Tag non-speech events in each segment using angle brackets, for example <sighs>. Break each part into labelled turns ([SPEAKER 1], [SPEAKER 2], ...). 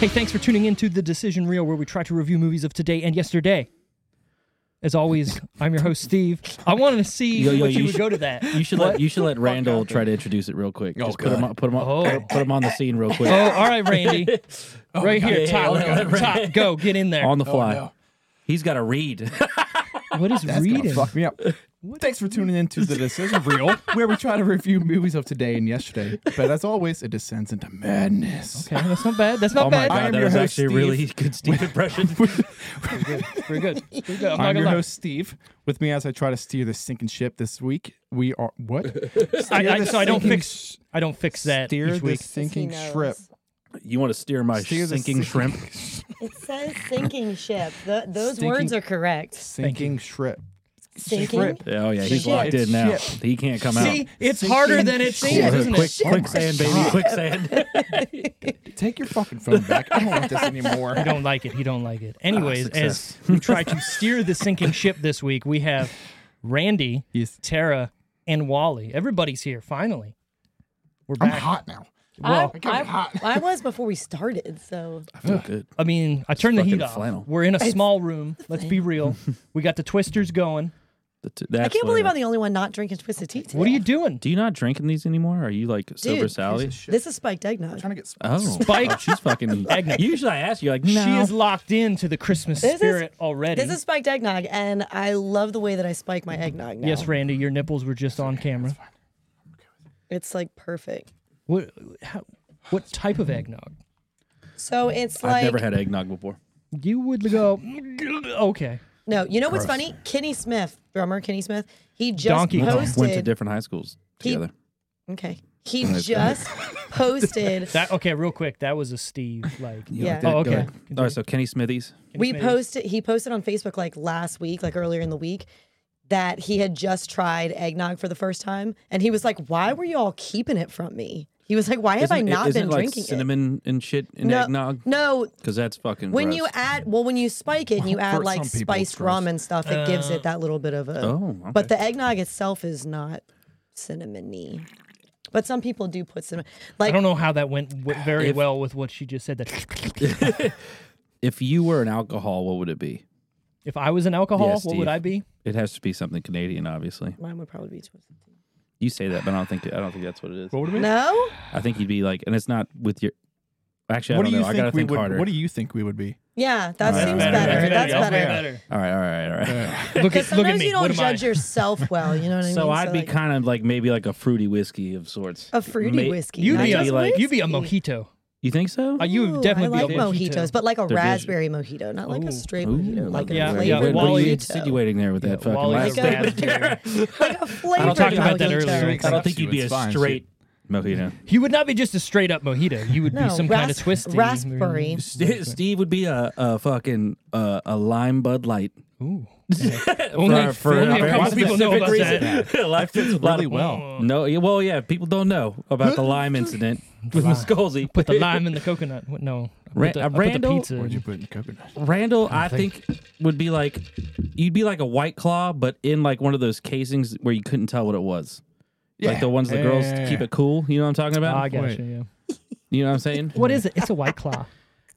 [SPEAKER 1] Hey, thanks for tuning in to The Decision Reel, where we try to review movies of today and yesterday. As always, I'm your host, Steve. I wanted to see
[SPEAKER 2] Yo, yo,
[SPEAKER 1] what you,
[SPEAKER 2] you
[SPEAKER 1] would
[SPEAKER 2] should-
[SPEAKER 1] go to that.
[SPEAKER 2] You should let you should let Randall try to introduce it real quick. Just put him on, put him on,
[SPEAKER 1] Oh.
[SPEAKER 2] put him on the scene real quick.
[SPEAKER 1] Oh, all right,
[SPEAKER 2] <laughs>
[SPEAKER 1] Randy. right
[SPEAKER 2] Oh God.
[SPEAKER 1] here,
[SPEAKER 2] Yeah, yeah,
[SPEAKER 1] top,
[SPEAKER 2] let- let Randy-
[SPEAKER 1] top, go, get in there.
[SPEAKER 2] on the fly.
[SPEAKER 3] no.
[SPEAKER 2] He's got to read.
[SPEAKER 1] what is reading?
[SPEAKER 3] Fuck me up. Thanks for tuning in to the Decision Reel, where we try to review movies of today and yesterday. But as always, it descends into madness.
[SPEAKER 1] Okay, that's not bad. That's not
[SPEAKER 2] oh my
[SPEAKER 1] bad.
[SPEAKER 3] I
[SPEAKER 2] god,
[SPEAKER 3] am
[SPEAKER 2] that
[SPEAKER 3] your
[SPEAKER 2] was
[SPEAKER 3] host,
[SPEAKER 2] actually a really good Steve impression.
[SPEAKER 1] Pretty good. Pretty good. I'm,
[SPEAKER 3] I'm
[SPEAKER 1] not
[SPEAKER 3] your
[SPEAKER 1] gonna
[SPEAKER 3] host, Steve. With me as I try to steer the sinking ship this week, we are what?
[SPEAKER 2] <laughs>
[SPEAKER 1] lie. I, I,
[SPEAKER 3] the
[SPEAKER 1] so I don't
[SPEAKER 3] sinking
[SPEAKER 1] fix. I don't fix that
[SPEAKER 3] steer
[SPEAKER 1] each
[SPEAKER 3] the
[SPEAKER 1] week.
[SPEAKER 3] sinking
[SPEAKER 4] He knows.
[SPEAKER 3] ship.
[SPEAKER 2] you want to steer my
[SPEAKER 3] Steer the
[SPEAKER 2] sinking
[SPEAKER 3] sink-
[SPEAKER 2] shrimp?
[SPEAKER 4] It says sinking ship. Th those
[SPEAKER 3] Stinking-
[SPEAKER 4] words are correct.
[SPEAKER 3] Sinking ship.
[SPEAKER 4] Sinking.
[SPEAKER 2] Yeah, Oh yeah, he's
[SPEAKER 4] Shit.
[SPEAKER 2] locked in now.
[SPEAKER 3] Shit.
[SPEAKER 2] He can't come
[SPEAKER 1] See,
[SPEAKER 2] out.
[SPEAKER 1] it's harder than it seems,
[SPEAKER 2] Oh,
[SPEAKER 1] isn't
[SPEAKER 2] quick,
[SPEAKER 1] it?
[SPEAKER 2] quicksand, baby, quicksand.
[SPEAKER 3] Take your fucking phone back. I don't want
[SPEAKER 4] <laughs>
[SPEAKER 3] this anymore.
[SPEAKER 1] He don't like it. He don't like it. Anyways, as
[SPEAKER 2] success.
[SPEAKER 1] we try to steer the sinking ship this week, we have Randy,
[SPEAKER 3] Yes.
[SPEAKER 1] Tara, and Wally. Everybody's here finally. We're
[SPEAKER 3] I'm
[SPEAKER 1] back.
[SPEAKER 3] hot now.
[SPEAKER 4] I,
[SPEAKER 1] Well,
[SPEAKER 3] got hot.
[SPEAKER 4] I was before we started, so
[SPEAKER 2] I feel good.
[SPEAKER 1] I mean, I turned the
[SPEAKER 2] fucking
[SPEAKER 1] heat off.
[SPEAKER 2] flannel.
[SPEAKER 1] We're in a small room. Let's be real. We got the twisters going.
[SPEAKER 2] The t- that's
[SPEAKER 4] I can't
[SPEAKER 2] what
[SPEAKER 4] believe
[SPEAKER 2] like.
[SPEAKER 4] I'm the only one not drinking twisted tea. Today.
[SPEAKER 1] What are you doing?
[SPEAKER 2] Do you not drinking these anymore? Are you like sober
[SPEAKER 4] Dude,
[SPEAKER 2] Sally?
[SPEAKER 4] This is spiked eggnog.
[SPEAKER 3] trying to get
[SPEAKER 2] Oh,
[SPEAKER 1] Spike-
[SPEAKER 2] Oh, she's fucking.
[SPEAKER 1] Eggnog.
[SPEAKER 2] Usually I ask you like, no.
[SPEAKER 1] She is locked into the Christmas
[SPEAKER 4] This is-
[SPEAKER 1] spirit already.
[SPEAKER 4] This is spiked eggnog, and I love the way that I spike my eggnog now.
[SPEAKER 1] yes, Randy, your nipples were just on camera.
[SPEAKER 4] it's like perfect.
[SPEAKER 1] What, how, what type of eggnog?
[SPEAKER 4] So it's
[SPEAKER 2] I've
[SPEAKER 4] like
[SPEAKER 2] never had eggnog before.
[SPEAKER 1] You would go, okay.
[SPEAKER 4] no. You know what's funny? Kenny Smith, drummer Kenny Smith, he just
[SPEAKER 1] Donkey Kong.
[SPEAKER 4] posted.
[SPEAKER 2] Went to different high schools
[SPEAKER 4] He-
[SPEAKER 2] together.
[SPEAKER 4] okay, he just posted.
[SPEAKER 1] That okay, real quick. That was a Steve like.
[SPEAKER 2] You
[SPEAKER 4] Yeah.
[SPEAKER 2] like that?
[SPEAKER 1] Oh,
[SPEAKER 2] Go
[SPEAKER 1] okay.
[SPEAKER 2] ahead. All right, so Kenny Smithies.
[SPEAKER 4] we
[SPEAKER 1] Maybe.
[SPEAKER 4] posted he posted on facebook like last week like earlier in the week that he had just tried eggnog for the first time and he was like why were y'all keeping it from me he was like why have i
[SPEAKER 2] Isn't it-
[SPEAKER 4] not
[SPEAKER 2] isn't
[SPEAKER 4] been
[SPEAKER 2] it, like
[SPEAKER 4] drinking it
[SPEAKER 2] cinnamon and shit in
[SPEAKER 4] no
[SPEAKER 2] eggnog?
[SPEAKER 4] no
[SPEAKER 2] Because that's fucking.
[SPEAKER 4] when
[SPEAKER 2] gross.
[SPEAKER 4] you add well when you spike it and
[SPEAKER 2] <laughs>
[SPEAKER 4] you add
[SPEAKER 3] For
[SPEAKER 4] like
[SPEAKER 3] some people, it's
[SPEAKER 4] spiced rum
[SPEAKER 3] gross.
[SPEAKER 4] and stuff it gives it that little bit of a
[SPEAKER 2] Oh, okay.
[SPEAKER 4] but the eggnog itself is not cinnamony but some people do put cinnamon
[SPEAKER 1] I
[SPEAKER 4] like
[SPEAKER 1] don't know how that went w- very
[SPEAKER 2] If-
[SPEAKER 1] well with what she just said. That
[SPEAKER 2] if you were an alcohol, what would it be?
[SPEAKER 1] if I was an alcohol,
[SPEAKER 2] Yes,
[SPEAKER 1] what would
[SPEAKER 2] Steve.
[SPEAKER 1] I be?
[SPEAKER 2] It has to be something Canadian, obviously.
[SPEAKER 4] mine would probably be twisted tea.
[SPEAKER 2] You say that, but I don't think I don't think that's what it is.
[SPEAKER 3] What would it be?
[SPEAKER 4] no
[SPEAKER 2] I think you'd be like, and it's not with your. Actually,
[SPEAKER 3] What
[SPEAKER 2] I
[SPEAKER 3] do
[SPEAKER 2] don't
[SPEAKER 3] you
[SPEAKER 2] know. I gotta
[SPEAKER 3] think we
[SPEAKER 2] think
[SPEAKER 3] would?
[SPEAKER 2] harder.
[SPEAKER 3] What do you think we would be?
[SPEAKER 4] yeah that
[SPEAKER 2] That's
[SPEAKER 4] seems
[SPEAKER 2] better.
[SPEAKER 4] better,
[SPEAKER 2] That's
[SPEAKER 1] That's
[SPEAKER 4] that's better.
[SPEAKER 2] all right, all right, all right.
[SPEAKER 1] Look
[SPEAKER 4] Because
[SPEAKER 1] at look at
[SPEAKER 4] sometimes
[SPEAKER 1] me.
[SPEAKER 4] you don't
[SPEAKER 1] what am I?
[SPEAKER 4] judge yourself well. You
[SPEAKER 1] <laughs>
[SPEAKER 4] know what I mean?
[SPEAKER 2] So I'd be
[SPEAKER 4] like,
[SPEAKER 2] kind of like maybe like a fruity whiskey of sorts.
[SPEAKER 4] a fruity
[SPEAKER 2] Ma-
[SPEAKER 4] whiskey.
[SPEAKER 1] You'd
[SPEAKER 4] not
[SPEAKER 1] be a,
[SPEAKER 4] just
[SPEAKER 1] like,
[SPEAKER 4] whiskey.
[SPEAKER 1] you'd be a mojito.
[SPEAKER 2] You think so?
[SPEAKER 1] Uh, you
[SPEAKER 4] Ooh,
[SPEAKER 1] would
[SPEAKER 4] I
[SPEAKER 1] definitely
[SPEAKER 4] like
[SPEAKER 1] be a mojito.
[SPEAKER 4] mojitos, but like a
[SPEAKER 2] Division.
[SPEAKER 4] raspberry mojito, not like
[SPEAKER 1] Ooh.
[SPEAKER 4] a straight
[SPEAKER 2] Ooh.
[SPEAKER 4] mojito, like a
[SPEAKER 1] Yeah,
[SPEAKER 4] flavored
[SPEAKER 1] yeah,
[SPEAKER 2] What- what are
[SPEAKER 1] Wally-
[SPEAKER 2] you
[SPEAKER 4] mojito.
[SPEAKER 2] insinuating there with that fucking
[SPEAKER 1] Wally
[SPEAKER 2] last
[SPEAKER 1] was
[SPEAKER 4] Like a-
[SPEAKER 2] name?
[SPEAKER 1] bad there.
[SPEAKER 4] Like a flavored
[SPEAKER 1] I talked about that
[SPEAKER 4] mojito.
[SPEAKER 1] earlier.
[SPEAKER 2] I
[SPEAKER 3] It's
[SPEAKER 2] don't
[SPEAKER 3] up
[SPEAKER 2] think
[SPEAKER 3] to you.
[SPEAKER 2] you'd be a
[SPEAKER 3] It's fine.
[SPEAKER 2] straight mojito.
[SPEAKER 1] You would not be just a straight up mojito. You would
[SPEAKER 4] No,
[SPEAKER 1] be some
[SPEAKER 4] ras-
[SPEAKER 1] kind of twisty
[SPEAKER 4] raspberry.
[SPEAKER 2] St- Steve would be a, a fucking uh, a lime Bud Light. <laughs>
[SPEAKER 1] Ooh.
[SPEAKER 2] For- for-
[SPEAKER 1] only a
[SPEAKER 2] for
[SPEAKER 1] couple
[SPEAKER 2] one
[SPEAKER 1] people know about
[SPEAKER 2] specific
[SPEAKER 1] that.
[SPEAKER 2] <laughs> reason. Lime- lot
[SPEAKER 3] Really
[SPEAKER 2] of-
[SPEAKER 3] well.
[SPEAKER 2] No, yeah, well, yeah, people don't know about the
[SPEAKER 1] <laughs>
[SPEAKER 2] lime incident with Miscolzi.
[SPEAKER 1] Put the lime in the coconut. What- No, I
[SPEAKER 2] Ran-
[SPEAKER 1] put the,
[SPEAKER 2] uh,
[SPEAKER 1] I put the
[SPEAKER 2] Randall-
[SPEAKER 1] pizza.
[SPEAKER 3] What'd
[SPEAKER 1] in.
[SPEAKER 3] you put in coconut?
[SPEAKER 1] <laughs>
[SPEAKER 2] Randall, I think would be like you'd be like a white claw, but in like one of those casings where you couldn't tell what it was. Like the ones the
[SPEAKER 3] Yeah,
[SPEAKER 2] girls
[SPEAKER 3] yeah, yeah,
[SPEAKER 2] keep
[SPEAKER 3] yeah.
[SPEAKER 2] it cool. You know what I'm talking
[SPEAKER 1] Ah,
[SPEAKER 2] about?
[SPEAKER 1] I
[SPEAKER 3] Wait.
[SPEAKER 1] gotcha. Yeah.
[SPEAKER 2] you know what I'm saying?
[SPEAKER 1] What is it? It's a white claw.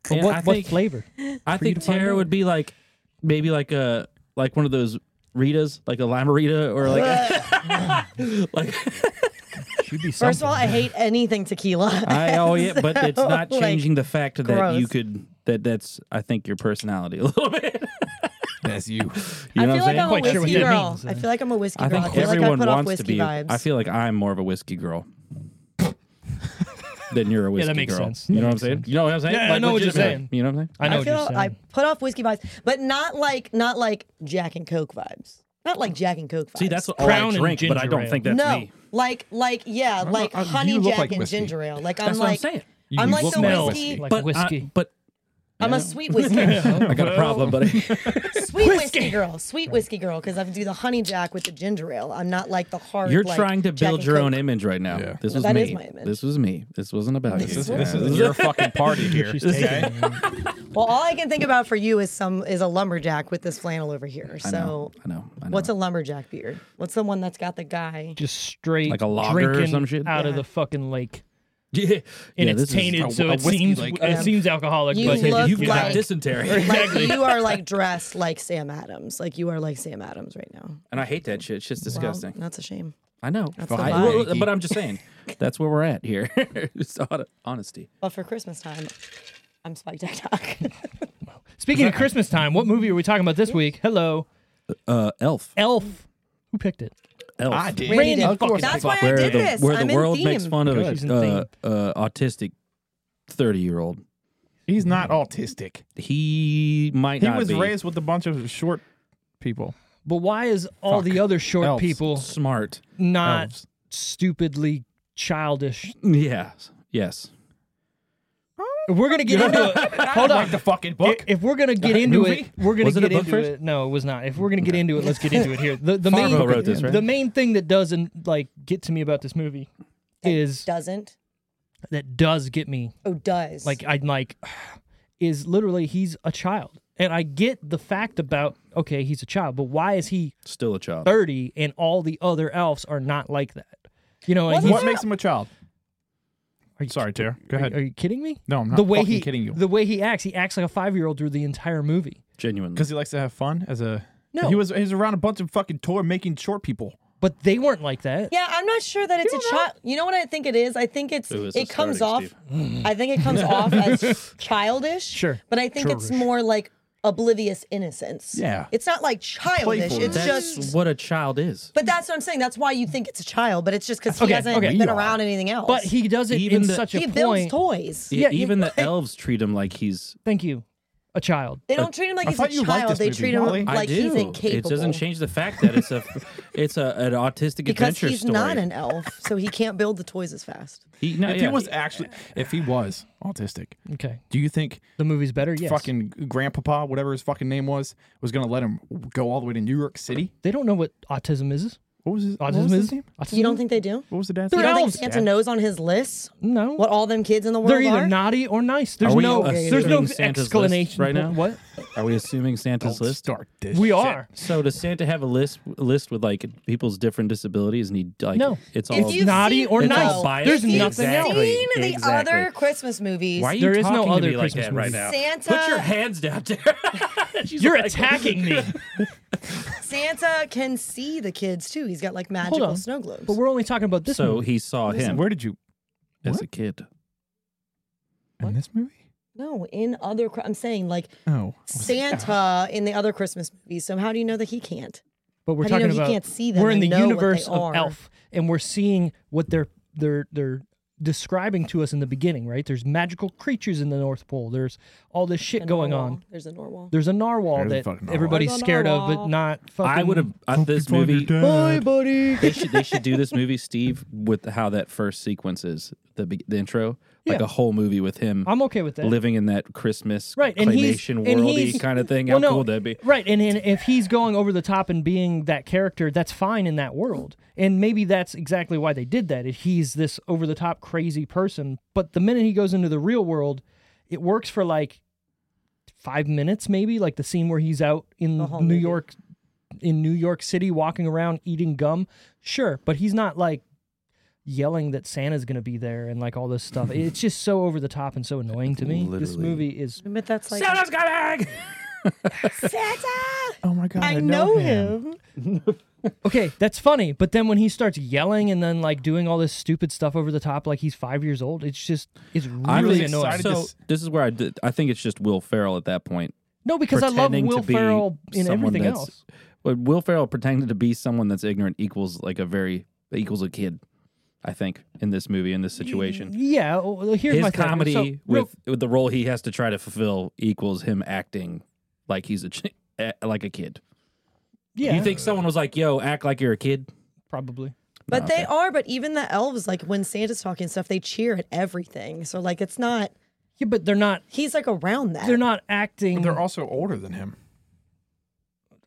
[SPEAKER 1] But
[SPEAKER 2] And
[SPEAKER 1] what,
[SPEAKER 2] I
[SPEAKER 1] what
[SPEAKER 2] think-
[SPEAKER 1] flavor? for
[SPEAKER 2] I
[SPEAKER 1] you
[SPEAKER 2] think
[SPEAKER 1] to find
[SPEAKER 2] Tara
[SPEAKER 1] out?
[SPEAKER 2] would be like maybe like a like one of those Ritas, like a lime Rita or like <laughs> a- like <laughs>
[SPEAKER 1] Should be
[SPEAKER 4] First of all, I hate anything tequila.
[SPEAKER 2] I oh yeah, but <laughs> it's not
[SPEAKER 4] So, like,
[SPEAKER 2] changing the fact that you
[SPEAKER 4] gross.
[SPEAKER 2] could that that's I think your personality a little bit.
[SPEAKER 3] That's you.
[SPEAKER 2] You know
[SPEAKER 4] <laughs> I feel
[SPEAKER 2] what I'm
[SPEAKER 4] like
[SPEAKER 2] saying?
[SPEAKER 4] I'm a
[SPEAKER 1] Quite sure what
[SPEAKER 4] whiskey
[SPEAKER 1] that
[SPEAKER 4] girl.
[SPEAKER 1] means,
[SPEAKER 4] I feel like I'm a
[SPEAKER 2] <laughs>
[SPEAKER 4] whiskey
[SPEAKER 2] I
[SPEAKER 4] girl.
[SPEAKER 2] think
[SPEAKER 4] I feel like I
[SPEAKER 2] everyone
[SPEAKER 4] put off
[SPEAKER 2] wants to
[SPEAKER 4] whiskey
[SPEAKER 2] be.
[SPEAKER 4] vibes.
[SPEAKER 2] I feel like I'm more of a whiskey girl <laughs> than you're a whiskey
[SPEAKER 1] that makes
[SPEAKER 2] girl.
[SPEAKER 1] sense.
[SPEAKER 2] You
[SPEAKER 1] That
[SPEAKER 2] know what I'm
[SPEAKER 1] makes
[SPEAKER 2] saying? You know what I'm saying?
[SPEAKER 1] Yeah, I know what you're
[SPEAKER 2] legitimately. You know what I'm saying?
[SPEAKER 1] I know
[SPEAKER 4] I
[SPEAKER 1] what you're
[SPEAKER 4] feel
[SPEAKER 1] saying.
[SPEAKER 4] I put off whiskey vibes, but not like not like Jack and Coke vibes. Not like Jack and Coke vibes.
[SPEAKER 2] See, that's what
[SPEAKER 1] Crown
[SPEAKER 2] all I
[SPEAKER 1] and
[SPEAKER 2] drink, but I
[SPEAKER 1] ginger
[SPEAKER 2] don't
[SPEAKER 1] ale.
[SPEAKER 2] think that's
[SPEAKER 4] no,
[SPEAKER 2] me. uh,
[SPEAKER 4] like like yeah, like
[SPEAKER 3] I-
[SPEAKER 4] honey
[SPEAKER 3] you look
[SPEAKER 4] jack
[SPEAKER 3] like
[SPEAKER 4] and
[SPEAKER 3] whiskey.
[SPEAKER 4] ginger ale. Like
[SPEAKER 2] That's
[SPEAKER 4] I'm
[SPEAKER 2] what I'm
[SPEAKER 4] like
[SPEAKER 2] saying. You
[SPEAKER 4] I'm like
[SPEAKER 2] look
[SPEAKER 4] the
[SPEAKER 1] smell
[SPEAKER 4] whiskey.
[SPEAKER 1] like
[SPEAKER 2] but
[SPEAKER 1] whiskey.
[SPEAKER 2] I, but
[SPEAKER 4] I'm a sweet
[SPEAKER 2] <laughs>
[SPEAKER 4] whiskey.
[SPEAKER 2] I got a
[SPEAKER 1] <laughs>
[SPEAKER 2] problem, buddy.
[SPEAKER 4] sweet whiskey girl. Sweet whiskey girl. Because I do the honey jack with the ginger ale. I'm not like the hard.
[SPEAKER 2] You're
[SPEAKER 4] like,
[SPEAKER 2] trying to
[SPEAKER 4] Jack
[SPEAKER 2] build
[SPEAKER 4] and
[SPEAKER 2] your
[SPEAKER 4] Coke.
[SPEAKER 2] own image right now.
[SPEAKER 3] Yeah.
[SPEAKER 2] This
[SPEAKER 4] No,
[SPEAKER 2] was
[SPEAKER 4] that
[SPEAKER 2] me.
[SPEAKER 4] is my image.
[SPEAKER 2] This was me. This wasn't about you.
[SPEAKER 3] This, this is your fucking
[SPEAKER 1] <laughs>
[SPEAKER 3] party here.
[SPEAKER 1] She's
[SPEAKER 3] This-
[SPEAKER 1] taking
[SPEAKER 2] <laughs>
[SPEAKER 4] Well, all I can think about for you is some is a lumberjack with this flannel over here. So
[SPEAKER 2] I know. I know.
[SPEAKER 4] What's a lumberjack beer? What's the one that's got the guy?
[SPEAKER 1] just straight
[SPEAKER 2] Like a lager or
[SPEAKER 1] drinking
[SPEAKER 2] some shit?
[SPEAKER 1] out of
[SPEAKER 4] Yeah.
[SPEAKER 1] the fucking lake.
[SPEAKER 2] yeah,
[SPEAKER 1] And
[SPEAKER 2] yeah,
[SPEAKER 1] it's
[SPEAKER 2] this is-
[SPEAKER 1] tainted,
[SPEAKER 3] a-
[SPEAKER 1] so
[SPEAKER 3] a
[SPEAKER 1] it
[SPEAKER 3] whiskey
[SPEAKER 1] seems
[SPEAKER 3] like-
[SPEAKER 1] it seems alcoholic.
[SPEAKER 4] You
[SPEAKER 1] but
[SPEAKER 2] <laughs>
[SPEAKER 4] look
[SPEAKER 2] You've got
[SPEAKER 4] like- <laughs>
[SPEAKER 2] dysentery,
[SPEAKER 4] Like you are like dressed like Sam Adams. Like you are like Sam Adams right now.
[SPEAKER 2] and I hate that shit. Shit's
[SPEAKER 4] Well,
[SPEAKER 2] disgusting.
[SPEAKER 4] that's a shame.
[SPEAKER 2] I know.
[SPEAKER 4] the
[SPEAKER 2] I-
[SPEAKER 4] vibe.
[SPEAKER 2] well, but I'm just
[SPEAKER 4] <laughs>
[SPEAKER 2] saying, that's where we're at here. <laughs> it's hon- honesty.
[SPEAKER 4] But for Christmas time, I'm Spike Tac <laughs> Tac.
[SPEAKER 1] speaking of Christmas time, what movie are we talking about this week? Hello,
[SPEAKER 2] Uh, elf.
[SPEAKER 1] Elf. Who picked it?
[SPEAKER 2] Elf.
[SPEAKER 3] I did.
[SPEAKER 4] Randy
[SPEAKER 3] Of
[SPEAKER 4] did.
[SPEAKER 3] course
[SPEAKER 4] That's
[SPEAKER 3] I
[SPEAKER 4] why
[SPEAKER 3] did.
[SPEAKER 4] I
[SPEAKER 2] where
[SPEAKER 4] did
[SPEAKER 2] the
[SPEAKER 4] this.
[SPEAKER 2] where
[SPEAKER 4] I'm
[SPEAKER 2] the
[SPEAKER 4] in
[SPEAKER 2] world
[SPEAKER 4] theme.
[SPEAKER 2] makes fun of
[SPEAKER 1] Good. She's
[SPEAKER 2] a
[SPEAKER 1] in
[SPEAKER 2] uh, uh, autistic thirty year old.
[SPEAKER 3] He's not autistic.
[SPEAKER 2] He might
[SPEAKER 3] He
[SPEAKER 2] not
[SPEAKER 3] was
[SPEAKER 2] be
[SPEAKER 3] raised with a bunch of short people.
[SPEAKER 1] But why is all the other short
[SPEAKER 3] Elves.
[SPEAKER 1] people
[SPEAKER 3] <laughs>
[SPEAKER 2] smart.
[SPEAKER 1] not
[SPEAKER 3] Elves.
[SPEAKER 1] stupidly childish?
[SPEAKER 2] Yeah. Yes.
[SPEAKER 1] We're gonna
[SPEAKER 2] <laughs>
[SPEAKER 1] get into it. Hold on.
[SPEAKER 3] Like the fucking
[SPEAKER 1] I-
[SPEAKER 3] book.
[SPEAKER 1] If we're gonna get into
[SPEAKER 3] movie?
[SPEAKER 1] it, we're gonna
[SPEAKER 2] Was it a
[SPEAKER 1] get
[SPEAKER 2] book
[SPEAKER 1] into
[SPEAKER 2] first?
[SPEAKER 1] it. No, it was not. If we're gonna get into it, let's get into it here. The the main
[SPEAKER 2] <laughs> Fargo wrote this, right?
[SPEAKER 1] the main thing that doesn't like get to me about this movie is
[SPEAKER 4] Doesn't.
[SPEAKER 1] that does get me
[SPEAKER 4] Oh, does.
[SPEAKER 1] like I'm like <sighs> is literally he's a child. And I get the fact about okay, he's a child, but why is he
[SPEAKER 2] Still a child.
[SPEAKER 1] 30 and all the other elves are not like that? You know, and
[SPEAKER 4] Well,
[SPEAKER 1] he's,
[SPEAKER 3] What makes him a child?
[SPEAKER 1] are you,
[SPEAKER 3] Sorry, Tara. Go
[SPEAKER 1] are,
[SPEAKER 3] ahead.
[SPEAKER 1] are you kidding me?
[SPEAKER 3] No, I'm not
[SPEAKER 1] the way
[SPEAKER 3] fucking
[SPEAKER 1] he,
[SPEAKER 3] kidding you.
[SPEAKER 1] The way he acts, he acts like a 5-year-old through the entire movie.
[SPEAKER 2] Genuinely.
[SPEAKER 3] Because he likes to have fun as a.
[SPEAKER 1] No.
[SPEAKER 3] He was he was around a bunch of fucking toy making short people.
[SPEAKER 1] But they weren't like that.
[SPEAKER 4] Yeah, I'm not sure that it's a child. You know what I think it is? I think it's
[SPEAKER 2] Ooh, this
[SPEAKER 4] it
[SPEAKER 2] is
[SPEAKER 4] comes off.
[SPEAKER 2] starting,
[SPEAKER 4] I think it comes off as childish.
[SPEAKER 1] Sure.
[SPEAKER 4] but I think it's more like oblivious innocence.
[SPEAKER 3] Yeah.
[SPEAKER 4] it's not like childish.
[SPEAKER 3] Playful.
[SPEAKER 4] It's
[SPEAKER 2] That's
[SPEAKER 4] just.
[SPEAKER 2] what a child is.
[SPEAKER 4] But that's what I'm saying. That's why you think it's a child, but it's just because he
[SPEAKER 1] Okay,
[SPEAKER 4] hasn't
[SPEAKER 1] okay.
[SPEAKER 4] been around anything else.
[SPEAKER 1] But he does it
[SPEAKER 2] Even
[SPEAKER 1] in
[SPEAKER 2] the-
[SPEAKER 1] such a
[SPEAKER 4] he builds
[SPEAKER 1] point.
[SPEAKER 4] toys.
[SPEAKER 2] Yeah,
[SPEAKER 1] Yeah, you-
[SPEAKER 2] even the elves treat him like he's.
[SPEAKER 1] Thank you. A child.
[SPEAKER 4] They don't treat him like
[SPEAKER 3] I
[SPEAKER 4] he's a
[SPEAKER 3] thought you liked
[SPEAKER 4] child.
[SPEAKER 3] this
[SPEAKER 4] They
[SPEAKER 3] movie,
[SPEAKER 4] treat him
[SPEAKER 3] Molly.
[SPEAKER 4] like
[SPEAKER 2] I do.
[SPEAKER 4] he's incapable.
[SPEAKER 2] It doesn't change the fact that
[SPEAKER 4] <laughs>
[SPEAKER 2] it's a, it's a an autistic
[SPEAKER 4] because
[SPEAKER 2] adventure
[SPEAKER 4] he's
[SPEAKER 2] story.
[SPEAKER 4] not an elf, so he can't build the toys as <laughs> fast.
[SPEAKER 2] He, no,
[SPEAKER 3] If
[SPEAKER 2] yeah.
[SPEAKER 3] he was actually, if he was autistic,
[SPEAKER 1] Okay.
[SPEAKER 3] do you think
[SPEAKER 1] The movie's better. Yes.
[SPEAKER 3] fucking grandpapa, whatever his fucking name was, was gonna let him go all the way to New York City?
[SPEAKER 1] They don't know what autism is.
[SPEAKER 3] What was his, what
[SPEAKER 1] Autism
[SPEAKER 3] was his
[SPEAKER 1] is
[SPEAKER 3] name?
[SPEAKER 1] Autism
[SPEAKER 4] You don't
[SPEAKER 1] is-
[SPEAKER 4] think they do?
[SPEAKER 3] What was the dad's
[SPEAKER 1] They're
[SPEAKER 4] You
[SPEAKER 3] name?
[SPEAKER 4] don't think
[SPEAKER 1] elves.
[SPEAKER 4] Santa knows on his list
[SPEAKER 1] No.
[SPEAKER 4] what all them kids in the world
[SPEAKER 1] They're either
[SPEAKER 4] are?
[SPEAKER 1] naughty or nice. There's
[SPEAKER 2] Are we
[SPEAKER 1] no
[SPEAKER 2] assuming
[SPEAKER 1] there's no
[SPEAKER 2] Santa's list
[SPEAKER 1] explanation
[SPEAKER 2] right now?
[SPEAKER 1] What?
[SPEAKER 2] Are we assuming Santa's
[SPEAKER 3] Don't
[SPEAKER 2] list?
[SPEAKER 3] start this.
[SPEAKER 1] We
[SPEAKER 3] shit.
[SPEAKER 1] are.
[SPEAKER 2] So does Santa have a list list with like people's different disabilities and he like
[SPEAKER 1] No.
[SPEAKER 2] it's
[SPEAKER 4] If
[SPEAKER 2] all
[SPEAKER 4] you've
[SPEAKER 1] naughty
[SPEAKER 4] seen-
[SPEAKER 1] or
[SPEAKER 4] no.
[SPEAKER 2] nice. Biased.
[SPEAKER 4] If
[SPEAKER 1] There's
[SPEAKER 4] you've
[SPEAKER 1] nothing else.
[SPEAKER 4] seen the
[SPEAKER 2] Exactly.
[SPEAKER 4] other Christmas movies.
[SPEAKER 2] Why are you
[SPEAKER 1] There is no
[SPEAKER 2] talking to
[SPEAKER 1] other
[SPEAKER 2] me like
[SPEAKER 1] Christmas
[SPEAKER 2] that right
[SPEAKER 1] movie.
[SPEAKER 2] now?
[SPEAKER 4] Santa-
[SPEAKER 2] Put your hands down there. <laughs> She's
[SPEAKER 1] You're
[SPEAKER 2] like-
[SPEAKER 1] attacking me.
[SPEAKER 4] Santa can see the kids too. He's got like
[SPEAKER 1] Hold
[SPEAKER 4] magical
[SPEAKER 1] on.
[SPEAKER 4] snow globes.
[SPEAKER 1] But we're only talking about this
[SPEAKER 2] <laughs> So
[SPEAKER 1] movie.
[SPEAKER 2] he saw him
[SPEAKER 3] Where did you?
[SPEAKER 2] as
[SPEAKER 3] What?
[SPEAKER 2] a kid.
[SPEAKER 3] In this movie?
[SPEAKER 4] no, in other, cri- I'm saying like
[SPEAKER 3] Oh.
[SPEAKER 4] Santa in the other Christmas movies. So how do you know that he can't?
[SPEAKER 1] But we're
[SPEAKER 4] How do you
[SPEAKER 1] talking
[SPEAKER 4] know he
[SPEAKER 1] about
[SPEAKER 4] can't see them
[SPEAKER 1] we're in
[SPEAKER 4] and
[SPEAKER 1] the
[SPEAKER 4] know what they
[SPEAKER 1] universe of
[SPEAKER 4] are?
[SPEAKER 1] Elf, and we're seeing what they're they're they're describing to us in the beginning. Right? There's magical creatures in the North Pole. There's all this shit
[SPEAKER 4] The
[SPEAKER 1] going
[SPEAKER 4] narwhal.
[SPEAKER 1] on.
[SPEAKER 4] There's a normal.
[SPEAKER 1] There's a narwhal
[SPEAKER 3] There's a
[SPEAKER 1] that
[SPEAKER 3] fucking narwhal.
[SPEAKER 1] everybody's
[SPEAKER 4] There's a
[SPEAKER 1] scared of, but
[SPEAKER 4] narwhal.
[SPEAKER 1] not fucking.
[SPEAKER 2] I would have I- this movie.
[SPEAKER 3] Bye,
[SPEAKER 1] buddy.
[SPEAKER 2] They should they should do this movie, Steve, with how that first sequence is the be- the intro, like
[SPEAKER 1] Yeah.
[SPEAKER 2] a whole movie with him.
[SPEAKER 1] I'm okay with that.
[SPEAKER 2] living in that Christmas
[SPEAKER 1] Right, and he's-
[SPEAKER 2] claymation
[SPEAKER 1] and
[SPEAKER 2] worldy
[SPEAKER 1] he's-
[SPEAKER 2] kind of thing.
[SPEAKER 1] Well,
[SPEAKER 2] How
[SPEAKER 1] no,
[SPEAKER 2] cool would that be?
[SPEAKER 1] Right, and, and if he's going over the top and being that character, that's fine in that world. And maybe that's exactly why they did that. He's this over the top crazy person, but the minute he goes into the real world, it works for like 5 minutes maybe, like the scene where he's out in
[SPEAKER 4] The whole
[SPEAKER 1] New
[SPEAKER 4] movie.
[SPEAKER 1] York in New York City walking around eating gum. Sure, but he's not like yelling that Santa's going to be there and like all this stuff. it's just so over the top and so annoying to me. This
[SPEAKER 2] Literally.
[SPEAKER 1] movie is
[SPEAKER 4] But that's like
[SPEAKER 2] Santa's coming!
[SPEAKER 4] <laughs> Santa.
[SPEAKER 3] Oh my god.
[SPEAKER 4] I know him. Oh,
[SPEAKER 1] Okay, that's funny, but then when he starts yelling and then like doing all this stupid stuff over the top, like he's five years old, it's just it's
[SPEAKER 2] I'm
[SPEAKER 1] really
[SPEAKER 2] just
[SPEAKER 1] annoying.
[SPEAKER 3] excited
[SPEAKER 2] So
[SPEAKER 3] to s-
[SPEAKER 2] this is where I did, I think it's just Will Ferrell at that point.
[SPEAKER 1] no, because I love
[SPEAKER 2] pretending
[SPEAKER 1] Will
[SPEAKER 2] to be
[SPEAKER 1] Ferrell in
[SPEAKER 2] someone
[SPEAKER 1] everything
[SPEAKER 2] that's-
[SPEAKER 1] else.
[SPEAKER 2] But Will Ferrell pretending to be someone that's ignorant equals like a very equals a kid. I think in this movie in this situation,
[SPEAKER 1] Yeah, well, here's my
[SPEAKER 2] his
[SPEAKER 1] thing. So,
[SPEAKER 2] comedy
[SPEAKER 1] real-
[SPEAKER 2] with with the role he has to try to fulfill equals him acting like he's a ch- eh, like a kid.
[SPEAKER 1] yeah,
[SPEAKER 2] You think someone was like, "Yo, act like you're a kid"?
[SPEAKER 1] probably
[SPEAKER 4] But they are. But even the elves, like when Santa's talking stuff, they cheer at everything. So like it's not.
[SPEAKER 1] Yeah, but they're not.
[SPEAKER 4] He's like around that.
[SPEAKER 1] They're not acting.
[SPEAKER 3] They're also older than him.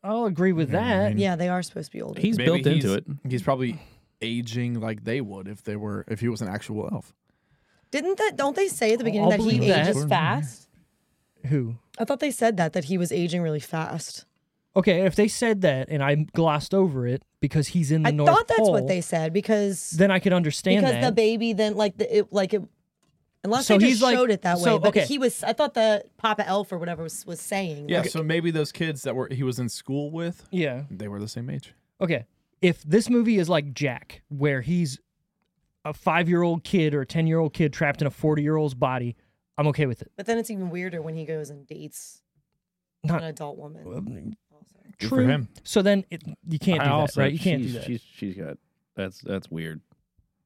[SPEAKER 1] I'll agree with that.
[SPEAKER 4] Yeah, they are supposed to be older.
[SPEAKER 2] He's
[SPEAKER 3] Maybe
[SPEAKER 2] built into it.
[SPEAKER 3] he's- He's probably aging like they would if they were if he was an actual elf.
[SPEAKER 4] Didn't that? Don't they say at the beginning
[SPEAKER 1] I'll
[SPEAKER 4] that he
[SPEAKER 1] believe that.
[SPEAKER 4] ages fast?
[SPEAKER 1] Who?
[SPEAKER 4] I thought they said that that he was aging really fast.
[SPEAKER 1] Okay, if they said that and I glossed over it because he's in the
[SPEAKER 4] I
[SPEAKER 1] North
[SPEAKER 4] thought that's what
[SPEAKER 1] Pole,
[SPEAKER 4] they said because
[SPEAKER 1] then I could understand
[SPEAKER 4] because
[SPEAKER 1] that.
[SPEAKER 4] the baby then like the it, like it, unless
[SPEAKER 1] So
[SPEAKER 4] they
[SPEAKER 1] he's
[SPEAKER 4] just
[SPEAKER 1] like-
[SPEAKER 4] showed it that way.
[SPEAKER 1] so,
[SPEAKER 4] but
[SPEAKER 1] okay.
[SPEAKER 4] he was. I thought the Papa Elf or whatever was, was saying.
[SPEAKER 3] Yeah,
[SPEAKER 4] like,
[SPEAKER 3] so maybe those kids that were he was in school with,
[SPEAKER 1] yeah.
[SPEAKER 3] they were the same age.
[SPEAKER 1] Okay. If this movie is like Jack, where he's a five-year-old kid or a ten-year-old kid trapped in a forty-year-old's body, I'm okay with it.
[SPEAKER 4] But then it's even weirder when he goes and dates
[SPEAKER 1] Not-
[SPEAKER 4] an adult woman.
[SPEAKER 3] Good
[SPEAKER 1] True.
[SPEAKER 3] for him.
[SPEAKER 1] So then it, you can't
[SPEAKER 2] I
[SPEAKER 1] do
[SPEAKER 2] also-
[SPEAKER 1] that, right? You can't do
[SPEAKER 2] she's-
[SPEAKER 1] that.
[SPEAKER 2] She's she's got that's that's weird.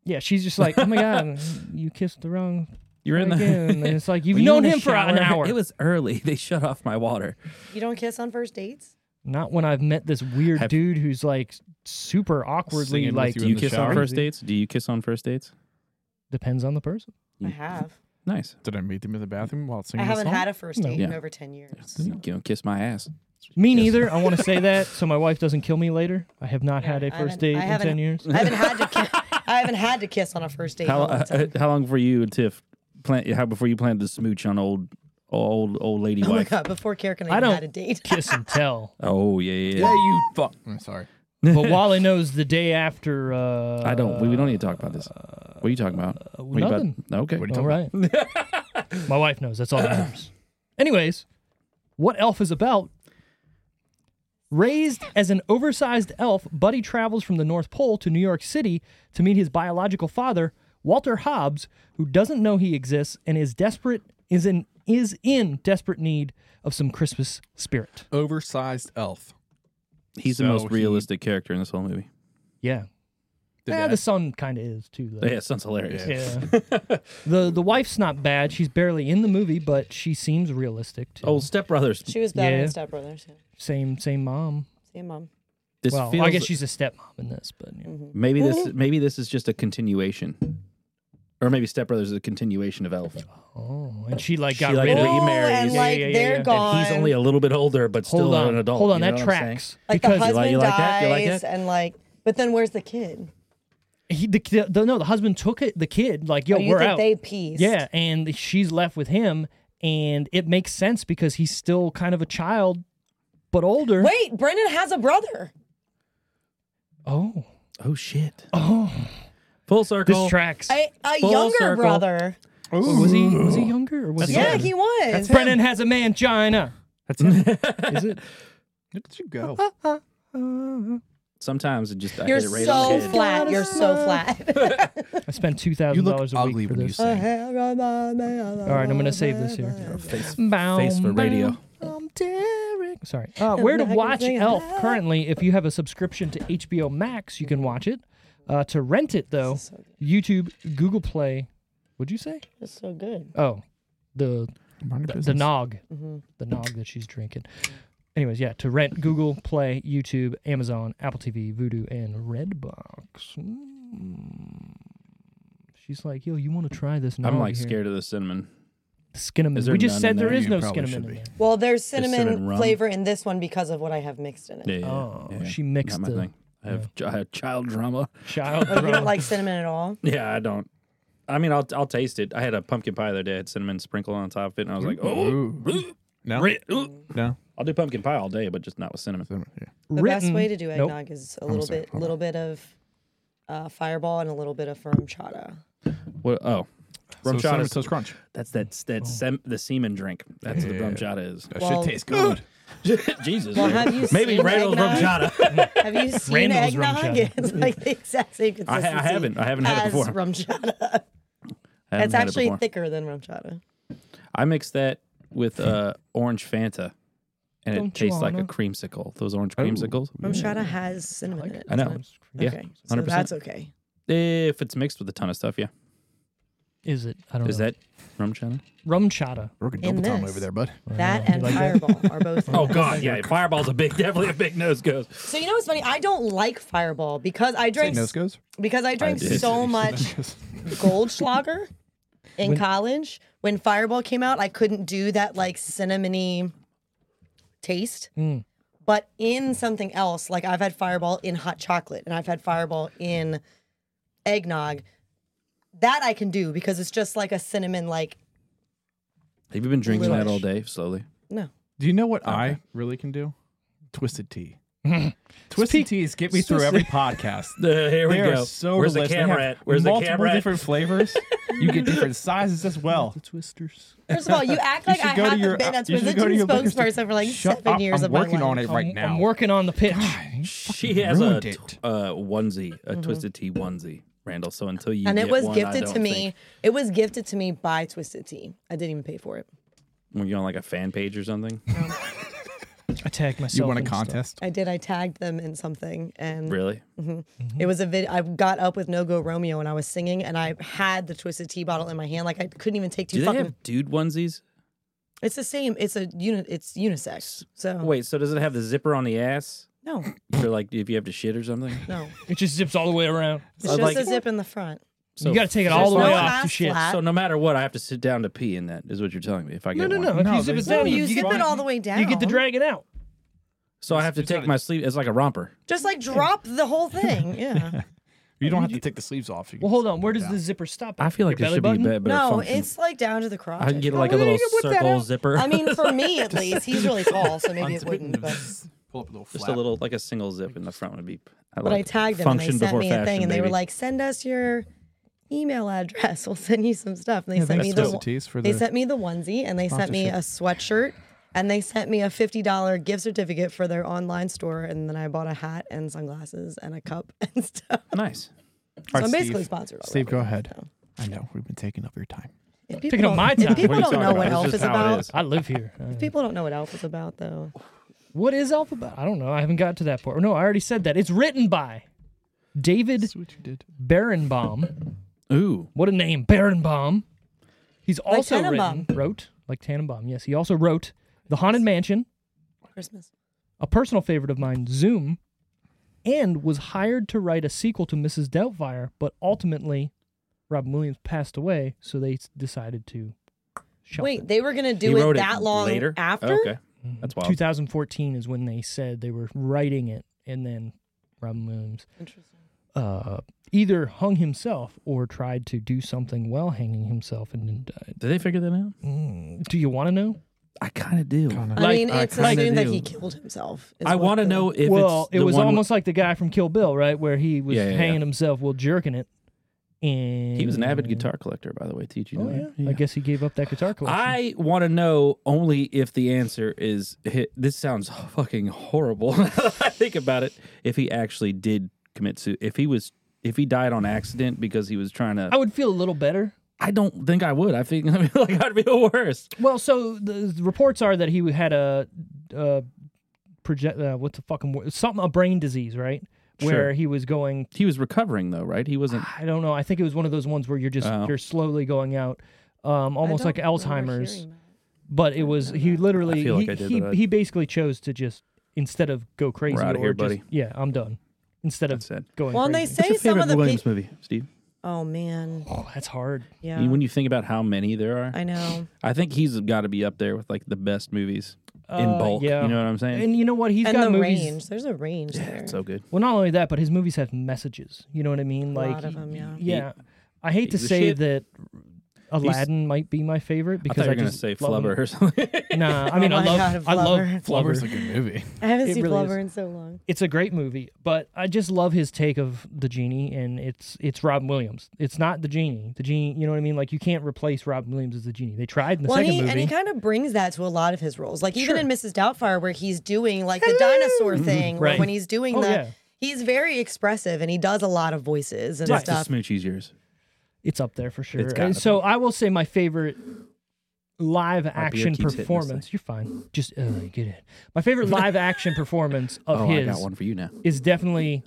[SPEAKER 1] yeah, she's just like, oh my
[SPEAKER 2] <laughs>
[SPEAKER 1] god, you kissed the wrong.
[SPEAKER 2] You're in the <laughs>
[SPEAKER 1] again. And it's like you've
[SPEAKER 2] Were you
[SPEAKER 1] known
[SPEAKER 2] in the
[SPEAKER 1] him for an
[SPEAKER 2] shower?
[SPEAKER 1] hour.
[SPEAKER 2] It was early. <laughs> They shut off my water.
[SPEAKER 4] You don't kiss on first dates?
[SPEAKER 1] Not when I've met this weird
[SPEAKER 2] Have-
[SPEAKER 1] dude who's like super awkwardly
[SPEAKER 3] Singing with
[SPEAKER 1] like
[SPEAKER 3] you
[SPEAKER 2] Do
[SPEAKER 3] in
[SPEAKER 2] you
[SPEAKER 3] the
[SPEAKER 2] kiss
[SPEAKER 3] shower?
[SPEAKER 2] on first dates? Do you kiss on first dates?
[SPEAKER 1] depends on the person.
[SPEAKER 4] I have.
[SPEAKER 2] Nice.
[SPEAKER 3] Did I meet him in the bathroom while
[SPEAKER 4] I
[SPEAKER 3] singing?
[SPEAKER 4] haven't had a first date in
[SPEAKER 2] Yeah.
[SPEAKER 4] over 10 years.
[SPEAKER 2] You know, kiss my ass.
[SPEAKER 1] Me neither. I want to
[SPEAKER 2] <laughs>
[SPEAKER 1] say that so my wife doesn't kill me later. I have not had a
[SPEAKER 4] I
[SPEAKER 1] first
[SPEAKER 4] haven't-
[SPEAKER 1] date
[SPEAKER 4] I
[SPEAKER 1] in
[SPEAKER 4] haven't-
[SPEAKER 1] ten
[SPEAKER 4] <laughs>
[SPEAKER 1] years.
[SPEAKER 4] I haven't had to ki- I haven't had to kiss on a first date. in a
[SPEAKER 2] How
[SPEAKER 4] long
[SPEAKER 2] uh,
[SPEAKER 4] time.
[SPEAKER 2] how long for you and Tiff plan? How before you planned to smooch on old old old lady
[SPEAKER 4] Oh my
[SPEAKER 2] wife?
[SPEAKER 4] god, before Kirk and I,
[SPEAKER 1] I
[SPEAKER 4] even
[SPEAKER 1] don't-
[SPEAKER 4] had a date. <laughs>
[SPEAKER 1] Kiss and tell.
[SPEAKER 2] Oh yeah yeah.
[SPEAKER 3] Yeah,
[SPEAKER 2] yeah.
[SPEAKER 3] you fuck. I'm sorry.
[SPEAKER 1] But Wally knows the day after. Uh,
[SPEAKER 2] I don't. We, we don't need to talk about this. What are you talking about? What are you about-
[SPEAKER 1] nothing.
[SPEAKER 2] okay.
[SPEAKER 3] What are you
[SPEAKER 1] All
[SPEAKER 3] talking
[SPEAKER 1] right.
[SPEAKER 2] <laughs>
[SPEAKER 1] my wife knows. That's all that matters. Anyways, what Elf is about? Raised as an oversized elf, Buddy travels from the North Pole to New York City to meet his biological father, Walter Hobbs, who doesn't know he exists and is desperate is in is in desperate need of some Christmas spirit.
[SPEAKER 3] Oversized elf.
[SPEAKER 2] He's
[SPEAKER 3] So
[SPEAKER 2] the most
[SPEAKER 3] he-
[SPEAKER 2] realistic character in this whole movie.
[SPEAKER 1] Yeah.
[SPEAKER 3] Did
[SPEAKER 1] yeah,
[SPEAKER 3] that-
[SPEAKER 1] the son kind of is too. Though.
[SPEAKER 2] <laughs> Yeah, sounds hilarious.
[SPEAKER 1] Yeah. the the wife's not bad. She's barely in the movie, but she seems realistic too.
[SPEAKER 2] Old Oh, Step Brothers.
[SPEAKER 4] She was better
[SPEAKER 1] Yeah.
[SPEAKER 4] than Step Brothers. Yeah.
[SPEAKER 1] Same same mom.
[SPEAKER 4] See you, mom.
[SPEAKER 2] This
[SPEAKER 1] Well,
[SPEAKER 2] feels,
[SPEAKER 1] I guess she's a stepmom in this, but yeah.
[SPEAKER 2] maybe this maybe this is just a continuation, or maybe Step Brothers is a continuation of Elf.
[SPEAKER 1] oh, and she like
[SPEAKER 2] She,
[SPEAKER 1] got
[SPEAKER 2] like,
[SPEAKER 1] rid of.
[SPEAKER 2] really-
[SPEAKER 4] Oh,
[SPEAKER 2] remarries.
[SPEAKER 4] and
[SPEAKER 2] Yeah,
[SPEAKER 4] like
[SPEAKER 1] yeah, yeah,
[SPEAKER 4] they're
[SPEAKER 1] yeah. And he's
[SPEAKER 4] gone.
[SPEAKER 2] He's only a little bit older, but still
[SPEAKER 1] Hold on,
[SPEAKER 2] an adult.
[SPEAKER 1] hold on,
[SPEAKER 2] you know
[SPEAKER 1] that
[SPEAKER 2] what I'm saying?
[SPEAKER 1] tracks
[SPEAKER 4] like the
[SPEAKER 1] because
[SPEAKER 4] husband
[SPEAKER 2] You like
[SPEAKER 4] dies
[SPEAKER 2] that? You like that?
[SPEAKER 4] and like but then where's the kid?
[SPEAKER 1] he the, the, no the husband took it the kid like yo
[SPEAKER 4] Or you
[SPEAKER 1] we're
[SPEAKER 4] think
[SPEAKER 1] out
[SPEAKER 4] they pieced?
[SPEAKER 1] yeah and she's left with him and it makes sense because he's still kind of a child but older.
[SPEAKER 4] Wait, Brennan has a brother.
[SPEAKER 1] Oh,
[SPEAKER 2] Oh shit! Oh, full circle.
[SPEAKER 1] this tracks.
[SPEAKER 4] A, a
[SPEAKER 2] Full
[SPEAKER 4] younger
[SPEAKER 2] circle.
[SPEAKER 4] brother.
[SPEAKER 1] was he was he younger or was he?
[SPEAKER 4] Yeah,
[SPEAKER 1] older?
[SPEAKER 4] he was.
[SPEAKER 1] Brennan has a mangina.
[SPEAKER 3] <laughs>
[SPEAKER 1] That's it. Is it?
[SPEAKER 3] Look at you go.
[SPEAKER 4] Uh,
[SPEAKER 2] Sometimes it just I
[SPEAKER 4] You're
[SPEAKER 2] hit it right
[SPEAKER 4] so
[SPEAKER 2] on the head.
[SPEAKER 4] flat. You're so
[SPEAKER 2] <laughs>
[SPEAKER 4] flat.
[SPEAKER 1] I spent two
[SPEAKER 4] uh,
[SPEAKER 3] You
[SPEAKER 1] thousand
[SPEAKER 3] look
[SPEAKER 1] dollars a
[SPEAKER 3] ugly
[SPEAKER 1] week for
[SPEAKER 3] when you
[SPEAKER 1] this.
[SPEAKER 3] sing.
[SPEAKER 1] All right, I'm gonna save this here.
[SPEAKER 2] Face,
[SPEAKER 1] Bow,
[SPEAKER 2] face for
[SPEAKER 1] bow,
[SPEAKER 2] radio.
[SPEAKER 1] I'm Derek. Sorry. Uh, where to
[SPEAKER 4] I can
[SPEAKER 1] watch
[SPEAKER 4] sing it.
[SPEAKER 1] Elf currently? If you have a subscription to HBO Max, you can watch it. Uh, to rent it though, YouTube, Google Play. What'd you say?
[SPEAKER 4] That's so good.
[SPEAKER 1] Oh, the
[SPEAKER 3] Mind your
[SPEAKER 1] the
[SPEAKER 3] business.
[SPEAKER 1] nog,
[SPEAKER 4] Mm-hmm.
[SPEAKER 1] the nog that she's drinking. Anyways, yeah, to rent Google Play, YouTube, Amazon, Apple TV, Vudu, and Redbox. Mm. She's like, yo, you want to try this?
[SPEAKER 2] I'm
[SPEAKER 1] nog
[SPEAKER 2] like
[SPEAKER 1] Oh, here.
[SPEAKER 2] scared of the cinnamon.
[SPEAKER 1] Skinnamin.
[SPEAKER 2] Is there
[SPEAKER 1] we just
[SPEAKER 2] none
[SPEAKER 1] said
[SPEAKER 2] in
[SPEAKER 1] there
[SPEAKER 2] there?
[SPEAKER 1] is
[SPEAKER 3] You
[SPEAKER 1] no
[SPEAKER 3] probably
[SPEAKER 1] skinnamin.
[SPEAKER 3] should
[SPEAKER 1] in
[SPEAKER 3] be.
[SPEAKER 1] there.
[SPEAKER 4] Well, there's
[SPEAKER 2] cinnamon
[SPEAKER 4] cinnamon,
[SPEAKER 2] rum.
[SPEAKER 4] flavor in this one because of what I have mixed in it.
[SPEAKER 2] Yeah, yeah,
[SPEAKER 1] Oh,
[SPEAKER 2] yeah, yeah.
[SPEAKER 1] she mixed
[SPEAKER 2] Not my
[SPEAKER 1] the-
[SPEAKER 2] thing. I have, I have child drama.
[SPEAKER 1] Child
[SPEAKER 4] Oh, you
[SPEAKER 1] drama.
[SPEAKER 4] don't like cinnamon at all?
[SPEAKER 2] Yeah, I don't. I mean, I'll I'll taste it. I had a pumpkin pie the other day. I had cinnamon sprinkle on top of it, and I was like,
[SPEAKER 3] Mm.
[SPEAKER 2] oh,
[SPEAKER 3] Ooh. No. No.
[SPEAKER 2] I'll do pumpkin pie all day, but just not with cinnamon.
[SPEAKER 3] Cinnamon, yeah.
[SPEAKER 4] <laughs> The best
[SPEAKER 1] Written-
[SPEAKER 4] way to do
[SPEAKER 1] Nope.
[SPEAKER 4] eggnog is a little
[SPEAKER 3] sorry,
[SPEAKER 4] bit,
[SPEAKER 3] hold
[SPEAKER 4] little bit of uh, Fireball and a little bit of Firm Chata.
[SPEAKER 2] What? Oh, rum
[SPEAKER 3] So cinnamon
[SPEAKER 2] chata.
[SPEAKER 3] toast crunch.
[SPEAKER 2] that's that that's sem- the semen drink. That's what the rum chata is.
[SPEAKER 3] That
[SPEAKER 4] Well-
[SPEAKER 3] shit tastes good.
[SPEAKER 2] <laughs> Jesus.
[SPEAKER 4] Well, have you
[SPEAKER 2] Maybe
[SPEAKER 4] seen
[SPEAKER 2] Randall's rum <laughs>
[SPEAKER 4] eggnog?
[SPEAKER 2] chata.
[SPEAKER 4] Have you seen
[SPEAKER 1] Randall's rum
[SPEAKER 4] eggnog?
[SPEAKER 1] chata.
[SPEAKER 4] <laughs> It's like the exact same
[SPEAKER 2] I
[SPEAKER 4] consistency.
[SPEAKER 2] haven't. I haven't had it
[SPEAKER 4] as
[SPEAKER 2] before.
[SPEAKER 4] Rum chata.
[SPEAKER 2] I haven't
[SPEAKER 4] It's
[SPEAKER 2] had it
[SPEAKER 4] actually
[SPEAKER 2] before.
[SPEAKER 4] thicker than rum chata.
[SPEAKER 2] I mixed that with uh, orange Fanta,
[SPEAKER 1] Don't
[SPEAKER 2] and
[SPEAKER 1] you
[SPEAKER 2] it tastes like a
[SPEAKER 1] wanna?
[SPEAKER 2] creamsicle. Those orange
[SPEAKER 3] Oh.
[SPEAKER 2] creamsicles.
[SPEAKER 4] Rum chata has cinnamon in it.
[SPEAKER 2] I know.
[SPEAKER 4] doesn't it?
[SPEAKER 2] Yeah,
[SPEAKER 4] Okay. So
[SPEAKER 2] 100%.
[SPEAKER 4] that's okay.
[SPEAKER 2] If it's mixed with a ton of stuff, yeah.
[SPEAKER 1] Is it? I don't
[SPEAKER 2] Is
[SPEAKER 3] Oh.
[SPEAKER 1] know.
[SPEAKER 2] that rum chata?
[SPEAKER 1] rum chata?
[SPEAKER 3] Working
[SPEAKER 4] In
[SPEAKER 3] double time
[SPEAKER 4] this.
[SPEAKER 3] over there, bud.
[SPEAKER 4] That and Fireball
[SPEAKER 2] <laughs>
[SPEAKER 4] are both. in
[SPEAKER 2] Oh
[SPEAKER 4] there.
[SPEAKER 2] god, yeah. Fireball's a big, definitely a big nose goes.
[SPEAKER 4] So you know what's funny? I don't like Fireball because I
[SPEAKER 3] Say
[SPEAKER 4] drink
[SPEAKER 3] nose goes.
[SPEAKER 4] because I drank
[SPEAKER 2] did.
[SPEAKER 4] so much Goldschlager in college. When Fireball came out, I couldn't do that like cinnamony taste.
[SPEAKER 3] Hmm.
[SPEAKER 4] But in something else, like I've had Fireball in hot chocolate and I've had Fireball in eggnog. That I can do because it's just like a cinnamon like
[SPEAKER 2] Have you been drinking that
[SPEAKER 4] Little-ish.
[SPEAKER 2] all day slowly?
[SPEAKER 4] no.
[SPEAKER 3] Do you know what I really can do? Twisted tea. Twisted teas get me through every podcast.
[SPEAKER 2] Uh, here
[SPEAKER 3] They are so
[SPEAKER 2] Where's
[SPEAKER 3] delicious.
[SPEAKER 2] the
[SPEAKER 3] They
[SPEAKER 2] camera
[SPEAKER 3] have
[SPEAKER 2] at? Where's the
[SPEAKER 3] multiple
[SPEAKER 2] camera at?
[SPEAKER 3] different flavors. you get different sizes as well.
[SPEAKER 2] twisters.
[SPEAKER 4] First of all, you
[SPEAKER 3] <laughs>
[SPEAKER 4] act like
[SPEAKER 3] should
[SPEAKER 4] I
[SPEAKER 3] go to
[SPEAKER 4] haven't
[SPEAKER 3] your-
[SPEAKER 4] been a
[SPEAKER 3] you should
[SPEAKER 4] Twisted
[SPEAKER 3] go to
[SPEAKER 4] Tea
[SPEAKER 3] your liquor store.
[SPEAKER 4] spokesperson for like
[SPEAKER 3] Shut
[SPEAKER 4] seven
[SPEAKER 3] up,
[SPEAKER 4] years
[SPEAKER 3] I'm
[SPEAKER 4] of my
[SPEAKER 3] working
[SPEAKER 4] life.
[SPEAKER 3] on it right now.
[SPEAKER 1] I'm working on the pitch.
[SPEAKER 2] She has a
[SPEAKER 3] ruined
[SPEAKER 2] t-
[SPEAKER 3] it.
[SPEAKER 2] uh, onesie, a twisted tea onesie, Randall. So until you
[SPEAKER 4] and it
[SPEAKER 2] get
[SPEAKER 4] was
[SPEAKER 2] one, I
[SPEAKER 4] gifted
[SPEAKER 2] don't
[SPEAKER 4] to me.
[SPEAKER 2] think-
[SPEAKER 4] It was gifted to me by Twisted Tea. I didn't even pay for it.
[SPEAKER 2] were you on like a fan page or something?
[SPEAKER 1] I tagged myself.
[SPEAKER 3] You want a
[SPEAKER 1] in stuff.
[SPEAKER 3] contest?
[SPEAKER 4] I did. I tagged them in something, and
[SPEAKER 2] really?
[SPEAKER 4] it was a vid. I got up with No Go Romeo, and I was singing, and I had the Twisted Tea bottle in my hand, like I couldn't even take two
[SPEAKER 2] Do they
[SPEAKER 4] fucking.
[SPEAKER 2] have dude onesies?
[SPEAKER 4] It's the same. It's a unit. It's unisex. So
[SPEAKER 2] Wait, so does it have the zipper on the ass?
[SPEAKER 4] no,
[SPEAKER 2] For like if you have to shit or something? <laughs>
[SPEAKER 4] no,
[SPEAKER 1] It just zips all the way around.
[SPEAKER 4] it's just
[SPEAKER 2] like-
[SPEAKER 4] a zip in the front.
[SPEAKER 2] So,
[SPEAKER 1] you got to take it all the
[SPEAKER 4] no
[SPEAKER 1] way
[SPEAKER 4] ass
[SPEAKER 1] off to shit.
[SPEAKER 4] flap.
[SPEAKER 2] So no matter what, I have to sit down to pee in that, is what you're telling me. If I
[SPEAKER 1] No,
[SPEAKER 2] get
[SPEAKER 1] no,
[SPEAKER 2] one.
[SPEAKER 1] no. If
[SPEAKER 3] No,
[SPEAKER 1] you zip
[SPEAKER 3] there's
[SPEAKER 1] it down,
[SPEAKER 3] no,
[SPEAKER 4] Oh, You,
[SPEAKER 1] you,
[SPEAKER 4] zip
[SPEAKER 1] get,
[SPEAKER 4] it all the way down.
[SPEAKER 1] you get to drag it out.
[SPEAKER 2] So I have to take my sleeve. It's like a romper.
[SPEAKER 4] Just like drop the whole thing.
[SPEAKER 2] <laughs>
[SPEAKER 4] Yeah.
[SPEAKER 3] You don't have to take the sleeves off. You can
[SPEAKER 1] Well, hold on. Where does the zipper stop?
[SPEAKER 2] I feel like
[SPEAKER 1] Your
[SPEAKER 2] there
[SPEAKER 1] belly
[SPEAKER 2] should
[SPEAKER 1] button?
[SPEAKER 2] be a bit better
[SPEAKER 4] no,
[SPEAKER 2] function.
[SPEAKER 4] it's Oh, like down to the crotch.
[SPEAKER 2] I can get
[SPEAKER 4] think.
[SPEAKER 2] like a little
[SPEAKER 1] can whip that
[SPEAKER 2] circle
[SPEAKER 1] out.
[SPEAKER 2] zipper.
[SPEAKER 4] <laughs> I mean, for me at least, he's really tall, so maybe it wouldn't. But
[SPEAKER 3] pull up a little
[SPEAKER 2] <laughs>
[SPEAKER 3] flap.
[SPEAKER 2] just a little like a single zip in the front would be. I
[SPEAKER 4] But I
[SPEAKER 2] like
[SPEAKER 4] tagged them and they
[SPEAKER 2] function
[SPEAKER 4] sent
[SPEAKER 2] before
[SPEAKER 4] me
[SPEAKER 2] fashion,
[SPEAKER 4] a thing and they were
[SPEAKER 2] baby.
[SPEAKER 4] like, send us your email address. <laughs> We'll send you some stuff. And they sent
[SPEAKER 3] thanks
[SPEAKER 4] me
[SPEAKER 3] for
[SPEAKER 4] the
[SPEAKER 3] the
[SPEAKER 4] one-
[SPEAKER 3] tease for
[SPEAKER 4] they
[SPEAKER 3] the
[SPEAKER 4] sent me the onesie and they sent me a sweatshirt and they sent me a fifty dollar gift certificate for their online store and then I bought a hat and sunglasses and a cup <laughs> and stuff.
[SPEAKER 2] nice.
[SPEAKER 4] So
[SPEAKER 3] right,
[SPEAKER 4] I'm basically
[SPEAKER 3] Steve.
[SPEAKER 4] sponsored. Already.
[SPEAKER 3] Steve, go ahead. I know we've been taking up your time.
[SPEAKER 4] If people
[SPEAKER 1] Taking up
[SPEAKER 4] don't-
[SPEAKER 1] my
[SPEAKER 4] if
[SPEAKER 1] time.
[SPEAKER 4] People
[SPEAKER 2] What are you
[SPEAKER 4] don't know
[SPEAKER 2] talking
[SPEAKER 4] what
[SPEAKER 2] about?
[SPEAKER 4] Elf
[SPEAKER 2] This
[SPEAKER 4] is
[SPEAKER 2] is how it
[SPEAKER 4] about.
[SPEAKER 2] is.
[SPEAKER 1] I live
[SPEAKER 2] <laughs>
[SPEAKER 1] here. Uh,
[SPEAKER 4] People don't know what Elf is about though.
[SPEAKER 1] What is alphabet? I don't know. I haven't got to that part. No, I already said that. It's written by David
[SPEAKER 3] That's what you did.
[SPEAKER 1] Barenbaum.
[SPEAKER 2] Ooh,
[SPEAKER 1] What a name, Barenbaum. He's also written,
[SPEAKER 4] Tannenbaum.
[SPEAKER 1] wrote like Tannenbaum. Yes, he also wrote The Haunted Mansion,
[SPEAKER 4] Christmas.
[SPEAKER 1] a personal favorite of mine, Zoom, and was hired to write a sequel to Mrs. Doubtfire, but ultimately Robin Williams passed away, so they s- decided to shelf
[SPEAKER 4] Wait,
[SPEAKER 1] it.
[SPEAKER 4] they were gonna do
[SPEAKER 2] he
[SPEAKER 4] it
[SPEAKER 2] wrote
[SPEAKER 4] that long
[SPEAKER 2] later. Oh,
[SPEAKER 4] after.
[SPEAKER 2] okay, that's wild.
[SPEAKER 1] 2014 is when they said they were writing it, and then Robin Williams
[SPEAKER 4] Interesting.
[SPEAKER 1] uh, either hung himself or tried to do something while hanging himself and then died.
[SPEAKER 2] Did they figure that out?
[SPEAKER 1] Mm, Do you want to know?
[SPEAKER 2] I kind of do.
[SPEAKER 4] I mean, it's
[SPEAKER 2] kinda
[SPEAKER 4] assumed that
[SPEAKER 2] do.
[SPEAKER 4] he killed himself. is
[SPEAKER 2] I
[SPEAKER 4] what
[SPEAKER 2] want to
[SPEAKER 4] the-
[SPEAKER 2] know if
[SPEAKER 1] well,
[SPEAKER 2] it's
[SPEAKER 1] it
[SPEAKER 2] the
[SPEAKER 1] was
[SPEAKER 2] one-
[SPEAKER 1] almost like the guy from Kill Bill, right, where he was
[SPEAKER 2] Yeah, yeah,
[SPEAKER 1] hanging
[SPEAKER 2] yeah.
[SPEAKER 1] himself while jerking it. And
[SPEAKER 2] He was an avid guitar collector, by the way. Teach you know
[SPEAKER 1] Oh, yeah.
[SPEAKER 2] that?
[SPEAKER 1] I guess he gave up that guitar collection.
[SPEAKER 2] I want to know only if the answer is hi- this sounds fucking horrible. <laughs> now that I think about it. If he actually did commit suit, if he was, if he died on accident because he was trying to,
[SPEAKER 1] I would feel a little better.
[SPEAKER 2] I don't think I would. I think <laughs> I mean, like I'd feel worse.
[SPEAKER 1] Well, so the the reports are that he had a, uh project. Uh, what's the fucking word? Something a brain disease, right? Where
[SPEAKER 2] Sure.
[SPEAKER 1] he was going
[SPEAKER 2] He was recovering though, right? He wasn't.
[SPEAKER 1] I don't know. I think it was one of those ones where you're just
[SPEAKER 2] Oh.
[SPEAKER 1] you're slowly going out, um,
[SPEAKER 4] I
[SPEAKER 1] almost
[SPEAKER 4] don't
[SPEAKER 1] like
[SPEAKER 4] remember
[SPEAKER 1] Alzheimer's.
[SPEAKER 4] hearing that.
[SPEAKER 1] But it was he literally
[SPEAKER 2] I feel like
[SPEAKER 1] he,
[SPEAKER 2] I did
[SPEAKER 1] he,
[SPEAKER 2] that.
[SPEAKER 1] he basically chose to just instead of go crazy
[SPEAKER 2] outta
[SPEAKER 1] or
[SPEAKER 2] here,
[SPEAKER 1] just,
[SPEAKER 2] buddy.
[SPEAKER 1] yeah I'm done. Instead of
[SPEAKER 2] That's it.
[SPEAKER 1] going
[SPEAKER 4] Well, and they
[SPEAKER 1] crazy.
[SPEAKER 4] say some of the people.
[SPEAKER 2] Williams movie, Steve?
[SPEAKER 4] Oh man,
[SPEAKER 1] oh, that's hard.
[SPEAKER 4] yeah.
[SPEAKER 2] When you think about how many there are,
[SPEAKER 4] I know.
[SPEAKER 2] I think he's got to be up there with like the best movies in
[SPEAKER 1] Uh,
[SPEAKER 2] bulk.
[SPEAKER 1] yeah.
[SPEAKER 2] You know what I'm saying?
[SPEAKER 1] And you know what? He's
[SPEAKER 4] and
[SPEAKER 1] got
[SPEAKER 4] the
[SPEAKER 1] movies.
[SPEAKER 4] range. There's a range there.
[SPEAKER 2] It's so good.
[SPEAKER 1] Well, not only that, but his movies have messages. You know what I mean? Like
[SPEAKER 4] lot of 'em, yeah.
[SPEAKER 1] I hate to
[SPEAKER 2] He's the
[SPEAKER 1] say
[SPEAKER 2] shit.
[SPEAKER 1] that Aladdin might be my favorite
[SPEAKER 2] I
[SPEAKER 1] because
[SPEAKER 2] thought you were gonna
[SPEAKER 1] just
[SPEAKER 2] say
[SPEAKER 1] love him.
[SPEAKER 2] Flubber or something.
[SPEAKER 1] Nah,
[SPEAKER 4] <laughs>
[SPEAKER 1] I mean
[SPEAKER 4] Oh
[SPEAKER 1] I
[SPEAKER 4] my
[SPEAKER 1] love
[SPEAKER 4] God,
[SPEAKER 1] I love
[SPEAKER 4] Flubber.
[SPEAKER 3] Flubber's a good movie.
[SPEAKER 4] I haven't
[SPEAKER 1] It
[SPEAKER 4] seen
[SPEAKER 1] really is.
[SPEAKER 4] Flubber in so long.
[SPEAKER 1] it's a great movie, but I just love his take of the genie, and it's it's Robin Williams. It's not the genie. The genie, you know what I mean? Like you can't replace Robin Williams as the genie. They tried in the
[SPEAKER 4] Well, and
[SPEAKER 1] second
[SPEAKER 4] he,
[SPEAKER 1] movie.
[SPEAKER 4] and he kind of brings that to a lot of his roles. Like even
[SPEAKER 1] Sure. Mm-hmm.
[SPEAKER 4] in Mrs. Doubtfire, where he's doing like the dinosaur thing, or
[SPEAKER 1] Right.
[SPEAKER 4] when he's doing
[SPEAKER 1] Oh,
[SPEAKER 4] the.
[SPEAKER 1] yeah.
[SPEAKER 4] He's very expressive and he does a lot of
[SPEAKER 2] <laughs>
[SPEAKER 4] voices and
[SPEAKER 2] Right.
[SPEAKER 4] stuff.
[SPEAKER 2] Smoochie's yours.
[SPEAKER 1] it's up there for sure.
[SPEAKER 2] It's gotta
[SPEAKER 1] And so I will say my favorite live action
[SPEAKER 2] keeps hitting this thing.
[SPEAKER 1] performance. You're fine. Just uh, get it. My favorite
[SPEAKER 4] <laughs>
[SPEAKER 1] live action performance of
[SPEAKER 2] Oh, I
[SPEAKER 1] his
[SPEAKER 2] got one for you now.
[SPEAKER 1] is definitely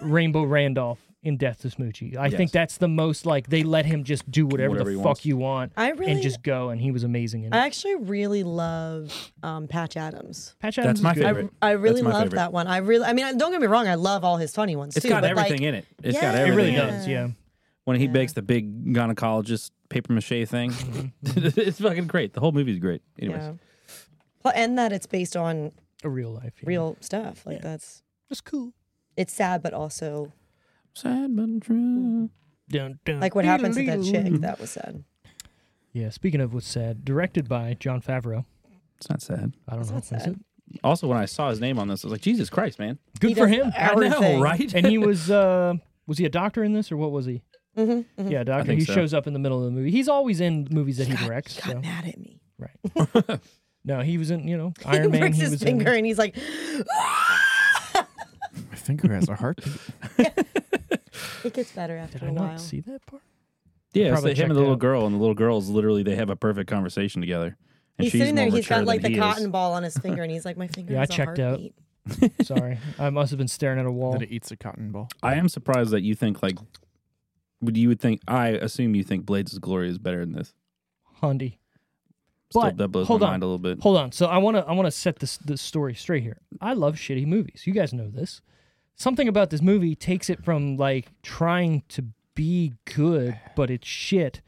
[SPEAKER 1] Rainbow Randolph in Death to Smoochie. I
[SPEAKER 2] Yes.
[SPEAKER 1] think that's the most like they let him just do whatever,
[SPEAKER 2] Whatever he
[SPEAKER 1] the fuck
[SPEAKER 2] wants.
[SPEAKER 1] you want
[SPEAKER 4] I
[SPEAKER 1] and
[SPEAKER 4] really-
[SPEAKER 1] just go. And he was amazing in it.
[SPEAKER 4] I actually really love um, Patch Adams.
[SPEAKER 1] Patch Adams
[SPEAKER 2] That's
[SPEAKER 1] is
[SPEAKER 2] my
[SPEAKER 1] good.
[SPEAKER 2] favorite.
[SPEAKER 4] I
[SPEAKER 2] That's
[SPEAKER 4] really
[SPEAKER 2] my
[SPEAKER 4] loved
[SPEAKER 2] favorite.
[SPEAKER 4] that one. I really, I mean, I- don't get me wrong, I love all his funny ones
[SPEAKER 2] It's
[SPEAKER 4] too.
[SPEAKER 2] got
[SPEAKER 4] but
[SPEAKER 2] everything
[SPEAKER 4] like,
[SPEAKER 2] in it. It's
[SPEAKER 4] Yeah.
[SPEAKER 2] got
[SPEAKER 4] It
[SPEAKER 1] It
[SPEAKER 2] everything.
[SPEAKER 1] really
[SPEAKER 2] in it.
[SPEAKER 1] does. Yeah.
[SPEAKER 2] When he bakes the big gynecologist paper mache thing, <laughs> it's fucking great. The whole movie's great. Anyways,
[SPEAKER 4] Mm-hmm. Yeah. Well, and that it's based on
[SPEAKER 1] A real life. Yeah.
[SPEAKER 4] real stuff. Like that's
[SPEAKER 1] It's cool.
[SPEAKER 4] it's sad, but also
[SPEAKER 2] sad but true.
[SPEAKER 1] Dun, dun,
[SPEAKER 4] like what happens to that
[SPEAKER 1] diddle-dee.
[SPEAKER 4] chick. That was sad.
[SPEAKER 1] Yeah. Speaking of what's sad, directed by John Favreau.
[SPEAKER 2] It's not sad.
[SPEAKER 1] I don't know.
[SPEAKER 4] not
[SPEAKER 1] is it?
[SPEAKER 4] sad.
[SPEAKER 2] Also, when I saw his name on this, I was like, Jesus Christ, man!
[SPEAKER 1] Good
[SPEAKER 4] He
[SPEAKER 1] for
[SPEAKER 4] does
[SPEAKER 1] him.
[SPEAKER 4] Everything.
[SPEAKER 2] right?
[SPEAKER 1] and he was uh was he a doctor in this or what was he? Mm-hmm, Yeah, a doctor.
[SPEAKER 2] think
[SPEAKER 1] He
[SPEAKER 2] so.
[SPEAKER 1] shows up in the middle of the movie. He's always in movies that he directs.
[SPEAKER 4] Got
[SPEAKER 1] so-
[SPEAKER 4] mad at me.
[SPEAKER 1] Right. no, he was in you know
[SPEAKER 4] <laughs> he
[SPEAKER 1] Iron Man.
[SPEAKER 4] pricks
[SPEAKER 1] he
[SPEAKER 4] his
[SPEAKER 1] was
[SPEAKER 4] finger
[SPEAKER 1] in.
[SPEAKER 4] and he's like,
[SPEAKER 3] My finger has a <laughs> heartbeat.
[SPEAKER 4] it gets better after
[SPEAKER 1] Did I
[SPEAKER 4] a
[SPEAKER 1] not
[SPEAKER 4] while.
[SPEAKER 1] see that part?
[SPEAKER 2] <laughs> Yeah, it's
[SPEAKER 1] Probably
[SPEAKER 2] like him
[SPEAKER 1] checked
[SPEAKER 2] and the little
[SPEAKER 1] out.
[SPEAKER 2] girl, and the little girl's literally they have a perfect conversation together. And
[SPEAKER 4] He's
[SPEAKER 2] she's
[SPEAKER 4] sitting there.
[SPEAKER 2] more
[SPEAKER 4] He's got
[SPEAKER 2] mature
[SPEAKER 4] like
[SPEAKER 2] than
[SPEAKER 4] the
[SPEAKER 2] he
[SPEAKER 4] cotton
[SPEAKER 2] is.
[SPEAKER 4] ball on his finger, and he's like, "My finger
[SPEAKER 1] Yeah, I
[SPEAKER 4] has a
[SPEAKER 1] checked out.
[SPEAKER 4] heartbeat."
[SPEAKER 1] Sorry, I must have been staring at a wall.
[SPEAKER 3] That it eats a cotton ball.
[SPEAKER 2] I am surprised that you think like. Would you would think? I assume you think Blades of Glory is better than this.
[SPEAKER 1] Hundy.
[SPEAKER 2] Still,
[SPEAKER 1] But,
[SPEAKER 2] that blows
[SPEAKER 1] hold
[SPEAKER 2] my
[SPEAKER 1] on.
[SPEAKER 2] mind a little bit.
[SPEAKER 1] Hold on. So I want to I want to set this this story straight here. I love shitty movies. You guys know this. Something about this movie takes it from like trying to be <sighs> good, but it's shit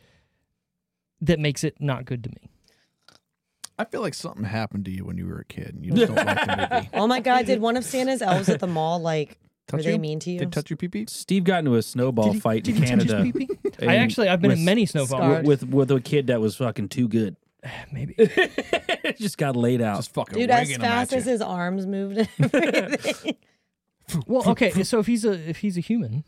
[SPEAKER 1] that makes it not good to me.
[SPEAKER 3] I feel like something happened to you when you were a kid and you just don't like the
[SPEAKER 4] <laughs>
[SPEAKER 3] movie.
[SPEAKER 4] Oh my god! Did one of Santa's elves at the mall like? were
[SPEAKER 3] Touch
[SPEAKER 4] they
[SPEAKER 3] you?
[SPEAKER 4] mean to you?
[SPEAKER 3] Did touch you pee pee?
[SPEAKER 2] Steve got into a snowball fight in Canada. <laughs> and
[SPEAKER 1] I actually I've been
[SPEAKER 2] with-
[SPEAKER 1] in many snowfall.
[SPEAKER 4] Scarred.
[SPEAKER 2] with with a kid that was fucking too good. <laughs>
[SPEAKER 1] Maybe <laughs>
[SPEAKER 2] It just got laid out.
[SPEAKER 3] Just fucking
[SPEAKER 4] Dude, as fast as his arms moved, <laughs> and everything.
[SPEAKER 1] Well, okay. So if he's a if he's a human,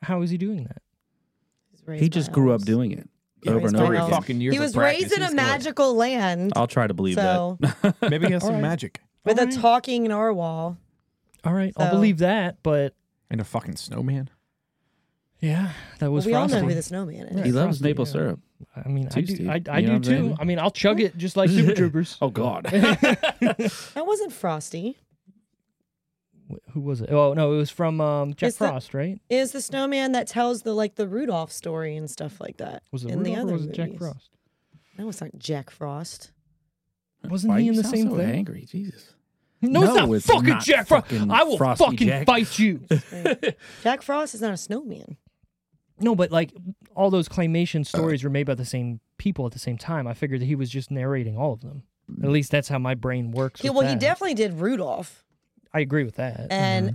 [SPEAKER 1] how is he doing that?
[SPEAKER 2] he just grew up doing it over and
[SPEAKER 4] by
[SPEAKER 2] over
[SPEAKER 4] elves.
[SPEAKER 2] again.
[SPEAKER 3] fucking years
[SPEAKER 4] He
[SPEAKER 3] of
[SPEAKER 4] was
[SPEAKER 3] practice,
[SPEAKER 4] raised in
[SPEAKER 3] he's
[SPEAKER 4] a
[SPEAKER 3] good.
[SPEAKER 4] magical land,
[SPEAKER 2] I'll try to believe
[SPEAKER 4] so
[SPEAKER 3] Maybe he has some magic.
[SPEAKER 4] with a
[SPEAKER 1] Alright.
[SPEAKER 4] talking narwhal.
[SPEAKER 1] All right, I'll
[SPEAKER 4] So-
[SPEAKER 1] believe that, but
[SPEAKER 3] And a fucking snowman.
[SPEAKER 1] yeah, that was
[SPEAKER 4] we all know
[SPEAKER 1] frosty.
[SPEAKER 4] who the snowman is.
[SPEAKER 2] that. He loves
[SPEAKER 1] Frosty,
[SPEAKER 2] maple
[SPEAKER 1] yeah.
[SPEAKER 2] syrup.
[SPEAKER 1] I mean, I
[SPEAKER 2] Too,
[SPEAKER 1] do,
[SPEAKER 2] Steve.
[SPEAKER 1] I, I
[SPEAKER 2] You
[SPEAKER 1] do
[SPEAKER 2] know what I'm
[SPEAKER 1] too.
[SPEAKER 2] saying?
[SPEAKER 1] I mean, I'll chug it just <laughs> like Super Troopers. <laughs>
[SPEAKER 2] Oh God.
[SPEAKER 4] That wasn't frosty.
[SPEAKER 1] Wh- Who was it? Oh no, it was from um, Jack
[SPEAKER 4] Is that-
[SPEAKER 1] Frost, right?
[SPEAKER 4] Is the snowman that tells the like the Rudolph story and stuff like that?
[SPEAKER 1] Was it
[SPEAKER 4] in the
[SPEAKER 1] Rudolph
[SPEAKER 4] other
[SPEAKER 1] or was it Jack
[SPEAKER 4] movies.
[SPEAKER 1] Frost?
[SPEAKER 4] No, it's not Jack Frost.
[SPEAKER 1] Wasn't
[SPEAKER 2] Why
[SPEAKER 1] he
[SPEAKER 2] you
[SPEAKER 1] in the
[SPEAKER 2] sound
[SPEAKER 1] same
[SPEAKER 2] so
[SPEAKER 1] thing?
[SPEAKER 2] Angry, Jesus.
[SPEAKER 1] No, it's
[SPEAKER 2] No,
[SPEAKER 1] not
[SPEAKER 2] it's
[SPEAKER 1] fucking
[SPEAKER 2] not
[SPEAKER 1] Jack Frost.
[SPEAKER 2] fucking
[SPEAKER 1] I will
[SPEAKER 2] Frosty
[SPEAKER 1] fucking
[SPEAKER 2] Jack.
[SPEAKER 1] bite
[SPEAKER 2] <laughs>
[SPEAKER 1] you.
[SPEAKER 4] Jack Frost is not a snowman.
[SPEAKER 1] no, but like all those
[SPEAKER 2] Uh.
[SPEAKER 1] claymation stories were made by the same people at the same time. I figured that he was just narrating all of them.
[SPEAKER 2] Mm.
[SPEAKER 1] At least that's how my brain works.
[SPEAKER 4] He,
[SPEAKER 1] with
[SPEAKER 4] well, he
[SPEAKER 1] that.
[SPEAKER 4] definitely did Rudolph,
[SPEAKER 1] I agree with that.
[SPEAKER 4] and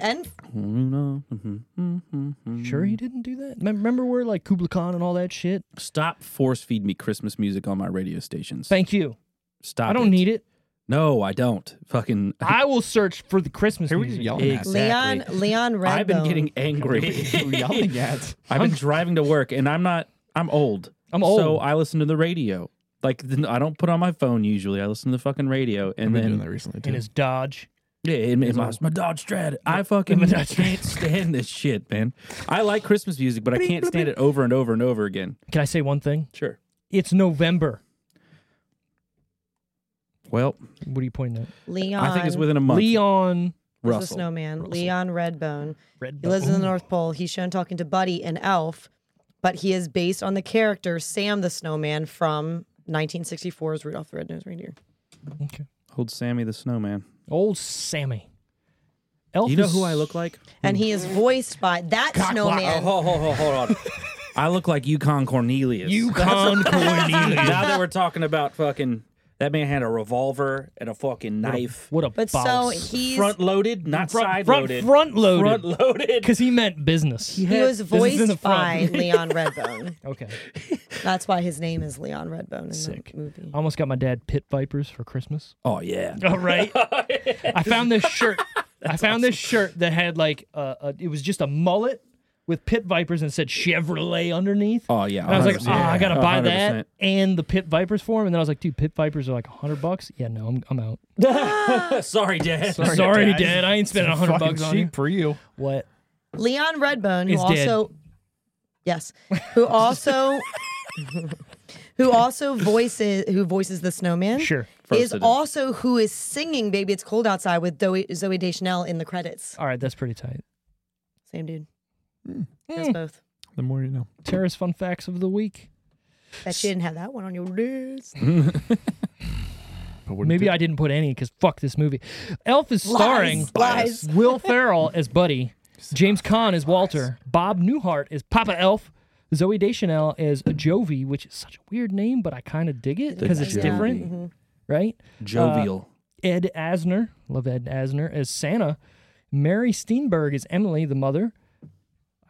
[SPEAKER 2] Mm-hmm.
[SPEAKER 4] and
[SPEAKER 1] Sure, he didn't do that. Mem- Remember where like Kubla Khan and all that shit?
[SPEAKER 2] Stop force feed me Christmas music on my radio stations.
[SPEAKER 1] Thank you.
[SPEAKER 2] Stop.
[SPEAKER 1] I don't need
[SPEAKER 2] <laughs>
[SPEAKER 1] it.
[SPEAKER 2] No, I don't. Fucking. <laughs>
[SPEAKER 1] I will search for the Christmas
[SPEAKER 3] Who are you
[SPEAKER 1] music.
[SPEAKER 3] yelling at?
[SPEAKER 2] Exactly.
[SPEAKER 4] Leon Leon Redbone.
[SPEAKER 2] I've been getting <laughs> angry.
[SPEAKER 3] Who <laughs> are you yelling at?
[SPEAKER 2] I've been driving to work, and I'm not. I'm old.
[SPEAKER 1] I'm
[SPEAKER 2] So
[SPEAKER 1] old.
[SPEAKER 2] I listen to the radio. Like th- I don't put on my phone usually. I listen to the fucking radio, and
[SPEAKER 3] I've been doing
[SPEAKER 2] then
[SPEAKER 3] that recently too.
[SPEAKER 1] in his Dodge.
[SPEAKER 2] yeah, it, it, my, my Dodge Strat. I fucking
[SPEAKER 1] my Dodge Strat.
[SPEAKER 2] can't stand this shit, man. I like Christmas music, but I can't stand it over and over and over again.
[SPEAKER 1] Can I say one thing?
[SPEAKER 2] Sure.
[SPEAKER 1] It's November.
[SPEAKER 2] Well,
[SPEAKER 1] What are you pointing at?
[SPEAKER 4] Leon.
[SPEAKER 2] I think it's within a month.
[SPEAKER 1] Leon
[SPEAKER 4] was a
[SPEAKER 2] Russell.
[SPEAKER 4] snowman. Leon Redbone. He lives in
[SPEAKER 1] Redbone.
[SPEAKER 4] the North Pole. He's shown talking to Buddy, an elf, but he is based on the character Sam the Snowman from 1964's Rudolph the Red-Nosed Reindeer.
[SPEAKER 1] Okay.
[SPEAKER 2] Old Sammy the Snowman.
[SPEAKER 1] Old Sammy. Elf
[SPEAKER 2] You know
[SPEAKER 1] is-
[SPEAKER 2] who I look like?
[SPEAKER 4] And he
[SPEAKER 2] Mm.
[SPEAKER 4] is voiced by that snowman.
[SPEAKER 2] hold, hold, hold, hold
[SPEAKER 1] <laughs>
[SPEAKER 2] on. I look like Yukon Cornelius.
[SPEAKER 1] Yukon Cornelius.
[SPEAKER 2] now
[SPEAKER 1] <laughs>
[SPEAKER 2] that we're talking about fucking that man had a revolver and a fucking knife.
[SPEAKER 1] What a
[SPEAKER 4] But so
[SPEAKER 1] boss.
[SPEAKER 4] he's
[SPEAKER 2] Front loaded, not
[SPEAKER 1] front
[SPEAKER 2] side
[SPEAKER 1] front
[SPEAKER 2] loaded.
[SPEAKER 1] front
[SPEAKER 2] Front
[SPEAKER 1] loaded <laughs>
[SPEAKER 2] loaded.
[SPEAKER 1] because he meant business.
[SPEAKER 4] he was
[SPEAKER 1] This is in the
[SPEAKER 4] voiced by
[SPEAKER 1] front.
[SPEAKER 2] <laughs>
[SPEAKER 4] Leon Redbone.
[SPEAKER 1] <laughs> Okay,
[SPEAKER 4] That's why his name is Leon Redbone in
[SPEAKER 1] Sick.
[SPEAKER 4] the movie.
[SPEAKER 1] I almost got my dad pit vipers for Christmas.
[SPEAKER 2] Oh yeah.
[SPEAKER 1] All right. I found this shirt. I found this shirt that had like uh, a, it was just a mullet with pit vipers and said Chevrolet underneath.
[SPEAKER 2] Oh yeah.
[SPEAKER 1] and I was like,
[SPEAKER 2] 100%.
[SPEAKER 1] oh, I gotta buy
[SPEAKER 2] 100%.
[SPEAKER 1] that and the pit vipers for him. And then I was like, dude, pit vipers are like hundred bucks. Yeah, no, I'm, I'm out.
[SPEAKER 2] <laughs> Sorry,
[SPEAKER 1] <laughs>
[SPEAKER 2] Dad.
[SPEAKER 1] Sorry, Dad. I ain't spending hundred
[SPEAKER 3] fucking
[SPEAKER 1] bucks on you.
[SPEAKER 3] cheap for you.
[SPEAKER 1] What?
[SPEAKER 4] Leon Redbone, who
[SPEAKER 1] Is dead.
[SPEAKER 4] also yes, who also who also voices who voices the snowman.
[SPEAKER 1] Sure.
[SPEAKER 2] First
[SPEAKER 4] is
[SPEAKER 2] it is.
[SPEAKER 4] also who is singing "Baby It's Cold Outside" with Zoe, Zoe Deschanel in the credits.
[SPEAKER 1] All right, that's pretty tight.
[SPEAKER 4] Same dude. Does both.
[SPEAKER 5] The more you know.
[SPEAKER 1] Terrace fun facts of the week.
[SPEAKER 4] Bet you didn't have that one on your list.
[SPEAKER 3] But what
[SPEAKER 1] Maybe
[SPEAKER 3] did-
[SPEAKER 1] I didn't put any because fuck this movie. Elf is starring
[SPEAKER 4] Lies.
[SPEAKER 1] Will Ferrell as Buddy, James Caan as Walter, Bob Newhart as Papa Elf, Zoe Deschanel as Jovi, which is such a weird name, but I kind of dig it because it's
[SPEAKER 4] Jovi.
[SPEAKER 1] different, right?
[SPEAKER 2] Jovial.
[SPEAKER 1] Ed Asner, love Ed Asner as Santa, Mary Steenburg as Emily, the mother.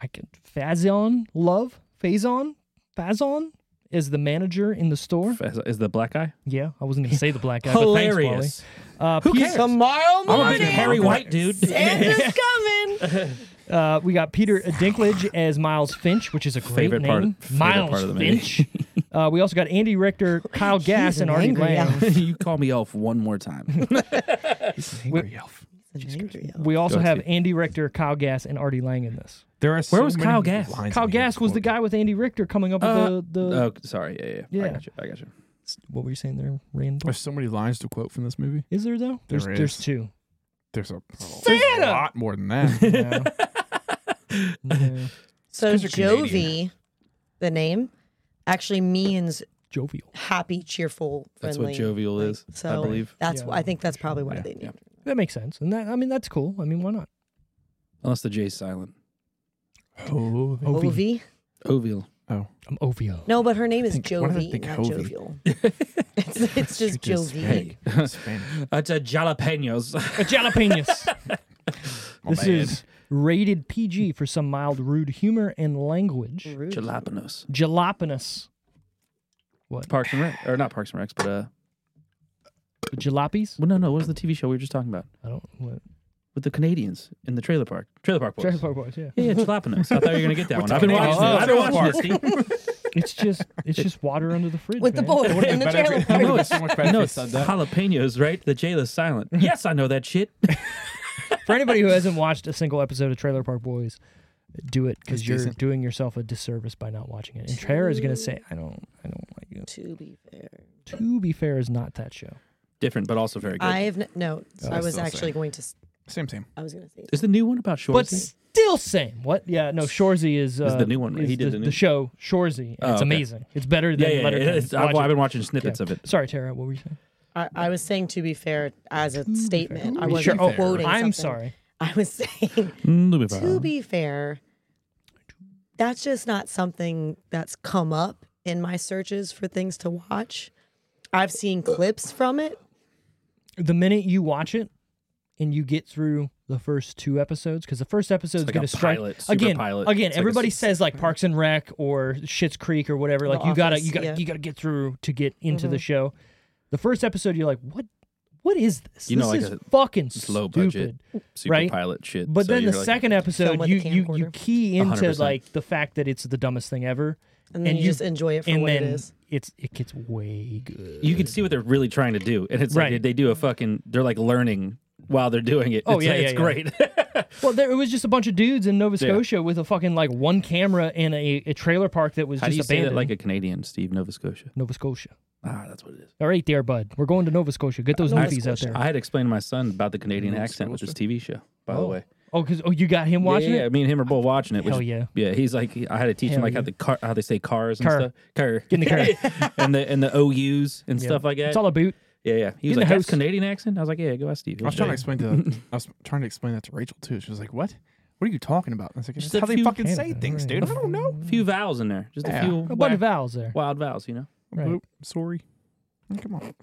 [SPEAKER 1] I can Fazion Love Fazon Fazon is the manager in the store.
[SPEAKER 2] Is- is the black guy?
[SPEAKER 1] Yeah, I wasn't gonna say the black guy. But thanks,
[SPEAKER 2] Hilarious.
[SPEAKER 1] Wally. uh, Who
[SPEAKER 4] Tomorrow
[SPEAKER 2] I'm a big
[SPEAKER 4] morning.
[SPEAKER 2] hairy white dude.
[SPEAKER 4] Santa's coming.
[SPEAKER 1] Uh, we got Peter
[SPEAKER 2] <laughs>
[SPEAKER 1] Dinklage as Miles Finch, which is a great
[SPEAKER 2] Favorite
[SPEAKER 1] name.
[SPEAKER 2] part- favorite
[SPEAKER 1] Miles
[SPEAKER 2] part of the movie. <laughs>
[SPEAKER 1] Finch. uh, we also got Andy Richter, Kyle Gass,
[SPEAKER 4] an
[SPEAKER 1] and Artie
[SPEAKER 4] angry
[SPEAKER 1] Lang.
[SPEAKER 2] <laughs>
[SPEAKER 4] elf.
[SPEAKER 2] you call me elf one more <laughs> time.
[SPEAKER 3] Angry elf.
[SPEAKER 4] An angry elf.
[SPEAKER 1] <laughs> We also
[SPEAKER 2] Go
[SPEAKER 1] have
[SPEAKER 2] to.
[SPEAKER 1] Andy Richter, Kyle Gass, and Artie Lang in this.
[SPEAKER 5] There are so
[SPEAKER 2] Where was
[SPEAKER 5] many
[SPEAKER 2] Kyle Gass?
[SPEAKER 5] lines
[SPEAKER 1] Kyle
[SPEAKER 5] in here
[SPEAKER 1] Gass was the
[SPEAKER 5] before.
[SPEAKER 1] guy with Andy Richter coming up with
[SPEAKER 2] Uh,
[SPEAKER 1] the, the
[SPEAKER 2] oh, sorry. Yeah, yeah. yeah. I
[SPEAKER 1] Yeah.
[SPEAKER 2] got you. I got you.
[SPEAKER 1] what were you saying there, Randall?
[SPEAKER 3] There's so many lines to quote from this movie.
[SPEAKER 1] Is there though?
[SPEAKER 3] There
[SPEAKER 1] there's there's
[SPEAKER 3] is. <laughs>
[SPEAKER 1] two.
[SPEAKER 3] There's a, there's a
[SPEAKER 1] Santa!
[SPEAKER 3] lot more than <laughs> that.
[SPEAKER 1] No.
[SPEAKER 3] <laughs>
[SPEAKER 1] No.
[SPEAKER 4] So
[SPEAKER 3] 'cause you're Canadian.
[SPEAKER 4] Jovi, the name, actually means
[SPEAKER 1] Jovial.
[SPEAKER 4] happy, cheerful,
[SPEAKER 2] That's
[SPEAKER 4] friendly.
[SPEAKER 2] what jovial is,
[SPEAKER 4] So
[SPEAKER 2] I believe.
[SPEAKER 4] That's
[SPEAKER 1] Yeah,
[SPEAKER 4] why I think that's probably why
[SPEAKER 2] Yeah,
[SPEAKER 4] they named
[SPEAKER 2] yeah.
[SPEAKER 4] it.
[SPEAKER 1] That makes sense. And that I mean that's cool. I mean why not?
[SPEAKER 2] Unless the J's silent.
[SPEAKER 3] oh,
[SPEAKER 1] Ovi.
[SPEAKER 4] Ovi.
[SPEAKER 2] Ovial.
[SPEAKER 3] oh.
[SPEAKER 1] I'm Ovio. <laughs>
[SPEAKER 4] No, but her name is
[SPEAKER 3] think- why did I
[SPEAKER 4] Jovi,
[SPEAKER 3] think
[SPEAKER 4] not
[SPEAKER 3] Hovi?
[SPEAKER 4] jovial. it's, it's just Jovi.
[SPEAKER 3] Spanish. Spanish.
[SPEAKER 2] It's a <laughs> jalapenos.
[SPEAKER 1] Jalapenos.
[SPEAKER 3] <laughs> My
[SPEAKER 1] this
[SPEAKER 3] bad.
[SPEAKER 1] is rated PG for some mild rude humor and language.
[SPEAKER 4] Rude.
[SPEAKER 2] jalapenos.
[SPEAKER 1] Jalapenos. What?
[SPEAKER 2] Parks and Rec, or not Parks and Recs, but uh,
[SPEAKER 1] Jalopies?
[SPEAKER 2] well, no, no. What was the TV show we were just talking about
[SPEAKER 1] I don't what
[SPEAKER 2] with the Canadians in the trailer park? Trailer Park Boys.
[SPEAKER 1] Trailer Park Boys, yeah.
[SPEAKER 2] Yeah, yeah, jalapenos. I thought you were gonna get that one. I've been
[SPEAKER 3] Canadians
[SPEAKER 2] watching.
[SPEAKER 3] in
[SPEAKER 2] this.
[SPEAKER 3] the
[SPEAKER 2] I've been watching
[SPEAKER 3] trailer
[SPEAKER 2] this. <laughs> Steve.
[SPEAKER 1] It's just it's just water under the fridge.
[SPEAKER 4] With the
[SPEAKER 1] man.
[SPEAKER 4] boys in the
[SPEAKER 3] better
[SPEAKER 4] trailer
[SPEAKER 3] if- I
[SPEAKER 4] <laughs>
[SPEAKER 3] know
[SPEAKER 4] park.
[SPEAKER 3] it's so much better
[SPEAKER 2] I
[SPEAKER 3] if
[SPEAKER 2] know
[SPEAKER 3] they
[SPEAKER 2] it's
[SPEAKER 3] said that.
[SPEAKER 2] jalapenos, right? The J is silent. Yes, I know that shit.
[SPEAKER 1] For anybody who hasn't watched a single episode of Trailer Park Boys, do it because
[SPEAKER 3] It's
[SPEAKER 1] you're
[SPEAKER 3] decent.
[SPEAKER 1] doing yourself a disservice by not watching it. And Tara is gonna say, "I don't, I don't like it."
[SPEAKER 4] To be fair,
[SPEAKER 1] To be fair, is not that show.
[SPEAKER 2] Different, but also very good.
[SPEAKER 4] I have n- no. I was
[SPEAKER 3] still
[SPEAKER 4] actually
[SPEAKER 3] same.
[SPEAKER 4] going to. s-
[SPEAKER 3] <laughs> Same, same.
[SPEAKER 4] I was going to say.
[SPEAKER 2] Is the new one about
[SPEAKER 1] But
[SPEAKER 2] shorts?
[SPEAKER 1] still, same. What? Yeah, no. Shorzy is uh,
[SPEAKER 2] the new one, right?
[SPEAKER 1] is
[SPEAKER 2] He did
[SPEAKER 1] the,
[SPEAKER 2] the new-
[SPEAKER 1] the show Shorzy. and
[SPEAKER 2] Oh,
[SPEAKER 1] it's
[SPEAKER 2] okay.
[SPEAKER 1] amazing. It's better
[SPEAKER 2] yeah,
[SPEAKER 1] than
[SPEAKER 2] yeah. yeah,
[SPEAKER 1] Letterkenny.
[SPEAKER 2] it's- I've,
[SPEAKER 1] Watch
[SPEAKER 2] I've
[SPEAKER 1] it.
[SPEAKER 2] been watching snippets of it.
[SPEAKER 1] Sorry, Tara. What were you saying?
[SPEAKER 4] I, I was saying to be fair as a statement. I
[SPEAKER 1] Sure.
[SPEAKER 4] wasn't
[SPEAKER 1] Oh,
[SPEAKER 4] quoting.
[SPEAKER 1] I'm
[SPEAKER 4] something.
[SPEAKER 1] sorry.
[SPEAKER 4] I was saying
[SPEAKER 2] Mm,
[SPEAKER 4] to be fair, that's just not something that's come up in my searches for things to watch. I've seen clips from it.
[SPEAKER 1] The minute you watch it and you get through the first two episodes, because the first episode's
[SPEAKER 2] like
[SPEAKER 1] going
[SPEAKER 2] a
[SPEAKER 1] to strike
[SPEAKER 2] pilot, super
[SPEAKER 1] again.
[SPEAKER 2] pilot.
[SPEAKER 1] Again,
[SPEAKER 2] It's like a
[SPEAKER 1] everybody
[SPEAKER 2] s- Mhm.
[SPEAKER 1] says like Parks and Rec or Shit's Creek or whatever. Like
[SPEAKER 4] The
[SPEAKER 1] you gotta
[SPEAKER 4] Office,
[SPEAKER 1] you gotta
[SPEAKER 4] yeah. Mm-hmm.
[SPEAKER 1] you gotta get through to get into the show. The first episode, you're like, what? What is this?
[SPEAKER 2] You know,
[SPEAKER 1] this
[SPEAKER 2] like
[SPEAKER 1] is
[SPEAKER 2] a
[SPEAKER 1] fucking
[SPEAKER 2] slow budget
[SPEAKER 1] stupid.
[SPEAKER 2] super
[SPEAKER 1] right?
[SPEAKER 2] pilot shit.
[SPEAKER 1] But
[SPEAKER 2] So
[SPEAKER 1] then the
[SPEAKER 2] you're like,
[SPEAKER 1] second episode,
[SPEAKER 4] with
[SPEAKER 1] you,
[SPEAKER 4] a
[SPEAKER 1] you you
[SPEAKER 4] camcorder.
[SPEAKER 1] key into
[SPEAKER 2] 100%.
[SPEAKER 1] like the fact that it's the dumbest thing ever,
[SPEAKER 4] And then you just enjoy it for
[SPEAKER 1] and
[SPEAKER 4] what it
[SPEAKER 1] then
[SPEAKER 4] is.
[SPEAKER 1] It's it gets way good.
[SPEAKER 2] you can see what they're really trying to do, and it's
[SPEAKER 1] Right.
[SPEAKER 2] like they do a fucking. They're like learning while they're doing it.
[SPEAKER 1] Oh,
[SPEAKER 2] it's
[SPEAKER 1] yeah,
[SPEAKER 2] like,
[SPEAKER 1] yeah,
[SPEAKER 2] it's
[SPEAKER 1] yeah.
[SPEAKER 2] great.
[SPEAKER 1] Well, there it was just a bunch of dudes in Nova Scotia with a fucking like one camera in a, a trailer park that was
[SPEAKER 2] How
[SPEAKER 1] just
[SPEAKER 2] do you say
[SPEAKER 1] abandoned.
[SPEAKER 2] that like a Canadian, Steve Nova Scotia?
[SPEAKER 1] Nova Scotia.
[SPEAKER 2] Ah, that's what it is.
[SPEAKER 1] All right, there, bud. We're going to Nova Scotia. Get those
[SPEAKER 4] Nova
[SPEAKER 1] nippies out
[SPEAKER 4] Scotia.
[SPEAKER 1] there.
[SPEAKER 2] I had explained to my son about the Canadian accent with this TV show. By the way,
[SPEAKER 1] Oh, because oh, you got him
[SPEAKER 2] Yeah,
[SPEAKER 1] watching
[SPEAKER 2] yeah,
[SPEAKER 1] it.
[SPEAKER 2] me and him are both watching it. Which,
[SPEAKER 1] Hell yeah.
[SPEAKER 2] yeah. He's like, I had to teach him
[SPEAKER 1] Hell
[SPEAKER 2] like how
[SPEAKER 1] yeah.
[SPEAKER 2] the car, how they say cars and
[SPEAKER 1] Car.
[SPEAKER 2] stuff, car,
[SPEAKER 1] Get in the
[SPEAKER 2] <laughs> and the and theous and stuff like that.
[SPEAKER 1] It's all a boot.
[SPEAKER 2] yeah, yeah. He was
[SPEAKER 1] in
[SPEAKER 2] like,
[SPEAKER 1] the
[SPEAKER 2] that's
[SPEAKER 1] house.
[SPEAKER 2] Canadian accent. I was like, yeah, go ask Steve.
[SPEAKER 3] I was trying to explain to I was trying to explain that to Rachel too. She was like, "What? What are you talking about?" I was like, "That's
[SPEAKER 2] a
[SPEAKER 3] how they
[SPEAKER 2] few
[SPEAKER 3] fucking
[SPEAKER 1] cans
[SPEAKER 3] say
[SPEAKER 1] of-
[SPEAKER 3] things, dude. I
[SPEAKER 2] <laughs>
[SPEAKER 3] don't know."
[SPEAKER 2] a few vowels in there, just
[SPEAKER 3] Yeah.
[SPEAKER 2] a few
[SPEAKER 1] A bunch
[SPEAKER 2] whack-
[SPEAKER 1] of vowels there,
[SPEAKER 2] wild vowels, you know.
[SPEAKER 1] Right.
[SPEAKER 3] Oop, sorry. Oh, Come on.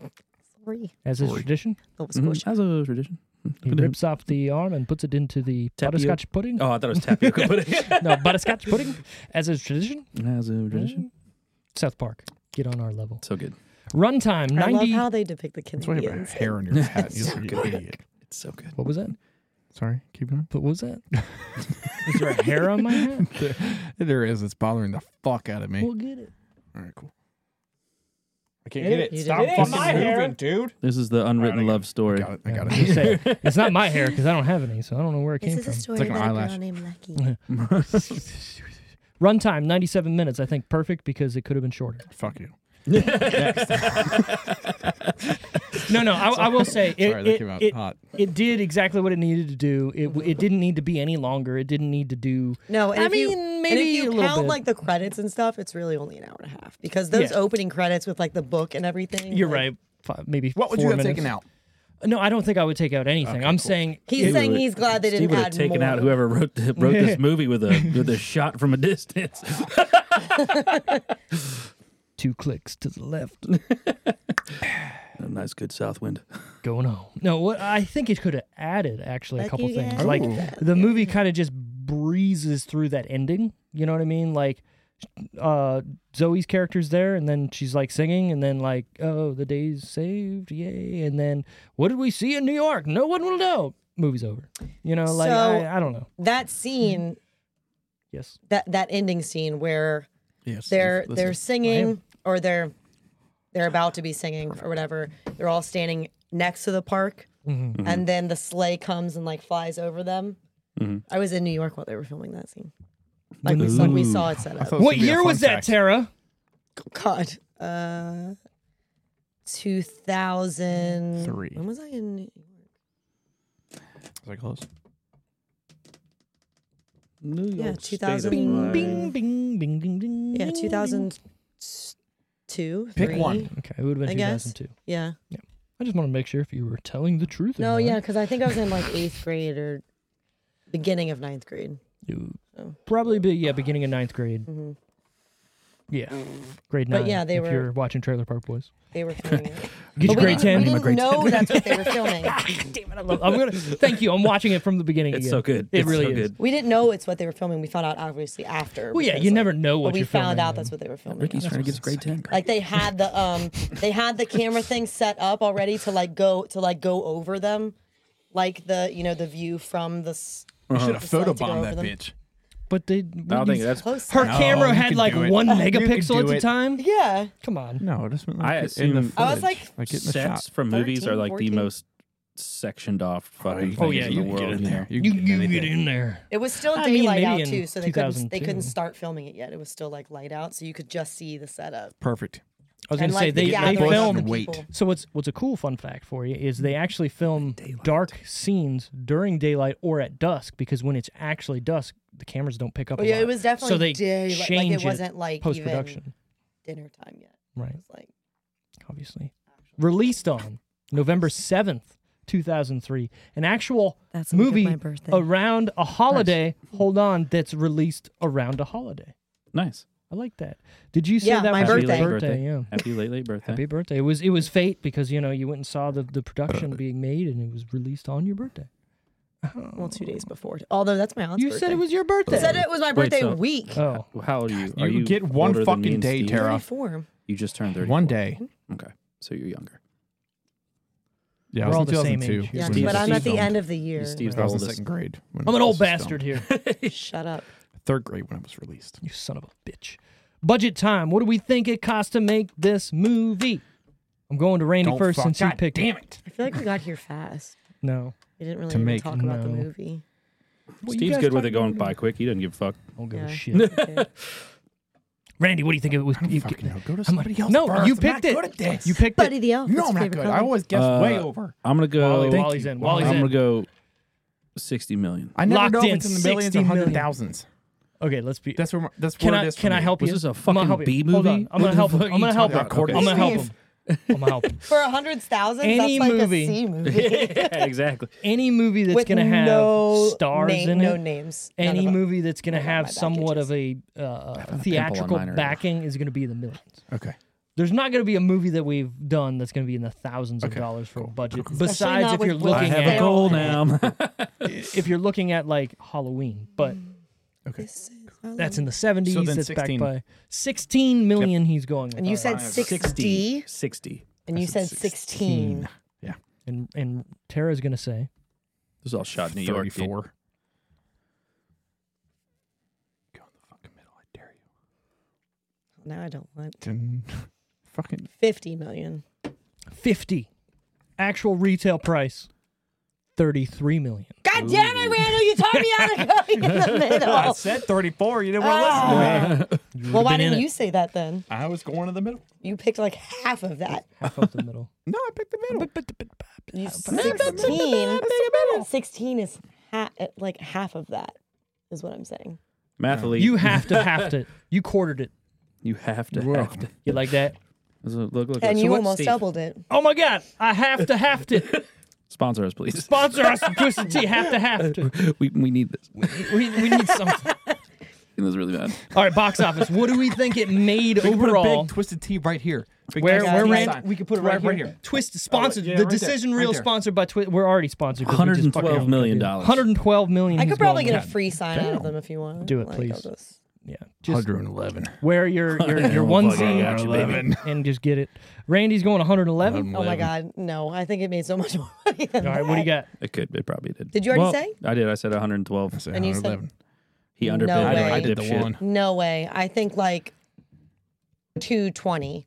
[SPEAKER 4] Three.
[SPEAKER 1] as is tradition.
[SPEAKER 4] Nova
[SPEAKER 2] Mhm.
[SPEAKER 4] Scotia.
[SPEAKER 2] That's a tradition.
[SPEAKER 1] He
[SPEAKER 2] Put it in.
[SPEAKER 1] rips off the arm and puts it into the
[SPEAKER 2] Tapio-
[SPEAKER 1] butterscotch pudding.
[SPEAKER 2] Oh, I thought it was <laughs> tapioca pudding.
[SPEAKER 1] <laughs> No, butterscotch pudding, as is tradition.
[SPEAKER 2] That's a tradition.
[SPEAKER 1] South Park, get on our level.
[SPEAKER 2] So good.
[SPEAKER 1] Runtime
[SPEAKER 4] I love
[SPEAKER 1] ninety.
[SPEAKER 4] how they depict the
[SPEAKER 3] That's why you have
[SPEAKER 4] Canadians.
[SPEAKER 3] hair on your hat. You're like an idiot.
[SPEAKER 2] It's so good.
[SPEAKER 1] What was that?
[SPEAKER 3] Sorry. Keep going.
[SPEAKER 1] What was
[SPEAKER 2] <laughs>
[SPEAKER 1] that? is there a hair <laughs> on my hat?
[SPEAKER 3] There is. It's bothering the fuck out of me.
[SPEAKER 1] We'll get it.
[SPEAKER 3] All right, cool. I can't
[SPEAKER 4] Get it? You did it. It's my hair.
[SPEAKER 3] dude.
[SPEAKER 2] This is the unwritten love story.
[SPEAKER 3] Got it. I got
[SPEAKER 1] Yeah, just
[SPEAKER 3] it.
[SPEAKER 1] say it. It's not my hair because I don't have any, so I don't know where it
[SPEAKER 4] This
[SPEAKER 1] came
[SPEAKER 4] is a
[SPEAKER 1] from.
[SPEAKER 4] story
[SPEAKER 3] like an
[SPEAKER 4] about a
[SPEAKER 3] eyelash.
[SPEAKER 4] girl named
[SPEAKER 1] <laughs>
[SPEAKER 4] Lucky.
[SPEAKER 1] Runtime ninety-seven minutes. I think perfect because it could have been shorter.
[SPEAKER 3] Fuck you.
[SPEAKER 1] No, no, I, I will say it,
[SPEAKER 3] Sorry, that
[SPEAKER 1] it,
[SPEAKER 3] came out
[SPEAKER 1] it,
[SPEAKER 3] hot.
[SPEAKER 1] it did exactly what it needed to do. It w- it didn't need to be any longer. It didn't need to do.
[SPEAKER 4] No, and
[SPEAKER 1] I
[SPEAKER 4] if
[SPEAKER 1] mean
[SPEAKER 4] you, and if
[SPEAKER 1] maybe
[SPEAKER 4] you
[SPEAKER 1] a little
[SPEAKER 4] count
[SPEAKER 1] bit.
[SPEAKER 4] like the credits and stuff, it's really only an hour and a half because those
[SPEAKER 1] Yeah.
[SPEAKER 4] opening credits with like the book and everything.
[SPEAKER 1] You're
[SPEAKER 4] like,
[SPEAKER 1] right. Five, maybe
[SPEAKER 3] What would
[SPEAKER 1] four
[SPEAKER 3] you have
[SPEAKER 1] minutes.
[SPEAKER 3] taken out?
[SPEAKER 1] No, I don't think I would take out anything. I'm saying
[SPEAKER 4] He's
[SPEAKER 2] He
[SPEAKER 4] saying
[SPEAKER 2] would-
[SPEAKER 4] he's glad they
[SPEAKER 2] he
[SPEAKER 4] didn't
[SPEAKER 2] would
[SPEAKER 4] add
[SPEAKER 2] have taken
[SPEAKER 4] more.
[SPEAKER 2] out whoever wrote the, wrote this movie with a with a shot from a distance. <laughs>
[SPEAKER 1] two clicks to the left,
[SPEAKER 2] a nice good south wind.
[SPEAKER 1] going home. No, what I think it could have added actually a
[SPEAKER 4] Like
[SPEAKER 1] couple
[SPEAKER 4] you
[SPEAKER 1] things.
[SPEAKER 4] guys
[SPEAKER 1] Like
[SPEAKER 4] said.
[SPEAKER 1] the movie kind of just breezes through that ending. You know what I mean? Like uh Zoe's character's there and then she's like singing and then like oh the day's saved yay and then what did we see in New York no one will know movie's over you know like
[SPEAKER 4] So-
[SPEAKER 1] I, I don't know
[SPEAKER 4] That scene,
[SPEAKER 1] yes
[SPEAKER 4] that that ending scene where
[SPEAKER 3] Yes. Oh,
[SPEAKER 4] they're they're singing or they're they're about to be singing or whatever. They're all standing next to the park,
[SPEAKER 3] Mm-hmm.
[SPEAKER 4] and then the sleigh comes and like flies over them.
[SPEAKER 3] Mm-hmm.
[SPEAKER 4] I was in New York while they were filming that scene. Like we saw, we saw it set up.
[SPEAKER 1] what year was that Tara
[SPEAKER 4] God, uh, two thousand
[SPEAKER 3] Three.
[SPEAKER 4] When was I in?
[SPEAKER 3] Was that close?
[SPEAKER 2] New York
[SPEAKER 4] Yeah,
[SPEAKER 2] State
[SPEAKER 4] 2000
[SPEAKER 2] of mind.
[SPEAKER 1] bing bing bing ding ding
[SPEAKER 4] Yeah,
[SPEAKER 1] ding,
[SPEAKER 4] two thousand two.
[SPEAKER 3] Pick one.
[SPEAKER 1] ding. okay it would have
[SPEAKER 4] I
[SPEAKER 1] been
[SPEAKER 4] guess.
[SPEAKER 1] 2002
[SPEAKER 4] Yeah.
[SPEAKER 1] I just want to make sure if you were telling the truth or
[SPEAKER 4] No,
[SPEAKER 1] not.
[SPEAKER 4] yeah, because I think I was in like eighth grade or beginning of ninth grade.
[SPEAKER 1] You- probably be yeah beginning of ninth grade yeah grade nine
[SPEAKER 4] Mm-hmm. But yeah, they
[SPEAKER 1] if
[SPEAKER 4] were-
[SPEAKER 1] you're watching Trailer Park Boys
[SPEAKER 4] They were
[SPEAKER 1] <laughs>
[SPEAKER 4] filming it.
[SPEAKER 1] Get
[SPEAKER 4] But
[SPEAKER 1] your
[SPEAKER 4] we
[SPEAKER 1] grade
[SPEAKER 4] didn't,
[SPEAKER 1] ten.
[SPEAKER 4] we didn't know that's what they
[SPEAKER 1] <laughs>
[SPEAKER 4] were filming.
[SPEAKER 1] Damn it, I love. I'm gonna thank you. I'm watching it from the beginning.
[SPEAKER 2] It's
[SPEAKER 1] again.
[SPEAKER 2] so good.
[SPEAKER 1] It
[SPEAKER 2] It's
[SPEAKER 1] really
[SPEAKER 2] so
[SPEAKER 1] is.
[SPEAKER 2] good.
[SPEAKER 4] We didn't know it's what they were filming. We found out obviously after.
[SPEAKER 1] Well, yeah,
[SPEAKER 4] because,
[SPEAKER 1] you
[SPEAKER 4] like-
[SPEAKER 1] never know
[SPEAKER 4] but
[SPEAKER 1] what
[SPEAKER 4] we
[SPEAKER 1] you're
[SPEAKER 4] found
[SPEAKER 1] filming,
[SPEAKER 4] out that's what they were filming.
[SPEAKER 2] Ricky's trying to get us grade ten.
[SPEAKER 4] Like they had the um they had the camera thing set up already to like go to like go over them, like the you know the view from the s-
[SPEAKER 3] We should have
[SPEAKER 4] Just like to go
[SPEAKER 3] photobombed that
[SPEAKER 4] over them.
[SPEAKER 3] bitch.
[SPEAKER 1] But they.
[SPEAKER 2] I don't think that's.
[SPEAKER 4] close.
[SPEAKER 1] her
[SPEAKER 4] up.
[SPEAKER 3] you
[SPEAKER 1] camera had
[SPEAKER 3] can
[SPEAKER 1] like
[SPEAKER 3] do it.
[SPEAKER 1] one
[SPEAKER 3] You can
[SPEAKER 1] megapixel at
[SPEAKER 3] do
[SPEAKER 1] the
[SPEAKER 3] it.
[SPEAKER 1] time.
[SPEAKER 4] Yeah,
[SPEAKER 1] Come on.
[SPEAKER 3] No, it just meant
[SPEAKER 2] I
[SPEAKER 3] like it- in the
[SPEAKER 2] assume-
[SPEAKER 4] I was
[SPEAKER 3] footage,
[SPEAKER 4] like,
[SPEAKER 3] like in the
[SPEAKER 2] Sets
[SPEAKER 3] shot.
[SPEAKER 2] from movies are
[SPEAKER 4] 13,
[SPEAKER 2] like the
[SPEAKER 4] 14.
[SPEAKER 2] most sectioned off fucking
[SPEAKER 1] Oh,
[SPEAKER 2] things
[SPEAKER 1] yeah,
[SPEAKER 2] in
[SPEAKER 1] you
[SPEAKER 2] the
[SPEAKER 1] can
[SPEAKER 2] world.
[SPEAKER 1] get
[SPEAKER 2] you know?
[SPEAKER 1] You you get in there.
[SPEAKER 4] it was still
[SPEAKER 1] I mean,
[SPEAKER 4] daylight
[SPEAKER 1] maybe
[SPEAKER 4] out
[SPEAKER 1] in
[SPEAKER 4] too, so they couldn't they
[SPEAKER 1] 2002.
[SPEAKER 4] couldn't start filming it yet. It was still like light out, so you could just see the setup.
[SPEAKER 3] Perfect.
[SPEAKER 1] I was
[SPEAKER 4] And,
[SPEAKER 1] gonna say
[SPEAKER 4] like,
[SPEAKER 1] they they
[SPEAKER 4] the gathering of
[SPEAKER 1] filmed.
[SPEAKER 4] the
[SPEAKER 3] Wait.
[SPEAKER 4] people.
[SPEAKER 1] So what's what's a cool fun fact for you is they actually film dark scenes during daylight or at dusk because when it's actually dusk the cameras don't pick up.
[SPEAKER 4] But
[SPEAKER 1] a
[SPEAKER 4] Oh, yeah,
[SPEAKER 1] lot.
[SPEAKER 4] it was definitely
[SPEAKER 1] so they
[SPEAKER 4] daylight, like, it
[SPEAKER 1] change
[SPEAKER 4] wasn't, like, even-
[SPEAKER 1] post production,
[SPEAKER 4] Dinner time yet. It
[SPEAKER 1] right?
[SPEAKER 4] was like
[SPEAKER 1] obviously. Released on November 7th, 2003. An actual
[SPEAKER 4] That's the week of
[SPEAKER 1] movie
[SPEAKER 4] my birthday.
[SPEAKER 1] around a holiday. Hold on, that's released around a holiday.
[SPEAKER 2] Nice.
[SPEAKER 1] I like that. Did you say
[SPEAKER 4] Yeah,
[SPEAKER 1] that
[SPEAKER 4] my
[SPEAKER 1] was your
[SPEAKER 2] Happy
[SPEAKER 4] birthday.
[SPEAKER 2] late
[SPEAKER 1] Yeah.
[SPEAKER 2] Happy late late birthday.
[SPEAKER 1] Happy birthday. It was it was fate because you know you went and saw the, the
[SPEAKER 3] Uh,
[SPEAKER 1] production being made and it was released on your birthday.
[SPEAKER 4] well two days before. Although that's my aunt's
[SPEAKER 1] You
[SPEAKER 4] birthday.
[SPEAKER 1] said it was your birthday.
[SPEAKER 4] said it was my birthday
[SPEAKER 2] so-
[SPEAKER 4] week.
[SPEAKER 1] Oh.
[SPEAKER 2] How old are you?
[SPEAKER 3] You
[SPEAKER 2] Are you
[SPEAKER 3] get one
[SPEAKER 2] older than me
[SPEAKER 3] fucking
[SPEAKER 2] and
[SPEAKER 3] day,
[SPEAKER 2] Steve?
[SPEAKER 3] Tara.
[SPEAKER 4] Before.
[SPEAKER 2] You just turned thirty.
[SPEAKER 3] One day.
[SPEAKER 2] Okay, so you're younger.
[SPEAKER 3] Yeah,
[SPEAKER 1] We're
[SPEAKER 3] I
[SPEAKER 1] all
[SPEAKER 3] was
[SPEAKER 1] the same
[SPEAKER 3] in 2002.
[SPEAKER 1] age.
[SPEAKER 4] Yeah,
[SPEAKER 2] Steve's-
[SPEAKER 4] but I'm at the
[SPEAKER 2] Steve's
[SPEAKER 4] end of the year.
[SPEAKER 2] Steve's
[SPEAKER 3] I
[SPEAKER 2] the
[SPEAKER 3] was in
[SPEAKER 2] oldest.
[SPEAKER 3] second grade. when
[SPEAKER 1] I'm an
[SPEAKER 3] this
[SPEAKER 1] old
[SPEAKER 3] was
[SPEAKER 1] bastard
[SPEAKER 3] filmed.
[SPEAKER 1] here.
[SPEAKER 3] <laughs>
[SPEAKER 4] Shut up.
[SPEAKER 3] Third grade when it was released.
[SPEAKER 1] you son of a bitch. Budget time. What do we think it costs to make this movie? I'm going to Randy
[SPEAKER 3] Don't
[SPEAKER 1] first
[SPEAKER 3] fuck-
[SPEAKER 1] since he
[SPEAKER 3] God
[SPEAKER 1] picked
[SPEAKER 3] damn it.
[SPEAKER 4] I feel like we got here fast.
[SPEAKER 1] No.
[SPEAKER 4] We didn't really
[SPEAKER 3] To
[SPEAKER 4] even
[SPEAKER 3] make-
[SPEAKER 4] talk about the
[SPEAKER 1] no.
[SPEAKER 3] <laughs>
[SPEAKER 4] movie.
[SPEAKER 2] Steve's good with it going by quick. He doesn't give a fuck.
[SPEAKER 1] I'll give
[SPEAKER 4] Yeah.
[SPEAKER 1] a
[SPEAKER 3] <laughs>
[SPEAKER 1] shit.
[SPEAKER 4] Okay.
[SPEAKER 1] Randy, what do you think it was?
[SPEAKER 3] I don't
[SPEAKER 1] you-
[SPEAKER 3] fucking know. Go to
[SPEAKER 1] I'm
[SPEAKER 3] somebody
[SPEAKER 1] a-
[SPEAKER 3] else
[SPEAKER 1] no,
[SPEAKER 3] first.
[SPEAKER 1] you
[SPEAKER 3] I'm
[SPEAKER 1] picked
[SPEAKER 3] not
[SPEAKER 1] it.
[SPEAKER 3] Good at this.
[SPEAKER 1] You picked
[SPEAKER 4] Buddy
[SPEAKER 1] it.
[SPEAKER 4] the Elf.
[SPEAKER 3] No,
[SPEAKER 4] what's
[SPEAKER 3] I'm
[SPEAKER 4] your
[SPEAKER 3] not
[SPEAKER 4] favorite
[SPEAKER 3] good.
[SPEAKER 4] color?
[SPEAKER 3] I always guess
[SPEAKER 2] Uh,
[SPEAKER 3] way over.
[SPEAKER 2] I'm gonna go.
[SPEAKER 1] Wally- Wally's in. Wally's
[SPEAKER 2] I'm
[SPEAKER 1] in.
[SPEAKER 2] gonna go sixty million.
[SPEAKER 3] I never
[SPEAKER 1] Locked
[SPEAKER 3] know if
[SPEAKER 1] in
[SPEAKER 3] it's in the millions
[SPEAKER 1] 60
[SPEAKER 3] or
[SPEAKER 1] million.
[SPEAKER 3] hundred thousands.
[SPEAKER 1] Okay, let's be.
[SPEAKER 3] That's where my, that's
[SPEAKER 1] can
[SPEAKER 3] where
[SPEAKER 1] I
[SPEAKER 3] it is for
[SPEAKER 1] can I
[SPEAKER 3] me.
[SPEAKER 1] help
[SPEAKER 2] Was
[SPEAKER 1] you?
[SPEAKER 2] this a
[SPEAKER 1] I'm gonna
[SPEAKER 2] fucking
[SPEAKER 1] help you.
[SPEAKER 2] B
[SPEAKER 1] Hold
[SPEAKER 2] movie?
[SPEAKER 1] on. I'm
[SPEAKER 2] What
[SPEAKER 1] gonna
[SPEAKER 2] the
[SPEAKER 1] help him.
[SPEAKER 2] fuck
[SPEAKER 1] I'm
[SPEAKER 2] are you
[SPEAKER 1] gonna help him.
[SPEAKER 2] talking about?
[SPEAKER 1] I'm gonna help him.
[SPEAKER 3] Steve.
[SPEAKER 1] I'm gonna help him.
[SPEAKER 4] For a hundred thousand,
[SPEAKER 1] Any
[SPEAKER 4] that's like
[SPEAKER 1] movie. <laughs>
[SPEAKER 4] a C movie.
[SPEAKER 2] <laughs> yeah, exactly.
[SPEAKER 1] Any movie that's
[SPEAKER 4] With
[SPEAKER 1] gonna have
[SPEAKER 4] no
[SPEAKER 1] stars
[SPEAKER 4] name,
[SPEAKER 1] in
[SPEAKER 4] no
[SPEAKER 1] it.
[SPEAKER 4] names. none
[SPEAKER 1] Any
[SPEAKER 4] of them.
[SPEAKER 1] movie that's going to
[SPEAKER 4] None of my
[SPEAKER 1] have
[SPEAKER 4] back
[SPEAKER 1] somewhat of a uh, theatrical
[SPEAKER 2] mine earlier.
[SPEAKER 1] backing is going to be in the millions.
[SPEAKER 3] Okay.
[SPEAKER 1] There's not going to be a movie that we've done that's going to be in the thousands of dollars for a budget. Besides,
[SPEAKER 4] not
[SPEAKER 1] if you're
[SPEAKER 4] with Will
[SPEAKER 1] looking
[SPEAKER 4] Ferrell.
[SPEAKER 2] Have a
[SPEAKER 1] at
[SPEAKER 2] goal now.
[SPEAKER 3] <laughs>
[SPEAKER 1] if you're looking at like Halloween, but
[SPEAKER 3] Okay.
[SPEAKER 1] that's in the 70s.
[SPEAKER 3] So then
[SPEAKER 1] that's
[SPEAKER 3] 16.
[SPEAKER 1] backed by 16 million. He's going with.
[SPEAKER 4] And you
[SPEAKER 1] All right.
[SPEAKER 4] said sixty,
[SPEAKER 2] Sixty.
[SPEAKER 4] and you said sixteen.
[SPEAKER 3] Yeah.
[SPEAKER 1] and and Tara's going to say
[SPEAKER 2] This is all shot in New York. dude.
[SPEAKER 3] Thirty-four. Go in the fucking middle. I dare you.
[SPEAKER 4] Now I don't want
[SPEAKER 3] Dun. Fucking
[SPEAKER 4] fifty million.
[SPEAKER 1] 50. Actual retail price 33 million.
[SPEAKER 4] God damn it, Randall, you taught me how to go in the
[SPEAKER 5] I
[SPEAKER 1] <laughs>
[SPEAKER 4] middle. Oh.
[SPEAKER 5] said 34. You didn't want to listen to me.
[SPEAKER 4] well, why
[SPEAKER 1] been in
[SPEAKER 4] didn't
[SPEAKER 1] it.
[SPEAKER 4] you say that then?
[SPEAKER 3] I was going to the middle.
[SPEAKER 4] You picked like half of that.
[SPEAKER 1] half of
[SPEAKER 4] <laughs>
[SPEAKER 1] the middle.
[SPEAKER 3] No, I picked the middle.
[SPEAKER 4] You 16. 16 is ha- eh, like half of that, is what I'm saying.
[SPEAKER 2] Mathlete,
[SPEAKER 1] You have to have to. You quartered it.
[SPEAKER 2] you have to
[SPEAKER 3] Whoa.
[SPEAKER 2] have to.
[SPEAKER 1] You like that?
[SPEAKER 2] So look, look,
[SPEAKER 4] And
[SPEAKER 2] so
[SPEAKER 4] you
[SPEAKER 2] what,
[SPEAKER 4] almost
[SPEAKER 2] Steve?
[SPEAKER 4] doubled it.
[SPEAKER 1] Oh my god! I have to have to
[SPEAKER 2] Sponsor us, please.
[SPEAKER 1] sponsor us some twisted tea. Have to have to.
[SPEAKER 2] <laughs> we, we need this.
[SPEAKER 1] We, we need something.
[SPEAKER 2] This is really bad.
[SPEAKER 1] All right, box office. What do we think it made
[SPEAKER 3] We could put a
[SPEAKER 1] overall?
[SPEAKER 3] big twisted T right here. Big
[SPEAKER 1] Where
[SPEAKER 3] twisted
[SPEAKER 1] where
[SPEAKER 3] T
[SPEAKER 1] Rand,
[SPEAKER 3] sign.
[SPEAKER 1] we could put it
[SPEAKER 3] Right-
[SPEAKER 1] right,
[SPEAKER 3] right
[SPEAKER 1] here.
[SPEAKER 3] here.
[SPEAKER 1] Twist sponsored.
[SPEAKER 5] yeah,
[SPEAKER 1] the
[SPEAKER 5] right there.
[SPEAKER 1] decision
[SPEAKER 3] Right
[SPEAKER 1] reel
[SPEAKER 3] there.
[SPEAKER 1] sponsored by Twist. We're already sponsored. 'cause we just fucking-
[SPEAKER 2] $112 million. dollars.
[SPEAKER 1] 112 million.
[SPEAKER 4] I
[SPEAKER 1] he's
[SPEAKER 4] could probably
[SPEAKER 1] going
[SPEAKER 4] get a
[SPEAKER 1] with.
[SPEAKER 4] free sign out of them if you want.
[SPEAKER 1] Do it,
[SPEAKER 4] Like,
[SPEAKER 1] please.
[SPEAKER 4] I'll just-
[SPEAKER 1] Yeah. Just
[SPEAKER 3] 111.
[SPEAKER 1] wear
[SPEAKER 2] <laughs>
[SPEAKER 1] your your, your
[SPEAKER 2] I got
[SPEAKER 1] onesie
[SPEAKER 2] you, baby.
[SPEAKER 3] 111.
[SPEAKER 1] and just get it. Randy's going 111.
[SPEAKER 4] Oh my God, no. I think it made so much <laughs> more money. Than
[SPEAKER 1] All right, what do you got?
[SPEAKER 2] It could. It probably did.
[SPEAKER 4] Did you already
[SPEAKER 2] Well,
[SPEAKER 4] say?
[SPEAKER 2] I did. I said 112.
[SPEAKER 4] And you said-
[SPEAKER 2] He underbid.
[SPEAKER 4] No
[SPEAKER 2] it.
[SPEAKER 4] way.
[SPEAKER 2] I,
[SPEAKER 4] I
[SPEAKER 2] did
[SPEAKER 3] did the one.
[SPEAKER 4] No way. I think like 220.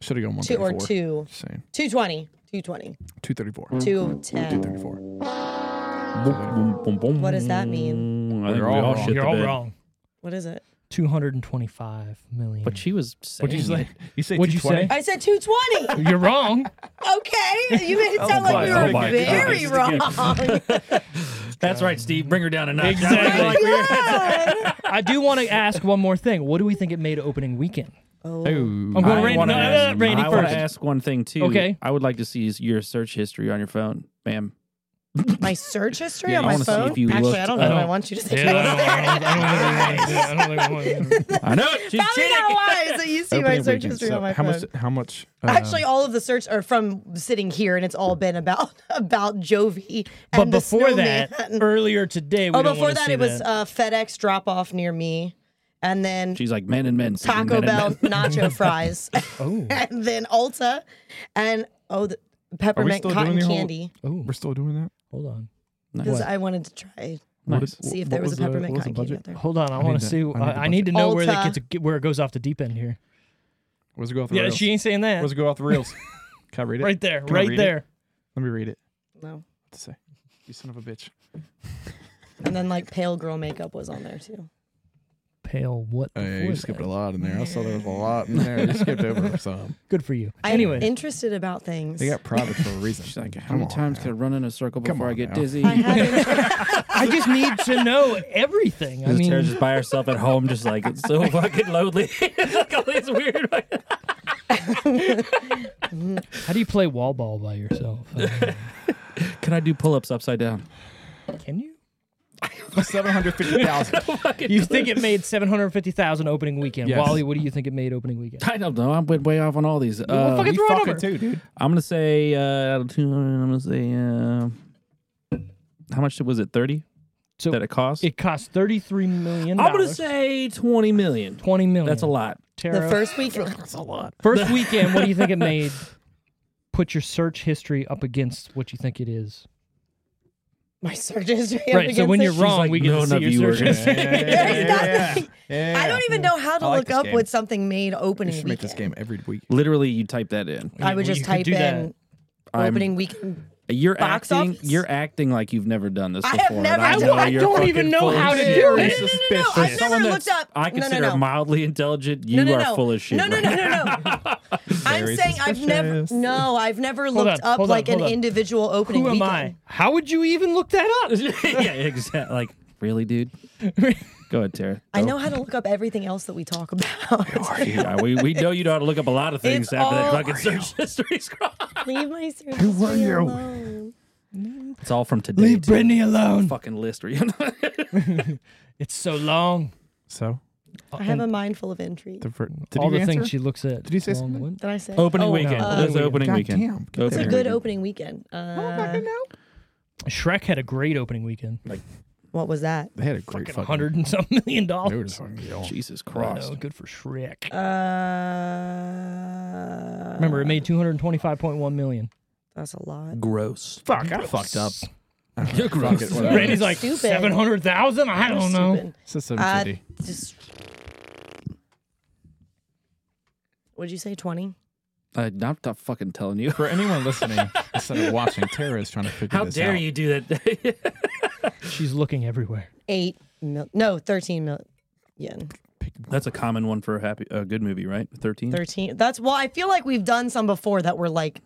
[SPEAKER 3] Should have gone one
[SPEAKER 4] Two or two.
[SPEAKER 3] Same.
[SPEAKER 4] 220. 220.
[SPEAKER 3] 234.
[SPEAKER 4] 210.
[SPEAKER 3] 234.
[SPEAKER 4] What does that mean?
[SPEAKER 2] I think
[SPEAKER 3] You're
[SPEAKER 2] we
[SPEAKER 3] all
[SPEAKER 2] all
[SPEAKER 3] wrong.
[SPEAKER 2] shit
[SPEAKER 1] You're
[SPEAKER 2] the
[SPEAKER 1] all
[SPEAKER 2] bed.
[SPEAKER 1] wrong.
[SPEAKER 4] What is it?
[SPEAKER 1] 225 million.
[SPEAKER 2] But she was saying.
[SPEAKER 3] What'd you say? You say
[SPEAKER 1] What'd you
[SPEAKER 3] 220?
[SPEAKER 1] say?
[SPEAKER 4] I
[SPEAKER 1] <laughs>
[SPEAKER 4] said 220.
[SPEAKER 1] You're wrong.
[SPEAKER 4] okay. You made it sound
[SPEAKER 2] my-
[SPEAKER 4] like we
[SPEAKER 2] oh
[SPEAKER 4] were
[SPEAKER 2] my
[SPEAKER 4] very wrong.
[SPEAKER 2] That's right, Steve. Bring her down a notch.
[SPEAKER 1] Exactly.
[SPEAKER 4] God.
[SPEAKER 1] I do want to ask one more thing. What do we think it made opening weekend?
[SPEAKER 3] Ooh.
[SPEAKER 4] Oh.
[SPEAKER 1] I'm going
[SPEAKER 2] I
[SPEAKER 1] Randy.
[SPEAKER 2] wanna
[SPEAKER 1] No, no, no,
[SPEAKER 2] ask-
[SPEAKER 1] Randy
[SPEAKER 2] I wanna
[SPEAKER 1] first.
[SPEAKER 2] ask one thing too.
[SPEAKER 1] Okay.
[SPEAKER 2] I would like to see your search history on your phone,
[SPEAKER 4] <laughs>
[SPEAKER 2] ma'am.
[SPEAKER 4] My search history
[SPEAKER 2] Yeah,
[SPEAKER 4] on
[SPEAKER 2] I
[SPEAKER 4] my
[SPEAKER 2] wanna see
[SPEAKER 4] phone.
[SPEAKER 2] if you
[SPEAKER 4] Actually,
[SPEAKER 2] looked
[SPEAKER 4] I don't know.
[SPEAKER 2] up.
[SPEAKER 4] I want you to see.
[SPEAKER 1] Yeah, I don't- I don't- I don't think we want to do that. I don't think we want to do that.
[SPEAKER 2] I know. it. She's
[SPEAKER 4] <laughs> Probably
[SPEAKER 2] cheating.
[SPEAKER 4] not wise that you see my
[SPEAKER 3] Opening
[SPEAKER 4] search
[SPEAKER 3] weekend.
[SPEAKER 4] history
[SPEAKER 3] So
[SPEAKER 4] on my
[SPEAKER 3] how
[SPEAKER 4] phone.
[SPEAKER 3] Much, how much? uh,
[SPEAKER 4] Actually, all of the search are from sitting here, and it's all been about <laughs> about Jovi
[SPEAKER 1] But
[SPEAKER 4] and the
[SPEAKER 1] before that,
[SPEAKER 4] <laughs> snowman.
[SPEAKER 1] earlier today, we
[SPEAKER 4] oh,
[SPEAKER 1] don't
[SPEAKER 4] before
[SPEAKER 1] wanna
[SPEAKER 4] that,
[SPEAKER 1] see
[SPEAKER 4] it was uh, FedEx drop off near me, and then
[SPEAKER 2] She's like men and men. seeking
[SPEAKER 4] Taco
[SPEAKER 2] men and
[SPEAKER 4] Bell
[SPEAKER 3] <laughs>
[SPEAKER 2] men. <laughs>
[SPEAKER 4] nacho fries,
[SPEAKER 3] Oh.
[SPEAKER 4] <laughs> and then Ulta, and oh, the peppermint
[SPEAKER 3] still
[SPEAKER 4] cotton
[SPEAKER 3] doing the whole-
[SPEAKER 4] candy
[SPEAKER 1] oh,
[SPEAKER 3] um, We're still doing that?
[SPEAKER 1] hold on,
[SPEAKER 4] because I wanted to try
[SPEAKER 3] What is-
[SPEAKER 4] see if
[SPEAKER 3] what
[SPEAKER 4] there was, a
[SPEAKER 3] the-
[SPEAKER 4] peppermint
[SPEAKER 3] what
[SPEAKER 4] cotton
[SPEAKER 3] the
[SPEAKER 4] candy
[SPEAKER 3] budget?
[SPEAKER 4] out there.
[SPEAKER 1] hold on. I
[SPEAKER 3] need
[SPEAKER 1] want to
[SPEAKER 3] to-
[SPEAKER 1] see.
[SPEAKER 3] I need
[SPEAKER 1] I,
[SPEAKER 3] to
[SPEAKER 1] I need to know where that
[SPEAKER 4] Ulta.
[SPEAKER 1] gets where it goes off the deep end here.
[SPEAKER 3] What does it go off the
[SPEAKER 1] Yeah,
[SPEAKER 3] rails?
[SPEAKER 1] she ain't saying that.
[SPEAKER 3] What does it go off the rails? Can I read it?
[SPEAKER 1] Right there,
[SPEAKER 3] Can I
[SPEAKER 1] right
[SPEAKER 3] read it?
[SPEAKER 1] there.
[SPEAKER 3] Let me read it.
[SPEAKER 4] No,
[SPEAKER 3] What to say? You son of a bitch.
[SPEAKER 4] and then like pale girl makeup was on there too.
[SPEAKER 1] Pale what?
[SPEAKER 3] Hey,
[SPEAKER 1] before
[SPEAKER 3] Oh, you skipped
[SPEAKER 1] that?
[SPEAKER 3] a lot in there. I saw there was a lot in there. You skipped over some.
[SPEAKER 1] Good for you.
[SPEAKER 4] I'm
[SPEAKER 1] anyway,
[SPEAKER 4] interested about things.
[SPEAKER 3] They got private for a reason.
[SPEAKER 2] She's like, how many times can I run in a circle
[SPEAKER 3] Come
[SPEAKER 2] before I
[SPEAKER 3] on
[SPEAKER 2] get
[SPEAKER 3] now.
[SPEAKER 2] dizzy?
[SPEAKER 4] I haven't
[SPEAKER 1] I just need to know everything. I
[SPEAKER 2] Just Tara's
[SPEAKER 1] mean,
[SPEAKER 2] just by herself at home, just like it's so fucking lonely. <laughs> It's like all these weird.
[SPEAKER 1] how do you play wall ball by yourself? Uh,
[SPEAKER 2] Can I do pull-ups upside down?
[SPEAKER 1] can you?
[SPEAKER 3] Seven hundred fifty thousand.
[SPEAKER 1] You think it made seven hundred fifty thousand opening weekend?
[SPEAKER 3] Yes.
[SPEAKER 1] Wally, what do you think it made opening weekend?
[SPEAKER 2] I don't know. I'm way off on all these. Uh,
[SPEAKER 1] fucking throw a
[SPEAKER 3] fucking
[SPEAKER 1] number.
[SPEAKER 3] too, dude.
[SPEAKER 2] I'm gonna say uh, out of 200. I'm gonna say uh, how much was it? 30
[SPEAKER 1] So
[SPEAKER 2] that it cost?
[SPEAKER 1] it cost thirty three million.
[SPEAKER 2] I'm gonna say 20 million.
[SPEAKER 1] twenty million.
[SPEAKER 2] That's a lot.
[SPEAKER 1] Tara,
[SPEAKER 4] the first
[SPEAKER 3] <laughs>
[SPEAKER 4] week.
[SPEAKER 3] That's a lot.
[SPEAKER 1] First weekend, what do you think it made? Put your search history up against what you think it is.
[SPEAKER 4] My search history. up
[SPEAKER 1] Right. So
[SPEAKER 4] against
[SPEAKER 1] when
[SPEAKER 4] the
[SPEAKER 1] you're
[SPEAKER 4] sh- <laughs>
[SPEAKER 1] wrong,
[SPEAKER 2] like,
[SPEAKER 1] we get to
[SPEAKER 2] none
[SPEAKER 1] see
[SPEAKER 2] of
[SPEAKER 1] your
[SPEAKER 2] you were
[SPEAKER 1] search
[SPEAKER 2] gonna-
[SPEAKER 3] <laughs>
[SPEAKER 1] history.
[SPEAKER 4] There's nothing.
[SPEAKER 3] Yeah,
[SPEAKER 4] I don't even know how to
[SPEAKER 3] I like
[SPEAKER 4] look
[SPEAKER 3] this
[SPEAKER 4] up
[SPEAKER 3] game.
[SPEAKER 4] what something made opening
[SPEAKER 3] We should make
[SPEAKER 4] weekend.
[SPEAKER 3] this game every week.
[SPEAKER 2] Literally, you type that in. Uh,
[SPEAKER 4] I would
[SPEAKER 1] Well,
[SPEAKER 4] just
[SPEAKER 1] you could
[SPEAKER 4] type
[SPEAKER 1] do that.
[SPEAKER 4] in
[SPEAKER 2] I'm-
[SPEAKER 4] opening weekend.
[SPEAKER 2] You're
[SPEAKER 4] Box
[SPEAKER 2] acting.
[SPEAKER 4] office?
[SPEAKER 2] You're acting like you've never done this
[SPEAKER 4] I
[SPEAKER 2] before.
[SPEAKER 4] have
[SPEAKER 2] and
[SPEAKER 4] never-
[SPEAKER 2] I,
[SPEAKER 4] I
[SPEAKER 2] know
[SPEAKER 4] w- I
[SPEAKER 2] you're
[SPEAKER 1] don't even
[SPEAKER 2] fucking
[SPEAKER 1] know
[SPEAKER 2] full
[SPEAKER 1] how
[SPEAKER 2] of
[SPEAKER 1] to
[SPEAKER 2] shit.
[SPEAKER 1] do
[SPEAKER 4] No, no,
[SPEAKER 1] it.
[SPEAKER 4] no, no, no,
[SPEAKER 2] Suspicious.
[SPEAKER 4] no. I've never
[SPEAKER 3] Someone
[SPEAKER 4] looked
[SPEAKER 3] that's-
[SPEAKER 4] up.
[SPEAKER 2] I consider
[SPEAKER 4] no, no, no.
[SPEAKER 2] mildly intelligent. You
[SPEAKER 4] no, no,
[SPEAKER 2] are
[SPEAKER 4] no.
[SPEAKER 2] full of shit.
[SPEAKER 4] No, no,
[SPEAKER 2] right
[SPEAKER 4] no,
[SPEAKER 2] now.
[SPEAKER 4] no, no. <laughs> I'm
[SPEAKER 3] Very
[SPEAKER 4] saying I've never.
[SPEAKER 3] suspicious.
[SPEAKER 4] No, I've never
[SPEAKER 1] Hold
[SPEAKER 4] looked
[SPEAKER 1] on,
[SPEAKER 4] up
[SPEAKER 1] hold on,
[SPEAKER 4] like an
[SPEAKER 1] hold on.
[SPEAKER 4] individual opening.
[SPEAKER 1] Who am
[SPEAKER 4] weekend.
[SPEAKER 1] I? How would you even look that up?
[SPEAKER 2] <laughs> yeah, exactly. Like, really, dude? Go ahead, Tara.
[SPEAKER 4] I know how to look up everything else that we talk <laughs> about.
[SPEAKER 2] Yeah, Uh, we, we know you know how to look up a lot of things
[SPEAKER 4] It's
[SPEAKER 2] after that
[SPEAKER 4] all
[SPEAKER 2] fucking search history <laughs> scroll.
[SPEAKER 4] Leave my search
[SPEAKER 3] Who are
[SPEAKER 4] history
[SPEAKER 3] you?
[SPEAKER 4] alone.
[SPEAKER 2] It's all from today.
[SPEAKER 1] Leave
[SPEAKER 2] too.
[SPEAKER 1] Brittany alone.
[SPEAKER 2] <laughs> Fucking list. Are you <laughs>
[SPEAKER 1] It's so long.
[SPEAKER 3] So
[SPEAKER 4] I have a mind full of intrigue.
[SPEAKER 3] the ver- did
[SPEAKER 1] All
[SPEAKER 3] you
[SPEAKER 1] the
[SPEAKER 3] answer?
[SPEAKER 1] things she looks at.
[SPEAKER 3] Did you say
[SPEAKER 1] Long
[SPEAKER 3] something?
[SPEAKER 1] one.
[SPEAKER 4] Did I say?
[SPEAKER 2] opening
[SPEAKER 1] Oh, no.
[SPEAKER 2] weekend.
[SPEAKER 1] Uh,
[SPEAKER 2] That's the opening
[SPEAKER 3] God
[SPEAKER 2] weekend.
[SPEAKER 3] damn. Get
[SPEAKER 4] it's
[SPEAKER 2] Opening
[SPEAKER 4] a
[SPEAKER 3] there.
[SPEAKER 4] good
[SPEAKER 2] weekend.
[SPEAKER 4] opening weekend. Uh,
[SPEAKER 1] Shrek had a great opening weekend.
[SPEAKER 4] Uh, what was that?
[SPEAKER 3] They had a great
[SPEAKER 1] Fucking a
[SPEAKER 3] fucking.
[SPEAKER 1] hundred and some million
[SPEAKER 3] They were
[SPEAKER 1] dollars.
[SPEAKER 3] just fucking yelling.
[SPEAKER 2] Jesus
[SPEAKER 1] I
[SPEAKER 2] Christ.
[SPEAKER 1] know, good for Shrek.
[SPEAKER 4] Uh,
[SPEAKER 1] Remember, it made two hundred twenty-five point one million.
[SPEAKER 4] That's a lot.
[SPEAKER 2] Gross.
[SPEAKER 3] Fuck, I fucked up.
[SPEAKER 2] <laughs> You're gross.
[SPEAKER 3] it,
[SPEAKER 1] <laughs>
[SPEAKER 3] whatever.
[SPEAKER 1] Randy's like
[SPEAKER 4] Stupid.
[SPEAKER 1] seven hundred thousand. I don't know.
[SPEAKER 4] Stupid.
[SPEAKER 3] It's a
[SPEAKER 4] Uh,
[SPEAKER 3] 750.
[SPEAKER 4] just. Would you say twenty?
[SPEAKER 2] I'm not, not fucking telling you.
[SPEAKER 3] For anyone listening, instead of watching, Tara is trying to figure
[SPEAKER 2] How
[SPEAKER 3] this
[SPEAKER 2] dare
[SPEAKER 3] out.
[SPEAKER 2] you do that? <laughs>
[SPEAKER 1] She's looking everywhere.
[SPEAKER 4] Eight mil- no, thirteen million yen.
[SPEAKER 2] That's a common one for a happy, a good movie, right? Thirteen.
[SPEAKER 4] Thirteen. That's well, I feel like we've done some before that were like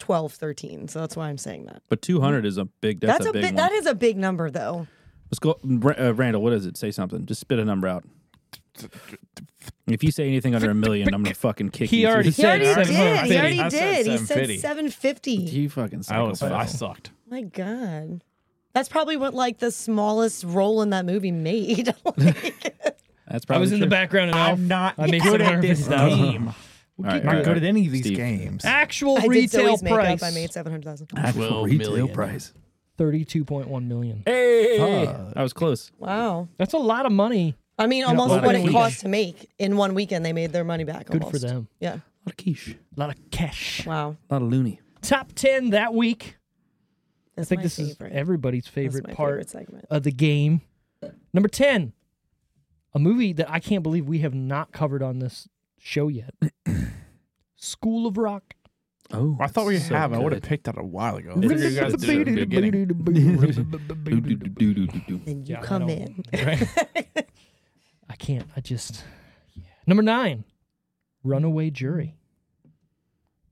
[SPEAKER 4] 12, 13. So that's why I'm saying that.
[SPEAKER 2] But two hundred is a big. That's, a, big.
[SPEAKER 4] bi-
[SPEAKER 2] one.
[SPEAKER 4] that is a big number though.
[SPEAKER 2] Let's go, Ra- uh, Randall. What is it? Say something. Just spit a number out. If you say anything under a million, I'm gonna fucking kick
[SPEAKER 1] He
[SPEAKER 2] you.
[SPEAKER 1] already
[SPEAKER 4] He
[SPEAKER 1] Said
[SPEAKER 4] already did.
[SPEAKER 1] 750.
[SPEAKER 4] He already
[SPEAKER 3] I said
[SPEAKER 4] did. He said
[SPEAKER 3] 750.
[SPEAKER 4] seven
[SPEAKER 2] <laughs>
[SPEAKER 4] fifty.
[SPEAKER 2] You fucking.
[SPEAKER 3] I was
[SPEAKER 2] psychopath.
[SPEAKER 3] I sucked.
[SPEAKER 4] My God. That's probably what like the smallest role in that movie made. <laughs> Like,
[SPEAKER 1] I
[SPEAKER 2] That's probably
[SPEAKER 1] was in the
[SPEAKER 2] true.
[SPEAKER 1] background and
[SPEAKER 3] I'm not
[SPEAKER 1] I made
[SPEAKER 3] good at
[SPEAKER 1] $750.
[SPEAKER 3] this game.
[SPEAKER 2] All right,
[SPEAKER 3] I'm not
[SPEAKER 2] all
[SPEAKER 3] good
[SPEAKER 2] right.
[SPEAKER 3] at any of these
[SPEAKER 2] Steve.
[SPEAKER 1] <laughs>
[SPEAKER 3] games.
[SPEAKER 1] Actual
[SPEAKER 4] I did
[SPEAKER 1] retail
[SPEAKER 4] Zoe's
[SPEAKER 1] price.
[SPEAKER 4] makeup. I made seven hundred thousand.
[SPEAKER 2] Actual
[SPEAKER 5] 12
[SPEAKER 2] retail
[SPEAKER 5] million.
[SPEAKER 2] price.
[SPEAKER 1] Thirty-two point one million.
[SPEAKER 2] Hey, I was close.
[SPEAKER 4] Wow.
[SPEAKER 1] That's a lot of money.
[SPEAKER 4] I mean, almost
[SPEAKER 2] lot
[SPEAKER 4] what
[SPEAKER 2] of
[SPEAKER 4] it
[SPEAKER 2] quiche.
[SPEAKER 4] cost to make in one weekend. They made their money back.
[SPEAKER 1] Good for
[SPEAKER 4] Almost.
[SPEAKER 1] them.
[SPEAKER 4] Yeah.
[SPEAKER 2] A lot of quiche.
[SPEAKER 1] A lot of cash.
[SPEAKER 4] Wow.
[SPEAKER 2] A lot of loony.
[SPEAKER 1] Top ten that week. I
[SPEAKER 4] That's
[SPEAKER 1] think
[SPEAKER 4] my
[SPEAKER 1] this
[SPEAKER 4] favorite.
[SPEAKER 1] is everybody's
[SPEAKER 4] That's
[SPEAKER 1] favorite
[SPEAKER 4] my
[SPEAKER 1] part
[SPEAKER 4] favorite segment.
[SPEAKER 1] of the game. Number ten, a movie that I can't believe we have not covered on this show
[SPEAKER 4] <coughs>
[SPEAKER 1] yet. School of Rock.
[SPEAKER 2] Oh,
[SPEAKER 3] Ah, I thought we
[SPEAKER 2] so
[SPEAKER 3] have. I would have
[SPEAKER 2] good.
[SPEAKER 3] picked that a while ago.
[SPEAKER 2] It's-
[SPEAKER 3] Figured you guys did it at the beginning.
[SPEAKER 4] Then you
[SPEAKER 1] Yeah, I
[SPEAKER 4] come
[SPEAKER 1] don't-
[SPEAKER 4] in. <laughs>
[SPEAKER 1] I can't. I just. yeah. Number nine, Runaway Jury.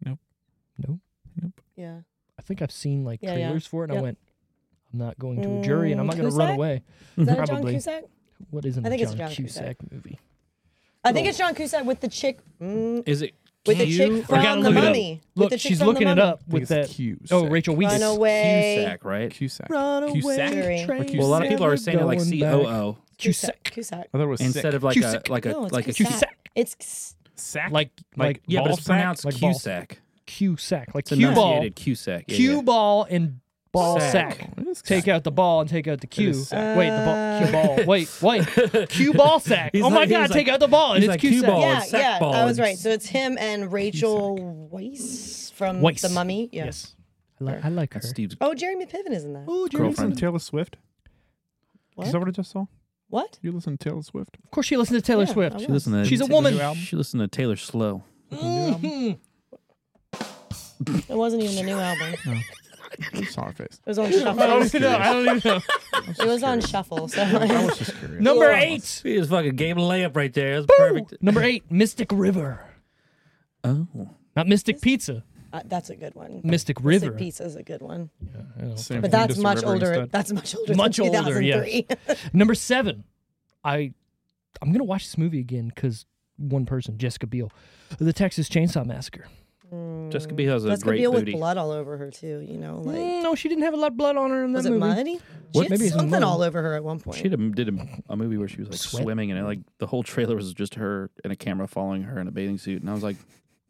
[SPEAKER 3] Nope.
[SPEAKER 1] Nope.
[SPEAKER 4] <laughs> Yeah.
[SPEAKER 1] I think I've seen like
[SPEAKER 4] Yeah, yeah.
[SPEAKER 1] trailers for it, and I
[SPEAKER 4] Yep. Mm,
[SPEAKER 1] went, I'm not going to a jury, and I'm not going to run
[SPEAKER 4] Cusack?
[SPEAKER 1] away.
[SPEAKER 4] Is that a John
[SPEAKER 1] Probably.
[SPEAKER 4] Cusack?
[SPEAKER 1] What isn't
[SPEAKER 4] I think
[SPEAKER 1] a
[SPEAKER 4] it's
[SPEAKER 1] John,
[SPEAKER 4] a John
[SPEAKER 1] Cusack, movie?
[SPEAKER 4] I think it's John Cusack with the chick. Mm,
[SPEAKER 2] Is it
[SPEAKER 4] <laughs> with the
[SPEAKER 2] Q
[SPEAKER 4] chick
[SPEAKER 2] or
[SPEAKER 1] I gotta
[SPEAKER 4] from the
[SPEAKER 1] look it up.
[SPEAKER 4] mummy. With
[SPEAKER 1] Look,
[SPEAKER 4] the chick
[SPEAKER 1] she's
[SPEAKER 4] from The
[SPEAKER 1] looking it
[SPEAKER 4] Mummy.
[SPEAKER 1] up
[SPEAKER 3] think
[SPEAKER 1] with that.
[SPEAKER 3] it's
[SPEAKER 1] oh,
[SPEAKER 3] Cusack.
[SPEAKER 1] Rachel Weisz.
[SPEAKER 4] Run away.
[SPEAKER 2] Cusack, right?
[SPEAKER 3] Cusack.
[SPEAKER 1] Run away.
[SPEAKER 3] Cusack?
[SPEAKER 4] Train.
[SPEAKER 2] Well, a lot of people are saying it like C O O
[SPEAKER 4] Cusack. Cusack.
[SPEAKER 3] I thought it was
[SPEAKER 2] instead
[SPEAKER 3] sick.
[SPEAKER 2] of like
[SPEAKER 1] Cusack.
[SPEAKER 2] a like a
[SPEAKER 4] No, it's
[SPEAKER 2] like a
[SPEAKER 4] Cusack.
[SPEAKER 1] Cusack.
[SPEAKER 4] It's c-
[SPEAKER 3] sack.
[SPEAKER 1] Like like
[SPEAKER 2] yeah, but it's
[SPEAKER 3] ballsack?
[SPEAKER 2] pronounced
[SPEAKER 1] Like ball.
[SPEAKER 2] Cusack.
[SPEAKER 1] Q sack, like
[SPEAKER 2] It's
[SPEAKER 1] cue ball,
[SPEAKER 2] enunciated Cusack. Yeah,
[SPEAKER 1] cue
[SPEAKER 2] yeah.
[SPEAKER 1] ball and ball
[SPEAKER 2] Sack.
[SPEAKER 1] sack.
[SPEAKER 3] It is
[SPEAKER 1] Take out the ball and take out the cue. Wait,
[SPEAKER 3] is sack.
[SPEAKER 1] the ball,
[SPEAKER 2] <laughs>
[SPEAKER 1] cue ball. Wait, wait, cue ball sack.
[SPEAKER 2] He's
[SPEAKER 1] oh my
[SPEAKER 2] like-
[SPEAKER 1] god,
[SPEAKER 2] he's
[SPEAKER 1] take
[SPEAKER 2] like-
[SPEAKER 1] out the ball and
[SPEAKER 2] he's
[SPEAKER 1] it's
[SPEAKER 2] like,
[SPEAKER 1] cue
[SPEAKER 2] cue
[SPEAKER 1] sack.
[SPEAKER 2] ball. Oh,
[SPEAKER 4] yeah,
[SPEAKER 2] it's
[SPEAKER 4] yeah.
[SPEAKER 2] Sackball.
[SPEAKER 4] I was right.
[SPEAKER 2] It's-
[SPEAKER 4] So it's him and Rachel Weiss from
[SPEAKER 1] Weisz.
[SPEAKER 4] The Mummy. Yeah.
[SPEAKER 1] Yes, I, li- I like her.
[SPEAKER 2] That's Steve's
[SPEAKER 4] Oh, Jeremy Piven is in that.
[SPEAKER 3] Ooh, you listen
[SPEAKER 2] girlfriend.
[SPEAKER 3] to Taylor Swift?
[SPEAKER 4] What?
[SPEAKER 3] Is that what I just saw?
[SPEAKER 4] What?
[SPEAKER 3] You listen to Taylor <laughs> Swift?
[SPEAKER 1] Of course, she listened to Taylor
[SPEAKER 4] Yeah, I
[SPEAKER 1] Swift.
[SPEAKER 4] was.
[SPEAKER 2] She listened to
[SPEAKER 1] She's a woman.
[SPEAKER 2] She listened to Taylor Slow.
[SPEAKER 4] It wasn't even a new <laughs> album. It
[SPEAKER 3] I saw her face.
[SPEAKER 4] was on <laughs> shuffle.
[SPEAKER 1] No, I don't
[SPEAKER 4] <laughs>
[SPEAKER 1] even know.
[SPEAKER 4] it was on shuffle. So
[SPEAKER 3] I was just curious.
[SPEAKER 1] Number eight.
[SPEAKER 2] She just fucking gave a layup right there. That's perfect.
[SPEAKER 1] Number eight, Mystic River.
[SPEAKER 2] Oh,
[SPEAKER 1] Not Mystic Pizza.
[SPEAKER 4] Uh, that's a good one.
[SPEAKER 1] Mystic
[SPEAKER 4] Mystic
[SPEAKER 1] River.
[SPEAKER 4] Pizza is a good one,
[SPEAKER 3] Same thing,
[SPEAKER 4] but that's
[SPEAKER 3] just a
[SPEAKER 4] much
[SPEAKER 3] river
[SPEAKER 4] older.
[SPEAKER 3] instead.
[SPEAKER 4] That's much older.
[SPEAKER 1] Much
[SPEAKER 4] than
[SPEAKER 1] older, yes.
[SPEAKER 4] 2003.
[SPEAKER 1] Number seven, I I'm gonna watch this movie again because one person, Jessica Biel, the Texas Chainsaw Massacre.
[SPEAKER 2] Jessica Biel has a
[SPEAKER 4] That's gonna
[SPEAKER 2] great
[SPEAKER 4] deal with
[SPEAKER 2] booty.
[SPEAKER 4] blood all over her too. You know, like
[SPEAKER 1] Mm, no, she didn't have a lot of blood on her in that
[SPEAKER 4] was
[SPEAKER 1] movie.
[SPEAKER 4] it muddy?
[SPEAKER 1] What?
[SPEAKER 4] She had
[SPEAKER 1] Maybe it's
[SPEAKER 4] something
[SPEAKER 1] muddy.
[SPEAKER 4] all over her at one point.
[SPEAKER 2] She did, a, did a, a movie where she was like
[SPEAKER 1] Sweat.
[SPEAKER 2] swimming and like the whole trailer was just her and a camera following her in a bathing suit. And I was like,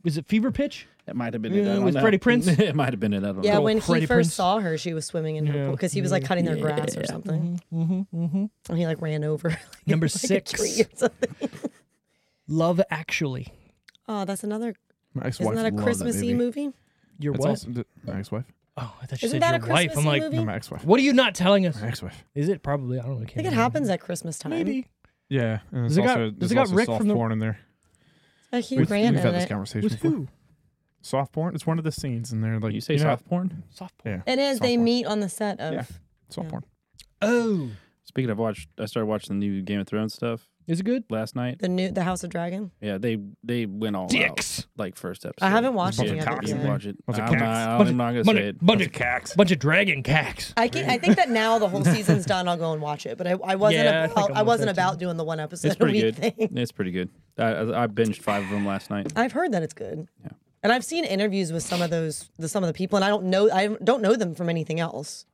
[SPEAKER 1] Is it Fever Pitch?
[SPEAKER 2] it might have been it.
[SPEAKER 1] Yeah,
[SPEAKER 2] I don't
[SPEAKER 1] with
[SPEAKER 2] know.
[SPEAKER 1] Mm, Freddie Prinze?
[SPEAKER 2] <laughs> it might have been it. I don't
[SPEAKER 4] yeah,
[SPEAKER 2] know.
[SPEAKER 4] when
[SPEAKER 1] Freddie
[SPEAKER 4] he first
[SPEAKER 1] Prinze.
[SPEAKER 4] saw her, she was swimming in her
[SPEAKER 1] Yeah.
[SPEAKER 4] pool because he was like cutting their grass or something, Mm-hmm. and he like ran over <laughs> like,
[SPEAKER 1] Number
[SPEAKER 4] like, a tree
[SPEAKER 1] six.
[SPEAKER 4] or something.
[SPEAKER 1] Love Actually.
[SPEAKER 4] Oh, that's another.
[SPEAKER 3] My ex-wife
[SPEAKER 4] Isn't that a
[SPEAKER 3] loved
[SPEAKER 4] Christmassy
[SPEAKER 3] movie?
[SPEAKER 4] movie?
[SPEAKER 1] Your
[SPEAKER 3] That's
[SPEAKER 1] what?
[SPEAKER 3] also- th- my ex-wife.
[SPEAKER 1] Oh, I thought you said
[SPEAKER 4] Isn't that a
[SPEAKER 1] your wife. I'm
[SPEAKER 4] Christmassy
[SPEAKER 1] like,
[SPEAKER 4] movie?
[SPEAKER 3] No, my ex-wife.
[SPEAKER 1] what are you not telling us?
[SPEAKER 3] My ex-wife.
[SPEAKER 1] Is it probably? I don't know.
[SPEAKER 4] I think it happens at Christmas time.
[SPEAKER 1] Maybe.
[SPEAKER 3] Yeah. And
[SPEAKER 1] Has
[SPEAKER 3] there's
[SPEAKER 1] it got-
[SPEAKER 3] also,
[SPEAKER 1] has it
[SPEAKER 3] there's
[SPEAKER 1] got
[SPEAKER 3] also
[SPEAKER 1] Rick
[SPEAKER 3] soft
[SPEAKER 1] from the-
[SPEAKER 3] porn in there.
[SPEAKER 4] A Hugh
[SPEAKER 3] We've,
[SPEAKER 4] Grant
[SPEAKER 3] we've
[SPEAKER 4] in
[SPEAKER 3] had this
[SPEAKER 4] it.
[SPEAKER 3] conversation
[SPEAKER 1] With
[SPEAKER 3] before.
[SPEAKER 1] who?
[SPEAKER 3] Soft porn? It's one of the scenes in there. Like
[SPEAKER 2] you say
[SPEAKER 3] you know-
[SPEAKER 2] soft porn?
[SPEAKER 1] Softball.
[SPEAKER 3] Yeah.
[SPEAKER 4] It is. They
[SPEAKER 3] Soft porn.
[SPEAKER 4] meet on the set of.
[SPEAKER 3] Yeah. Soft
[SPEAKER 4] Yeah.
[SPEAKER 3] porn.
[SPEAKER 1] Oh,
[SPEAKER 2] Speaking of watch, I started watching the new Game of Thrones stuff
[SPEAKER 1] is it good?
[SPEAKER 2] last night.
[SPEAKER 4] The new The House of Dragon.
[SPEAKER 2] Yeah, they they went all
[SPEAKER 1] Dicks.
[SPEAKER 2] out. Like first episode.
[SPEAKER 4] I haven't watched
[SPEAKER 3] Bunch
[SPEAKER 4] it
[SPEAKER 3] of
[SPEAKER 4] yet.
[SPEAKER 3] cocks
[SPEAKER 4] yeah.
[SPEAKER 2] You
[SPEAKER 3] in there.
[SPEAKER 2] watch it.
[SPEAKER 3] Bunch of
[SPEAKER 2] I'm
[SPEAKER 3] cats.
[SPEAKER 2] not, I'm not gonna
[SPEAKER 1] bunch
[SPEAKER 2] say
[SPEAKER 1] of,
[SPEAKER 2] it.
[SPEAKER 1] bunch of
[SPEAKER 3] cacks.
[SPEAKER 1] bunch of dragon cacks.
[SPEAKER 4] I can, I think that now the whole season's done. I'll go and watch it, but I, I wasn't
[SPEAKER 1] Yeah, I think
[SPEAKER 4] about
[SPEAKER 1] I'm
[SPEAKER 4] I,
[SPEAKER 1] with
[SPEAKER 4] wasn't
[SPEAKER 1] that too.
[SPEAKER 4] about doing the one episode
[SPEAKER 2] It's pretty
[SPEAKER 4] a
[SPEAKER 2] good.
[SPEAKER 4] week thing.
[SPEAKER 2] It's pretty good. I, I I binged five of them
[SPEAKER 1] <laughs>
[SPEAKER 2] last night.
[SPEAKER 4] I've heard that it's good, and I've seen interviews with some of those the, some of the people, and I don't know I don't know them from anything else.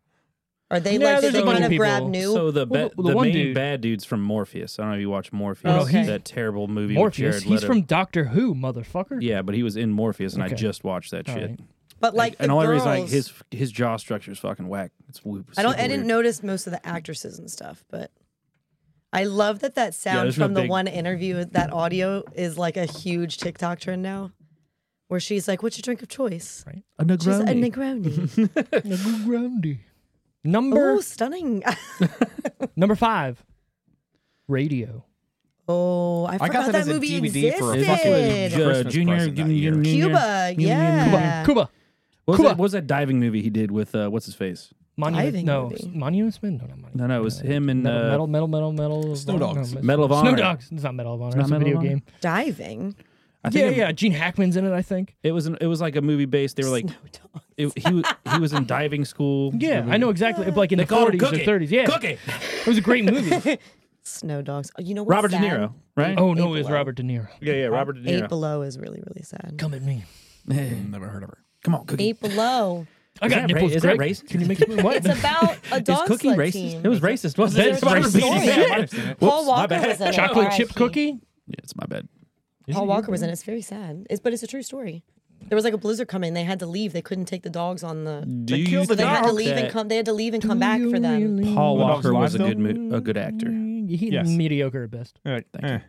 [SPEAKER 4] Are they
[SPEAKER 1] Yeah,
[SPEAKER 4] like did
[SPEAKER 1] there's a
[SPEAKER 4] they
[SPEAKER 1] bunch
[SPEAKER 4] kind
[SPEAKER 1] of
[SPEAKER 4] of grab
[SPEAKER 1] people.
[SPEAKER 4] new?
[SPEAKER 2] So the ba-
[SPEAKER 1] Well, the-
[SPEAKER 2] the,
[SPEAKER 1] the one
[SPEAKER 2] main
[SPEAKER 1] dude- Oh,
[SPEAKER 2] bad dude's from Morpheus. I don't know if you watch Morpheus.
[SPEAKER 4] Okay.
[SPEAKER 2] That terrible movie. with
[SPEAKER 1] Morpheus.
[SPEAKER 2] Jared
[SPEAKER 1] He's
[SPEAKER 2] Leto.
[SPEAKER 1] from Doctor Who, motherfucker.
[SPEAKER 2] Yeah, but he was in Morpheus, and
[SPEAKER 1] Okay.
[SPEAKER 2] I just watched that shit.
[SPEAKER 1] right.
[SPEAKER 4] but like the
[SPEAKER 2] and the only
[SPEAKER 4] girls,
[SPEAKER 2] reason I, his his jaw structure is fucking whack. It's w-
[SPEAKER 4] I don't
[SPEAKER 2] super
[SPEAKER 4] I didn't
[SPEAKER 2] weird.
[SPEAKER 4] notice most of the actresses and stuff, but I love that that sound
[SPEAKER 2] there's no
[SPEAKER 4] from the
[SPEAKER 2] big-
[SPEAKER 4] one interview that audio is like a huge TikTok trend now, where she's like, "What's your drink of choice?"
[SPEAKER 2] A
[SPEAKER 4] She's
[SPEAKER 2] Negroni.
[SPEAKER 4] a Negroni.
[SPEAKER 1] Number
[SPEAKER 4] Oh, stunning. <laughs>
[SPEAKER 1] number five, radio.
[SPEAKER 4] Oh, I
[SPEAKER 3] I
[SPEAKER 4] forgot
[SPEAKER 3] got that
[SPEAKER 4] that,
[SPEAKER 3] as a
[SPEAKER 4] movie
[SPEAKER 3] DVD
[SPEAKER 4] existed.
[SPEAKER 3] for a
[SPEAKER 2] Fucking
[SPEAKER 3] Did.
[SPEAKER 2] uh,
[SPEAKER 3] Christmas
[SPEAKER 2] junior,
[SPEAKER 3] present that
[SPEAKER 2] junior-
[SPEAKER 3] year.
[SPEAKER 2] junior-
[SPEAKER 4] Cuba,
[SPEAKER 2] junior-
[SPEAKER 4] yeah.
[SPEAKER 1] Cuba.
[SPEAKER 2] What was,
[SPEAKER 1] Cuba.
[SPEAKER 2] that, what was that diving movie he did with uh, what's his face?
[SPEAKER 1] Monument,
[SPEAKER 4] Diving
[SPEAKER 1] no,
[SPEAKER 4] movie.
[SPEAKER 1] Monuments Men. No, not Monuments.
[SPEAKER 2] No, no, it was him and
[SPEAKER 1] metal,
[SPEAKER 2] uh,
[SPEAKER 1] metal, metal, metal, metal.
[SPEAKER 3] Snow
[SPEAKER 1] no,
[SPEAKER 3] Dogs.
[SPEAKER 1] no,
[SPEAKER 2] Medal of Honor.
[SPEAKER 1] Snow Dogs. It's not Medal of Honor.
[SPEAKER 2] not
[SPEAKER 1] It's a
[SPEAKER 2] Medal
[SPEAKER 1] video
[SPEAKER 2] of Honor?
[SPEAKER 1] game.
[SPEAKER 4] Diving.
[SPEAKER 2] I think
[SPEAKER 1] Yeah,
[SPEAKER 2] it-
[SPEAKER 1] yeah. Gene Hackman's in it, I think.
[SPEAKER 2] It was an, it was like a movie based. They were like it, he wa-
[SPEAKER 1] <laughs>
[SPEAKER 2] he was in diving school.
[SPEAKER 1] Yeah, I know exactly. Like in the
[SPEAKER 2] called him
[SPEAKER 1] forties or
[SPEAKER 2] Cookie.
[SPEAKER 1] thirties. Yeah,
[SPEAKER 2] Cookie.
[SPEAKER 1] it was a great movie.
[SPEAKER 4] Snow Dogs. Oh, You know what?
[SPEAKER 2] Robert De Niro, right?
[SPEAKER 1] oh no,
[SPEAKER 4] Eight
[SPEAKER 1] it was
[SPEAKER 4] Below.
[SPEAKER 1] Robert De Niro.
[SPEAKER 2] yeah, yeah, Robert De
[SPEAKER 4] Eight
[SPEAKER 2] Niro.
[SPEAKER 4] Below is really, really sad.
[SPEAKER 1] Come at me.
[SPEAKER 3] Never heard of her.
[SPEAKER 2] Come on, Cookie. <laughs>
[SPEAKER 4] Eight Below.
[SPEAKER 1] I got
[SPEAKER 2] that ra-
[SPEAKER 1] nipples.
[SPEAKER 2] is that
[SPEAKER 1] Greg.
[SPEAKER 2] racist?
[SPEAKER 1] Can you make it? What?
[SPEAKER 4] It's about
[SPEAKER 2] <laughs>
[SPEAKER 4] a
[SPEAKER 2] Is
[SPEAKER 4] dog
[SPEAKER 2] Cookie
[SPEAKER 4] sled
[SPEAKER 2] racist?
[SPEAKER 4] team.
[SPEAKER 2] It was racist, wasn't
[SPEAKER 1] That's
[SPEAKER 2] it? About
[SPEAKER 1] racist.
[SPEAKER 2] repeating
[SPEAKER 1] Yeah.
[SPEAKER 2] that.
[SPEAKER 4] Paul
[SPEAKER 2] my
[SPEAKER 4] Walker
[SPEAKER 2] bad.
[SPEAKER 4] was in it.
[SPEAKER 1] chocolate chip
[SPEAKER 4] RIP.
[SPEAKER 1] cookie.
[SPEAKER 2] Yeah, it's my bad.
[SPEAKER 4] Paul Walker was in it. It's very sad. It's, but it's a true story. There was like a blizzard coming. They had to leave. They couldn't take the dogs on the.
[SPEAKER 2] Do you
[SPEAKER 4] They had to
[SPEAKER 2] think
[SPEAKER 4] leave and
[SPEAKER 2] that
[SPEAKER 4] come. They had to leave and come back for them.
[SPEAKER 2] Paul
[SPEAKER 3] Dog's
[SPEAKER 2] Walker was a
[SPEAKER 3] Alive,
[SPEAKER 2] good mo- a good actor?
[SPEAKER 1] He's
[SPEAKER 5] Yes.
[SPEAKER 1] Mm, mediocre at best.
[SPEAKER 5] All right. Thank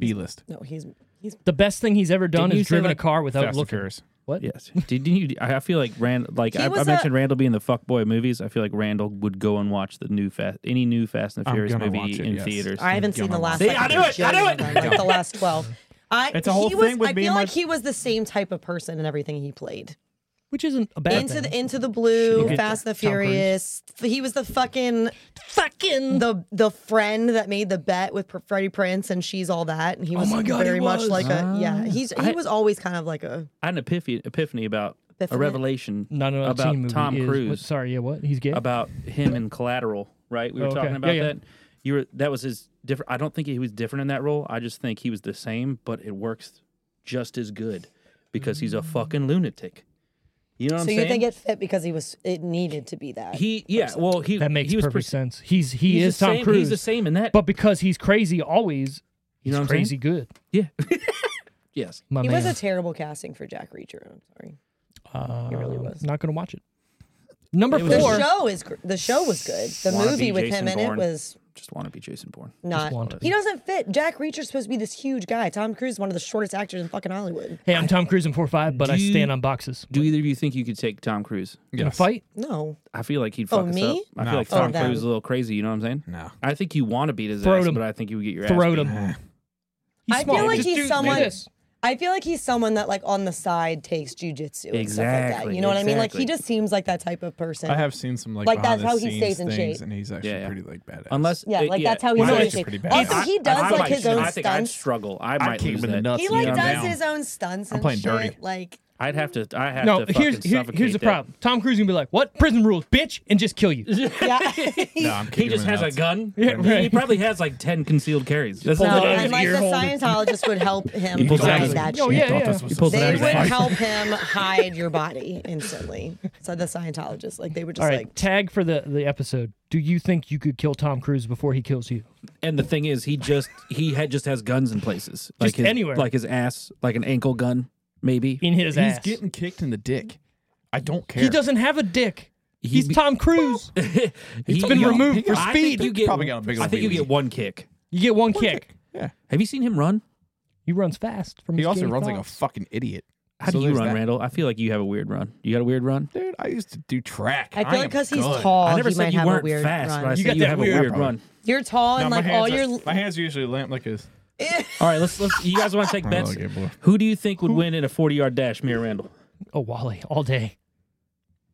[SPEAKER 3] B list.
[SPEAKER 4] No, he's he's
[SPEAKER 1] The best thing he's ever done
[SPEAKER 2] Didn't you
[SPEAKER 1] is
[SPEAKER 2] say,
[SPEAKER 1] driven
[SPEAKER 2] like,
[SPEAKER 1] a car without
[SPEAKER 3] Fast and
[SPEAKER 1] looking.
[SPEAKER 3] Furious.
[SPEAKER 1] What?
[SPEAKER 2] Yes. Did you? I I feel like Rand. Like
[SPEAKER 4] He
[SPEAKER 2] I, I
[SPEAKER 4] was a-
[SPEAKER 2] mentioned, Randall being the fuckboy movies. I feel like Randall would go and watch the new fast, any new Fast and the
[SPEAKER 3] I'm
[SPEAKER 2] Furious
[SPEAKER 3] gonna
[SPEAKER 2] movie
[SPEAKER 3] watch it,
[SPEAKER 2] in
[SPEAKER 3] yes.
[SPEAKER 2] theaters.
[SPEAKER 4] I haven't seen the
[SPEAKER 3] Gilmore
[SPEAKER 4] last.
[SPEAKER 2] Watson. See, I
[SPEAKER 4] like,
[SPEAKER 2] knew it, I knew it.
[SPEAKER 4] jillion of them, Like the last twelve. I,
[SPEAKER 5] It's a whole
[SPEAKER 4] he was,
[SPEAKER 5] thing with
[SPEAKER 4] I
[SPEAKER 5] me
[SPEAKER 4] feel
[SPEAKER 5] and my-
[SPEAKER 4] like he was the same type of person in everything he played.
[SPEAKER 1] Which isn't a bad
[SPEAKER 4] into
[SPEAKER 1] thing.
[SPEAKER 4] the Into the Blue,
[SPEAKER 1] Okay.
[SPEAKER 4] Fast and the
[SPEAKER 1] Tom Cruise.
[SPEAKER 4] Furious. He was the fucking fucking the the friend that made the bet with P- Freddie Prince, and she's all that. And he was
[SPEAKER 1] Oh my God, he
[SPEAKER 4] very much
[SPEAKER 1] was. Ah.
[SPEAKER 4] like a yeah. He's he was always kind of like a
[SPEAKER 2] I had an epiphany, epiphany about a
[SPEAKER 4] Epiphany?
[SPEAKER 2] revelation
[SPEAKER 1] Not an obscene
[SPEAKER 2] about
[SPEAKER 1] movie
[SPEAKER 2] Tom
[SPEAKER 1] is-
[SPEAKER 2] Cruise.
[SPEAKER 1] what- sorry, yeah, what? He's gay.
[SPEAKER 2] about him in Collateral, right? We were
[SPEAKER 1] Oh, okay.
[SPEAKER 2] talking about
[SPEAKER 1] Yeah, yeah.
[SPEAKER 2] that. You were that was his different. I don't think he was different in that role. I just think he was the same, but it works just as good because he's a fucking lunatic. You know what
[SPEAKER 4] so
[SPEAKER 2] I'm
[SPEAKER 4] you
[SPEAKER 2] saying?
[SPEAKER 4] think it fit because he was it needed to be that.
[SPEAKER 2] he yeah. Well, he
[SPEAKER 1] that makes
[SPEAKER 2] he was
[SPEAKER 1] perfect
[SPEAKER 2] perce-
[SPEAKER 1] sense. He's he
[SPEAKER 2] he's
[SPEAKER 1] is
[SPEAKER 2] the
[SPEAKER 1] Tom
[SPEAKER 2] same-
[SPEAKER 1] Cruise,
[SPEAKER 2] He's the same in that.
[SPEAKER 1] but because he's crazy, always
[SPEAKER 2] you know
[SPEAKER 1] he's
[SPEAKER 2] what I'm
[SPEAKER 1] crazy
[SPEAKER 2] saying?
[SPEAKER 1] good. <laughs>
[SPEAKER 2] Yeah. yes.
[SPEAKER 1] My
[SPEAKER 4] he
[SPEAKER 1] man,
[SPEAKER 4] was a terrible casting for Jack Reacher. I'm sorry. he really was.
[SPEAKER 1] Uh, not gonna watch it. Number
[SPEAKER 2] was-
[SPEAKER 4] The
[SPEAKER 1] four.
[SPEAKER 4] show is gr- the show was good. The
[SPEAKER 2] Wanna
[SPEAKER 4] movie
[SPEAKER 2] be
[SPEAKER 4] with
[SPEAKER 2] Jason
[SPEAKER 4] him in it
[SPEAKER 2] Bourne.
[SPEAKER 4] was
[SPEAKER 2] Just want to be Jason Bourne.
[SPEAKER 1] wanna
[SPEAKER 4] not.
[SPEAKER 1] be.
[SPEAKER 4] He doesn't fit. Jack Reacher's supposed to be this huge guy. Tom Cruise is one of the shortest actors in fucking Hollywood.
[SPEAKER 1] Hey, I'm Tom Cruise in four five, but I
[SPEAKER 2] Do you-
[SPEAKER 1] stand on boxes.
[SPEAKER 2] Do either of you think you could take Tom Cruise?
[SPEAKER 1] In a fight,
[SPEAKER 4] No,
[SPEAKER 2] I feel like he'd
[SPEAKER 4] Oh,
[SPEAKER 2] fuck us
[SPEAKER 4] me? Oh,
[SPEAKER 2] up. I
[SPEAKER 3] No,
[SPEAKER 2] feel like
[SPEAKER 3] fuck
[SPEAKER 2] Tom
[SPEAKER 4] them.
[SPEAKER 2] Cruise is a little crazy. You know what I'm saying?
[SPEAKER 3] No.
[SPEAKER 2] I think you want to beat his
[SPEAKER 1] Throw
[SPEAKER 2] ass,
[SPEAKER 1] him.
[SPEAKER 2] but I think you would get your ass.
[SPEAKER 1] throw
[SPEAKER 2] <laughs> beat.
[SPEAKER 1] him. He's
[SPEAKER 4] I feel
[SPEAKER 1] small.
[SPEAKER 4] like
[SPEAKER 1] Just
[SPEAKER 4] he's
[SPEAKER 1] do
[SPEAKER 4] someone-
[SPEAKER 1] this.
[SPEAKER 4] I feel like he's someone that like on the side takes jujitsu and stuff like that.
[SPEAKER 2] Exactly,
[SPEAKER 4] You know what I mean? Like he
[SPEAKER 2] exactly.
[SPEAKER 4] just seems like that type of person.
[SPEAKER 3] I have seen some like,
[SPEAKER 4] Like,
[SPEAKER 3] behind
[SPEAKER 4] that's how
[SPEAKER 3] the
[SPEAKER 4] he
[SPEAKER 3] scenes
[SPEAKER 4] stays in
[SPEAKER 3] things,
[SPEAKER 4] shape.
[SPEAKER 3] and he's actually
[SPEAKER 2] Yeah, yeah.
[SPEAKER 3] pretty like badass.
[SPEAKER 2] Unless
[SPEAKER 4] yeah, like that's how he
[SPEAKER 3] Well,
[SPEAKER 2] I-
[SPEAKER 3] Mike
[SPEAKER 4] stays
[SPEAKER 3] is
[SPEAKER 4] in
[SPEAKER 3] pretty
[SPEAKER 4] shape.
[SPEAKER 3] bad.
[SPEAKER 4] Also,
[SPEAKER 3] I-
[SPEAKER 4] he does
[SPEAKER 2] I
[SPEAKER 4] like
[SPEAKER 2] might-
[SPEAKER 4] his own
[SPEAKER 2] I think I'd
[SPEAKER 4] stunts.
[SPEAKER 2] struggle. I
[SPEAKER 3] I'd
[SPEAKER 2] might
[SPEAKER 3] kick him
[SPEAKER 2] lose
[SPEAKER 3] in the
[SPEAKER 2] that.
[SPEAKER 3] nuts.
[SPEAKER 4] He
[SPEAKER 3] You
[SPEAKER 4] like
[SPEAKER 3] know,
[SPEAKER 4] does
[SPEAKER 3] now.
[SPEAKER 4] his own stunts. And
[SPEAKER 3] I'm playing
[SPEAKER 4] shit.
[SPEAKER 3] dirty.
[SPEAKER 4] Like
[SPEAKER 2] I'd have to. I have
[SPEAKER 1] No,
[SPEAKER 2] to.
[SPEAKER 1] here's
[SPEAKER 2] fucking
[SPEAKER 1] here-
[SPEAKER 2] suffocate
[SPEAKER 1] here's the
[SPEAKER 2] that.
[SPEAKER 1] problem. Tom Cruise gonna be like, "What prison rules, bitch?" and just kill you.
[SPEAKER 4] yeah. <laughs>
[SPEAKER 3] no, I'm
[SPEAKER 2] He
[SPEAKER 3] kicking
[SPEAKER 2] just
[SPEAKER 3] him in
[SPEAKER 2] has
[SPEAKER 3] the
[SPEAKER 2] a
[SPEAKER 3] nuts.
[SPEAKER 2] gun. <laughs>
[SPEAKER 1] right.
[SPEAKER 2] He probably has like ten concealed carries. That's
[SPEAKER 4] no,
[SPEAKER 2] all it is.
[SPEAKER 4] and like the
[SPEAKER 1] earhole.
[SPEAKER 4] Scientologist would help him
[SPEAKER 2] pulls out
[SPEAKER 4] hide
[SPEAKER 2] his-
[SPEAKER 4] that
[SPEAKER 1] Oh
[SPEAKER 4] shit.
[SPEAKER 1] yeah,
[SPEAKER 3] Thought
[SPEAKER 1] yeah.
[SPEAKER 3] this was
[SPEAKER 2] pulls
[SPEAKER 3] a
[SPEAKER 2] it
[SPEAKER 4] They
[SPEAKER 2] out
[SPEAKER 4] would
[SPEAKER 2] his ass.
[SPEAKER 4] help him hide your body instantly. So the Scientologist, like they were just
[SPEAKER 1] All right,
[SPEAKER 4] like,
[SPEAKER 1] tag for the the episode. Do you think you could kill Tom Cruise before he kills you?
[SPEAKER 2] And the thing is, he just he had just has guns in places, like
[SPEAKER 1] Just
[SPEAKER 2] his,
[SPEAKER 1] anywhere.
[SPEAKER 2] like his ass, like an ankle gun, maybe.
[SPEAKER 1] In his
[SPEAKER 3] He's
[SPEAKER 1] ass.
[SPEAKER 3] getting kicked in the dick. I don't care.
[SPEAKER 1] he doesn't have a dick. He's
[SPEAKER 2] be-
[SPEAKER 1] Tom Cruise.
[SPEAKER 2] He's
[SPEAKER 1] been removed for
[SPEAKER 2] I
[SPEAKER 1] speed.
[SPEAKER 2] Think you get,
[SPEAKER 3] Probably got a big
[SPEAKER 2] I
[SPEAKER 3] old
[SPEAKER 2] think you
[SPEAKER 3] wheelie.
[SPEAKER 2] get one kick.
[SPEAKER 1] You get one kick.
[SPEAKER 2] Have you seen him run?
[SPEAKER 1] He runs fast from.
[SPEAKER 3] He
[SPEAKER 1] his
[SPEAKER 3] also
[SPEAKER 1] gay
[SPEAKER 3] runs like a
[SPEAKER 1] thoughts.
[SPEAKER 3] fucking idiot.
[SPEAKER 2] How
[SPEAKER 3] So
[SPEAKER 2] do you
[SPEAKER 3] there's
[SPEAKER 2] run,
[SPEAKER 3] that.
[SPEAKER 2] Randall? I feel like you have a weird run. You got a weird run.
[SPEAKER 3] Dude, I used to do track.
[SPEAKER 4] I feel like
[SPEAKER 3] am
[SPEAKER 4] because he's
[SPEAKER 3] good.
[SPEAKER 4] tall,
[SPEAKER 2] I never
[SPEAKER 4] Oh, he
[SPEAKER 2] said
[SPEAKER 4] might
[SPEAKER 2] you
[SPEAKER 4] have a
[SPEAKER 2] weren't
[SPEAKER 4] weird
[SPEAKER 2] fast,
[SPEAKER 4] run.
[SPEAKER 2] but I
[SPEAKER 1] You
[SPEAKER 2] said
[SPEAKER 1] got
[SPEAKER 2] you
[SPEAKER 1] that
[SPEAKER 2] have
[SPEAKER 1] weird
[SPEAKER 2] a weird
[SPEAKER 3] run.
[SPEAKER 2] run.
[SPEAKER 4] You're tall
[SPEAKER 3] No,
[SPEAKER 4] and
[SPEAKER 3] my
[SPEAKER 4] like
[SPEAKER 3] hands
[SPEAKER 4] all
[SPEAKER 3] are-
[SPEAKER 4] your
[SPEAKER 3] my hands are usually limp like this.
[SPEAKER 2] All right, let's let's. You guys want to
[SPEAKER 3] <laughs>
[SPEAKER 2] take bets?
[SPEAKER 3] okay, boy.
[SPEAKER 2] Who do you think would win in a forty-yard dash, me or Randall?
[SPEAKER 1] Oh, Wally, all day.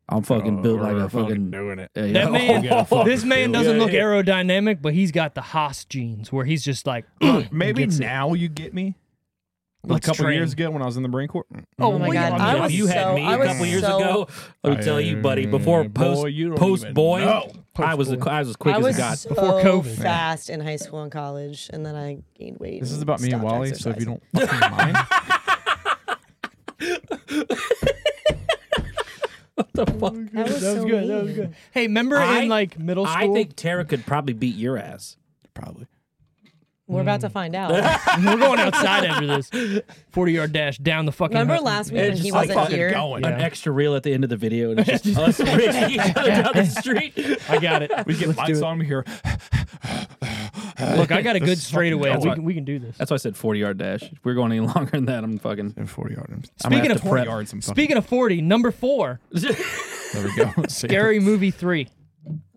[SPEAKER 2] I'm fucking built like
[SPEAKER 3] Oh, we're
[SPEAKER 2] a fucking.
[SPEAKER 3] doing it.
[SPEAKER 2] Yeah,
[SPEAKER 1] That
[SPEAKER 2] yeah. <laughs>
[SPEAKER 1] man,
[SPEAKER 3] fucking
[SPEAKER 1] Oh, this man doesn't
[SPEAKER 2] Yeah,
[SPEAKER 1] look
[SPEAKER 2] yeah.
[SPEAKER 1] aerodynamic, but he's got the Haas genes where he's just like,
[SPEAKER 3] Maybe
[SPEAKER 1] gets it.
[SPEAKER 3] now you get me. But
[SPEAKER 1] Let's
[SPEAKER 3] a couple
[SPEAKER 1] train.
[SPEAKER 3] years ago when I was in the Marine Corps.
[SPEAKER 1] oh
[SPEAKER 4] my
[SPEAKER 1] well,
[SPEAKER 4] God,
[SPEAKER 1] yeah,
[SPEAKER 4] I
[SPEAKER 1] mean,
[SPEAKER 4] was
[SPEAKER 2] you had
[SPEAKER 4] so-
[SPEAKER 2] me
[SPEAKER 4] I
[SPEAKER 2] a
[SPEAKER 4] was
[SPEAKER 2] couple years
[SPEAKER 4] so-
[SPEAKER 2] ago. Let me tell you, buddy. Before
[SPEAKER 3] Boy,
[SPEAKER 2] post
[SPEAKER 3] you don't
[SPEAKER 2] post
[SPEAKER 3] even
[SPEAKER 2] boy,
[SPEAKER 3] know.
[SPEAKER 2] I was the, I was as quick
[SPEAKER 4] I
[SPEAKER 2] as
[SPEAKER 4] was
[SPEAKER 2] a god.
[SPEAKER 4] so
[SPEAKER 1] Before COVID.
[SPEAKER 4] fast in high school and college, and then I gained weight.
[SPEAKER 3] This is
[SPEAKER 4] and
[SPEAKER 3] about me and
[SPEAKER 4] stopped
[SPEAKER 3] Wally, so if you
[SPEAKER 4] exercising.
[SPEAKER 3] don't fucking mind.
[SPEAKER 4] that was,
[SPEAKER 1] <laughs> That was
[SPEAKER 4] so
[SPEAKER 1] good. That was
[SPEAKER 4] mean.
[SPEAKER 1] good. Hey, remember
[SPEAKER 2] I-
[SPEAKER 1] in like middle school?
[SPEAKER 2] I think Tara could probably beat your ass.
[SPEAKER 3] Probably.
[SPEAKER 4] We're about
[SPEAKER 3] Mm.
[SPEAKER 4] to
[SPEAKER 3] <laughs>
[SPEAKER 4] find out.
[SPEAKER 1] <laughs> we're going outside after this. Forty yard dash down the fucking.
[SPEAKER 4] Remember last week when
[SPEAKER 2] just
[SPEAKER 4] he
[SPEAKER 2] like
[SPEAKER 4] wasn't
[SPEAKER 2] fucking
[SPEAKER 4] here?
[SPEAKER 3] going.
[SPEAKER 2] An extra reel at the end of the video, and it's
[SPEAKER 3] <laughs>
[SPEAKER 2] just us racing each other down the street.
[SPEAKER 1] I got it.
[SPEAKER 3] We get lights on <laughs> me here.
[SPEAKER 1] Look, I got a good straightaway.
[SPEAKER 2] That's
[SPEAKER 1] We
[SPEAKER 2] what-
[SPEAKER 1] can, we can do this.
[SPEAKER 2] That's why I said forty yard dash. If we're going any <laughs> longer than that, I'm
[SPEAKER 4] Oh,
[SPEAKER 2] fucking.
[SPEAKER 3] And 40 yards.
[SPEAKER 1] Speaking of
[SPEAKER 2] have to prep.
[SPEAKER 3] yards, I'm fucking-
[SPEAKER 1] Speaking of forty, number four,
[SPEAKER 3] <laughs> There we go.
[SPEAKER 2] <laughs>
[SPEAKER 1] Scary Movie three.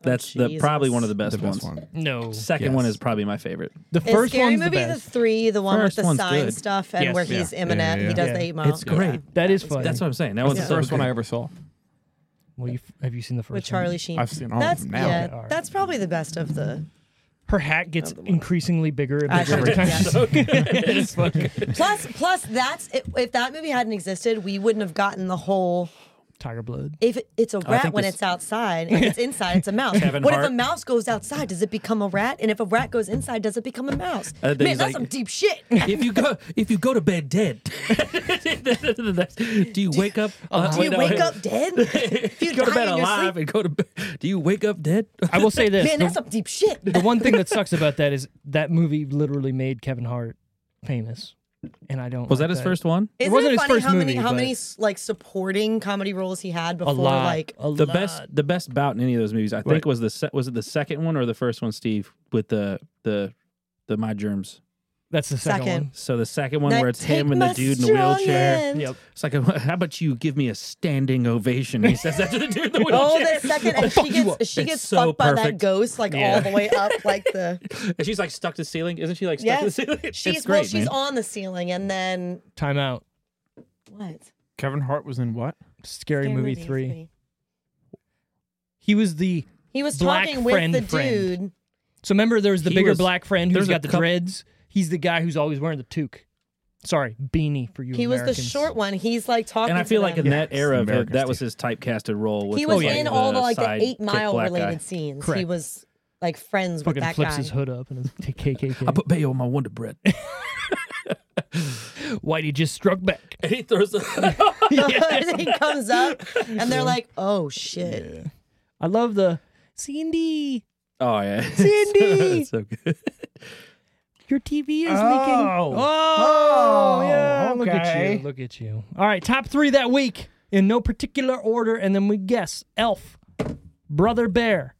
[SPEAKER 2] That's the, probably
[SPEAKER 4] Jesus.
[SPEAKER 2] one of the best,
[SPEAKER 3] the best
[SPEAKER 2] ones.
[SPEAKER 3] one.
[SPEAKER 1] No.
[SPEAKER 2] Second
[SPEAKER 3] Yes.
[SPEAKER 2] one is probably my favorite.
[SPEAKER 1] The
[SPEAKER 4] Is
[SPEAKER 1] first
[SPEAKER 4] scary
[SPEAKER 1] one's
[SPEAKER 4] movie
[SPEAKER 1] the
[SPEAKER 4] the,
[SPEAKER 1] best.
[SPEAKER 4] three, the one
[SPEAKER 2] First
[SPEAKER 4] with the
[SPEAKER 2] one's
[SPEAKER 4] sign
[SPEAKER 2] good.
[SPEAKER 4] stuff and
[SPEAKER 1] Yes,
[SPEAKER 4] where
[SPEAKER 3] yeah.
[SPEAKER 4] he's imminent.
[SPEAKER 3] Yeah,
[SPEAKER 4] He does
[SPEAKER 1] yeah.
[SPEAKER 4] the eight mile.
[SPEAKER 2] It's great.
[SPEAKER 1] That is funny.
[SPEAKER 2] That's what I'm saying. That one's
[SPEAKER 3] The
[SPEAKER 2] so
[SPEAKER 3] first one
[SPEAKER 2] good.
[SPEAKER 3] I ever saw.
[SPEAKER 1] Well, you've, have you seen the first
[SPEAKER 4] with
[SPEAKER 1] one?
[SPEAKER 4] Charlie Sheen.
[SPEAKER 3] I've seen all
[SPEAKER 4] that's
[SPEAKER 3] of them now.
[SPEAKER 4] yeah,
[SPEAKER 1] They are.
[SPEAKER 4] that's probably the best
[SPEAKER 3] <laughs>
[SPEAKER 4] of the.
[SPEAKER 1] Her hat gets increasingly bigger and
[SPEAKER 4] I
[SPEAKER 1] bigger every
[SPEAKER 4] should-
[SPEAKER 1] time.
[SPEAKER 4] yeah.
[SPEAKER 1] she's- It's fucking
[SPEAKER 4] Plus, plus that's if, if that movie hadn't existed, we wouldn't have gotten the whole.
[SPEAKER 1] <laughs> Tiger blood.
[SPEAKER 4] If it- it's a rat
[SPEAKER 2] think
[SPEAKER 4] when
[SPEAKER 2] this-
[SPEAKER 4] it's outside, if it's inside, it's a
[SPEAKER 2] <laughs>
[SPEAKER 4] mouse.
[SPEAKER 2] Kevin
[SPEAKER 4] what if
[SPEAKER 2] Hart.
[SPEAKER 4] a mouse goes outside? Does it become a rat? And if a rat goes inside, does it become a mouse?
[SPEAKER 2] Uh, then
[SPEAKER 4] Man,
[SPEAKER 2] he's
[SPEAKER 4] that's
[SPEAKER 2] like-
[SPEAKER 4] some
[SPEAKER 2] <laughs>
[SPEAKER 4] deep shit.
[SPEAKER 2] if you go if you go to bed dead, <laughs> do you wake up? Uh,
[SPEAKER 4] Do you wake up dead?
[SPEAKER 2] <laughs>
[SPEAKER 4] If you
[SPEAKER 2] Go to
[SPEAKER 4] die
[SPEAKER 2] bed
[SPEAKER 4] in your
[SPEAKER 2] alive
[SPEAKER 4] sleep,
[SPEAKER 2] and go to bed. Do you wake up dead?
[SPEAKER 1] I will say this.
[SPEAKER 4] man,
[SPEAKER 1] the-
[SPEAKER 4] that's some deep shit.
[SPEAKER 1] the one thing that sucks about that is that movie literally made Kevin Hart famous, and I don't.
[SPEAKER 2] Was
[SPEAKER 1] like
[SPEAKER 2] that his first one?
[SPEAKER 4] Isn't
[SPEAKER 1] wasn't
[SPEAKER 4] it
[SPEAKER 1] his
[SPEAKER 4] funny
[SPEAKER 1] first
[SPEAKER 4] how many
[SPEAKER 1] movie,
[SPEAKER 4] how
[SPEAKER 1] but-
[SPEAKER 4] many like supporting comedy roles he had
[SPEAKER 1] A
[SPEAKER 4] before
[SPEAKER 1] lot,
[SPEAKER 4] like
[SPEAKER 1] a
[SPEAKER 2] The
[SPEAKER 1] lot.
[SPEAKER 2] best the best bout in any of those movies, I think,
[SPEAKER 3] Right.
[SPEAKER 2] was the se- was it the second one or the first one, Steve, with the the the my germs.
[SPEAKER 1] That's the second,
[SPEAKER 4] Second.
[SPEAKER 2] So the second one
[SPEAKER 4] Now
[SPEAKER 2] where it's
[SPEAKER 4] take
[SPEAKER 2] him and the
[SPEAKER 4] my
[SPEAKER 2] dude in the
[SPEAKER 4] strong
[SPEAKER 2] wheelchair.
[SPEAKER 4] hand.
[SPEAKER 1] Yep.
[SPEAKER 2] It's like, how about you give me a standing ovation? He says that to the dude
[SPEAKER 4] <laughs>
[SPEAKER 2] in the wheelchair.
[SPEAKER 4] Oh, the second, and she
[SPEAKER 2] up.
[SPEAKER 4] gets she
[SPEAKER 2] It's
[SPEAKER 4] gets
[SPEAKER 2] so
[SPEAKER 4] fucked by that
[SPEAKER 2] perfect.
[SPEAKER 4] ghost like
[SPEAKER 2] Yeah.
[SPEAKER 4] all the way up, like
[SPEAKER 2] <laughs>
[SPEAKER 4] the
[SPEAKER 2] And she's like stuck to the ceiling. Isn't she like stuck to
[SPEAKER 4] yeah.
[SPEAKER 2] the ceiling? <laughs> It's
[SPEAKER 4] She's
[SPEAKER 2] great,
[SPEAKER 4] well, she's
[SPEAKER 2] man.
[SPEAKER 4] on the ceiling, and then
[SPEAKER 1] one. Time out.
[SPEAKER 4] what?
[SPEAKER 3] Kevin Hart was in what?
[SPEAKER 1] Scary, movie, three. He was the.
[SPEAKER 4] He was
[SPEAKER 1] Black
[SPEAKER 4] talking with
[SPEAKER 1] friend
[SPEAKER 4] the
[SPEAKER 1] friend.
[SPEAKER 4] dude.
[SPEAKER 1] So remember, there was the
[SPEAKER 2] He
[SPEAKER 1] bigger
[SPEAKER 2] was-
[SPEAKER 1] black friend who's
[SPEAKER 2] there's a
[SPEAKER 1] got the
[SPEAKER 2] coup-
[SPEAKER 1] dreads. He's the guy who's always wearing the toque. Sorry, beanie for you.
[SPEAKER 4] He was the
[SPEAKER 1] Americans.
[SPEAKER 4] short one. He's like talking.
[SPEAKER 2] And I feel
[SPEAKER 4] to
[SPEAKER 2] like in oh, that
[SPEAKER 4] them.
[SPEAKER 2] era, of it,
[SPEAKER 3] American
[SPEAKER 2] that was his typecasted role. Which
[SPEAKER 4] he was
[SPEAKER 1] yeah,
[SPEAKER 4] in
[SPEAKER 2] like
[SPEAKER 4] all the like the
[SPEAKER 2] side
[SPEAKER 4] eight
[SPEAKER 2] kick
[SPEAKER 4] mile
[SPEAKER 2] black
[SPEAKER 4] related
[SPEAKER 2] guy.
[SPEAKER 4] scenes. He
[SPEAKER 1] Correct.
[SPEAKER 4] was like friends with
[SPEAKER 1] Fucking
[SPEAKER 4] that
[SPEAKER 1] flips
[SPEAKER 4] guy. <laughs>
[SPEAKER 1] his hood up and is
[SPEAKER 2] I <laughs>
[SPEAKER 1] KKK.
[SPEAKER 2] put bayo on my Wonder <laughs> Bread.
[SPEAKER 1] Whitey just struck back.
[SPEAKER 2] and he throws the.
[SPEAKER 4] he comes up, and they're like, "Oh shit!"
[SPEAKER 1] I love the Cindy.
[SPEAKER 2] <laughs> oh, yeah. It's
[SPEAKER 1] Cindy!
[SPEAKER 2] <laughs> so, it's so good.
[SPEAKER 1] Your TV is
[SPEAKER 3] Oh.
[SPEAKER 1] leaking. Oh,
[SPEAKER 3] Oh,
[SPEAKER 1] yeah. Look at
[SPEAKER 3] okay.
[SPEAKER 1] you. Look at you. All right, top three that week in no particular order, and then we guess Elf, Brother Bear,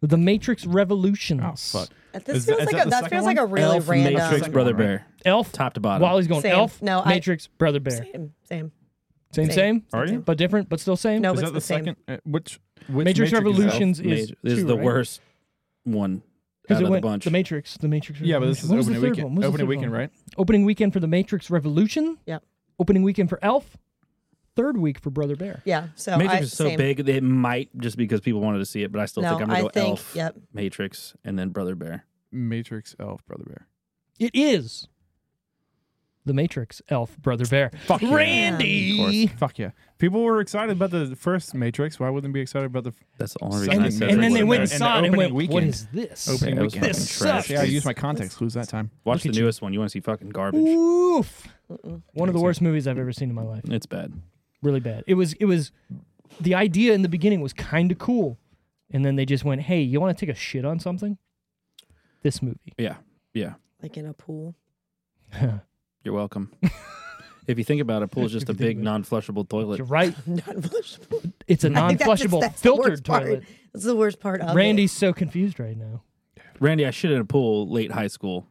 [SPEAKER 1] The Matrix Revolutions.
[SPEAKER 3] Oh fuck.
[SPEAKER 4] This
[SPEAKER 3] Is that-
[SPEAKER 4] feels
[SPEAKER 3] is
[SPEAKER 4] like
[SPEAKER 3] that
[SPEAKER 4] a,
[SPEAKER 3] the
[SPEAKER 4] that
[SPEAKER 3] second
[SPEAKER 4] feels
[SPEAKER 3] one?
[SPEAKER 4] like a really
[SPEAKER 2] Elf,
[SPEAKER 4] random.
[SPEAKER 2] Matrix,
[SPEAKER 3] Second
[SPEAKER 2] Brother
[SPEAKER 3] one, right?
[SPEAKER 2] Bear.
[SPEAKER 1] Elf.
[SPEAKER 2] Top to bottom.
[SPEAKER 1] Wally's going
[SPEAKER 4] Same.
[SPEAKER 1] Elf,
[SPEAKER 4] No, I-
[SPEAKER 1] Matrix, Brother Bear.
[SPEAKER 4] Same, same.
[SPEAKER 1] Same, same.
[SPEAKER 4] Same.
[SPEAKER 3] Are you?
[SPEAKER 1] But different, but still same.
[SPEAKER 4] No,
[SPEAKER 3] Is
[SPEAKER 4] but
[SPEAKER 3] that
[SPEAKER 4] it's
[SPEAKER 3] the
[SPEAKER 4] the same.
[SPEAKER 3] second? uh, Which, which
[SPEAKER 1] Matrix
[SPEAKER 3] Matrix
[SPEAKER 1] Revolution-
[SPEAKER 3] Is
[SPEAKER 1] Revolutions is
[SPEAKER 2] major- this is
[SPEAKER 1] two,
[SPEAKER 2] the
[SPEAKER 1] right?
[SPEAKER 2] worst one out
[SPEAKER 1] Because
[SPEAKER 2] of
[SPEAKER 1] it
[SPEAKER 2] the
[SPEAKER 1] went
[SPEAKER 2] bunch.
[SPEAKER 1] The Matrix, The Matrix.
[SPEAKER 3] that? yeah, but this
[SPEAKER 1] Revolution.
[SPEAKER 3] is
[SPEAKER 1] What was the
[SPEAKER 3] opening
[SPEAKER 1] third
[SPEAKER 3] weekend.
[SPEAKER 1] one? What was the
[SPEAKER 3] opening
[SPEAKER 1] third
[SPEAKER 3] weekend,
[SPEAKER 1] one?
[SPEAKER 3] right?
[SPEAKER 1] Opening weekend for The Matrix Revolution.
[SPEAKER 4] Yep.
[SPEAKER 1] Opening weekend for Elf. Third week for Brother Bear.
[SPEAKER 4] Yeah. So
[SPEAKER 2] Matrix
[SPEAKER 4] I,
[SPEAKER 2] is so
[SPEAKER 4] same.
[SPEAKER 2] big that it might just because people wanted to see it, but I still
[SPEAKER 4] No,
[SPEAKER 2] think I'm gonna
[SPEAKER 4] I
[SPEAKER 2] go
[SPEAKER 4] think-
[SPEAKER 2] Elf,
[SPEAKER 4] yep.
[SPEAKER 2] Matrix, and then Brother Bear.
[SPEAKER 3] Matrix, Elf, Brother Bear.
[SPEAKER 1] It is The Matrix, Elf, Brother Bear.
[SPEAKER 2] Fuck yeah.
[SPEAKER 1] Randy.
[SPEAKER 3] Fuck yeah! People were excited about the first Matrix. Why wouldn't they be excited about the f-
[SPEAKER 2] That's the only reason
[SPEAKER 3] Second
[SPEAKER 2] I said.
[SPEAKER 3] Matrix.
[SPEAKER 1] and then they
[SPEAKER 3] Everyone
[SPEAKER 1] went
[SPEAKER 3] knows.
[SPEAKER 1] and
[SPEAKER 3] And
[SPEAKER 1] saw it and
[SPEAKER 3] opening
[SPEAKER 1] went, "What
[SPEAKER 3] weekend.
[SPEAKER 1] is this?"
[SPEAKER 3] opening
[SPEAKER 2] it was
[SPEAKER 3] weekend?
[SPEAKER 2] fucking
[SPEAKER 1] This sucks.
[SPEAKER 3] Yeah, I
[SPEAKER 2] dude.
[SPEAKER 3] used my context. Lose that time.
[SPEAKER 2] Watch the
[SPEAKER 1] at you.
[SPEAKER 2] newest one. You want to see fucking garbage?
[SPEAKER 1] Oof! One of the worst movies I've ever seen in my life.
[SPEAKER 2] It's bad.
[SPEAKER 1] Really bad. It was. It was. The idea in the beginning was kind of cool, and then they just went, "Hey, you want to take a shit on something?" This movie. <laughs>
[SPEAKER 2] Yeah, yeah.
[SPEAKER 4] Like in a pool. <laughs>
[SPEAKER 2] You're welcome. if you think about it, pool's just a big non-flushable toilet.
[SPEAKER 1] You're <laughs> right.
[SPEAKER 4] Not flushable.
[SPEAKER 1] It's a <laughs>
[SPEAKER 4] I think that's-
[SPEAKER 1] non-flushable
[SPEAKER 4] that's the
[SPEAKER 1] filtered
[SPEAKER 4] worst part.
[SPEAKER 1] toilet.
[SPEAKER 4] That's the worst part of it.
[SPEAKER 1] Randy's so confused right now.
[SPEAKER 2] Randy, I shit in a pool late high school.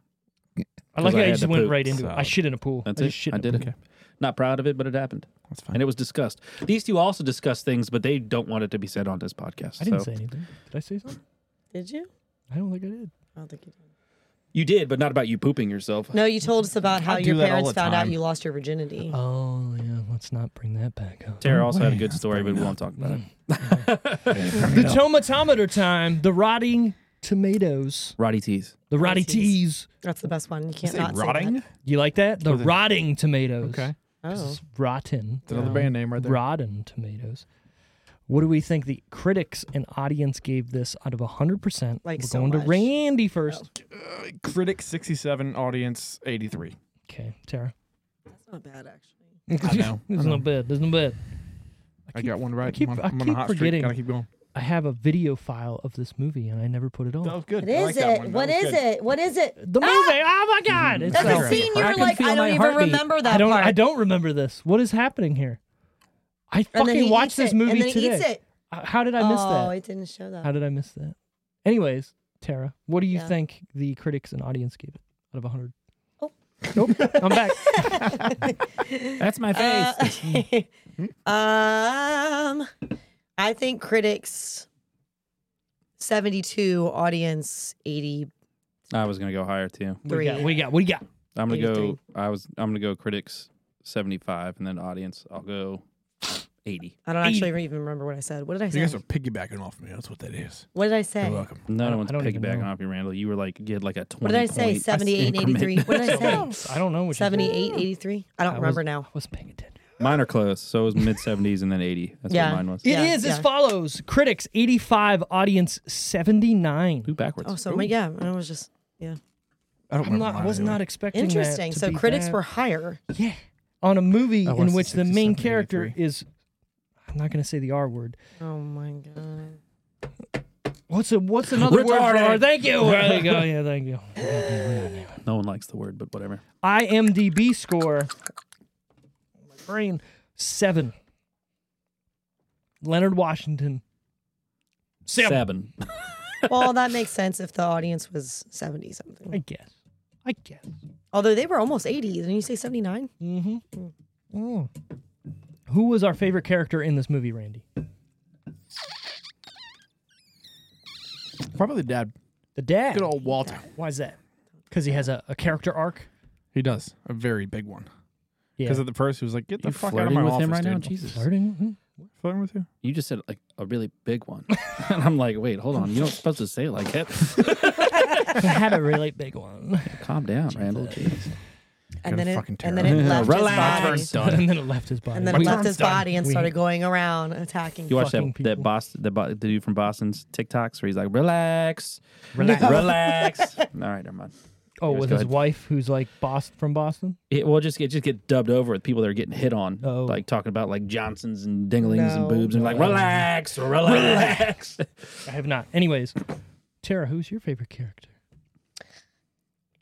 [SPEAKER 1] I like
[SPEAKER 2] 'Cause
[SPEAKER 1] how
[SPEAKER 2] I
[SPEAKER 1] you
[SPEAKER 2] had
[SPEAKER 1] just
[SPEAKER 2] to
[SPEAKER 1] went
[SPEAKER 2] poop,
[SPEAKER 1] right into it. I
[SPEAKER 3] so-
[SPEAKER 1] shit in a pool.
[SPEAKER 2] That's
[SPEAKER 1] I
[SPEAKER 2] it.
[SPEAKER 1] just shit in
[SPEAKER 2] I
[SPEAKER 1] a
[SPEAKER 2] did
[SPEAKER 1] pool.
[SPEAKER 2] it. Not proud of it, but it happened,
[SPEAKER 3] That's fine.
[SPEAKER 2] and it was discussed. These two also discussed things, but they don't want it to be said on this podcast.
[SPEAKER 1] I didn't
[SPEAKER 2] so.
[SPEAKER 1] say anything. Did I say something?
[SPEAKER 4] Did you?
[SPEAKER 1] I don't think I did.
[SPEAKER 4] I don't think you did.
[SPEAKER 2] You did, but not about you pooping yourself.
[SPEAKER 4] No, you told us about how
[SPEAKER 3] I do
[SPEAKER 4] your
[SPEAKER 3] that all
[SPEAKER 4] parents
[SPEAKER 3] the
[SPEAKER 4] found out
[SPEAKER 3] time. Uh,
[SPEAKER 4] you lost your virginity.
[SPEAKER 1] Oh yeah, let's not bring that back up.
[SPEAKER 2] Tara also had a good story, but we won't talk about it.
[SPEAKER 1] The tomatometer time. The rotting tomatoes.
[SPEAKER 2] Roddy Tees.
[SPEAKER 1] The rotty teas.
[SPEAKER 4] That's the best one. You can't
[SPEAKER 3] Say
[SPEAKER 4] not say
[SPEAKER 3] rotting.
[SPEAKER 4] that.
[SPEAKER 1] You like that? The
[SPEAKER 3] Was it-
[SPEAKER 1] rotting tomatoes.
[SPEAKER 3] Okay,
[SPEAKER 4] Oh.
[SPEAKER 1] It's rotten.
[SPEAKER 3] it's another band name right there.
[SPEAKER 1] Rotten tomatoes. What do we think the critics and audience gave this out of 100%?
[SPEAKER 4] Like
[SPEAKER 1] We're
[SPEAKER 4] so
[SPEAKER 1] going to
[SPEAKER 4] much. Oh.
[SPEAKER 1] Randy first.
[SPEAKER 3] Critic sixty-seven, audience eighty-three.
[SPEAKER 1] Okay, Tara.
[SPEAKER 4] That's not bad, actually.
[SPEAKER 3] I know.
[SPEAKER 1] <laughs> There's no bed. There's no bed.
[SPEAKER 3] I got one right. I
[SPEAKER 1] keep-
[SPEAKER 3] am on,
[SPEAKER 1] I
[SPEAKER 3] I'm on
[SPEAKER 1] keep
[SPEAKER 3] a hot
[SPEAKER 1] forgetting.
[SPEAKER 3] streak. Gotta keep going.
[SPEAKER 1] I have a video file of this movie and I never put it on.
[SPEAKER 3] That was good.
[SPEAKER 4] What is it? What is it? What is it?
[SPEAKER 1] The movie. Oh my god. It's
[SPEAKER 4] That's
[SPEAKER 1] so
[SPEAKER 4] Ah! a scene you
[SPEAKER 2] I
[SPEAKER 4] were
[SPEAKER 2] can
[SPEAKER 4] like,
[SPEAKER 2] feel
[SPEAKER 4] I
[SPEAKER 2] my
[SPEAKER 4] don't even
[SPEAKER 2] heartbeat.
[SPEAKER 4] remember that
[SPEAKER 1] I don't
[SPEAKER 4] part.
[SPEAKER 1] I don't remember this. What is happening here? I
[SPEAKER 4] And then
[SPEAKER 1] fucking
[SPEAKER 4] he
[SPEAKER 1] watched
[SPEAKER 4] eats
[SPEAKER 1] this
[SPEAKER 4] it,
[SPEAKER 1] movie
[SPEAKER 4] and then he
[SPEAKER 1] today.
[SPEAKER 4] eats it.
[SPEAKER 1] Uh, How did I miss
[SPEAKER 4] Oh,
[SPEAKER 1] that?
[SPEAKER 4] it didn't show that.
[SPEAKER 1] How did I miss that? Anyways, Tara, what do you
[SPEAKER 4] Yeah.
[SPEAKER 1] think the critics and audience gave it out of 100?
[SPEAKER 4] Oh.
[SPEAKER 1] Nope. I'm
[SPEAKER 4] <laughs>
[SPEAKER 1] back.
[SPEAKER 2] That's my
[SPEAKER 4] Uh,
[SPEAKER 2] face.
[SPEAKER 1] Hmm?
[SPEAKER 4] um, I think critics 72, audience 83.
[SPEAKER 2] I was gonna go higher too.
[SPEAKER 1] We got, we got, we got.
[SPEAKER 2] I'm gonna go.
[SPEAKER 4] 83.
[SPEAKER 2] I was. I'm gonna go critics seventy five, and then audience. I'll go eighty.
[SPEAKER 4] I don't actually even remember what I said. What did I
[SPEAKER 3] You
[SPEAKER 4] say?
[SPEAKER 3] guys are piggybacking off me. That's what that is.
[SPEAKER 4] What did I say?
[SPEAKER 3] You're welcome.
[SPEAKER 2] No,
[SPEAKER 1] don't-
[SPEAKER 2] no one's
[SPEAKER 1] I don't even
[SPEAKER 2] piggybacking
[SPEAKER 1] know.
[SPEAKER 2] off you, Randall. You were like, you had like a twenty.
[SPEAKER 4] What did I say?
[SPEAKER 2] point
[SPEAKER 4] 78 and
[SPEAKER 2] increment. <laughs>
[SPEAKER 4] 83. What did I
[SPEAKER 1] <laughs>
[SPEAKER 4] say?
[SPEAKER 1] I don't know what you said.
[SPEAKER 4] 78, 83. I don't
[SPEAKER 1] I
[SPEAKER 4] remember
[SPEAKER 1] was-
[SPEAKER 4] now.
[SPEAKER 1] I wasn't paying attention.
[SPEAKER 2] Mine are close. So it was mid seventies and then eighty. That's
[SPEAKER 4] Yeah.
[SPEAKER 2] what mine was.
[SPEAKER 1] It is
[SPEAKER 4] Yeah,
[SPEAKER 1] as
[SPEAKER 4] yeah.
[SPEAKER 1] follows: critics eighty-five, audience seventy-nine.
[SPEAKER 2] Ooh, backwards.
[SPEAKER 4] Oh, so my, yeah, and I was just yeah.
[SPEAKER 3] I don't
[SPEAKER 1] I'm
[SPEAKER 3] remember.
[SPEAKER 1] not, I
[SPEAKER 3] mine
[SPEAKER 1] was
[SPEAKER 3] either.
[SPEAKER 1] not expecting. that
[SPEAKER 4] Interesting.
[SPEAKER 1] to
[SPEAKER 4] So
[SPEAKER 1] be
[SPEAKER 4] critics
[SPEAKER 1] that-
[SPEAKER 4] were higher.
[SPEAKER 1] yeah on a movie
[SPEAKER 3] I
[SPEAKER 1] in
[SPEAKER 3] watched
[SPEAKER 1] which the
[SPEAKER 3] the
[SPEAKER 1] main
[SPEAKER 3] 67,
[SPEAKER 1] character
[SPEAKER 3] 83.
[SPEAKER 1] is. I'm not going to say the R word.
[SPEAKER 4] Oh my god.
[SPEAKER 1] What's a, <laughs> what's another word? For
[SPEAKER 2] Retarded.
[SPEAKER 1] R? Thank you. There you go. Yeah, thank you.
[SPEAKER 2] No one likes the word, but whatever.
[SPEAKER 1] IMDb score. My brain seven. Leonard Washington. Seven.
[SPEAKER 2] Seven.
[SPEAKER 4] Well, that makes sense if the audience was 70
[SPEAKER 1] I
[SPEAKER 4] something.
[SPEAKER 1] guess. I guess.
[SPEAKER 4] Although they were almost 80. Didn't you say 79?
[SPEAKER 1] Mm-hmm. Hmm. Who was our favorite character in this movie, Randy?
[SPEAKER 3] Probably dad.
[SPEAKER 1] The dad.
[SPEAKER 3] Good old Walter.
[SPEAKER 1] Why is that? Because he has a, a character arc.
[SPEAKER 3] He does a very big one.
[SPEAKER 1] Yeah.
[SPEAKER 3] Because at the first he was like, "Get the
[SPEAKER 2] You
[SPEAKER 3] fuck out of my
[SPEAKER 2] flirting with
[SPEAKER 3] office,
[SPEAKER 2] him right
[SPEAKER 3] dude.
[SPEAKER 2] now? Jesus.
[SPEAKER 1] Flirting. Mhm.
[SPEAKER 3] Flirting with you?
[SPEAKER 2] You just said like a really big one, <laughs> and I'm like, wait, hold on. You're not supposed to say it like that.
[SPEAKER 1] <laughs> I had a really big one.
[SPEAKER 2] Calm down, Randall. Jeez.
[SPEAKER 3] Got
[SPEAKER 4] And then
[SPEAKER 3] a
[SPEAKER 4] it
[SPEAKER 3] fucking
[SPEAKER 4] and then it
[SPEAKER 3] terror.
[SPEAKER 4] left his body.
[SPEAKER 1] and then it left his body.
[SPEAKER 4] And then
[SPEAKER 1] We-
[SPEAKER 4] it left his
[SPEAKER 3] done.
[SPEAKER 4] body and
[SPEAKER 1] We-
[SPEAKER 4] started going around attacking.
[SPEAKER 2] You watch
[SPEAKER 1] Fucking
[SPEAKER 2] that
[SPEAKER 1] people.
[SPEAKER 2] that Boston the, Bo- the dude from Boston's TikToks where he's like, relax,
[SPEAKER 1] Relax.
[SPEAKER 4] <laughs>
[SPEAKER 2] relax. All right, never mind.
[SPEAKER 1] oh,
[SPEAKER 2] Anyways,
[SPEAKER 1] with
[SPEAKER 2] go
[SPEAKER 1] his
[SPEAKER 2] ahead.
[SPEAKER 1] wife, who's like Boston from Boston.
[SPEAKER 2] It will just get just get dubbed over with people that are getting hit on,
[SPEAKER 1] Oh.
[SPEAKER 2] like talking about like Johnsons and dinglings and
[SPEAKER 4] No,
[SPEAKER 2] boobs, and like relax, relax.
[SPEAKER 1] I have not. Anyways, Tara, who's your favorite character?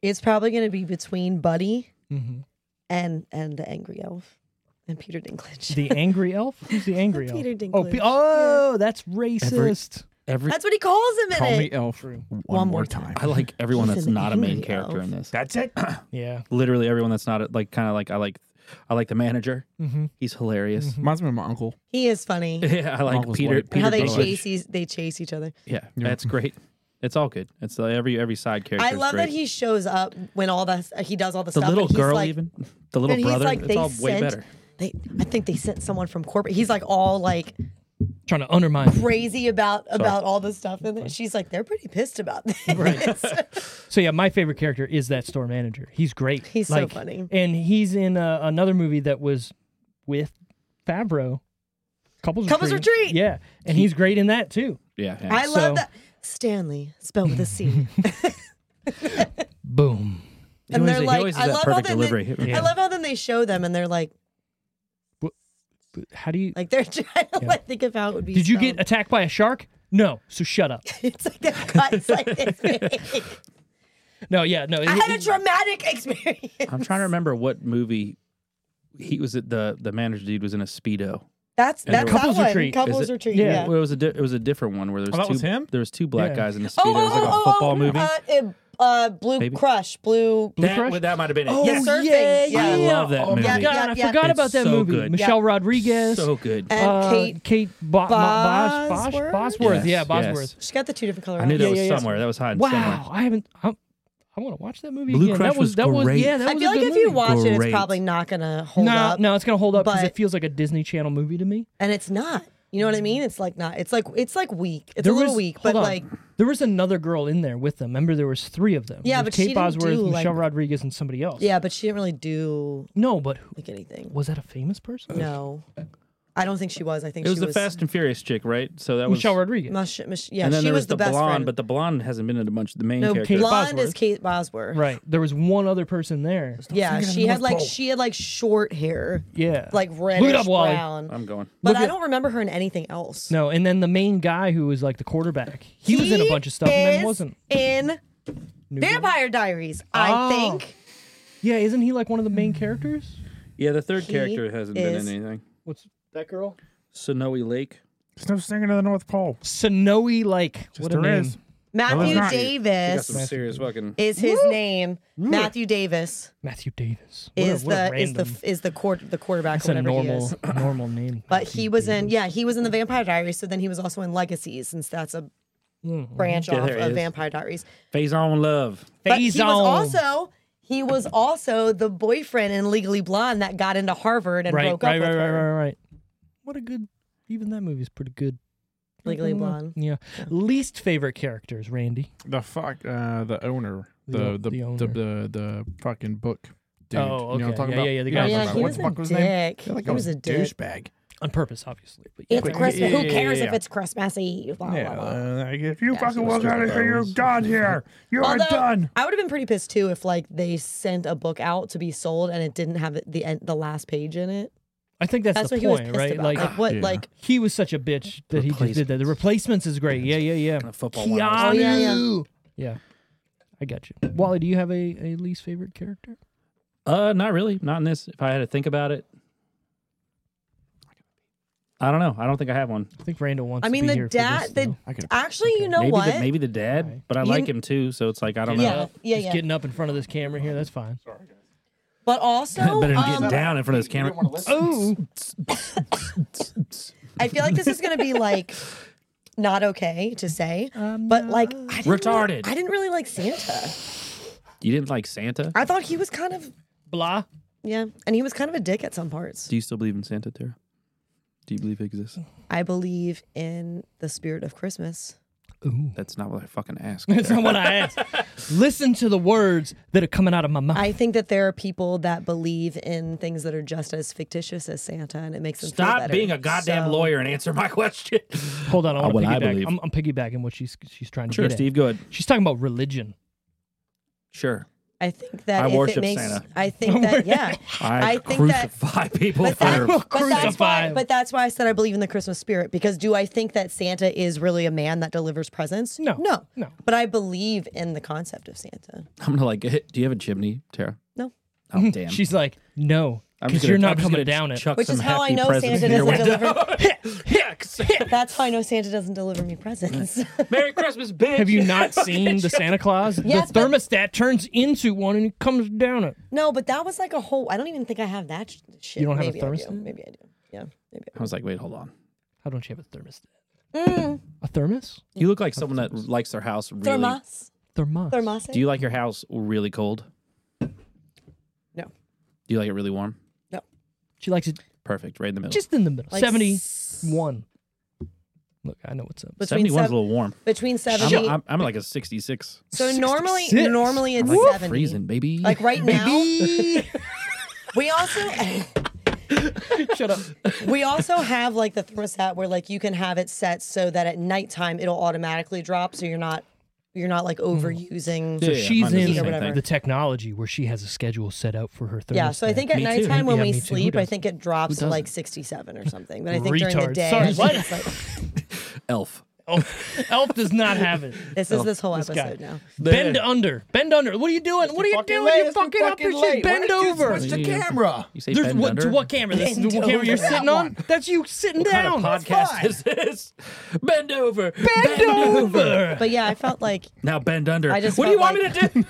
[SPEAKER 4] It's probably going to be between Buddy
[SPEAKER 1] Mhm.
[SPEAKER 4] and and the angry elf and Peter
[SPEAKER 1] <laughs>
[SPEAKER 4] Dinklage. <laughs>
[SPEAKER 1] The angry elf. Who's the angry elf?
[SPEAKER 4] Peter
[SPEAKER 1] Oh, Pe-
[SPEAKER 4] Dinklage.
[SPEAKER 1] oh, that's racist.
[SPEAKER 2] Every
[SPEAKER 4] That's what he calls him in
[SPEAKER 3] Call
[SPEAKER 4] it.
[SPEAKER 3] me Elf one, more time.
[SPEAKER 2] I like everyone
[SPEAKER 4] He's
[SPEAKER 2] that's
[SPEAKER 4] an
[SPEAKER 2] not a main
[SPEAKER 4] angry
[SPEAKER 2] character
[SPEAKER 4] elf.
[SPEAKER 2] in this.
[SPEAKER 5] That's it.
[SPEAKER 1] Yeah.
[SPEAKER 2] Literally everyone that's not a, like kind of like I like I like the manager.
[SPEAKER 1] Mm-hmm.
[SPEAKER 2] He's hilarious.
[SPEAKER 3] Reminds me of my uncle.
[SPEAKER 4] He is funny.
[SPEAKER 2] Yeah, I like <laughs>
[SPEAKER 3] Uncle's
[SPEAKER 2] Peter.
[SPEAKER 3] white.
[SPEAKER 4] And
[SPEAKER 2] Peter
[SPEAKER 4] how they
[SPEAKER 2] Dinklage.
[SPEAKER 4] chase each, they chase each other.
[SPEAKER 2] Yeah, that's great. It's all good. It's uh, every every side character.
[SPEAKER 4] I
[SPEAKER 2] is
[SPEAKER 4] love
[SPEAKER 2] great.
[SPEAKER 4] that he shows up when all the he does all the,
[SPEAKER 2] the
[SPEAKER 4] stuff.
[SPEAKER 2] little
[SPEAKER 4] and he's
[SPEAKER 2] girl
[SPEAKER 4] like,
[SPEAKER 2] even the little
[SPEAKER 4] and he's
[SPEAKER 2] brother.
[SPEAKER 4] like,
[SPEAKER 2] it's
[SPEAKER 4] they
[SPEAKER 2] all way
[SPEAKER 4] sent-
[SPEAKER 2] better.
[SPEAKER 4] They, I think they sent someone from corporate. He's like all like
[SPEAKER 1] Trying to undermine.
[SPEAKER 4] crazy about about all this stuff, and then she's like, they're pretty pissed about this.
[SPEAKER 1] So yeah, my favorite character is that store manager. He's great.
[SPEAKER 4] He's so funny.
[SPEAKER 1] And he's in uh, another movie that was with Fabro. Couples,
[SPEAKER 4] Couples Retreat.
[SPEAKER 1] Yeah, and he's great in that too.
[SPEAKER 2] Yeah, yeah.
[SPEAKER 4] I
[SPEAKER 1] So-
[SPEAKER 4] love that Stanley spelled with a C.
[SPEAKER 1] Boom.
[SPEAKER 4] and
[SPEAKER 2] always-
[SPEAKER 4] they're
[SPEAKER 2] he
[SPEAKER 4] like,
[SPEAKER 2] always
[SPEAKER 4] I
[SPEAKER 2] has that
[SPEAKER 4] love how
[SPEAKER 2] perfect
[SPEAKER 4] then they,
[SPEAKER 2] delivery.
[SPEAKER 4] I love how then they show them, and they're like,
[SPEAKER 1] How do you?
[SPEAKER 4] like they're <laughs> trying to like think of how it would be.
[SPEAKER 1] Did you
[SPEAKER 4] spelled.
[SPEAKER 1] get attacked by a shark? No. So shut up.
[SPEAKER 4] It's like the cuts like this. big.
[SPEAKER 1] No. Yeah. No.
[SPEAKER 4] I had a dramatic experience.
[SPEAKER 2] I'm trying to remember what movie he was. At the the manager dude was in a speedo.
[SPEAKER 4] That's
[SPEAKER 2] And
[SPEAKER 4] that's
[SPEAKER 2] the-
[SPEAKER 4] that
[SPEAKER 1] Couples
[SPEAKER 4] one.
[SPEAKER 1] Retreat, is
[SPEAKER 4] Couples
[SPEAKER 2] it?
[SPEAKER 4] retreat.
[SPEAKER 1] Yeah.
[SPEAKER 4] Yeah.
[SPEAKER 2] Well, it was a di- it was a different one where there was
[SPEAKER 3] that
[SPEAKER 2] two,
[SPEAKER 3] was him?
[SPEAKER 2] There was two black
[SPEAKER 1] Yeah.
[SPEAKER 2] guys in a speedo.
[SPEAKER 4] Oh,
[SPEAKER 2] it was like a football movie.
[SPEAKER 4] Uh, uh, uh, Blue
[SPEAKER 2] Maybe.
[SPEAKER 4] Crush. Blue.
[SPEAKER 1] Blue
[SPEAKER 2] that,
[SPEAKER 1] Crush?
[SPEAKER 2] well, that might have been it.
[SPEAKER 1] Oh,
[SPEAKER 2] yes,
[SPEAKER 4] surfing.
[SPEAKER 1] yeah,
[SPEAKER 4] Yeah.
[SPEAKER 1] yeah.
[SPEAKER 4] I
[SPEAKER 2] love that
[SPEAKER 1] oh, my
[SPEAKER 2] movie.
[SPEAKER 1] God,
[SPEAKER 4] Yeah, yeah,
[SPEAKER 1] I forgot
[SPEAKER 2] yeah.
[SPEAKER 1] about that
[SPEAKER 2] It's so
[SPEAKER 1] movie.
[SPEAKER 2] good.
[SPEAKER 1] Michelle Rodriguez.
[SPEAKER 2] so good.
[SPEAKER 4] And
[SPEAKER 1] uh,
[SPEAKER 4] Kate.
[SPEAKER 1] Kate Bo- Bo- Bosh- Bosh-
[SPEAKER 4] Bosworth?
[SPEAKER 1] Bosworth.
[SPEAKER 2] Yes,
[SPEAKER 1] Yeah,
[SPEAKER 2] yes.
[SPEAKER 1] Bosworth.
[SPEAKER 4] She got the two different color.
[SPEAKER 2] I knew that
[SPEAKER 4] eyes.
[SPEAKER 2] was
[SPEAKER 1] yeah, yeah.
[SPEAKER 2] somewhere. That was hiding
[SPEAKER 1] Wow,
[SPEAKER 2] somewhere.
[SPEAKER 1] I haven't. I'm, I want to watch that movie
[SPEAKER 2] Blue
[SPEAKER 1] again.
[SPEAKER 2] Crush
[SPEAKER 1] that was,
[SPEAKER 2] was
[SPEAKER 1] that was
[SPEAKER 2] great.
[SPEAKER 1] yeah. That
[SPEAKER 4] I
[SPEAKER 1] was a
[SPEAKER 4] feel like
[SPEAKER 1] good
[SPEAKER 4] if you
[SPEAKER 1] movie.
[SPEAKER 4] watch it, it's
[SPEAKER 2] Great.
[SPEAKER 4] probably not gonna hold
[SPEAKER 1] no,
[SPEAKER 4] up.
[SPEAKER 1] no, it's gonna hold up because it
[SPEAKER 4] but-
[SPEAKER 1] feels like a Disney Channel movie to me.
[SPEAKER 4] and it's not. You know what I mean? It's like not. It's like it's like weak. It's a little weak,
[SPEAKER 1] hold
[SPEAKER 4] but
[SPEAKER 1] on.
[SPEAKER 4] like
[SPEAKER 1] there was another girl in there with them. Remember, there was three of them.
[SPEAKER 4] Yeah,
[SPEAKER 1] There was
[SPEAKER 4] but she
[SPEAKER 1] Kate
[SPEAKER 4] didn't
[SPEAKER 1] Bosworth,
[SPEAKER 4] do, like-
[SPEAKER 1] Michelle Rodriguez, and somebody else.
[SPEAKER 4] yeah, but she didn't really do
[SPEAKER 1] no, but who,
[SPEAKER 4] like anything.
[SPEAKER 1] was that a famous person?
[SPEAKER 4] No, I don't think she was. I think
[SPEAKER 2] It was
[SPEAKER 4] she
[SPEAKER 2] the
[SPEAKER 4] was
[SPEAKER 2] Fast and Furious chick, right? So that was
[SPEAKER 1] Michelle Rodriguez.
[SPEAKER 4] Mush, mush, yeah,
[SPEAKER 2] And then
[SPEAKER 4] she
[SPEAKER 2] there
[SPEAKER 4] was,
[SPEAKER 2] was the,
[SPEAKER 4] best
[SPEAKER 2] blonde,
[SPEAKER 4] friend.
[SPEAKER 2] but the blonde hasn't been in a bunch. The main
[SPEAKER 4] no,
[SPEAKER 2] character.
[SPEAKER 4] blonde
[SPEAKER 1] Bosworth.
[SPEAKER 4] is Kate Bosworth.
[SPEAKER 1] Right. There was one other person there.
[SPEAKER 4] Yeah, she had like she had like short hair,
[SPEAKER 1] Yeah.
[SPEAKER 4] like reddish
[SPEAKER 1] Look it up, Wally.
[SPEAKER 4] brown.
[SPEAKER 2] I'm going.
[SPEAKER 4] But I don't remember her in anything else.
[SPEAKER 1] No, and then the main guy who was like the quarterback. He, was in a bunch of stuff and then
[SPEAKER 4] is
[SPEAKER 1] wasn't.
[SPEAKER 4] in Vampire Diaries. I
[SPEAKER 1] Oh.
[SPEAKER 4] think
[SPEAKER 1] Yeah, isn't he like one of the
[SPEAKER 4] Hmm.
[SPEAKER 1] main characters?
[SPEAKER 2] Yeah, the third
[SPEAKER 4] He
[SPEAKER 2] character hasn't been in
[SPEAKER 4] is-
[SPEAKER 2] anything.
[SPEAKER 1] What's that girl?
[SPEAKER 2] Sonoe Lake.
[SPEAKER 3] There's no singing to the North Pole.
[SPEAKER 1] Snowy Lake.
[SPEAKER 3] Just
[SPEAKER 1] what a
[SPEAKER 3] there
[SPEAKER 1] name.
[SPEAKER 3] is.
[SPEAKER 4] Matthew
[SPEAKER 3] not.
[SPEAKER 2] She got
[SPEAKER 4] Davis
[SPEAKER 2] some serious fucking.
[SPEAKER 4] is his name. Matthew Davis
[SPEAKER 1] Matthew Davis. What a-
[SPEAKER 4] is
[SPEAKER 1] what a
[SPEAKER 4] the is the
[SPEAKER 1] random-
[SPEAKER 4] is the court the quarterback
[SPEAKER 1] That's
[SPEAKER 4] or
[SPEAKER 1] a
[SPEAKER 4] whatever he
[SPEAKER 1] normal
[SPEAKER 4] is. <laughs>
[SPEAKER 1] normal name.
[SPEAKER 4] But he was in yeah he was in the Vampire Diaries. So then he was also in Legacies, since that's a branch off
[SPEAKER 2] there
[SPEAKER 4] of
[SPEAKER 2] is.
[SPEAKER 4] Vampire Diaries.
[SPEAKER 2] Phase on love.
[SPEAKER 4] But he
[SPEAKER 1] Phase
[SPEAKER 4] was
[SPEAKER 1] on.
[SPEAKER 4] also he was also the boyfriend in Legally Blonde that got into Harvard and
[SPEAKER 1] right,
[SPEAKER 4] broke
[SPEAKER 1] right,
[SPEAKER 4] up
[SPEAKER 1] right,
[SPEAKER 4] with
[SPEAKER 1] right,
[SPEAKER 4] her.
[SPEAKER 1] right, right. What a good. Even that movie's pretty good.
[SPEAKER 4] Legally
[SPEAKER 1] Mm-hmm.
[SPEAKER 4] Blonde.
[SPEAKER 1] Yeah. Least favorite characters, Randy.
[SPEAKER 3] The fuck, uh, the owner,
[SPEAKER 1] The-
[SPEAKER 3] the the
[SPEAKER 1] the
[SPEAKER 3] the,
[SPEAKER 1] owner.
[SPEAKER 3] the, the, fucking book dude.
[SPEAKER 1] Oh,
[SPEAKER 3] You know what
[SPEAKER 1] okay.
[SPEAKER 3] I'm talking
[SPEAKER 1] Yeah,
[SPEAKER 3] about?
[SPEAKER 1] yeah, yeah, the
[SPEAKER 3] You
[SPEAKER 1] guy
[SPEAKER 3] know what
[SPEAKER 1] with
[SPEAKER 3] I'm
[SPEAKER 1] the
[SPEAKER 3] talking
[SPEAKER 1] Yeah, he
[SPEAKER 3] about. What the
[SPEAKER 4] was a
[SPEAKER 3] fuck was
[SPEAKER 4] dick.
[SPEAKER 3] his name? I feel like
[SPEAKER 4] He
[SPEAKER 3] I
[SPEAKER 4] was a dick.
[SPEAKER 3] douchebag.
[SPEAKER 1] On purpose, obviously. But yeah.
[SPEAKER 4] It's
[SPEAKER 3] Quick-
[SPEAKER 4] Christmas.
[SPEAKER 3] yeah,
[SPEAKER 4] Who
[SPEAKER 3] yeah,
[SPEAKER 4] cares
[SPEAKER 3] yeah,
[SPEAKER 4] if
[SPEAKER 3] yeah.
[SPEAKER 4] it's Christmas Eve? Blah, blah,
[SPEAKER 3] Yeah,
[SPEAKER 4] blah.
[SPEAKER 3] uh, like, if you
[SPEAKER 4] Yeah,
[SPEAKER 3] fucking
[SPEAKER 4] she
[SPEAKER 3] walk out of here, you're gone
[SPEAKER 4] <laughs>
[SPEAKER 3] here. You are
[SPEAKER 4] Although,
[SPEAKER 3] done.
[SPEAKER 4] I would have been pretty pissed too if like they sent a book out to be sold and it didn't have the the, end, the last page in it.
[SPEAKER 1] I think that's,
[SPEAKER 4] That's
[SPEAKER 1] the
[SPEAKER 4] what
[SPEAKER 1] point,
[SPEAKER 4] he was pissed
[SPEAKER 1] right?
[SPEAKER 4] about.
[SPEAKER 1] Like,
[SPEAKER 4] Like, what?
[SPEAKER 3] Yeah.
[SPEAKER 4] Like
[SPEAKER 1] he was such a bitch that he just did that. The replacements is great. Yeah, yeah, yeah.
[SPEAKER 2] The football
[SPEAKER 1] Keanu.
[SPEAKER 2] one.
[SPEAKER 4] Oh, yeah, yeah.
[SPEAKER 1] Yeah. I got you. Wally, do you have a, a least favorite character?
[SPEAKER 2] Uh, not really. Not in this. If I had to think about it, I don't know. I don't think I have one.
[SPEAKER 1] I think Randall wants
[SPEAKER 4] I
[SPEAKER 1] to
[SPEAKER 4] mean
[SPEAKER 1] be
[SPEAKER 4] the
[SPEAKER 1] here for
[SPEAKER 4] dad.
[SPEAKER 1] this,
[SPEAKER 4] The
[SPEAKER 1] though.
[SPEAKER 3] I could-
[SPEAKER 4] actually, you know
[SPEAKER 2] maybe
[SPEAKER 4] what?
[SPEAKER 2] The, maybe the dad, but I
[SPEAKER 4] You-
[SPEAKER 2] like him too. So it's like I don't
[SPEAKER 4] yeah,
[SPEAKER 2] know.
[SPEAKER 4] yeah,
[SPEAKER 1] Just
[SPEAKER 4] yeah.
[SPEAKER 1] getting up in front of this camera here, that's fine. <laughs>
[SPEAKER 4] But also,
[SPEAKER 2] Better than
[SPEAKER 4] um,
[SPEAKER 2] getting down in front of this camera.
[SPEAKER 1] Oh,
[SPEAKER 4] I feel like this is gonna be like not okay
[SPEAKER 1] <laughs>
[SPEAKER 4] to say, but like I didn't really-
[SPEAKER 2] Retarded.
[SPEAKER 4] I didn't really like Santa.
[SPEAKER 2] You didn't like Santa?
[SPEAKER 4] I thought he was kind of
[SPEAKER 1] blah. <laughs>
[SPEAKER 4] yeah, and he was kind of a dick at some parts.
[SPEAKER 2] Do you still believe in Santa, Tara? Do you believe it exists?
[SPEAKER 4] I believe in the spirit of Christmas.
[SPEAKER 2] That's not what I fucking
[SPEAKER 4] <laughs>
[SPEAKER 2] asked.
[SPEAKER 1] That's not what I asked. Listen to the words that are coming out of my mouth.
[SPEAKER 4] I think that there are people that believe in things that are just as fictitious as Santa, and it makes them feel
[SPEAKER 2] Stop
[SPEAKER 4] better.
[SPEAKER 2] being a goddamn
[SPEAKER 4] So-
[SPEAKER 2] lawyer and answer my <laughs> question.
[SPEAKER 1] Hold on, I want
[SPEAKER 2] what
[SPEAKER 1] to
[SPEAKER 2] I
[SPEAKER 1] piggyback.
[SPEAKER 2] believe.
[SPEAKER 1] I'm, I'm piggybacking what she's she's trying to
[SPEAKER 2] Sure,
[SPEAKER 1] get at.
[SPEAKER 2] Steve. Go ahead.
[SPEAKER 1] She's talking about religion.
[SPEAKER 2] Sure.
[SPEAKER 4] I think that
[SPEAKER 2] I
[SPEAKER 4] if
[SPEAKER 2] worship
[SPEAKER 4] it makes,
[SPEAKER 2] Santa.
[SPEAKER 4] I
[SPEAKER 1] <laughs>
[SPEAKER 4] think that yeah,
[SPEAKER 2] I,
[SPEAKER 4] I think that
[SPEAKER 2] crucify people
[SPEAKER 4] <laughs> But,
[SPEAKER 2] for
[SPEAKER 4] that- but that's why.
[SPEAKER 1] Crucify.
[SPEAKER 4] But that's why I said I believe in the Christmas spirit because do I think that Santa is really a man that delivers presents?
[SPEAKER 1] No,
[SPEAKER 4] no,
[SPEAKER 1] no.
[SPEAKER 4] But I believe in the concept of Santa.
[SPEAKER 2] <laughs> I'm gonna like. <laughs> eh, Do you have a chimney, Tara?
[SPEAKER 4] No, <laughs>
[SPEAKER 2] Oh damn.
[SPEAKER 1] She's like, no,
[SPEAKER 2] I'm
[SPEAKER 1] because
[SPEAKER 2] just gonna-
[SPEAKER 1] you're not
[SPEAKER 2] I'm just
[SPEAKER 1] coming
[SPEAKER 2] gonna
[SPEAKER 1] down it.
[SPEAKER 2] chuck
[SPEAKER 4] which is
[SPEAKER 2] some
[SPEAKER 4] how I
[SPEAKER 2] hefty
[SPEAKER 4] know
[SPEAKER 2] presents
[SPEAKER 4] Santa
[SPEAKER 2] in your
[SPEAKER 4] doesn't
[SPEAKER 2] window.
[SPEAKER 4] deliver.
[SPEAKER 2] Hicks. <laughs>
[SPEAKER 4] that's how I know Santa doesn't deliver me presents. <laughs>
[SPEAKER 2] Merry Christmas, bitch.
[SPEAKER 1] Have you not seen the Santa Claus?
[SPEAKER 4] Yes,
[SPEAKER 1] the
[SPEAKER 4] but-
[SPEAKER 1] thermostat turns into one and it comes down it.
[SPEAKER 4] no, but that was like a whole. I don't even think I have that sh- shit.
[SPEAKER 1] You don't have a
[SPEAKER 4] maybe I do.
[SPEAKER 1] thermostat?
[SPEAKER 4] Maybe I do. Yeah, maybe. I do.
[SPEAKER 2] I was like, wait, hold on.
[SPEAKER 1] How don't you have a thermostat?
[SPEAKER 4] Mm.
[SPEAKER 1] A thermos?
[SPEAKER 2] You look like someone that likes their house really.
[SPEAKER 4] Thermos.
[SPEAKER 1] Thermos.
[SPEAKER 4] Thermos.
[SPEAKER 2] Do you like your house really cold?
[SPEAKER 4] No.
[SPEAKER 2] Do you like it really warm?
[SPEAKER 4] No.
[SPEAKER 1] She likes it
[SPEAKER 2] Perfect, right in the middle.
[SPEAKER 1] just in the middle.
[SPEAKER 4] Like s-
[SPEAKER 1] 71. Look, I know what's up.
[SPEAKER 4] Between
[SPEAKER 2] 71's
[SPEAKER 4] sev-
[SPEAKER 2] a little warm.
[SPEAKER 4] Between
[SPEAKER 2] I'm,
[SPEAKER 4] 70.
[SPEAKER 2] a, I'm, I'm like a 66.
[SPEAKER 4] so normally,
[SPEAKER 1] 66.
[SPEAKER 4] normally it's
[SPEAKER 2] I'm like
[SPEAKER 4] 70.
[SPEAKER 2] freezing, baby.
[SPEAKER 4] Like right now,
[SPEAKER 1] <laughs>
[SPEAKER 4] we also
[SPEAKER 1] Shut
[SPEAKER 2] <laughs>
[SPEAKER 1] up.
[SPEAKER 4] we also have like the thermostat where like you can have it set so that at nighttime it'll automatically drop, so you're not you're not
[SPEAKER 1] Hmm.
[SPEAKER 4] like overusing.
[SPEAKER 2] Yeah,
[SPEAKER 1] So
[SPEAKER 2] yeah,
[SPEAKER 1] she's
[SPEAKER 2] mine does the
[SPEAKER 4] same
[SPEAKER 1] in
[SPEAKER 4] thing.
[SPEAKER 1] the technology where she has a schedule set out for her thermostat.
[SPEAKER 4] Yeah, so I think at
[SPEAKER 2] Me too.
[SPEAKER 4] nighttime when
[SPEAKER 1] Yeah,
[SPEAKER 4] we
[SPEAKER 1] me too. Who
[SPEAKER 4] sleep, I
[SPEAKER 1] doesn't?
[SPEAKER 4] think it drops to like 67 or something. But I think during the
[SPEAKER 1] Retard.
[SPEAKER 4] day,
[SPEAKER 1] Sorry,
[SPEAKER 4] I think
[SPEAKER 1] what?
[SPEAKER 4] it's, like- <laughs>
[SPEAKER 2] Elf.
[SPEAKER 1] Elf, Elf does not have
[SPEAKER 2] <laughs>
[SPEAKER 1] it.
[SPEAKER 4] this is this whole
[SPEAKER 1] Oh, guy.
[SPEAKER 4] episode now.
[SPEAKER 1] Bend under. Bend under. What are you doing? What are you doing? You're fucking up your shit. Bend over.
[SPEAKER 3] Switch the camera.
[SPEAKER 2] You say
[SPEAKER 1] There's
[SPEAKER 2] bend
[SPEAKER 1] what,
[SPEAKER 2] under?
[SPEAKER 1] to what camera? This
[SPEAKER 4] Bend
[SPEAKER 1] is the camera you're
[SPEAKER 4] over.
[SPEAKER 1] sitting
[SPEAKER 3] That
[SPEAKER 1] on?
[SPEAKER 3] one.
[SPEAKER 1] That's you sitting
[SPEAKER 2] What kind of
[SPEAKER 1] down.
[SPEAKER 2] podcast
[SPEAKER 3] fine.
[SPEAKER 2] is this? Bend over. Bend,
[SPEAKER 1] over.
[SPEAKER 4] But yeah, I felt like
[SPEAKER 2] Now bend under.
[SPEAKER 4] I just
[SPEAKER 2] what do you
[SPEAKER 4] felt
[SPEAKER 2] want me to
[SPEAKER 4] <laughs>
[SPEAKER 2] do?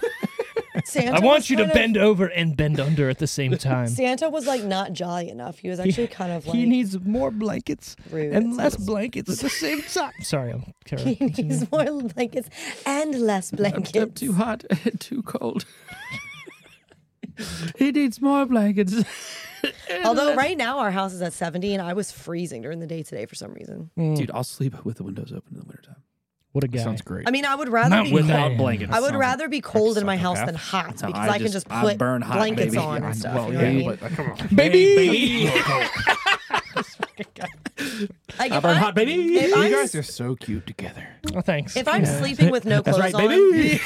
[SPEAKER 1] <laughs>
[SPEAKER 4] Santa.
[SPEAKER 1] I
[SPEAKER 4] was
[SPEAKER 1] want you to
[SPEAKER 4] kind of-
[SPEAKER 1] bend over and bend under at the
[SPEAKER 4] <laughs>
[SPEAKER 1] same time.
[SPEAKER 4] Santa was like not jolly enough. He was actually kind of like
[SPEAKER 1] <laughs> he needs more blankets
[SPEAKER 4] Rude.
[SPEAKER 1] and less blankets at the
[SPEAKER 4] <laughs>
[SPEAKER 1] same time. Sorry, I'm Kara.
[SPEAKER 4] He needs more blankets and less blankets.
[SPEAKER 2] too hot, <laughs> too cold. he needs more blankets. <laughs>
[SPEAKER 4] Although right now our house is at 70 and I was freezing during the day today for some reason.
[SPEAKER 2] Dude, I'll sleep with the windows open in the wintertime.
[SPEAKER 1] What a guy.
[SPEAKER 3] Sounds great.
[SPEAKER 4] I mean, I would rather be
[SPEAKER 2] <laughs> Without
[SPEAKER 1] Man.
[SPEAKER 2] blankets.
[SPEAKER 4] I would rather be cold in my house than hot because
[SPEAKER 2] I
[SPEAKER 4] I, can
[SPEAKER 2] just-
[SPEAKER 4] just
[SPEAKER 2] I
[SPEAKER 4] put
[SPEAKER 2] burn hot,
[SPEAKER 4] blankets
[SPEAKER 2] baby.
[SPEAKER 4] on and stuff.
[SPEAKER 3] well,
[SPEAKER 4] you know what I
[SPEAKER 3] yeah,
[SPEAKER 4] mean?
[SPEAKER 3] but uh,
[SPEAKER 4] <laughs>
[SPEAKER 3] come on.
[SPEAKER 1] Baby!
[SPEAKER 2] baby.
[SPEAKER 4] Like,
[SPEAKER 2] I
[SPEAKER 4] if
[SPEAKER 2] burn
[SPEAKER 4] I-
[SPEAKER 2] hot, baby.
[SPEAKER 4] If
[SPEAKER 3] You
[SPEAKER 4] I'm,
[SPEAKER 3] guys are so cute
[SPEAKER 4] <laughs>
[SPEAKER 3] together.
[SPEAKER 1] Oh, thanks.
[SPEAKER 4] if I'm sleeping with no
[SPEAKER 2] <laughs>
[SPEAKER 4] clothes
[SPEAKER 2] That's right,
[SPEAKER 4] on, <laughs>
[SPEAKER 2] baby.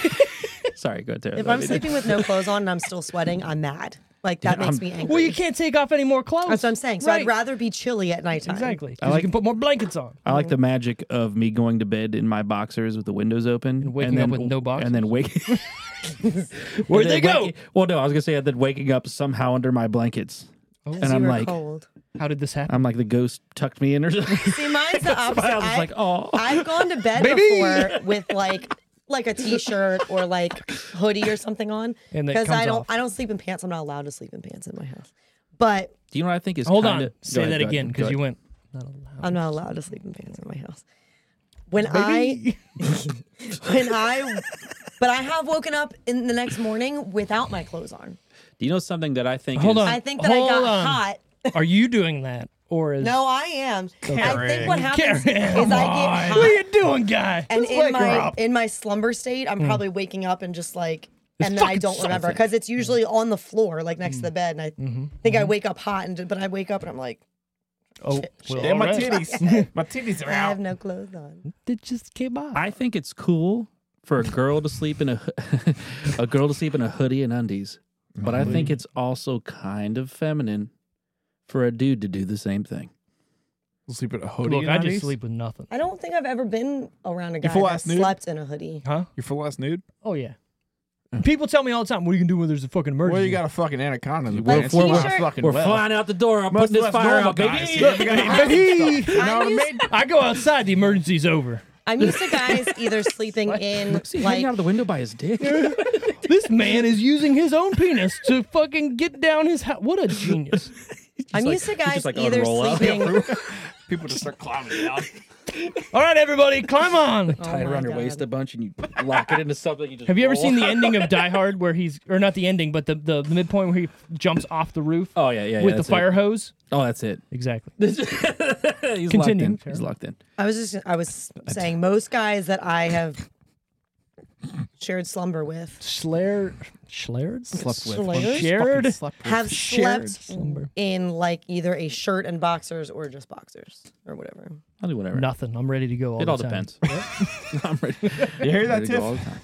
[SPEAKER 2] Sorry, go ahead, Tara.
[SPEAKER 4] if
[SPEAKER 2] Let
[SPEAKER 4] I'm
[SPEAKER 2] me do-
[SPEAKER 4] sleeping with no clothes on and I'm still sweating, I'm mad. Like that makes me angry.
[SPEAKER 1] well, you can't take off any more clothes.
[SPEAKER 4] That's what I'm saying. So
[SPEAKER 1] Right.
[SPEAKER 4] I'd rather be chilly at nighttime.
[SPEAKER 1] Exactly. I you can put more blankets on.
[SPEAKER 2] I like the magic of me going to bed in my boxers with the windows open and
[SPEAKER 1] waking up with no boxers?
[SPEAKER 2] and then wake. <laughs>
[SPEAKER 1] Where'd
[SPEAKER 2] and
[SPEAKER 1] they
[SPEAKER 2] then
[SPEAKER 1] go?
[SPEAKER 2] wake- well, no, I was gonna say that waking up somehow under my blankets, and
[SPEAKER 4] You
[SPEAKER 2] I'm
[SPEAKER 4] were
[SPEAKER 2] like, <laughs>
[SPEAKER 4] cold.
[SPEAKER 1] How did this happen?
[SPEAKER 2] I'm like the ghost tucked me in or something. <laughs>
[SPEAKER 4] See, mine's the opposite.
[SPEAKER 2] I was
[SPEAKER 4] I-
[SPEAKER 2] like, oh,
[SPEAKER 4] I've gone to bed before with like like a t-shirt or like hoodie or something on
[SPEAKER 1] And it comes
[SPEAKER 4] I don't
[SPEAKER 1] off.
[SPEAKER 4] I don't sleep in pants. I'm not allowed to sleep in pants in my house. But
[SPEAKER 2] do you know what I think is?
[SPEAKER 1] Hold
[SPEAKER 2] kinda-
[SPEAKER 1] on.
[SPEAKER 2] Go
[SPEAKER 1] Say
[SPEAKER 2] ahead,
[SPEAKER 1] that
[SPEAKER 2] go ahead,
[SPEAKER 1] again
[SPEAKER 2] go
[SPEAKER 1] because
[SPEAKER 2] ahead.
[SPEAKER 1] you went. Not allowed.
[SPEAKER 4] I'm not allowed to sleep in pants in my house. When
[SPEAKER 1] <laughs>
[SPEAKER 4] I, when I, but I have woken up in the next morning without my clothes on.
[SPEAKER 2] Do you know something that I think?
[SPEAKER 1] Hold
[SPEAKER 2] is,
[SPEAKER 1] on.
[SPEAKER 4] I think that
[SPEAKER 1] Oh, Hold
[SPEAKER 4] I got
[SPEAKER 1] on.
[SPEAKER 4] hot.
[SPEAKER 1] Are you doing that? Or is.
[SPEAKER 4] No, I am. I think what happens
[SPEAKER 1] Karen, <laughs>
[SPEAKER 4] is I get
[SPEAKER 1] What are
[SPEAKER 4] hot,
[SPEAKER 1] you doing, guy?
[SPEAKER 4] and
[SPEAKER 1] Just
[SPEAKER 4] in
[SPEAKER 1] wake her
[SPEAKER 4] my
[SPEAKER 1] up.
[SPEAKER 4] in my slumber state, I'm probably waking up and just like, and then I don't remember because it's usually on the floor, like next to the bed, and I
[SPEAKER 1] Mm-hmm.
[SPEAKER 4] think I wake up hot, and but I wake up and I'm like,
[SPEAKER 1] Oh, well,
[SPEAKER 3] Damn,
[SPEAKER 1] all
[SPEAKER 3] my
[SPEAKER 1] right.
[SPEAKER 3] <laughs> titties. my titties are
[SPEAKER 4] I have
[SPEAKER 3] out.
[SPEAKER 4] no clothes on.
[SPEAKER 1] It just came off.
[SPEAKER 2] I think it's cool for a girl to sleep in a hoo- <laughs> a girl to sleep in a hoodie and undies, but I think it's also kind of feminine for a dude to do the same thing.
[SPEAKER 3] Sleep in a hoodie.
[SPEAKER 1] Look,
[SPEAKER 3] and
[SPEAKER 1] I
[SPEAKER 3] undies?
[SPEAKER 1] just sleep with nothing.
[SPEAKER 4] I don't think I've ever been around a guy
[SPEAKER 3] full
[SPEAKER 4] that
[SPEAKER 3] ass nude?
[SPEAKER 4] slept in a hoodie.
[SPEAKER 1] Huh?
[SPEAKER 3] Your full ass nude?
[SPEAKER 1] Oh, yeah. People tell me all the time, what are you going to do when there's a fucking emergency?
[SPEAKER 3] Well, you got a fucking anaconda. in the
[SPEAKER 4] Like
[SPEAKER 3] pants.
[SPEAKER 4] we're-
[SPEAKER 3] You might
[SPEAKER 4] t-shirt-
[SPEAKER 3] fucking
[SPEAKER 2] We're
[SPEAKER 3] well.
[SPEAKER 2] flying out the door. I'm
[SPEAKER 3] Most
[SPEAKER 2] putting
[SPEAKER 3] of
[SPEAKER 2] this
[SPEAKER 3] us
[SPEAKER 2] fire
[SPEAKER 3] normal
[SPEAKER 2] out,
[SPEAKER 3] guys
[SPEAKER 2] baby. <laughs>
[SPEAKER 3] here, we
[SPEAKER 4] <laughs>
[SPEAKER 1] <laughs>
[SPEAKER 3] got
[SPEAKER 1] Baby!
[SPEAKER 3] You know what I
[SPEAKER 4] I'm
[SPEAKER 3] mean?
[SPEAKER 1] I go outside, the emergency's over.
[SPEAKER 4] I'm used to guys either sleeping in
[SPEAKER 2] <laughs> See,
[SPEAKER 4] like
[SPEAKER 2] hanging out of the window by his <laughs> dick.
[SPEAKER 1] Oh This man is using his own penis to fucking get down his house. What a genius.
[SPEAKER 4] I'm
[SPEAKER 2] like-
[SPEAKER 4] used to
[SPEAKER 2] he's just
[SPEAKER 4] guys
[SPEAKER 2] like on
[SPEAKER 4] either
[SPEAKER 2] roll out.
[SPEAKER 4] sleeping. oh
[SPEAKER 3] People just start climbing down.
[SPEAKER 1] All right, everybody, climb on.
[SPEAKER 4] Oh
[SPEAKER 2] Tie it
[SPEAKER 4] my
[SPEAKER 2] around your
[SPEAKER 4] God.
[SPEAKER 2] waist a bunch and you lock it into something. You just
[SPEAKER 1] Have you ever
[SPEAKER 2] roll
[SPEAKER 1] seen the
[SPEAKER 2] out.
[SPEAKER 1] ending of Die Hard where he's, or not the ending, but the, the, the midpoint where he jumps off the roof
[SPEAKER 2] Oh yeah, yeah. yeah,
[SPEAKER 1] with the
[SPEAKER 2] that's it.
[SPEAKER 1] fire hose?
[SPEAKER 2] Oh, that's it.
[SPEAKER 1] Exactly.
[SPEAKER 2] He's
[SPEAKER 1] Continue.
[SPEAKER 2] locked in. He's locked in.
[SPEAKER 4] I was just I was saying most guys that I have shared slumber with
[SPEAKER 1] Schler, Schlered?
[SPEAKER 3] Slept with.
[SPEAKER 4] Slayer?
[SPEAKER 1] Shared?
[SPEAKER 4] have
[SPEAKER 1] Shared
[SPEAKER 4] slept
[SPEAKER 1] slumber.
[SPEAKER 4] in like either a shirt and boxers or just boxers or whatever.
[SPEAKER 2] I'll do whatever.
[SPEAKER 1] Nothing. I'm ready to go all
[SPEAKER 2] it
[SPEAKER 1] the
[SPEAKER 2] all
[SPEAKER 1] time.
[SPEAKER 2] depends. <laughs> I'm ready.
[SPEAKER 3] You hear that,
[SPEAKER 2] ready to go all
[SPEAKER 3] Tiff?
[SPEAKER 2] the time.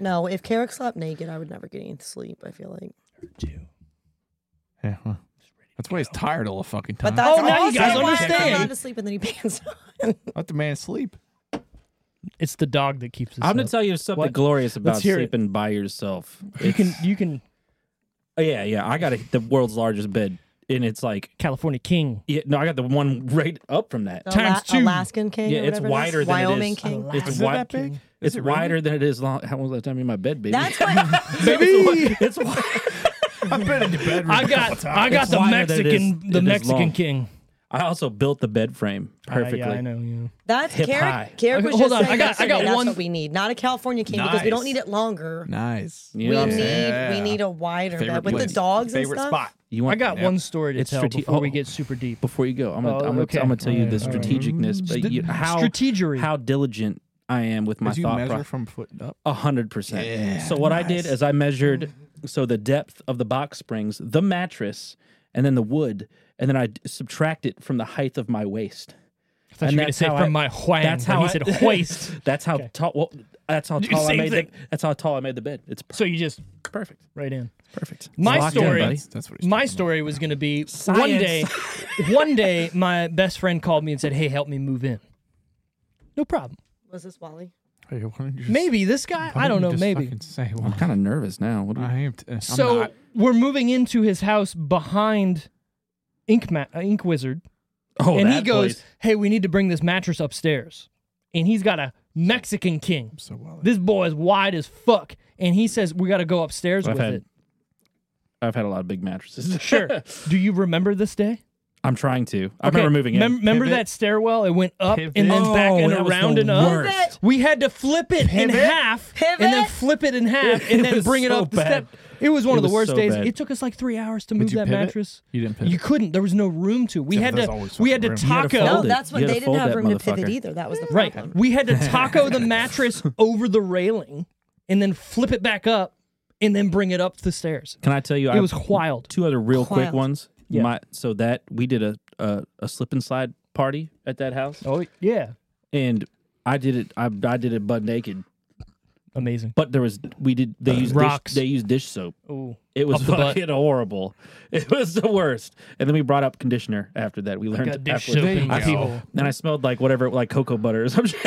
[SPEAKER 4] No, if Carrick slept naked, I would never get any sleep. I feel like,
[SPEAKER 3] Yeah, well, That's why he's tired all the fucking time.
[SPEAKER 4] but that's
[SPEAKER 1] now you
[SPEAKER 4] also
[SPEAKER 1] guys
[SPEAKER 4] why I'm
[SPEAKER 1] understand.
[SPEAKER 4] not allowed to sleep in any pants. <laughs> on.
[SPEAKER 3] Let the man sleep.
[SPEAKER 1] It's the dog that keeps us
[SPEAKER 2] I'm gonna
[SPEAKER 1] up.
[SPEAKER 2] tell you something
[SPEAKER 1] What?
[SPEAKER 2] glorious about
[SPEAKER 1] hear it.
[SPEAKER 2] sleeping by yourself.
[SPEAKER 1] you can, you can,
[SPEAKER 2] Oh, yeah, yeah. I got a, the world's largest bed, and it's like,
[SPEAKER 1] California
[SPEAKER 2] <laughs>
[SPEAKER 1] King.
[SPEAKER 2] yeah, no, I got the one <laughs> right up from that.
[SPEAKER 1] Times two.
[SPEAKER 4] Alaskan king. or
[SPEAKER 2] Yeah, it's
[SPEAKER 4] whatever it
[SPEAKER 2] wider
[SPEAKER 4] is.
[SPEAKER 2] than it is.
[SPEAKER 4] Wyoming king.
[SPEAKER 1] Alaska.
[SPEAKER 2] It's
[SPEAKER 3] Is it
[SPEAKER 2] wi-
[SPEAKER 3] that big?
[SPEAKER 2] It's wider than it is long. How was that time in my bed, baby? <laughs>
[SPEAKER 4] That's why.
[SPEAKER 1] Baby!
[SPEAKER 2] it's wi-
[SPEAKER 3] I've been in the bedroom.
[SPEAKER 1] I got, I got
[SPEAKER 2] It's
[SPEAKER 1] the
[SPEAKER 2] wider than it is-
[SPEAKER 1] Mexican, the
[SPEAKER 2] it is
[SPEAKER 1] Mexican
[SPEAKER 2] long.
[SPEAKER 1] King.
[SPEAKER 2] I also built the bed frame
[SPEAKER 1] Uh, yeah,
[SPEAKER 2] perfectly.
[SPEAKER 1] I know. Yeah.
[SPEAKER 4] That's
[SPEAKER 2] Hip high.
[SPEAKER 4] Carrick. Carrick
[SPEAKER 1] Okay,
[SPEAKER 4] was
[SPEAKER 1] hold
[SPEAKER 4] just
[SPEAKER 1] on,
[SPEAKER 4] saying
[SPEAKER 1] I got-
[SPEAKER 4] yesterday,
[SPEAKER 1] I got
[SPEAKER 4] that's
[SPEAKER 1] one-
[SPEAKER 4] what we need. Not a California king because we don't
[SPEAKER 3] Nice.
[SPEAKER 4] need it longer.
[SPEAKER 3] Nice.
[SPEAKER 2] You know
[SPEAKER 4] We
[SPEAKER 2] what I'm
[SPEAKER 4] need
[SPEAKER 2] saying?
[SPEAKER 4] we need a wider bed with
[SPEAKER 3] place.
[SPEAKER 4] the dogs
[SPEAKER 3] Favorite
[SPEAKER 4] and stuff.
[SPEAKER 3] spot.
[SPEAKER 2] You
[SPEAKER 1] I
[SPEAKER 2] want,
[SPEAKER 1] got one story to
[SPEAKER 2] It's
[SPEAKER 1] tell
[SPEAKER 2] strate-
[SPEAKER 1] before we
[SPEAKER 2] oh.
[SPEAKER 1] get super deep.
[SPEAKER 2] before you go, I'm gonna,
[SPEAKER 1] Oh,
[SPEAKER 2] I'm, gonna
[SPEAKER 1] okay.
[SPEAKER 2] I'm gonna tell you the
[SPEAKER 1] All right.
[SPEAKER 4] Mm-hmm.
[SPEAKER 2] strategicness, but you, how
[SPEAKER 1] strategery.
[SPEAKER 2] how diligent I am with my
[SPEAKER 3] Did you
[SPEAKER 2] thought
[SPEAKER 3] measure
[SPEAKER 2] process.
[SPEAKER 3] from foot up?
[SPEAKER 2] A hundred percent. So what I did is I measured so the depth of the box springs, the mattress, and then the wood, and then I d- subtract it from the height of my waist.
[SPEAKER 1] I thought you
[SPEAKER 2] And
[SPEAKER 1] were gonna
[SPEAKER 2] that's
[SPEAKER 1] say
[SPEAKER 2] how
[SPEAKER 1] from
[SPEAKER 2] I-
[SPEAKER 1] my whang.
[SPEAKER 2] that's
[SPEAKER 1] but
[SPEAKER 2] how
[SPEAKER 1] he
[SPEAKER 2] I- <laughs>
[SPEAKER 1] <laughs> said waist.
[SPEAKER 2] That's how tall. Well, that's how tall I
[SPEAKER 1] same
[SPEAKER 2] made the,
[SPEAKER 1] thing.
[SPEAKER 2] That's how tall I made the bed. It's per-
[SPEAKER 1] So you just
[SPEAKER 2] perfect.
[SPEAKER 1] right in.
[SPEAKER 2] Perfect.
[SPEAKER 1] My
[SPEAKER 2] Locked in,
[SPEAKER 1] story-
[SPEAKER 2] buddy.
[SPEAKER 3] That's what he's
[SPEAKER 1] My story was gonna be one
[SPEAKER 2] Science.
[SPEAKER 1] day. One day, my best friend called me and said, "Hey, help me move in." No problem.
[SPEAKER 4] Was this Wally?
[SPEAKER 3] Hey, why don't you just-
[SPEAKER 1] Maybe this guy.
[SPEAKER 3] why
[SPEAKER 1] I don't
[SPEAKER 3] don't you
[SPEAKER 1] know.
[SPEAKER 3] just
[SPEAKER 1] Maybe.
[SPEAKER 3] fucking Say,
[SPEAKER 2] I'm
[SPEAKER 3] well,
[SPEAKER 2] kind of nervous now. What do we-
[SPEAKER 3] I am. T- I'm
[SPEAKER 1] so
[SPEAKER 3] not.
[SPEAKER 1] we're moving into his house behind Ink Ma- uh, Ink Wizard,
[SPEAKER 2] oh,
[SPEAKER 1] and he
[SPEAKER 2] that
[SPEAKER 1] goes,
[SPEAKER 2] place.
[SPEAKER 1] "Hey, we need to bring this mattress upstairs," and he's got a Mexican king.
[SPEAKER 3] So well.
[SPEAKER 1] This boy is wide as fuck, and he says we got to go upstairs
[SPEAKER 2] I've
[SPEAKER 1] with
[SPEAKER 2] had-
[SPEAKER 1] it.
[SPEAKER 2] I've had a lot of big <laughs> mattresses.
[SPEAKER 1] Sure. Do you remember this day?
[SPEAKER 2] I'm trying to. I remember moving in.
[SPEAKER 1] Mem- remember
[SPEAKER 3] Pivot.
[SPEAKER 1] that stairwell? It went up and then
[SPEAKER 2] Pivot.
[SPEAKER 1] back
[SPEAKER 2] Oh,
[SPEAKER 1] and
[SPEAKER 2] that was
[SPEAKER 1] around
[SPEAKER 2] the
[SPEAKER 1] and up.
[SPEAKER 2] worst.
[SPEAKER 1] We had to flip it in
[SPEAKER 3] Pivot.
[SPEAKER 1] half and then
[SPEAKER 4] Pivot.
[SPEAKER 1] flip
[SPEAKER 2] <laughs>
[SPEAKER 1] it in half
[SPEAKER 2] It
[SPEAKER 1] and then
[SPEAKER 2] was
[SPEAKER 1] bring it
[SPEAKER 2] so
[SPEAKER 1] up the
[SPEAKER 2] bad.
[SPEAKER 1] step. It was one
[SPEAKER 2] It
[SPEAKER 1] of the
[SPEAKER 2] was
[SPEAKER 1] worst
[SPEAKER 2] so
[SPEAKER 1] days.
[SPEAKER 2] bad.
[SPEAKER 1] It took us like three hours to move
[SPEAKER 3] you
[SPEAKER 1] that
[SPEAKER 3] pivot?
[SPEAKER 1] mattress.
[SPEAKER 3] You didn't pivot.
[SPEAKER 1] You couldn't. There was no room to. We
[SPEAKER 3] Yeah,
[SPEAKER 1] had
[SPEAKER 3] but there's
[SPEAKER 1] to.
[SPEAKER 3] always
[SPEAKER 1] We had to
[SPEAKER 3] fucking room. You
[SPEAKER 1] taco.
[SPEAKER 3] had to
[SPEAKER 4] No,
[SPEAKER 2] Fold it.
[SPEAKER 4] that's
[SPEAKER 2] You
[SPEAKER 4] when
[SPEAKER 2] gotta
[SPEAKER 4] they didn't
[SPEAKER 2] fold
[SPEAKER 4] have
[SPEAKER 2] that
[SPEAKER 4] room to
[SPEAKER 2] motherfucker.
[SPEAKER 4] pivot either. That was the
[SPEAKER 1] <laughs> Right.
[SPEAKER 4] problem.
[SPEAKER 1] We had to taco
[SPEAKER 2] <laughs>
[SPEAKER 1] the mattress over the railing and then flip it back up and then bring it up the stairs.
[SPEAKER 2] Can I tell you?
[SPEAKER 1] It
[SPEAKER 2] I-
[SPEAKER 1] was wild.
[SPEAKER 2] two other real quick
[SPEAKER 4] Wild.
[SPEAKER 2] ones.
[SPEAKER 1] Yeah.
[SPEAKER 2] My, so that we did a, a a slip and slide party at that house,
[SPEAKER 1] Oh yeah,
[SPEAKER 2] and I did it. I, I did it butt naked,
[SPEAKER 1] amazing.
[SPEAKER 2] but there was we did they used
[SPEAKER 1] Uh, Rocks.
[SPEAKER 2] Dish, they used dish soap.
[SPEAKER 1] Ooh.
[SPEAKER 2] It was
[SPEAKER 1] Up the butt.
[SPEAKER 2] fucking horrible. <laughs> It was the worst. And then we brought up conditioner after that. We learned
[SPEAKER 1] got dish
[SPEAKER 2] afterwards.
[SPEAKER 1] soap in
[SPEAKER 2] I
[SPEAKER 1] my
[SPEAKER 2] smelled-
[SPEAKER 1] hole.
[SPEAKER 2] Then I smelled like whatever, like cocoa butter or <laughs> some shit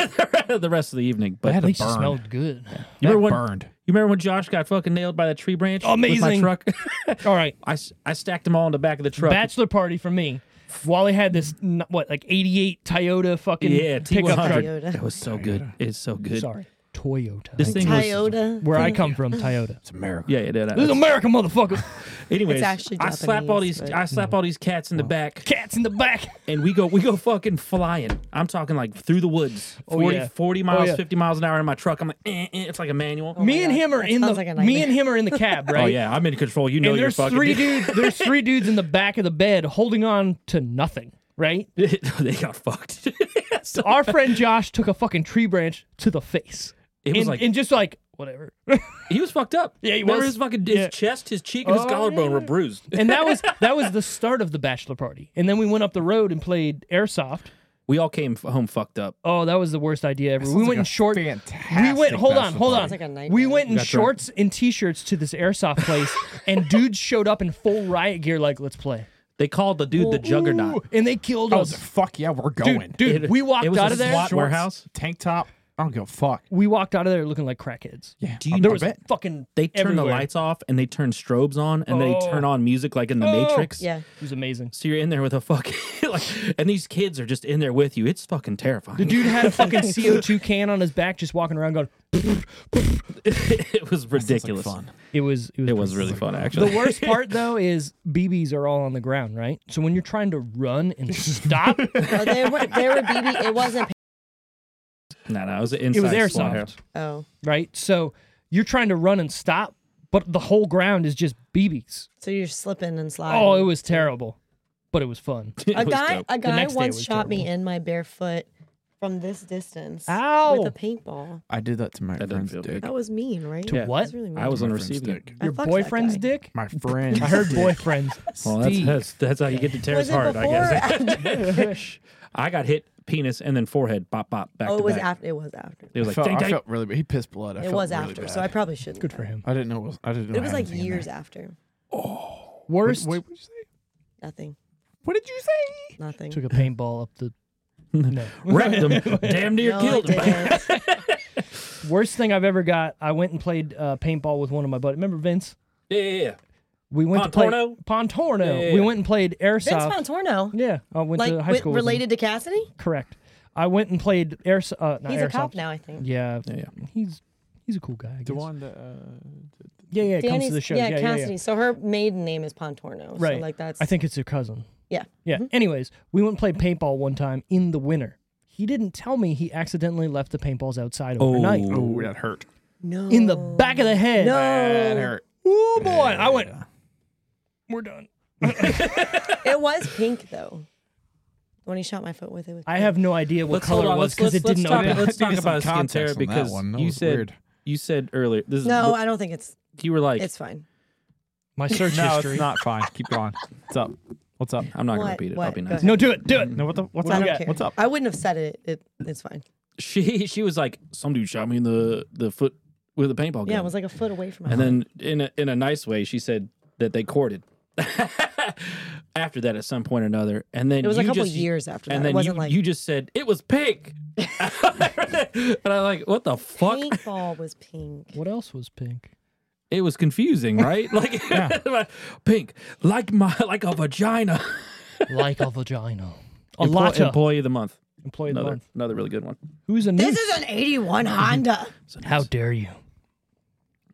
[SPEAKER 2] the rest of the evening. But
[SPEAKER 1] At
[SPEAKER 3] That
[SPEAKER 1] least it
[SPEAKER 3] burned.
[SPEAKER 1] smelled good.
[SPEAKER 2] you remember when
[SPEAKER 3] burned.
[SPEAKER 2] you remember when Josh got fucking nailed by the tree branch? With
[SPEAKER 1] Amazing.
[SPEAKER 2] my truck.
[SPEAKER 1] <laughs>
[SPEAKER 2] <laughs>
[SPEAKER 1] All right.
[SPEAKER 2] I, s- I stacked them all in the back of the truck.
[SPEAKER 1] bachelor party for me. Wally had this n- what like eighty eight Toyota fucking
[SPEAKER 2] yeah, T
[SPEAKER 1] pickup
[SPEAKER 2] one
[SPEAKER 1] truck.
[SPEAKER 2] hundred. It was so good. It's so good.
[SPEAKER 1] Sorry, Toyota,
[SPEAKER 2] This thing was
[SPEAKER 4] Toyota.
[SPEAKER 1] where I come from,
[SPEAKER 2] <laughs>
[SPEAKER 1] Toyota.
[SPEAKER 3] It's America.
[SPEAKER 2] yeah, yeah, yeah.
[SPEAKER 1] This is America, motherfucker.
[SPEAKER 2] Anyways,
[SPEAKER 4] It's actually
[SPEAKER 2] I slap all
[SPEAKER 4] Japanese,
[SPEAKER 2] these
[SPEAKER 4] but-
[SPEAKER 2] I slap all these cats in the back
[SPEAKER 1] Cats in the
[SPEAKER 4] <laughs>
[SPEAKER 1] back.
[SPEAKER 2] and we go we go fucking flying. I'm talking like through the woods. 40,
[SPEAKER 1] yeah.
[SPEAKER 2] 40
[SPEAKER 1] Oh,
[SPEAKER 2] miles,
[SPEAKER 1] yeah.
[SPEAKER 2] 50 miles an hour in my truck. I'm like eh, eh, it's like a manual.
[SPEAKER 1] me and
[SPEAKER 4] Oh God,
[SPEAKER 1] him are
[SPEAKER 4] that
[SPEAKER 1] in the
[SPEAKER 4] sounds like a
[SPEAKER 1] me and
[SPEAKER 4] nightmare.
[SPEAKER 1] him are in the
[SPEAKER 2] <laughs>
[SPEAKER 1] cab, right?
[SPEAKER 2] Oh yeah, I'm in control. You know
[SPEAKER 1] and
[SPEAKER 2] you're
[SPEAKER 1] there's
[SPEAKER 2] fucking
[SPEAKER 1] three dudes. There's
[SPEAKER 2] <laughs>
[SPEAKER 1] three dudes in the back of the bed holding on to nothing, right?
[SPEAKER 2] <laughs> they got fucked. <laughs> So
[SPEAKER 1] Our friend Josh took a fucking tree branch to the face,
[SPEAKER 2] it was
[SPEAKER 1] and,
[SPEAKER 2] like
[SPEAKER 1] and just like whatever. <laughs>
[SPEAKER 2] he was fucked up.
[SPEAKER 1] Yeah, he
[SPEAKER 2] There
[SPEAKER 1] was.
[SPEAKER 2] His fucking his
[SPEAKER 1] Yeah. Oh,
[SPEAKER 2] chest, his cheek, and his collarbone were bruised.
[SPEAKER 1] and that was that was the start of the bachelor party. And then we went up the road and played airsoft.
[SPEAKER 2] We all came f- home fucked up.
[SPEAKER 1] Oh, that was the worst idea ever. We
[SPEAKER 3] sounds
[SPEAKER 1] went
[SPEAKER 3] like
[SPEAKER 1] in
[SPEAKER 3] a
[SPEAKER 1] short. We
[SPEAKER 3] fantastic
[SPEAKER 1] went. Hold on,
[SPEAKER 3] bachelor
[SPEAKER 1] hold
[SPEAKER 3] party.
[SPEAKER 1] on.
[SPEAKER 4] Sounds like a nightmare.
[SPEAKER 1] we went in
[SPEAKER 2] That's right.
[SPEAKER 1] shorts and t-shirts to this airsoft place, and dudes showed up in full riot gear, like "Let's play,"
[SPEAKER 2] They called the dude the
[SPEAKER 1] Ooh,
[SPEAKER 2] juggernaut.
[SPEAKER 1] and they killed
[SPEAKER 3] Oh,
[SPEAKER 1] us.
[SPEAKER 3] the fuck yeah, we're
[SPEAKER 1] Dude,
[SPEAKER 3] going.
[SPEAKER 1] dude,
[SPEAKER 2] It-
[SPEAKER 1] we walked
[SPEAKER 2] it was
[SPEAKER 1] out
[SPEAKER 2] a
[SPEAKER 1] of there.
[SPEAKER 2] SWAT
[SPEAKER 3] Shorts,
[SPEAKER 2] warehouse.
[SPEAKER 3] tank top. I don't give a fuck.
[SPEAKER 1] We walked out of there looking like crackheads.
[SPEAKER 3] Yeah,
[SPEAKER 2] Do you
[SPEAKER 3] I
[SPEAKER 2] know-
[SPEAKER 1] There was
[SPEAKER 3] bet.
[SPEAKER 1] fucking.
[SPEAKER 2] They turn the
[SPEAKER 1] everywhere.
[SPEAKER 2] lights off and they turn strobes on and they
[SPEAKER 1] Oh.
[SPEAKER 2] turn on music like in the Matrix.
[SPEAKER 4] Oh. Yeah.
[SPEAKER 1] It was amazing.
[SPEAKER 2] So you're in there with a fucking <laughs> like, and these kids are just in there with you. It's fucking terrifying.
[SPEAKER 1] The dude had a
[SPEAKER 2] <laughs>
[SPEAKER 1] fucking CO2 can on his back, just walking around going.
[SPEAKER 2] <laughs> it was ridiculous.
[SPEAKER 3] fun.
[SPEAKER 1] It was. It was,
[SPEAKER 2] It was really fun, actually.
[SPEAKER 1] The worst part though is BBs are all on the ground, right? So when you're trying to run and stop, it
[SPEAKER 4] Oh, they were they were BB. It wasn't.
[SPEAKER 2] No, no, it was an inside.
[SPEAKER 1] was
[SPEAKER 2] squad here.
[SPEAKER 1] airsoft,
[SPEAKER 4] Oh,
[SPEAKER 1] right? So you're trying to run and stop, but the whole ground is just BBs.
[SPEAKER 4] so you're slipping and sliding.
[SPEAKER 1] Oh, it was terrible, but it was fun.
[SPEAKER 2] It
[SPEAKER 4] a
[SPEAKER 2] was
[SPEAKER 4] guy
[SPEAKER 2] dope.
[SPEAKER 4] a guy
[SPEAKER 1] next day
[SPEAKER 4] once
[SPEAKER 1] was
[SPEAKER 4] shot me
[SPEAKER 1] terrible.
[SPEAKER 4] in my bare foot from this distance
[SPEAKER 1] Ow.
[SPEAKER 4] with a paintball.
[SPEAKER 3] I did that to my
[SPEAKER 2] That doesn't
[SPEAKER 3] friend's
[SPEAKER 2] feel
[SPEAKER 3] dick.
[SPEAKER 4] That was mean, right?
[SPEAKER 1] To
[SPEAKER 2] Yeah.
[SPEAKER 1] what?
[SPEAKER 4] That's really mean.
[SPEAKER 2] I was on
[SPEAKER 3] My
[SPEAKER 2] the
[SPEAKER 3] friend's
[SPEAKER 2] receiving.
[SPEAKER 3] dick.
[SPEAKER 4] I
[SPEAKER 1] Your
[SPEAKER 4] fucked that
[SPEAKER 1] boyfriend's
[SPEAKER 4] guy.
[SPEAKER 1] dick? <laughs>
[SPEAKER 3] My friend.
[SPEAKER 1] I heard boyfriends.
[SPEAKER 2] Well, that's,
[SPEAKER 3] Steve.
[SPEAKER 2] that's that's how you get to tear his
[SPEAKER 4] Was it
[SPEAKER 2] heart, I guess.
[SPEAKER 4] before? <laughs> or after?
[SPEAKER 2] I got hit penis and then forehead, bop bop back
[SPEAKER 4] oh,
[SPEAKER 2] to
[SPEAKER 4] it was
[SPEAKER 2] back.
[SPEAKER 4] after. It was after.
[SPEAKER 2] It was
[SPEAKER 3] I
[SPEAKER 2] like
[SPEAKER 3] felt,
[SPEAKER 2] dang,
[SPEAKER 3] I
[SPEAKER 2] dang.
[SPEAKER 3] felt really bad. He pissed blood. I
[SPEAKER 4] It
[SPEAKER 3] felt
[SPEAKER 4] was
[SPEAKER 3] really
[SPEAKER 4] after,
[SPEAKER 3] bad.
[SPEAKER 4] so I probably shouldn't.
[SPEAKER 1] Good for
[SPEAKER 4] have.
[SPEAKER 1] him.
[SPEAKER 3] I didn't know. It was, I didn't know.
[SPEAKER 4] It was
[SPEAKER 3] I had
[SPEAKER 4] like
[SPEAKER 3] anything in
[SPEAKER 4] years
[SPEAKER 3] there.
[SPEAKER 4] after.
[SPEAKER 1] Worst.
[SPEAKER 3] Wait, what did you say?
[SPEAKER 4] Nothing.
[SPEAKER 3] What did you say?
[SPEAKER 4] Nothing.
[SPEAKER 1] Took a paintball up the. No.
[SPEAKER 2] wrecked him, damn near
[SPEAKER 4] no,
[SPEAKER 2] killed
[SPEAKER 4] I
[SPEAKER 2] him.
[SPEAKER 1] <laughs>
[SPEAKER 4] didn't.
[SPEAKER 1] Worst thing I've ever got. I went and played uh, paintball with one of my buddies. Remember Vince?
[SPEAKER 2] <laughs> Yeah, yeah, yeah.
[SPEAKER 1] We went
[SPEAKER 2] Pontorno?
[SPEAKER 1] to play Pontorno.
[SPEAKER 2] Yeah, yeah,
[SPEAKER 1] We
[SPEAKER 2] yeah.
[SPEAKER 1] went and played
[SPEAKER 4] Vince
[SPEAKER 1] airsoft.
[SPEAKER 4] Montorno.
[SPEAKER 1] yeah, I went
[SPEAKER 4] Like
[SPEAKER 1] to high
[SPEAKER 4] with-
[SPEAKER 1] school. with him.
[SPEAKER 4] related to Cassidy?
[SPEAKER 1] Correct. I went and played airsoft. Uh, not
[SPEAKER 4] He's
[SPEAKER 1] airsoft.
[SPEAKER 4] a cop now, I think.
[SPEAKER 1] Yeah,
[SPEAKER 2] Yeah,
[SPEAKER 1] he's he's a cool guy. I guess.
[SPEAKER 3] The one that. Uh,
[SPEAKER 1] Yeah, yeah. It
[SPEAKER 4] Danny's,
[SPEAKER 1] comes to the show.
[SPEAKER 4] Yeah,
[SPEAKER 1] yeah,
[SPEAKER 4] Cassidy. So her maiden name is Pontorno.
[SPEAKER 1] Right.
[SPEAKER 4] So like Mm-hmm. that's
[SPEAKER 1] I think it's your cousin.
[SPEAKER 4] yeah.
[SPEAKER 1] Yeah. Anyways, we went and played paintball one time in the winter. He didn't tell me he accidentally left the paintballs outside overnight.
[SPEAKER 3] oh, that hurt.
[SPEAKER 4] No.
[SPEAKER 1] In the back of the head.
[SPEAKER 3] That
[SPEAKER 4] Oh. No.
[SPEAKER 3] hurt.
[SPEAKER 1] Oh boy! I went. We're done.
[SPEAKER 4] It was pink though. When he shot my foot with it. With
[SPEAKER 1] I have no idea what
[SPEAKER 2] Let's
[SPEAKER 1] color
[SPEAKER 2] hold
[SPEAKER 1] it
[SPEAKER 2] on.
[SPEAKER 1] was because
[SPEAKER 2] Let's, let's,
[SPEAKER 1] it didn't
[SPEAKER 2] let's talk,
[SPEAKER 1] open.
[SPEAKER 2] Let's talk
[SPEAKER 3] Maybe some
[SPEAKER 2] about skin
[SPEAKER 3] context
[SPEAKER 2] tear
[SPEAKER 3] on that
[SPEAKER 2] because
[SPEAKER 3] one. That
[SPEAKER 2] you
[SPEAKER 3] was
[SPEAKER 2] said
[SPEAKER 3] weird.
[SPEAKER 2] you said earlier. This is
[SPEAKER 4] No,
[SPEAKER 2] what-
[SPEAKER 4] I don't think it's
[SPEAKER 2] you were like
[SPEAKER 4] it's fine.
[SPEAKER 1] My search
[SPEAKER 3] No,
[SPEAKER 1] history.
[SPEAKER 3] it's not fine. Keep going. What's up? What's up?
[SPEAKER 2] I'm not gonna
[SPEAKER 4] What?
[SPEAKER 2] repeat it. I'll
[SPEAKER 4] What?
[SPEAKER 2] be
[SPEAKER 4] Go
[SPEAKER 2] nice. <laughs>
[SPEAKER 4] ahead.
[SPEAKER 1] No, do it. Do it.
[SPEAKER 3] No, what the? What's
[SPEAKER 4] I
[SPEAKER 3] up?
[SPEAKER 4] don't care.
[SPEAKER 3] What's up?
[SPEAKER 4] I wouldn't have said it. it it's fine.
[SPEAKER 2] She she was like, some dude shot me in the the foot with a paintball gun.
[SPEAKER 4] Yeah, it was like a foot away from my
[SPEAKER 2] and
[SPEAKER 4] heart.
[SPEAKER 2] then in a, in a nice way, she said that they courted. <laughs> after that, at some point or another, and then
[SPEAKER 4] It was a
[SPEAKER 2] you
[SPEAKER 4] couple
[SPEAKER 2] just-
[SPEAKER 4] years after that.
[SPEAKER 2] and
[SPEAKER 4] It
[SPEAKER 2] then
[SPEAKER 4] wasn't
[SPEAKER 2] you,
[SPEAKER 4] like-
[SPEAKER 2] you just said it was pink, <laughs> and I'm like, what the fuck?
[SPEAKER 4] Paintball was pink.
[SPEAKER 1] What else was
[SPEAKER 4] <laughs>
[SPEAKER 1] pink?
[SPEAKER 2] It was confusing, right? <laughs> Like pink, like my like a vagina.
[SPEAKER 1] Like a vagina. A
[SPEAKER 2] Employ-
[SPEAKER 1] lot of
[SPEAKER 2] employee of the month.
[SPEAKER 1] employee of the
[SPEAKER 2] Another
[SPEAKER 1] month.
[SPEAKER 2] another really good one.
[SPEAKER 1] Who's a
[SPEAKER 4] This
[SPEAKER 1] noose?
[SPEAKER 4] is an 81 Honda.
[SPEAKER 1] How dare you?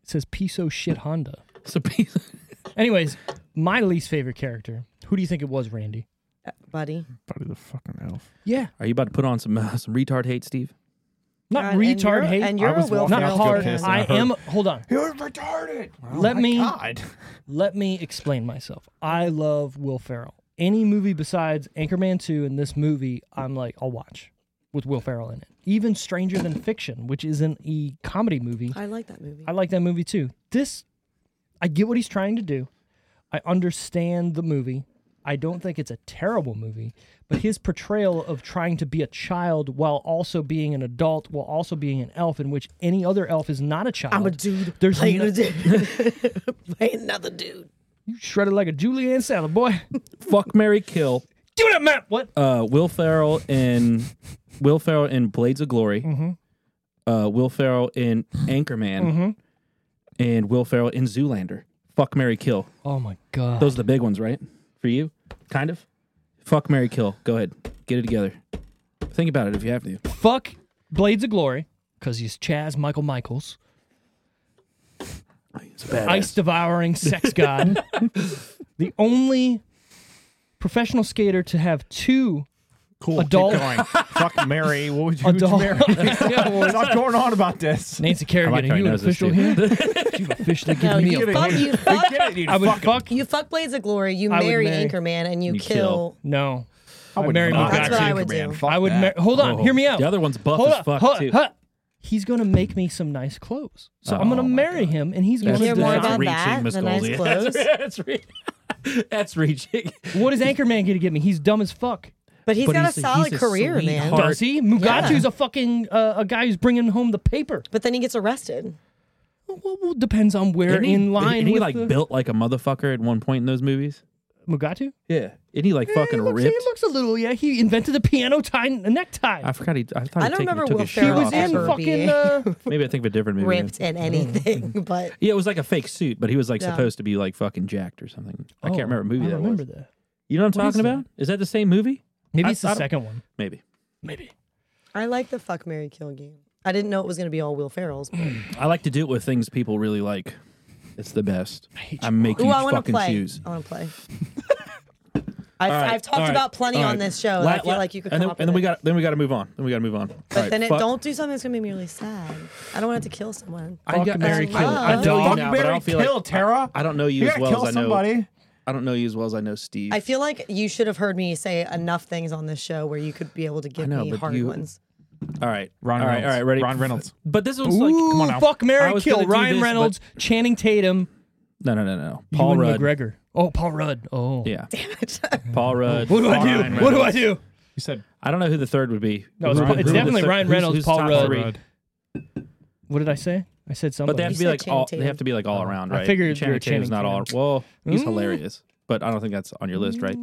[SPEAKER 1] It says piece of shit Honda.
[SPEAKER 2] So <laughs> pe-
[SPEAKER 1] Anyways, my least favorite character. Who do you think it was, Randy?
[SPEAKER 4] Buddy.
[SPEAKER 3] Buddy the fucking elf.
[SPEAKER 1] Yeah,
[SPEAKER 2] Are you about to put on some uh, some retard hate, Steve?
[SPEAKER 1] not
[SPEAKER 4] God, and
[SPEAKER 1] retard
[SPEAKER 4] you're-
[SPEAKER 1] hate.
[SPEAKER 4] And you're
[SPEAKER 3] I was
[SPEAKER 4] a Will
[SPEAKER 3] walking
[SPEAKER 1] not
[SPEAKER 3] out to go
[SPEAKER 4] Ferrell
[SPEAKER 1] hard.
[SPEAKER 4] fan.
[SPEAKER 3] piss.
[SPEAKER 1] I
[SPEAKER 3] I
[SPEAKER 1] am. Hold on.
[SPEAKER 3] You're retarded. Oh
[SPEAKER 1] Let me-
[SPEAKER 3] God.
[SPEAKER 1] Let me explain myself. I love Will Ferrell. Any movie besides Anchorman 2 and this movie, I'm like, I'll watch with Will Ferrell in it. Even Stranger Than Fiction, which is an e comedy movie,
[SPEAKER 4] I like that movie.
[SPEAKER 1] I like that movie too. This, I get what he's trying to do. I understand the movie. I don't think it's a terrible movie, but his portrayal of trying to be a child while also being an adult, while also being an elf, in which any other elf is not a child.
[SPEAKER 4] I'm a dude
[SPEAKER 1] There's
[SPEAKER 4] playing
[SPEAKER 1] no-
[SPEAKER 4] a dude. <laughs> playing another dude.
[SPEAKER 1] You shredded like a Julianne salad, boy. <laughs>
[SPEAKER 2] Fuck Mary Kill.
[SPEAKER 1] do that, Matt. What?
[SPEAKER 2] Uh, Will Ferrell in Will Ferrell in Blades of Glory.
[SPEAKER 1] Mm-hmm.
[SPEAKER 2] Uh, Will Ferrell in Anchorman, and Will Ferrell in Zoolander. Fuck Mary Kill.
[SPEAKER 1] Oh my god.
[SPEAKER 2] Those are the big ones, right? For you, kind of. Fuck Mary Kill. Go ahead, get it together. Think about it if you have to.
[SPEAKER 1] Fuck Blades of Glory. because he's Chaz Michael Michaels,
[SPEAKER 2] It's badass.
[SPEAKER 1] ice devouring sex god, the only professional skater to have two
[SPEAKER 3] <laughs>
[SPEAKER 2] Oh,
[SPEAKER 3] Cool.
[SPEAKER 1] Adult-
[SPEAKER 3] Keep
[SPEAKER 1] <laughs>
[SPEAKER 3] going. <laughs> Fuck Mary. What would you who'd you
[SPEAKER 1] adult.
[SPEAKER 3] <laughs> marry?
[SPEAKER 1] <laughs> Yeah,
[SPEAKER 2] <laughs>
[SPEAKER 1] well,
[SPEAKER 3] Stop going on about
[SPEAKER 4] <laughs>
[SPEAKER 3] this.
[SPEAKER 1] Nancy
[SPEAKER 2] I like
[SPEAKER 1] Kerrigan,
[SPEAKER 2] how
[SPEAKER 1] are
[SPEAKER 2] he
[SPEAKER 1] you an
[SPEAKER 2] knows this,
[SPEAKER 1] official here?
[SPEAKER 2] <laughs>
[SPEAKER 1] you officially
[SPEAKER 4] No,
[SPEAKER 1] giving me
[SPEAKER 4] you
[SPEAKER 1] a
[SPEAKER 4] fuck, you fuck,
[SPEAKER 3] Get it, you
[SPEAKER 1] I would
[SPEAKER 3] fucking-
[SPEAKER 1] fuck
[SPEAKER 4] you fuck Blades of Glory. You
[SPEAKER 1] I would
[SPEAKER 4] marry,
[SPEAKER 1] marry-
[SPEAKER 4] Anchorman, and you,
[SPEAKER 2] You
[SPEAKER 4] kill.
[SPEAKER 2] kill.
[SPEAKER 1] No,
[SPEAKER 3] I
[SPEAKER 1] I'd
[SPEAKER 3] would
[SPEAKER 1] marry
[SPEAKER 3] not
[SPEAKER 1] Luke
[SPEAKER 3] marry
[SPEAKER 4] That's what I
[SPEAKER 3] Anchorman.
[SPEAKER 4] would do.
[SPEAKER 3] Fuck
[SPEAKER 1] I would.
[SPEAKER 3] that.
[SPEAKER 1] Mar- hold on,
[SPEAKER 2] Oh.
[SPEAKER 1] hear me out.
[SPEAKER 2] The other one's buff
[SPEAKER 1] hold
[SPEAKER 2] as
[SPEAKER 1] on,
[SPEAKER 2] fuck
[SPEAKER 1] hold on,
[SPEAKER 2] too.
[SPEAKER 1] huh. He's gonna make me some nice clothes, so I'm
[SPEAKER 2] Oh,
[SPEAKER 1] gonna
[SPEAKER 2] my
[SPEAKER 1] marry him, and he's
[SPEAKER 4] You
[SPEAKER 1] gonna.
[SPEAKER 4] hear more
[SPEAKER 1] design-
[SPEAKER 4] about
[SPEAKER 2] reaching,
[SPEAKER 4] that
[SPEAKER 2] Miss
[SPEAKER 4] than nice
[SPEAKER 2] Goldie. <laughs>
[SPEAKER 4] clothes.
[SPEAKER 2] That's, re- that's, re- that's reaching.
[SPEAKER 1] What is Anchorman gonna get me? He's dumb as fuck.
[SPEAKER 4] But he's
[SPEAKER 2] But
[SPEAKER 4] got
[SPEAKER 2] he's a- he's
[SPEAKER 4] a solid
[SPEAKER 2] a
[SPEAKER 4] career, man.
[SPEAKER 2] sweetheart.
[SPEAKER 1] Does he? Mugatu's a fucking uh, a guy who's bringing home the paper.
[SPEAKER 4] But then he gets arrested.
[SPEAKER 1] Well, well, depends on where
[SPEAKER 2] Isn't he-
[SPEAKER 1] in line
[SPEAKER 2] Isn't he
[SPEAKER 1] with
[SPEAKER 2] like
[SPEAKER 1] the-
[SPEAKER 2] built like a motherfucker at one point in those movies?
[SPEAKER 1] Mugatu.
[SPEAKER 2] Yeah. Isn't he like fucking
[SPEAKER 1] he looks,
[SPEAKER 2] ripped?
[SPEAKER 1] He looks a little. Yeah, he invented the piano tie and necktie.
[SPEAKER 2] I forgot he. I, thought
[SPEAKER 4] I
[SPEAKER 2] he
[SPEAKER 4] don't
[SPEAKER 2] taken-
[SPEAKER 4] remember
[SPEAKER 2] took
[SPEAKER 4] Will
[SPEAKER 2] his shirt
[SPEAKER 1] he
[SPEAKER 4] Ferrell
[SPEAKER 1] was
[SPEAKER 2] off.
[SPEAKER 1] in
[SPEAKER 4] ever
[SPEAKER 1] fucking.
[SPEAKER 4] being
[SPEAKER 1] Uh,
[SPEAKER 2] Maybe I think of a different movie.
[SPEAKER 4] ripped in anything,
[SPEAKER 2] <laughs>
[SPEAKER 4] but
[SPEAKER 2] Yeah, it was like a fake suit, but he was like
[SPEAKER 4] Yeah.
[SPEAKER 2] supposed to be like fucking jacked or something. I
[SPEAKER 1] oh,
[SPEAKER 2] can't remember what movie
[SPEAKER 1] I
[SPEAKER 2] that
[SPEAKER 1] remember
[SPEAKER 2] was.
[SPEAKER 1] that.
[SPEAKER 2] You know what I'm
[SPEAKER 1] What is
[SPEAKER 2] talking about? Is that the same movie?
[SPEAKER 1] Maybe
[SPEAKER 2] I-
[SPEAKER 1] it's the
[SPEAKER 2] I don't-
[SPEAKER 1] second one.
[SPEAKER 2] Maybe.
[SPEAKER 1] Maybe.
[SPEAKER 4] I like the fuck Mary Kill game. I didn't know it was gonna be all Will Ferrell's. but-
[SPEAKER 2] I like to do it with things people really like. It's the best.
[SPEAKER 1] hate
[SPEAKER 2] I make
[SPEAKER 4] Ooh,
[SPEAKER 2] you
[SPEAKER 4] I want to
[SPEAKER 2] fucking
[SPEAKER 4] play.
[SPEAKER 2] choose.
[SPEAKER 4] I want
[SPEAKER 2] <laughs>
[SPEAKER 4] to play. I've,
[SPEAKER 2] All right,
[SPEAKER 4] I've talked
[SPEAKER 2] all right,
[SPEAKER 4] about plenty
[SPEAKER 2] all
[SPEAKER 4] on
[SPEAKER 2] right.
[SPEAKER 4] this show. and
[SPEAKER 2] La-
[SPEAKER 4] Oh, I feel
[SPEAKER 2] la-
[SPEAKER 4] like you could
[SPEAKER 2] and
[SPEAKER 4] come
[SPEAKER 2] then,
[SPEAKER 4] up
[SPEAKER 2] and then
[SPEAKER 4] with
[SPEAKER 2] we
[SPEAKER 4] it.
[SPEAKER 2] got then we got to move on. Then we got to move on.
[SPEAKER 4] But then it, don't do something that's gonna make me really sad. I don't want it to kill someone.
[SPEAKER 2] I got
[SPEAKER 1] Mary
[SPEAKER 4] Kill.
[SPEAKER 2] I
[SPEAKER 4] I
[SPEAKER 2] don't
[SPEAKER 1] don't
[SPEAKER 2] know,
[SPEAKER 3] Fuck
[SPEAKER 2] now, but I
[SPEAKER 3] Mary
[SPEAKER 2] don't feel
[SPEAKER 3] Kill,
[SPEAKER 2] like,
[SPEAKER 3] Tara.
[SPEAKER 2] I don't know you,
[SPEAKER 3] You
[SPEAKER 2] as
[SPEAKER 3] gotta
[SPEAKER 2] well
[SPEAKER 3] kill
[SPEAKER 2] as I know.
[SPEAKER 3] somebody.
[SPEAKER 2] I don't know you as well as I know Steve.
[SPEAKER 4] I feel like you should have heard me say enough things on this show where you could be able to give
[SPEAKER 2] know,
[SPEAKER 4] me
[SPEAKER 2] but
[SPEAKER 4] hard
[SPEAKER 2] you-
[SPEAKER 4] ones. <laughs>
[SPEAKER 2] all right,
[SPEAKER 3] Ron
[SPEAKER 2] all right,
[SPEAKER 3] Reynolds.
[SPEAKER 2] all right, ready?
[SPEAKER 3] Ron Reynolds.
[SPEAKER 2] But this one's like,
[SPEAKER 1] Ooh,
[SPEAKER 2] come on now.
[SPEAKER 1] fuck
[SPEAKER 2] I
[SPEAKER 1] Mary
[SPEAKER 2] was
[SPEAKER 1] Kill
[SPEAKER 2] gonna do
[SPEAKER 1] Ryan
[SPEAKER 2] this, but-
[SPEAKER 1] Reynolds, Channing Tatum,
[SPEAKER 2] No, no, no, no. no.
[SPEAKER 1] Paul
[SPEAKER 2] Paul Rudd.
[SPEAKER 1] McGregor. Oh, Paul Rudd. Oh,
[SPEAKER 2] Yeah. Paul Rudd.
[SPEAKER 1] What do I do?
[SPEAKER 2] Ryan
[SPEAKER 1] What do I
[SPEAKER 2] Reynolds.
[SPEAKER 1] do?
[SPEAKER 3] You said
[SPEAKER 2] I don't know who the third would be.
[SPEAKER 1] No, it's-
[SPEAKER 2] Who
[SPEAKER 1] it's
[SPEAKER 2] would- who would the
[SPEAKER 1] definitely
[SPEAKER 2] third-
[SPEAKER 1] Ryan
[SPEAKER 2] who's-
[SPEAKER 1] Reynolds,
[SPEAKER 2] who's
[SPEAKER 1] Paul
[SPEAKER 2] top
[SPEAKER 1] Rudd.
[SPEAKER 2] three?
[SPEAKER 3] Rudd.
[SPEAKER 1] What did I say? I said something.
[SPEAKER 2] But they have to be
[SPEAKER 4] said
[SPEAKER 2] like
[SPEAKER 4] Channing
[SPEAKER 2] all. They
[SPEAKER 4] Tatum.
[SPEAKER 2] have to be like all around,
[SPEAKER 1] Oh, I
[SPEAKER 2] right?
[SPEAKER 1] figured you
[SPEAKER 2] Channing
[SPEAKER 1] were
[SPEAKER 2] Tatum's not
[SPEAKER 1] Channing
[SPEAKER 2] all.
[SPEAKER 1] Tatum.
[SPEAKER 2] Well, he's
[SPEAKER 1] Mm.
[SPEAKER 2] hilarious, but I don't think that's on your list, right?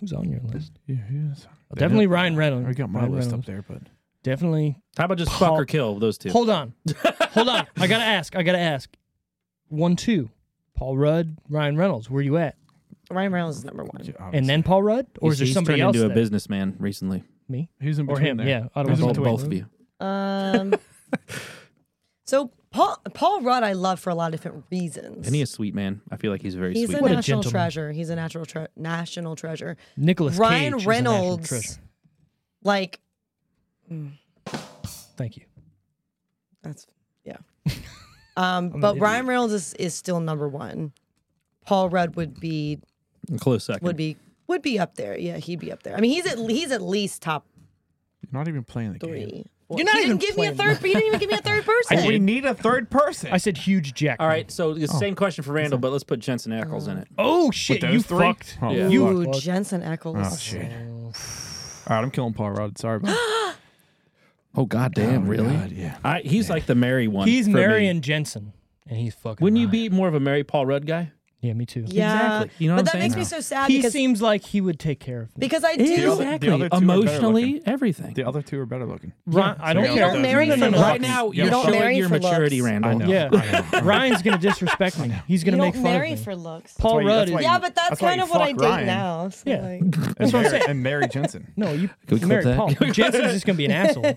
[SPEAKER 1] Who's on your list?
[SPEAKER 3] yeah, yes.
[SPEAKER 1] Definitely Ryan
[SPEAKER 3] I
[SPEAKER 1] Reynolds.
[SPEAKER 3] already got my
[SPEAKER 1] Ryan
[SPEAKER 3] list
[SPEAKER 1] Reynolds.
[SPEAKER 3] up there, but
[SPEAKER 1] Definitely.
[SPEAKER 2] How about just
[SPEAKER 1] Paul-
[SPEAKER 2] fuck or kill those two?
[SPEAKER 1] Hold on. Hold on. I gotta ask. I gotta ask. One, two. Paul Rudd, Ryan Reynolds. Where you at?
[SPEAKER 4] Ryan Reynolds is number one.
[SPEAKER 1] And then Paul Rudd, or
[SPEAKER 2] He's-
[SPEAKER 1] is there
[SPEAKER 2] he's
[SPEAKER 1] somebody
[SPEAKER 2] turned
[SPEAKER 1] else?
[SPEAKER 2] into a
[SPEAKER 1] that-
[SPEAKER 2] businessman recently?
[SPEAKER 1] Me
[SPEAKER 3] who's in
[SPEAKER 1] or
[SPEAKER 3] between
[SPEAKER 1] him?
[SPEAKER 3] there?
[SPEAKER 1] Yeah, I don't
[SPEAKER 3] Who's in
[SPEAKER 1] know.
[SPEAKER 2] Both,
[SPEAKER 3] between?
[SPEAKER 2] both of you.
[SPEAKER 1] <laughs>
[SPEAKER 4] Um, so Paul Paul Rudd, I love for a lot of different reasons.
[SPEAKER 2] And he is sweet, man. I feel like he's very
[SPEAKER 4] He's
[SPEAKER 2] sweet.
[SPEAKER 4] a
[SPEAKER 1] What a
[SPEAKER 4] national
[SPEAKER 1] gentleman.
[SPEAKER 4] treasure. He's a natural tre- national treasure.
[SPEAKER 1] Nicholas
[SPEAKER 4] Ryan
[SPEAKER 1] Cage is a national
[SPEAKER 4] Reynolds,
[SPEAKER 1] treasure.
[SPEAKER 4] like
[SPEAKER 1] Thank you.
[SPEAKER 4] that's
[SPEAKER 1] <laughs>
[SPEAKER 4] yeah. Um,
[SPEAKER 1] an
[SPEAKER 4] but
[SPEAKER 1] idiot.
[SPEAKER 4] Ryan Reynolds is, is still number one. Paul Rudd would be
[SPEAKER 2] Close second.
[SPEAKER 4] would be would be up there. Yeah, he'd be up there. I mean, he's at he's at least top
[SPEAKER 3] You're not even playing the game.
[SPEAKER 4] three.
[SPEAKER 1] Well,
[SPEAKER 4] You're not
[SPEAKER 1] he
[SPEAKER 4] even
[SPEAKER 1] didn't
[SPEAKER 4] give me a
[SPEAKER 1] play him.
[SPEAKER 4] third. You didn't even give me a
[SPEAKER 1] <laughs>
[SPEAKER 4] third person.
[SPEAKER 3] We need a third person.
[SPEAKER 1] I said huge Jack.
[SPEAKER 2] All right, so the same question for Randall, but let's put Jensen Ackles in it.
[SPEAKER 1] Oh shit!
[SPEAKER 3] those
[SPEAKER 1] You
[SPEAKER 3] three?
[SPEAKER 1] fucked.
[SPEAKER 3] Oh,
[SPEAKER 2] Yeah.
[SPEAKER 1] You
[SPEAKER 4] Ooh, Jensen Ackles.
[SPEAKER 3] Oh shit! All right, I'm killing Paul Rudd. Sorry <gasps> about that.
[SPEAKER 2] Oh god damn, really?
[SPEAKER 3] God, yeah.
[SPEAKER 2] I, he's like the Mary one.
[SPEAKER 1] He's
[SPEAKER 2] for me.
[SPEAKER 1] marrying Jensen, and he's fucking.
[SPEAKER 2] Wouldn't you
[SPEAKER 1] Ryan.
[SPEAKER 2] be more of a Mary Paul Rudd guy?
[SPEAKER 1] Yeah, me too.
[SPEAKER 4] Yeah,
[SPEAKER 2] Exactly. You know
[SPEAKER 4] but
[SPEAKER 2] what
[SPEAKER 4] that
[SPEAKER 2] I'm
[SPEAKER 4] makes
[SPEAKER 2] saying?
[SPEAKER 4] me so sad
[SPEAKER 1] He
[SPEAKER 4] because
[SPEAKER 1] seems like he would take care of me.
[SPEAKER 4] because I do.
[SPEAKER 3] other- the other two are better
[SPEAKER 2] emotionally,
[SPEAKER 3] looking.
[SPEAKER 2] everything.
[SPEAKER 3] The other two are better looking.
[SPEAKER 1] Ron, I don't
[SPEAKER 4] You
[SPEAKER 1] care.
[SPEAKER 4] don't marry
[SPEAKER 1] No, no,
[SPEAKER 4] for
[SPEAKER 1] no.
[SPEAKER 4] looks.
[SPEAKER 2] Right now,
[SPEAKER 4] You
[SPEAKER 2] you're
[SPEAKER 4] don't
[SPEAKER 2] showing
[SPEAKER 4] marry
[SPEAKER 2] your
[SPEAKER 4] for
[SPEAKER 2] maturity,
[SPEAKER 4] looks. Oh,
[SPEAKER 2] Randall.
[SPEAKER 3] know.
[SPEAKER 1] Yeah, <laughs> Ryan's gonna disrespect me. He's
[SPEAKER 4] You
[SPEAKER 1] gonna make
[SPEAKER 4] don't
[SPEAKER 1] fun
[SPEAKER 4] marry
[SPEAKER 1] of me.
[SPEAKER 4] for looks.
[SPEAKER 1] Paul
[SPEAKER 3] That's why you-
[SPEAKER 1] Rudd.
[SPEAKER 3] that's
[SPEAKER 1] Is,
[SPEAKER 3] why
[SPEAKER 4] Yeah, but that's,
[SPEAKER 3] That's why
[SPEAKER 4] kind
[SPEAKER 3] you
[SPEAKER 4] of what I
[SPEAKER 3] fuck
[SPEAKER 4] date
[SPEAKER 3] Ryan.
[SPEAKER 4] now. so,
[SPEAKER 1] Yeah.
[SPEAKER 4] like-
[SPEAKER 1] that's what I'm
[SPEAKER 3] Mary-
[SPEAKER 1] saying.
[SPEAKER 3] And Mary Jensen.
[SPEAKER 1] No, you
[SPEAKER 2] we clip
[SPEAKER 1] marry <laughs>
[SPEAKER 2] that?
[SPEAKER 1] Paul.
[SPEAKER 2] Can we clip
[SPEAKER 1] Jensen's just gonna <laughs> be an asshole. Yeah,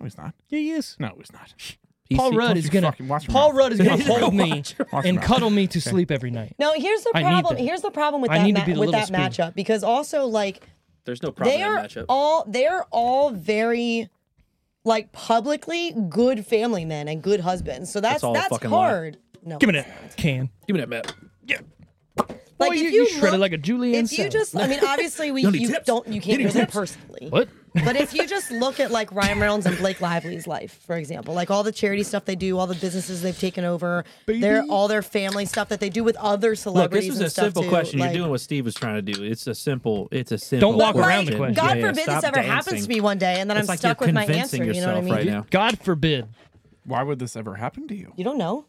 [SPEAKER 3] No, he's not.
[SPEAKER 1] he is.
[SPEAKER 3] No, he's not.
[SPEAKER 2] He's-
[SPEAKER 1] Paul
[SPEAKER 2] he-
[SPEAKER 1] Rudd
[SPEAKER 3] don't
[SPEAKER 1] is
[SPEAKER 3] you
[SPEAKER 1] gonna.
[SPEAKER 3] fucking watch your
[SPEAKER 1] Paul
[SPEAKER 3] mouth.
[SPEAKER 1] Rudd is gonna
[SPEAKER 3] Yeah,
[SPEAKER 1] hold me
[SPEAKER 3] Watch your
[SPEAKER 1] and
[SPEAKER 3] mouth.
[SPEAKER 1] cuddle me to sleep every night.
[SPEAKER 4] No, here's the
[SPEAKER 1] I need
[SPEAKER 4] problem.
[SPEAKER 1] that.
[SPEAKER 4] Here's the problem with
[SPEAKER 1] I
[SPEAKER 4] that
[SPEAKER 1] need to
[SPEAKER 4] ma-
[SPEAKER 1] be the
[SPEAKER 4] with
[SPEAKER 1] little
[SPEAKER 4] that
[SPEAKER 1] spoon.
[SPEAKER 4] matchup because also like
[SPEAKER 2] There's no problem
[SPEAKER 4] they
[SPEAKER 2] in
[SPEAKER 4] are
[SPEAKER 2] that matchup.
[SPEAKER 4] all they're all very like publicly good family men and good husbands. So that's
[SPEAKER 2] all a
[SPEAKER 4] that's,
[SPEAKER 2] fucking lie.
[SPEAKER 4] hard. No,
[SPEAKER 1] Give me that can.
[SPEAKER 2] Give me that, Matt.
[SPEAKER 4] Like
[SPEAKER 1] Boy,
[SPEAKER 4] if
[SPEAKER 1] you-
[SPEAKER 4] you,
[SPEAKER 1] you shredded
[SPEAKER 4] look-
[SPEAKER 1] like a julienne
[SPEAKER 4] If you
[SPEAKER 1] salad.
[SPEAKER 4] just,
[SPEAKER 1] <laughs>
[SPEAKER 4] I mean, obviously we
[SPEAKER 2] You need
[SPEAKER 4] you
[SPEAKER 2] tips?
[SPEAKER 4] don't you can't
[SPEAKER 2] You need
[SPEAKER 4] know them
[SPEAKER 2] tips?
[SPEAKER 4] personally.
[SPEAKER 1] What?
[SPEAKER 4] But if you just look at like Ryan Reynolds and Blake Lively's life, for example, like all the charity stuff they do, all the businesses they've taken over, their all their family stuff that they do with other
[SPEAKER 2] Look,
[SPEAKER 4] celebrities.
[SPEAKER 2] this is
[SPEAKER 4] and
[SPEAKER 2] a
[SPEAKER 4] stuff
[SPEAKER 2] simple
[SPEAKER 4] too,
[SPEAKER 2] question.
[SPEAKER 4] like-
[SPEAKER 2] you're doing what Steve was trying to do. It's a simple. It's a simple.
[SPEAKER 1] walk
[SPEAKER 4] But,
[SPEAKER 1] around
[SPEAKER 4] like,
[SPEAKER 1] the
[SPEAKER 2] question.
[SPEAKER 1] question.
[SPEAKER 4] God
[SPEAKER 2] Yeah, yeah,
[SPEAKER 4] forbid
[SPEAKER 2] stop
[SPEAKER 4] this ever happens
[SPEAKER 2] dancing.
[SPEAKER 4] to me one day, and then
[SPEAKER 2] It's
[SPEAKER 4] I'm
[SPEAKER 2] like
[SPEAKER 4] stuck
[SPEAKER 2] you're
[SPEAKER 4] with my
[SPEAKER 2] convincing
[SPEAKER 4] answer. You know what I
[SPEAKER 2] yourself
[SPEAKER 4] mean?
[SPEAKER 2] right now.
[SPEAKER 1] God forbid.
[SPEAKER 3] Why would this ever happen to you?
[SPEAKER 4] You don't know.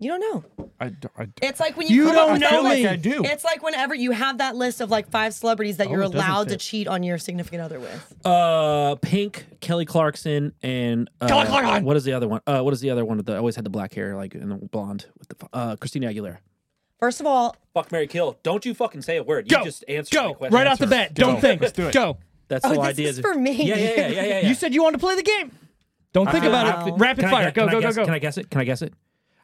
[SPEAKER 4] You don't know.
[SPEAKER 3] I, d- I d-
[SPEAKER 4] It's like when you,
[SPEAKER 1] You
[SPEAKER 4] come up
[SPEAKER 1] don't
[SPEAKER 4] with
[SPEAKER 1] know
[SPEAKER 4] that list-
[SPEAKER 1] me.
[SPEAKER 3] I do.
[SPEAKER 4] It's like whenever you have that list of like five celebrities
[SPEAKER 2] Oh,
[SPEAKER 4] that you're
[SPEAKER 1] it doesn't
[SPEAKER 4] allowed to
[SPEAKER 1] fit.
[SPEAKER 4] cheat on your significant other with.
[SPEAKER 2] Uh, Pink, Kelly Clarkson, and uh,
[SPEAKER 1] Kelly Clarkson!
[SPEAKER 2] What is the other one? Uh, what is the other one that always had the black hair, like and the blonde with the uh, Christina Aguilera?
[SPEAKER 4] First of all,
[SPEAKER 2] Fuck Mary Kill. Don't you fucking say a word. You
[SPEAKER 1] Go.
[SPEAKER 2] just answer. my
[SPEAKER 1] Go
[SPEAKER 2] question.
[SPEAKER 1] right off the
[SPEAKER 2] Answer.
[SPEAKER 1] bat. Don't
[SPEAKER 3] Go.
[SPEAKER 1] think.
[SPEAKER 3] Let's do it.
[SPEAKER 1] Go.
[SPEAKER 2] That's
[SPEAKER 4] Oh,
[SPEAKER 2] the whole
[SPEAKER 4] this
[SPEAKER 2] idea.
[SPEAKER 4] is for me.
[SPEAKER 2] Yeah, yeah, yeah,
[SPEAKER 4] <laughs>
[SPEAKER 2] yeah, yeah. yeah.
[SPEAKER 1] You said you wanted to play the game. Don't think
[SPEAKER 2] I-
[SPEAKER 1] about
[SPEAKER 2] I-
[SPEAKER 1] it. Rapid
[SPEAKER 2] Can I
[SPEAKER 1] fire.
[SPEAKER 2] gu-
[SPEAKER 1] go,
[SPEAKER 2] can I
[SPEAKER 1] go, go,
[SPEAKER 2] guess-
[SPEAKER 1] go.
[SPEAKER 2] Can I guess it? Can I guess it?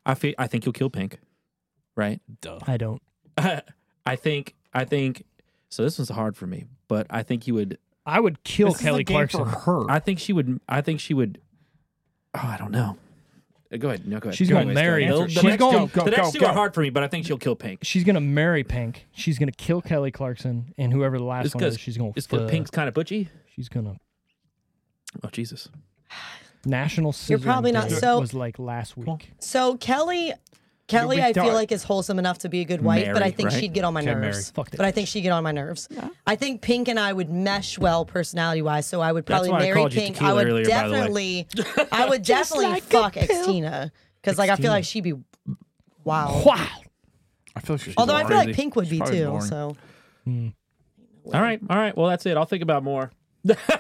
[SPEAKER 2] I feel, I think you'll kill Pink, right?
[SPEAKER 1] I don't.
[SPEAKER 2] I think I think so. This one's hard for me, but I think you would.
[SPEAKER 1] I would kill
[SPEAKER 5] This is a
[SPEAKER 1] Kelly
[SPEAKER 5] game
[SPEAKER 1] Clarkson.
[SPEAKER 5] for her.
[SPEAKER 2] I think she would. I think she would. Oh, I don't know. Uh, Go ahead. No, go ahead.
[SPEAKER 1] She's
[SPEAKER 2] Go
[SPEAKER 1] gonna
[SPEAKER 2] ahead.
[SPEAKER 1] marry
[SPEAKER 2] The,
[SPEAKER 1] him.
[SPEAKER 2] the
[SPEAKER 1] She's
[SPEAKER 2] next
[SPEAKER 1] gonna-
[SPEAKER 2] two,
[SPEAKER 3] go,
[SPEAKER 2] the next
[SPEAKER 3] go,
[SPEAKER 2] two
[SPEAKER 3] go.
[SPEAKER 2] are hard for me, but I think she'll kill Pink.
[SPEAKER 1] She's gonna marry Pink. She's gonna kill Kelly Clarkson and whoever the last
[SPEAKER 2] It's
[SPEAKER 1] one is.
[SPEAKER 2] because
[SPEAKER 1] She's gonna.
[SPEAKER 2] it's because
[SPEAKER 1] fuck.
[SPEAKER 2] Pink's kind of butchy.
[SPEAKER 1] She's gonna.
[SPEAKER 2] Oh Jesus!
[SPEAKER 1] National. Scissoring
[SPEAKER 4] probably not
[SPEAKER 1] Day
[SPEAKER 4] so-
[SPEAKER 1] Was like last week.
[SPEAKER 4] So Kelly, Kelly,
[SPEAKER 5] we
[SPEAKER 4] I
[SPEAKER 5] talk-
[SPEAKER 4] feel like is wholesome enough to be a good wife, but I
[SPEAKER 2] Marry,
[SPEAKER 4] think
[SPEAKER 2] right?
[SPEAKER 4] she'd get on my
[SPEAKER 5] Okay, marry.
[SPEAKER 4] nerves.
[SPEAKER 1] Fuck that
[SPEAKER 4] But I think she'd get on my nerves. I think Pink and I would mesh well personality wise, so I would probably
[SPEAKER 2] why I
[SPEAKER 4] marry
[SPEAKER 2] called you
[SPEAKER 4] Pink. I
[SPEAKER 2] tequila
[SPEAKER 4] would
[SPEAKER 2] earlier, by the way.
[SPEAKER 4] definitely, I would definitely fuck Xtina because like I feel like she'd be wow.
[SPEAKER 1] Wow.
[SPEAKER 3] I feel like she's
[SPEAKER 4] Although I feel like
[SPEAKER 2] Crazy.
[SPEAKER 4] Pink would be
[SPEAKER 3] probably
[SPEAKER 4] too.
[SPEAKER 3] boring.
[SPEAKER 4] So
[SPEAKER 2] All right, all right. Well, that's it. I'll think
[SPEAKER 1] <laughs>
[SPEAKER 2] about more <laughs>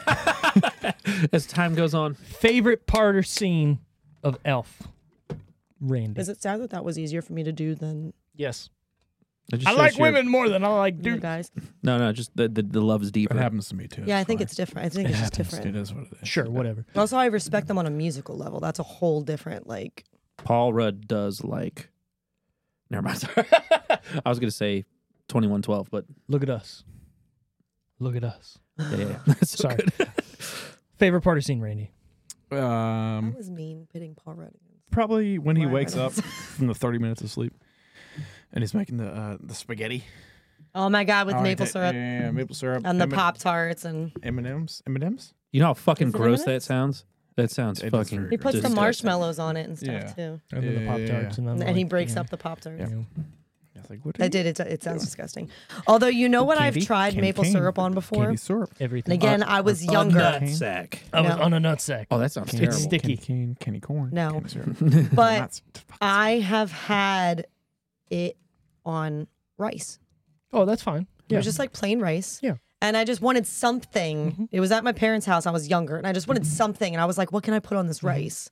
[SPEAKER 2] as time goes on.
[SPEAKER 1] Favorite part or scene of Elf. Randy.
[SPEAKER 4] is it sad that that was easier for me to do than
[SPEAKER 1] Yes.
[SPEAKER 2] It just
[SPEAKER 1] I
[SPEAKER 2] shows
[SPEAKER 1] like
[SPEAKER 2] your-
[SPEAKER 1] women more than I like
[SPEAKER 4] you
[SPEAKER 1] dudes.
[SPEAKER 4] guys?
[SPEAKER 2] No, no. Just the the, the love is deeper.
[SPEAKER 3] It happens to me too.
[SPEAKER 4] Yeah, I think
[SPEAKER 3] fine.
[SPEAKER 4] it's different. I think it's just
[SPEAKER 3] happens.
[SPEAKER 4] different.
[SPEAKER 3] It is what it is.
[SPEAKER 1] Sure. Whatever.
[SPEAKER 4] Also, I respect them on a musical level. That's a whole different like.
[SPEAKER 2] Paul Rudd does like. Never mind. <laughs> I was gonna say twenty one twelve, but
[SPEAKER 1] Look at us. Look at us.
[SPEAKER 2] yeah, yeah, yeah. <laughs> It's so
[SPEAKER 1] Sorry.
[SPEAKER 2] good.
[SPEAKER 1] <laughs> Favorite part or scene, Randy.
[SPEAKER 3] Um,
[SPEAKER 4] That was mean pitting Paul Rudd against.
[SPEAKER 3] probably when he
[SPEAKER 4] Why
[SPEAKER 3] wakes up
[SPEAKER 4] not?
[SPEAKER 3] from the 30 minutes of sleep and he's making the uh, the spaghetti
[SPEAKER 4] Oh my god, with
[SPEAKER 3] Oh,
[SPEAKER 4] maple
[SPEAKER 3] yeah,
[SPEAKER 4] syrup
[SPEAKER 3] yeah, yeah, maple syrup
[SPEAKER 4] and the
[SPEAKER 3] M-
[SPEAKER 4] pop tarts, and
[SPEAKER 3] m&ms m&ms
[SPEAKER 2] You know how fucking
[SPEAKER 4] Is it
[SPEAKER 2] gross that
[SPEAKER 4] M&Ms?
[SPEAKER 2] sounds. That sounds
[SPEAKER 3] It is
[SPEAKER 2] fucking.
[SPEAKER 3] very
[SPEAKER 4] he puts
[SPEAKER 2] disgusting.
[SPEAKER 4] the marshmallows on it and stuff
[SPEAKER 3] Yeah.
[SPEAKER 4] too,
[SPEAKER 1] And then the
[SPEAKER 3] Yeah,
[SPEAKER 1] pop
[SPEAKER 3] yeah,
[SPEAKER 1] tarts, and,
[SPEAKER 4] and,
[SPEAKER 1] then
[SPEAKER 4] and he
[SPEAKER 1] like,
[SPEAKER 4] breaks
[SPEAKER 1] yeah.
[SPEAKER 4] up the pop tarts.
[SPEAKER 1] Yeah.
[SPEAKER 3] I was like what
[SPEAKER 4] I did. It, it sounds disgusting. Although you know what I've
[SPEAKER 3] Candy?
[SPEAKER 4] tried
[SPEAKER 3] Candy
[SPEAKER 4] maple
[SPEAKER 3] cane.
[SPEAKER 4] syrup on before,
[SPEAKER 3] candy syrup
[SPEAKER 4] and
[SPEAKER 1] Everything.
[SPEAKER 4] again I was younger,
[SPEAKER 2] sack.
[SPEAKER 1] I was
[SPEAKER 4] no.
[SPEAKER 1] on a nutsack.
[SPEAKER 2] Oh, that sounds
[SPEAKER 3] Candy
[SPEAKER 2] terrible.
[SPEAKER 1] It's
[SPEAKER 3] cane,
[SPEAKER 1] sticky.
[SPEAKER 3] candy cane candy corn
[SPEAKER 4] No.
[SPEAKER 3] candy syrup.
[SPEAKER 4] but
[SPEAKER 3] That's-
[SPEAKER 4] I Ah, have had it on rice.
[SPEAKER 1] Oh, that's fine.
[SPEAKER 4] It was just like plain rice.
[SPEAKER 1] Yeah.
[SPEAKER 4] And I just wanted something. It was at my parents' house. I was younger, and I just wanted something. And I was like, "What can I put on this rice?"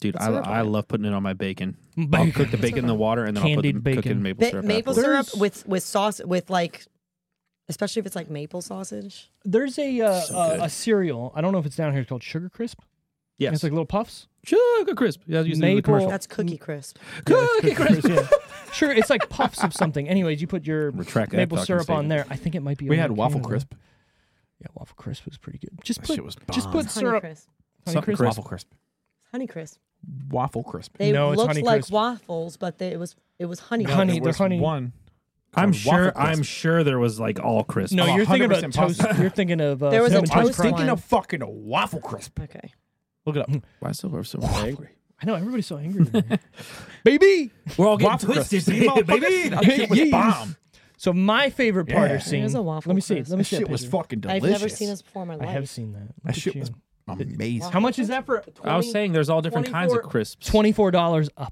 [SPEAKER 2] Dude, I, I love putting it on my bacon. I'll
[SPEAKER 1] Bacon.
[SPEAKER 2] cook the bacon in the water and then
[SPEAKER 1] Candied
[SPEAKER 2] I'll put the cook it
[SPEAKER 1] bacon.
[SPEAKER 2] in maple
[SPEAKER 4] Ba-
[SPEAKER 2] syrup.
[SPEAKER 4] maple
[SPEAKER 2] afterwards.
[SPEAKER 4] syrup with with sauce with like, especially if it's like maple sausage.
[SPEAKER 1] There's a uh, uh, a cereal. I don't know if it's down here. It's called Sugar Crisp.
[SPEAKER 2] Yes.
[SPEAKER 1] It's like little puffs.
[SPEAKER 2] Sugar crisp. Yeah, I was using the
[SPEAKER 1] Maple-
[SPEAKER 2] commercial.
[SPEAKER 4] That's cookie <laughs> crisp.
[SPEAKER 2] Cookie crisp.
[SPEAKER 1] Yeah. sure, it's like puffs of something. Anyways, you put your
[SPEAKER 2] Retract that
[SPEAKER 1] maple
[SPEAKER 2] fucking
[SPEAKER 1] syrup on
[SPEAKER 2] statement.
[SPEAKER 1] there. I think it might be.
[SPEAKER 3] we
[SPEAKER 1] over
[SPEAKER 3] had
[SPEAKER 1] in
[SPEAKER 3] waffle
[SPEAKER 1] Canada.
[SPEAKER 3] crisp
[SPEAKER 1] Yeah, waffle crisp was pretty good. Just
[SPEAKER 3] That
[SPEAKER 1] put
[SPEAKER 3] shit was
[SPEAKER 1] just
[SPEAKER 3] bomb.
[SPEAKER 1] put syrup.
[SPEAKER 4] Honey crisp.
[SPEAKER 1] honey
[SPEAKER 2] Something
[SPEAKER 1] crisp.
[SPEAKER 2] crisp.
[SPEAKER 3] waffle crisp
[SPEAKER 4] Honey crisp.
[SPEAKER 3] waffle crisp
[SPEAKER 4] They
[SPEAKER 1] No, it's
[SPEAKER 4] looked
[SPEAKER 1] Honey
[SPEAKER 4] like
[SPEAKER 1] Crisp.
[SPEAKER 4] waffles, but they, it was it was honey.
[SPEAKER 1] Honey-
[SPEAKER 3] there
[SPEAKER 4] crisp.
[SPEAKER 1] they're
[SPEAKER 3] was
[SPEAKER 1] honey-
[SPEAKER 3] one
[SPEAKER 2] I'm
[SPEAKER 3] called waffle
[SPEAKER 2] sure. I'm
[SPEAKER 3] crisp.
[SPEAKER 2] sure there was like all crisp.
[SPEAKER 1] No,
[SPEAKER 3] Oh,
[SPEAKER 1] you're thinking about
[SPEAKER 3] 100%
[SPEAKER 1] toast.
[SPEAKER 3] possible.
[SPEAKER 1] You're thinking of uh,
[SPEAKER 4] There was a
[SPEAKER 1] cinnamon
[SPEAKER 4] toast
[SPEAKER 3] I
[SPEAKER 1] toast
[SPEAKER 3] was
[SPEAKER 1] crunch.
[SPEAKER 3] thinking
[SPEAKER 4] one.
[SPEAKER 3] of fucking a waffle crisp
[SPEAKER 4] Okay.
[SPEAKER 3] look it up
[SPEAKER 2] Why so I'm so angry?
[SPEAKER 1] I know everybody's so angry, today. baby.
[SPEAKER 2] We're all getting
[SPEAKER 3] waffle crisp <laughs>
[SPEAKER 2] twisted,
[SPEAKER 3] See, motherfuckers?
[SPEAKER 2] baby.
[SPEAKER 3] that
[SPEAKER 2] <laughs>
[SPEAKER 3] shit was
[SPEAKER 1] Yes.
[SPEAKER 3] bomb
[SPEAKER 1] <laughs> So my favorite part
[SPEAKER 3] Yeah.
[SPEAKER 1] or scene.
[SPEAKER 4] There's a
[SPEAKER 1] Let
[SPEAKER 4] waffle
[SPEAKER 1] me see.
[SPEAKER 4] crisp.
[SPEAKER 1] Let me
[SPEAKER 3] that
[SPEAKER 1] see.
[SPEAKER 3] shit was
[SPEAKER 1] picture.
[SPEAKER 3] fucking
[SPEAKER 4] I've
[SPEAKER 3] delicious
[SPEAKER 4] never seen this before in my
[SPEAKER 1] I
[SPEAKER 4] life.
[SPEAKER 1] have seen that. Look
[SPEAKER 3] that
[SPEAKER 1] at
[SPEAKER 3] shit
[SPEAKER 1] you.
[SPEAKER 3] was amazing
[SPEAKER 1] How much is that for?
[SPEAKER 2] I was saying there's all different kinds of
[SPEAKER 1] 24
[SPEAKER 2] crisps.
[SPEAKER 1] twenty-four dollars a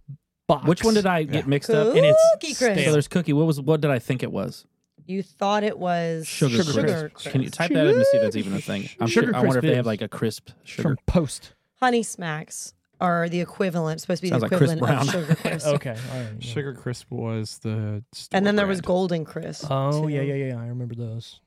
[SPEAKER 1] box.
[SPEAKER 2] Which one did I get mixed up?
[SPEAKER 4] Cookie
[SPEAKER 2] And it's
[SPEAKER 4] crisp.
[SPEAKER 2] Taylor's cookie. What was? What did I think it was?
[SPEAKER 4] You thought it was
[SPEAKER 2] Sugar, crisp. Can you type that in to see if that's even a thing? I'm
[SPEAKER 1] Sugar
[SPEAKER 2] sure. I wonder
[SPEAKER 1] crisp
[SPEAKER 2] if they have
[SPEAKER 1] is.
[SPEAKER 2] like a crisp sugar.
[SPEAKER 1] from Post?
[SPEAKER 4] honey smacks are the equivalent. Supposed to be
[SPEAKER 2] Sounds
[SPEAKER 4] the
[SPEAKER 2] like Chris
[SPEAKER 4] equivalent of
[SPEAKER 2] Brown.
[SPEAKER 4] sugar crisp.
[SPEAKER 1] Okay. All right. yeah.
[SPEAKER 3] sugar crisp was the
[SPEAKER 4] And then there
[SPEAKER 1] <laughs>
[SPEAKER 4] was
[SPEAKER 3] store
[SPEAKER 4] golden crisp.
[SPEAKER 1] Oh
[SPEAKER 4] too.
[SPEAKER 1] yeah, yeah, yeah, yeah. I remember those.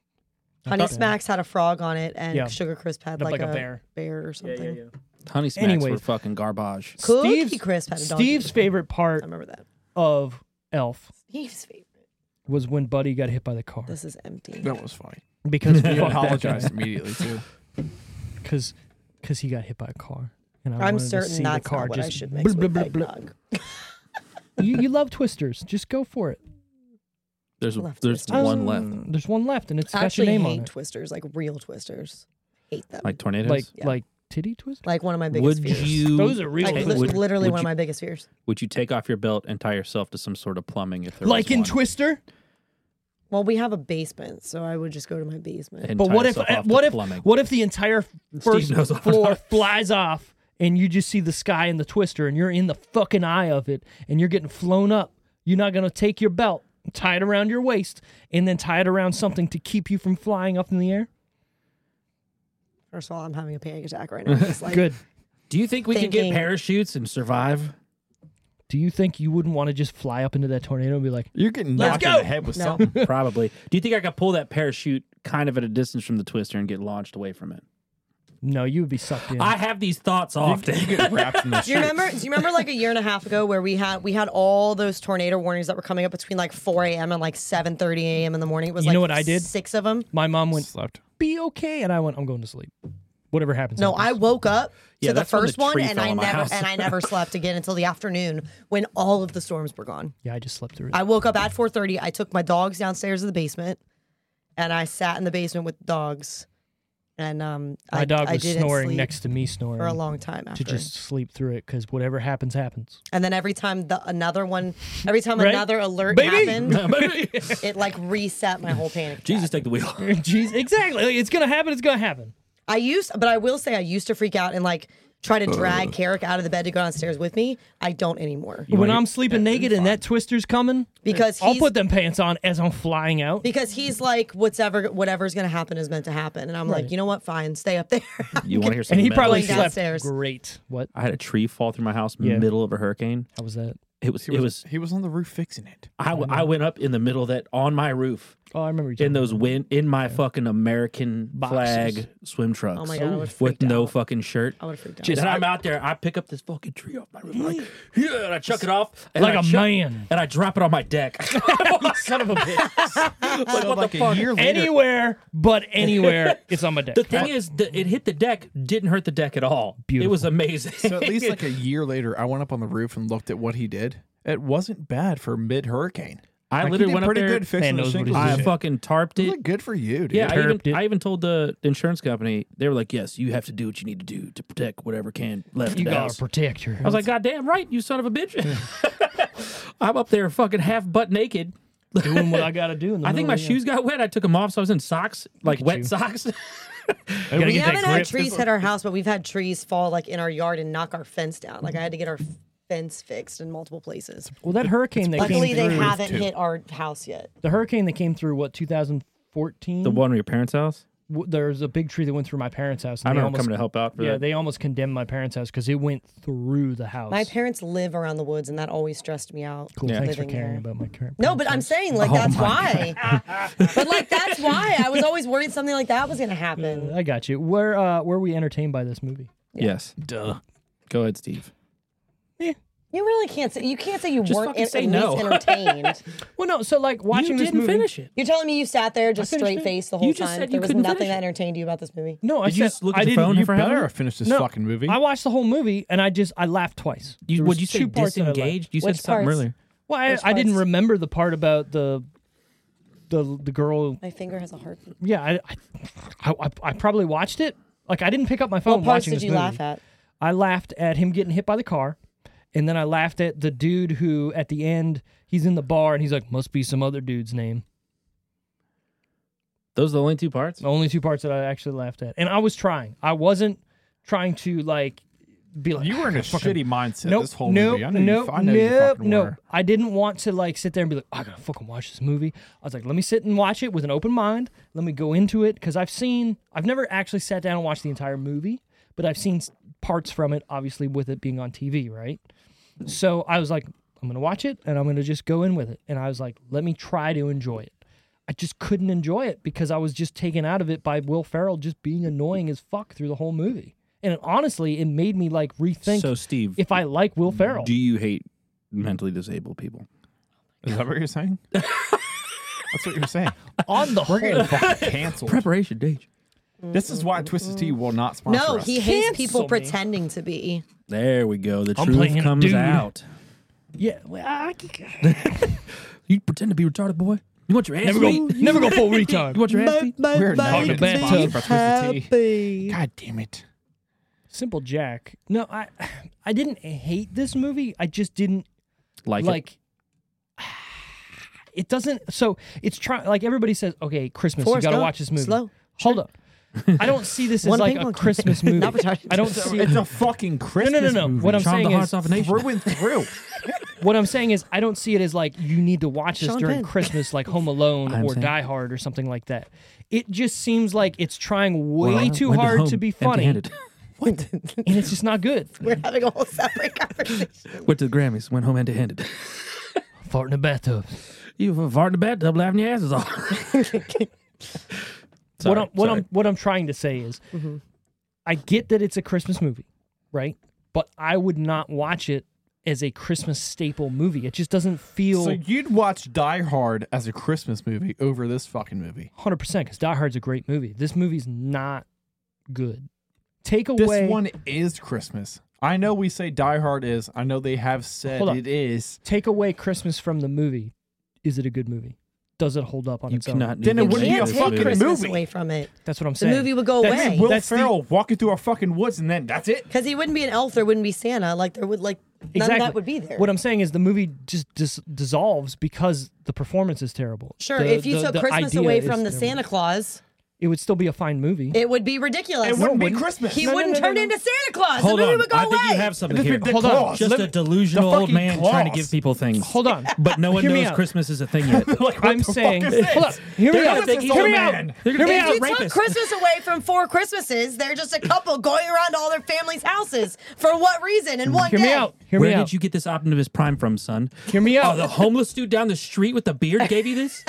[SPEAKER 1] I
[SPEAKER 4] Honey
[SPEAKER 1] thought-
[SPEAKER 4] smacks had a frog on it, and
[SPEAKER 1] Yeah.
[SPEAKER 4] sugar crisp had
[SPEAKER 1] Looked
[SPEAKER 4] like,
[SPEAKER 1] like a
[SPEAKER 4] a,
[SPEAKER 1] bear.
[SPEAKER 4] bear or something.
[SPEAKER 2] Honey smacks
[SPEAKER 1] Anyways.
[SPEAKER 2] were fucking garbage.
[SPEAKER 4] Cookie
[SPEAKER 1] Steve's-
[SPEAKER 4] crisp had a donkey.
[SPEAKER 1] Steve's
[SPEAKER 4] <laughs>
[SPEAKER 1] favorite
[SPEAKER 4] I
[SPEAKER 1] part
[SPEAKER 4] remember that.
[SPEAKER 1] of Elf
[SPEAKER 4] Steve's favorite.
[SPEAKER 1] was when Buddy got hit by the car
[SPEAKER 4] This is empty.
[SPEAKER 3] brand. that was funny
[SPEAKER 2] <laughs>
[SPEAKER 1] because we <laughs>
[SPEAKER 3] he apologized immediately too
[SPEAKER 1] because because he got hit by a car. And I
[SPEAKER 4] I'm
[SPEAKER 1] wanted to see
[SPEAKER 4] certain
[SPEAKER 1] the
[SPEAKER 4] that's
[SPEAKER 1] car
[SPEAKER 4] not what I
[SPEAKER 1] just
[SPEAKER 4] should mix
[SPEAKER 1] blah,
[SPEAKER 4] with
[SPEAKER 1] blah, blah,
[SPEAKER 4] eggnog.
[SPEAKER 1] blah. You, you love twisters. Just go for it.
[SPEAKER 2] There's
[SPEAKER 4] Left
[SPEAKER 2] there's
[SPEAKER 4] is
[SPEAKER 2] one
[SPEAKER 1] Um,
[SPEAKER 2] left.
[SPEAKER 1] There's one left, and it's
[SPEAKER 4] I
[SPEAKER 1] got your
[SPEAKER 4] actually
[SPEAKER 1] name
[SPEAKER 4] hate
[SPEAKER 1] on it.
[SPEAKER 4] twisters, like real twisters. Hate them.
[SPEAKER 2] Like
[SPEAKER 4] Like,
[SPEAKER 2] tornadoes.
[SPEAKER 1] Like
[SPEAKER 4] Yeah.
[SPEAKER 1] like titty twister.
[SPEAKER 4] one of my biggest
[SPEAKER 2] would
[SPEAKER 4] fears.
[SPEAKER 2] you?
[SPEAKER 1] Those are real
[SPEAKER 4] like
[SPEAKER 1] Hey,
[SPEAKER 4] li-
[SPEAKER 1] would-
[SPEAKER 4] literally
[SPEAKER 2] would
[SPEAKER 4] one of
[SPEAKER 2] you-
[SPEAKER 4] my biggest fears.
[SPEAKER 2] Would you take off your belt and tie yourself to some sort of plumbing if there
[SPEAKER 1] Like
[SPEAKER 2] was
[SPEAKER 1] in
[SPEAKER 2] one?
[SPEAKER 1] Twister.
[SPEAKER 4] Well, we have a basement, so I would just go to my basement.
[SPEAKER 2] And
[SPEAKER 1] But
[SPEAKER 2] tie
[SPEAKER 1] what if eh,
[SPEAKER 2] yourself off to
[SPEAKER 1] what if
[SPEAKER 2] plumbing.
[SPEAKER 1] what if the
[SPEAKER 2] <laughs>
[SPEAKER 1] entire first
[SPEAKER 2] knows all
[SPEAKER 1] floor
[SPEAKER 2] about
[SPEAKER 1] flies off and you just see the sky and the twister and you're in the fucking eye of it and you're getting flown up? You're not gonna take your belt, tie it around your waist, and then tie it around something to keep you from flying up in the air.
[SPEAKER 4] First of all, I'm having a panic attack right
[SPEAKER 2] <laughs>
[SPEAKER 4] now. It's like,
[SPEAKER 1] Good.
[SPEAKER 2] Do you think we could get
[SPEAKER 4] Thinking-
[SPEAKER 2] parachutes and survive?
[SPEAKER 1] Do you think you wouldn't want to just fly up into that tornado and be like,
[SPEAKER 3] you're getting knocked
[SPEAKER 4] Let's
[SPEAKER 3] in
[SPEAKER 4] go.
[SPEAKER 3] the head with
[SPEAKER 4] <laughs> No.
[SPEAKER 3] something
[SPEAKER 2] Probably. Do you think I could pull that parachute kind of at a distance from the twister and get launched away from it.
[SPEAKER 1] No, you would be sucked in.
[SPEAKER 2] I have these thoughts often.
[SPEAKER 3] Wrapped <laughs> in the
[SPEAKER 4] Do you remember? Do you remember like a year and a half ago where we had we had all those tornado warnings that were coming up between like 4 a.m. and like 7:30 a.m. in the morning? It was
[SPEAKER 1] You
[SPEAKER 4] like
[SPEAKER 1] know what I did?
[SPEAKER 4] Six of them.
[SPEAKER 1] My mom went
[SPEAKER 3] slept.
[SPEAKER 1] be okay, and I went. I'm going to sleep. Whatever happens.
[SPEAKER 4] No,
[SPEAKER 1] happens.
[SPEAKER 4] I woke up to
[SPEAKER 2] Yeah,
[SPEAKER 4] the
[SPEAKER 2] that's when the
[SPEAKER 4] first one
[SPEAKER 2] tree
[SPEAKER 4] and
[SPEAKER 2] fell
[SPEAKER 4] I
[SPEAKER 2] on my
[SPEAKER 4] never
[SPEAKER 2] house.
[SPEAKER 4] and
[SPEAKER 2] <laughs>
[SPEAKER 4] I never slept again until the afternoon when all of the storms were gone.
[SPEAKER 1] yeah, I just slept through it.
[SPEAKER 4] I woke up at 4:30. I took my dogs downstairs to the basement, and I sat in the basement with the dogs. And um,
[SPEAKER 1] My
[SPEAKER 4] I,
[SPEAKER 1] dog
[SPEAKER 4] I
[SPEAKER 1] was
[SPEAKER 4] didn't
[SPEAKER 1] snoring
[SPEAKER 4] sleep
[SPEAKER 1] next to me snoring
[SPEAKER 4] for a long time after.
[SPEAKER 1] to just sleep through it because whatever happens happens.
[SPEAKER 4] and then every time the another one, every time
[SPEAKER 1] Right?
[SPEAKER 4] another
[SPEAKER 1] <laughs>
[SPEAKER 4] alert
[SPEAKER 1] Baby!
[SPEAKER 4] happened, <laughs> it like reset my whole panic.
[SPEAKER 2] <laughs>
[SPEAKER 4] attack.
[SPEAKER 2] Jesus, take the wheel.
[SPEAKER 1] Jeez, exactly. Like, it's gonna happen. It's gonna happen.
[SPEAKER 4] I used, but I will say I used to freak out and like try to drag Carrick out of the bed to go downstairs with me. I don't anymore
[SPEAKER 1] when I'm sleeping naked and that twister's coming,
[SPEAKER 4] because
[SPEAKER 1] I'll
[SPEAKER 4] he's
[SPEAKER 1] put them pants on as I'm flying out.
[SPEAKER 4] because he's like whatever whatever's gonna happen is meant to happen, and I'm like, you know what? Fine, stay up there.
[SPEAKER 1] <laughs>
[SPEAKER 2] You want to hear
[SPEAKER 1] and
[SPEAKER 2] something?
[SPEAKER 1] he probably
[SPEAKER 4] Going
[SPEAKER 1] slept
[SPEAKER 4] downstairs.
[SPEAKER 1] great. What?
[SPEAKER 2] I had a tree fall through my house
[SPEAKER 1] Yeah.
[SPEAKER 2] middle of a hurricane.
[SPEAKER 1] How was that?
[SPEAKER 2] It was. It was.
[SPEAKER 3] He was on the roof fixing it.
[SPEAKER 2] I, w- I went up in the middle of that on my roof
[SPEAKER 1] Oh, I remember you.
[SPEAKER 2] in those wind in my fucking American
[SPEAKER 1] Boxes.
[SPEAKER 2] flag swim trucks.
[SPEAKER 4] my God, I would've
[SPEAKER 2] with
[SPEAKER 4] freaked
[SPEAKER 2] no
[SPEAKER 4] out.
[SPEAKER 2] fucking shirt.
[SPEAKER 4] I would freaked out.
[SPEAKER 2] And I'm out there. I pick up this fucking tree off my roof, like, yeah, and I chuck it off, and
[SPEAKER 1] Like
[SPEAKER 2] I
[SPEAKER 1] a
[SPEAKER 2] chuck-
[SPEAKER 1] man.
[SPEAKER 2] and I drop it on my deck. <laughs>
[SPEAKER 1] Son of a bitch.
[SPEAKER 3] Like, like a year later,
[SPEAKER 1] <laughs> anywhere but <laughs> anywhere, it's on my deck.
[SPEAKER 2] The thing is, the, it hit the deck. Didn't hurt the deck at all. It was amazing.
[SPEAKER 3] so at least like a year later, I went up on the roof and looked at what he did. It wasn't bad for mid hurricane.
[SPEAKER 2] I
[SPEAKER 3] Like, he
[SPEAKER 2] literally
[SPEAKER 3] did
[SPEAKER 2] went up
[SPEAKER 3] pretty
[SPEAKER 2] there.
[SPEAKER 3] good fixing
[SPEAKER 1] Man
[SPEAKER 3] the
[SPEAKER 1] knows what
[SPEAKER 3] shingles.
[SPEAKER 1] he's
[SPEAKER 3] and
[SPEAKER 2] <laughs> I
[SPEAKER 3] shit.
[SPEAKER 2] fucking tarped it.
[SPEAKER 3] Look good for you, dude.
[SPEAKER 2] Yeah, I even,
[SPEAKER 1] Terped it.
[SPEAKER 2] I even told the insurance company they were like, "Yes, you have to do what you need to do to protect whatever can left
[SPEAKER 1] you
[SPEAKER 2] of the
[SPEAKER 1] gotta
[SPEAKER 2] house."
[SPEAKER 1] protect her.
[SPEAKER 2] I was like, "God damn right, you son of a bitch!" <laughs> I'm up there fucking half butt naked. <laughs>
[SPEAKER 1] doing what I gotta do. In the
[SPEAKER 2] I
[SPEAKER 1] middle
[SPEAKER 2] think my
[SPEAKER 1] of the-
[SPEAKER 2] shoes got wet. I took them off, so I was in socks, like wet socks.
[SPEAKER 1] Gotta
[SPEAKER 4] We
[SPEAKER 1] get that
[SPEAKER 4] haven't had
[SPEAKER 1] grip.
[SPEAKER 4] trees hit our house, but we've had trees fall like in our yard and knock our fence down. Like I had to get our fence fixed in multiple places.
[SPEAKER 1] Well, that hurricane that
[SPEAKER 4] Luckily,
[SPEAKER 1] came
[SPEAKER 4] they
[SPEAKER 1] through.
[SPEAKER 4] haven't hit our house yet.
[SPEAKER 1] the hurricane that came through. What 2014?
[SPEAKER 2] <laughs> the one at your parents' house.
[SPEAKER 1] w- there's a big tree that went through my parents' house. And
[SPEAKER 2] I
[SPEAKER 1] they
[SPEAKER 2] remember
[SPEAKER 1] almost,
[SPEAKER 2] coming to help out. For
[SPEAKER 1] Yeah,
[SPEAKER 2] that.
[SPEAKER 1] they almost condemned my parents' house because it went through the house.
[SPEAKER 4] My parents live around the woods, and that always stressed me out.
[SPEAKER 1] cool. Thanks for
[SPEAKER 4] living
[SPEAKER 1] caring
[SPEAKER 4] there.
[SPEAKER 1] about my current.
[SPEAKER 4] No, but I'm saying like that's why. <laughs> but like that's why I was always worried something like that was gonna happen.
[SPEAKER 1] I got you. Where uh, were we entertained by this movie?
[SPEAKER 2] Yes. Duh. Go ahead, Steve.
[SPEAKER 4] You really can't say you can't say you
[SPEAKER 2] Just
[SPEAKER 4] weren't
[SPEAKER 2] fucking
[SPEAKER 4] en-
[SPEAKER 2] say
[SPEAKER 4] at
[SPEAKER 2] no.
[SPEAKER 4] least entertained.
[SPEAKER 1] Well, no. So like watching
[SPEAKER 2] you
[SPEAKER 1] this
[SPEAKER 2] didn't
[SPEAKER 1] movie.
[SPEAKER 2] finish it.
[SPEAKER 4] You're telling me you sat there just
[SPEAKER 2] finished
[SPEAKER 4] straight
[SPEAKER 2] it.
[SPEAKER 4] face the
[SPEAKER 2] You
[SPEAKER 4] whole
[SPEAKER 2] just
[SPEAKER 4] time.
[SPEAKER 2] said you
[SPEAKER 4] There was
[SPEAKER 2] couldn't
[SPEAKER 4] nothing
[SPEAKER 2] finish
[SPEAKER 4] that
[SPEAKER 2] it.
[SPEAKER 4] entertained you about this movie.
[SPEAKER 1] No, I
[SPEAKER 2] Did you
[SPEAKER 1] said-
[SPEAKER 2] just look at
[SPEAKER 1] I
[SPEAKER 2] your
[SPEAKER 1] didn't-
[SPEAKER 2] phone?
[SPEAKER 3] You
[SPEAKER 2] for having
[SPEAKER 3] better
[SPEAKER 2] it?
[SPEAKER 3] have finished this
[SPEAKER 1] No,
[SPEAKER 3] fucking movie.
[SPEAKER 1] I watched the whole movie and I just I laughed twice.
[SPEAKER 2] You,
[SPEAKER 1] There was
[SPEAKER 2] would you say
[SPEAKER 1] two parts that I laughed.
[SPEAKER 2] disengaged? You
[SPEAKER 4] Which
[SPEAKER 2] said something
[SPEAKER 4] parts?
[SPEAKER 2] earlier.
[SPEAKER 1] Well, I,
[SPEAKER 4] Which
[SPEAKER 1] I didn't
[SPEAKER 4] parts?
[SPEAKER 1] remember the part about the the the girl.
[SPEAKER 4] My finger has a heartbeat.
[SPEAKER 1] Yeah, I I, I, I probably watched it. Like I didn't pick up my phone
[SPEAKER 4] What parts
[SPEAKER 1] watching
[SPEAKER 4] did
[SPEAKER 1] this
[SPEAKER 4] you
[SPEAKER 1] movie.
[SPEAKER 4] laugh at?
[SPEAKER 1] I laughed at him getting hit by the car, and then I laughed at the dude who at the end he's in the bar and he's like, "Must be some other dude's name."
[SPEAKER 2] Those are the only two parts.
[SPEAKER 1] The only two parts that I actually laughed at, and I was trying. I wasn't trying to like be like
[SPEAKER 3] You were in a shitty mindset
[SPEAKER 1] Nope.
[SPEAKER 3] this whole
[SPEAKER 1] nope,
[SPEAKER 3] movie. I know
[SPEAKER 1] nope,
[SPEAKER 3] you, I know you
[SPEAKER 1] nope,
[SPEAKER 3] fucking
[SPEAKER 1] nope.
[SPEAKER 3] were.
[SPEAKER 1] I didn't want to like sit there and be like, I gotta fucking watch this movie. I was like, let me sit and watch it with an open mind. Let me go into it because I've seen, I've never actually sat down and watched the entire movie, but I've seen s- parts from it, obviously with it being on TV, right? So I was like, I'm gonna watch it and I'm gonna just go in with it. And I was like, let me try to enjoy it. I just couldn't enjoy it because I was just taken out of it by Will Ferrell just being annoying as fuck through the whole movie. And honestly, it made me like rethink
[SPEAKER 2] So, Steve,
[SPEAKER 1] if I like Will Ferrell.
[SPEAKER 2] do you hate mentally disabled people?
[SPEAKER 3] Is that what
[SPEAKER 1] <laughs>
[SPEAKER 3] you're saying? That's what you're saying.
[SPEAKER 1] on the
[SPEAKER 3] We're
[SPEAKER 1] whole,
[SPEAKER 3] getting fucking canceled.
[SPEAKER 2] Preparation, Dage.
[SPEAKER 3] This is why Twisted Tea will not sponsor
[SPEAKER 4] No,
[SPEAKER 3] us.
[SPEAKER 4] he hates people
[SPEAKER 1] me.
[SPEAKER 4] pretending
[SPEAKER 2] <laughs>
[SPEAKER 4] to be.
[SPEAKER 2] There we go. The
[SPEAKER 1] I'm playing
[SPEAKER 2] truth
[SPEAKER 1] a
[SPEAKER 2] comes
[SPEAKER 1] dude.
[SPEAKER 2] out.
[SPEAKER 1] yeah, well, I,
[SPEAKER 2] You pretend to be retarded, boy. You want your ass
[SPEAKER 1] never go,
[SPEAKER 2] beat?
[SPEAKER 1] never go full <laughs>
[SPEAKER 2] You
[SPEAKER 1] retard.
[SPEAKER 2] want your ass beat?
[SPEAKER 3] We're
[SPEAKER 1] Out
[SPEAKER 3] not
[SPEAKER 1] in the
[SPEAKER 3] even sponsored by Twisted Tea.
[SPEAKER 4] Happy.
[SPEAKER 3] God damn it.
[SPEAKER 1] Simple Jack. No, I, I didn't hate this movie. I just didn't
[SPEAKER 2] Like, it.
[SPEAKER 1] like. <sighs> It, doesn't. So it's trying. Like everybody says, okay, Christmas.
[SPEAKER 4] Forrest
[SPEAKER 1] you got to
[SPEAKER 4] Gump,
[SPEAKER 1] watch this movie.
[SPEAKER 4] slow,
[SPEAKER 1] Hold up. I don't see
[SPEAKER 4] <laughs>
[SPEAKER 1] this as
[SPEAKER 4] One
[SPEAKER 1] like
[SPEAKER 4] pink
[SPEAKER 1] a
[SPEAKER 4] one.
[SPEAKER 1] Christmas movie.
[SPEAKER 4] Not retarded.
[SPEAKER 1] I don't see.
[SPEAKER 3] It's a <laughs> fucking
[SPEAKER 1] No,
[SPEAKER 3] Christmas
[SPEAKER 1] no, no, no.
[SPEAKER 3] movie.
[SPEAKER 1] What I'm
[SPEAKER 2] Charm the
[SPEAKER 1] saying
[SPEAKER 2] hearts
[SPEAKER 1] is,
[SPEAKER 2] off a nation.
[SPEAKER 3] through and through.
[SPEAKER 1] what I'm saying is, I don't see it as like you need to watch this
[SPEAKER 4] Sean
[SPEAKER 1] during
[SPEAKER 4] Penn.
[SPEAKER 1] Christmas, like Home Alone
[SPEAKER 2] I'm
[SPEAKER 1] or
[SPEAKER 2] saying-
[SPEAKER 1] Die Hard or something like that. It just seems like it's trying way
[SPEAKER 2] Well,
[SPEAKER 1] too
[SPEAKER 2] went
[SPEAKER 1] hard
[SPEAKER 2] home
[SPEAKER 1] to be funny, and
[SPEAKER 2] empty-handed.
[SPEAKER 1] it's just not good.
[SPEAKER 4] We're having a
[SPEAKER 2] <laughs>
[SPEAKER 4] whole separate conversation.
[SPEAKER 2] Went to the Grammys. Went home empty-handed. <laughs>
[SPEAKER 1] Fart in a bathtub.
[SPEAKER 2] <laughs> you were farting in the bathtub, laughing your asses off. Sorry,
[SPEAKER 1] what I'm what
[SPEAKER 2] sorry.
[SPEAKER 1] I'm what I'm trying to say is,
[SPEAKER 4] Mm-hmm.
[SPEAKER 1] I get that it's a Christmas movie, right? But I would not watch it as a Christmas staple movie. It just doesn't feel
[SPEAKER 3] <laughs> So
[SPEAKER 1] hundred
[SPEAKER 3] you'd watch Die Hard as a Christmas movie over this fucking movie.
[SPEAKER 1] percent because Die Hard's a great movie. This movie's not good. Take
[SPEAKER 3] This
[SPEAKER 1] away
[SPEAKER 3] one is Christmas. I know we say Die Hard is. I know they have said
[SPEAKER 1] Hold on.
[SPEAKER 3] it is.
[SPEAKER 1] take away Christmas from the movie. Is it a good movie? Does it hold up on
[SPEAKER 2] You
[SPEAKER 1] its own?
[SPEAKER 2] cannot do
[SPEAKER 3] Then it
[SPEAKER 2] that
[SPEAKER 3] wouldn't
[SPEAKER 2] to
[SPEAKER 3] be a
[SPEAKER 4] can't
[SPEAKER 2] this
[SPEAKER 4] take
[SPEAKER 3] fucking
[SPEAKER 4] Christmas
[SPEAKER 3] movie.
[SPEAKER 4] away from it
[SPEAKER 1] That's what I'm
[SPEAKER 4] the
[SPEAKER 1] saying.
[SPEAKER 4] movie would go
[SPEAKER 1] That's-
[SPEAKER 4] away
[SPEAKER 3] Will
[SPEAKER 1] That's the-
[SPEAKER 3] Ferrell walking through our fucking woods and then that's it.
[SPEAKER 4] because he wouldn't be an elf. There wouldn't be Santa. Like there would like none of
[SPEAKER 1] Exactly.
[SPEAKER 4] that would be there.
[SPEAKER 1] What I'm saying is the movie just dis- dissolves because the performance is terrible.
[SPEAKER 4] sure,
[SPEAKER 1] The-
[SPEAKER 4] if you
[SPEAKER 1] the-
[SPEAKER 4] took
[SPEAKER 1] the
[SPEAKER 4] Christmas
[SPEAKER 1] idea
[SPEAKER 4] away
[SPEAKER 1] is
[SPEAKER 4] from the
[SPEAKER 1] terrible.
[SPEAKER 4] Santa Claus,
[SPEAKER 1] it would still be a fine movie.
[SPEAKER 4] it would be ridiculous.
[SPEAKER 3] It wouldn't be Christmas.
[SPEAKER 4] He
[SPEAKER 3] No, no,
[SPEAKER 4] wouldn't
[SPEAKER 3] no, no,
[SPEAKER 4] turn
[SPEAKER 3] no.
[SPEAKER 4] into Santa Claus.
[SPEAKER 2] Hold
[SPEAKER 4] the movie
[SPEAKER 2] on.
[SPEAKER 4] would go
[SPEAKER 2] I
[SPEAKER 4] away.
[SPEAKER 2] think you have something
[SPEAKER 3] Just
[SPEAKER 2] here.
[SPEAKER 3] the
[SPEAKER 1] Hold on.
[SPEAKER 3] claws.
[SPEAKER 2] Just
[SPEAKER 3] Let
[SPEAKER 2] a
[SPEAKER 3] me-
[SPEAKER 2] delusional
[SPEAKER 3] the
[SPEAKER 2] old
[SPEAKER 3] fucking
[SPEAKER 2] man trying to
[SPEAKER 3] claws.
[SPEAKER 2] give people things.
[SPEAKER 1] Hold
[SPEAKER 4] <laughs>
[SPEAKER 1] on.
[SPEAKER 2] <laughs> But no one
[SPEAKER 1] Hear me
[SPEAKER 2] knows
[SPEAKER 1] out.
[SPEAKER 2] Christmas is a thing yet.
[SPEAKER 3] Like, what
[SPEAKER 1] I'm
[SPEAKER 3] the fuck
[SPEAKER 1] saying,
[SPEAKER 3] is this?
[SPEAKER 1] hold up, hear me
[SPEAKER 3] They're
[SPEAKER 1] out,
[SPEAKER 3] just this
[SPEAKER 1] hear
[SPEAKER 3] old
[SPEAKER 1] me out.
[SPEAKER 3] man.
[SPEAKER 2] They're
[SPEAKER 1] Hear
[SPEAKER 2] gonna
[SPEAKER 1] me
[SPEAKER 2] be
[SPEAKER 1] out,
[SPEAKER 4] If you
[SPEAKER 2] a
[SPEAKER 4] took
[SPEAKER 2] rapist.
[SPEAKER 4] Christmas away from four Christmases, they're just a couple going around to all their families' houses. For what reason? In one
[SPEAKER 1] Hear
[SPEAKER 4] day?
[SPEAKER 1] me out. Hear
[SPEAKER 2] Where
[SPEAKER 1] me
[SPEAKER 2] did
[SPEAKER 1] out.
[SPEAKER 2] you get this Optimus Prime from, son?
[SPEAKER 1] Hear me out.
[SPEAKER 2] Oh, the homeless dude down the street with the beard gave you this?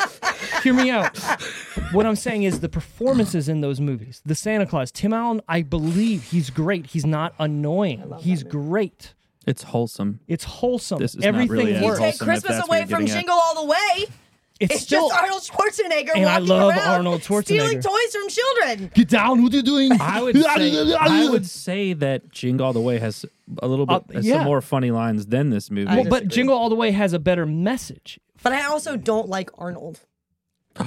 [SPEAKER 1] Hear me out. <laughs> What I'm saying is the performances in those movies. The Santa Claus, Tim Allen, I believe he's great. He's not annoying. He's great.
[SPEAKER 2] It's wholesome.
[SPEAKER 1] It's wholesome.
[SPEAKER 2] This is not
[SPEAKER 1] Everything
[SPEAKER 2] really as
[SPEAKER 4] You
[SPEAKER 1] works.
[SPEAKER 4] take
[SPEAKER 2] wholesome. if
[SPEAKER 4] Christmas
[SPEAKER 2] that's what
[SPEAKER 4] away
[SPEAKER 2] you're
[SPEAKER 4] from
[SPEAKER 2] getting at.
[SPEAKER 4] Jingle All the Way.
[SPEAKER 1] It's,
[SPEAKER 4] It's
[SPEAKER 1] still
[SPEAKER 4] just Arnold Schwarzenegger
[SPEAKER 1] And I
[SPEAKER 4] walking
[SPEAKER 1] love
[SPEAKER 4] around
[SPEAKER 1] Arnold
[SPEAKER 4] stealing
[SPEAKER 1] Schwarzenegger.
[SPEAKER 4] toys from children.
[SPEAKER 1] get down. What are you doing?
[SPEAKER 2] <laughs> I
[SPEAKER 3] <laughs>
[SPEAKER 2] would say, I would say that Jingle All the Way has a little bit
[SPEAKER 1] Uh,
[SPEAKER 2] has
[SPEAKER 1] yeah.
[SPEAKER 2] some more funny lines than this movie.
[SPEAKER 4] I
[SPEAKER 1] Well,
[SPEAKER 4] just-
[SPEAKER 1] but
[SPEAKER 4] disagree.
[SPEAKER 1] Jingle All the Way has a better message.
[SPEAKER 4] But I also don't like Arnold.
[SPEAKER 1] <gasps>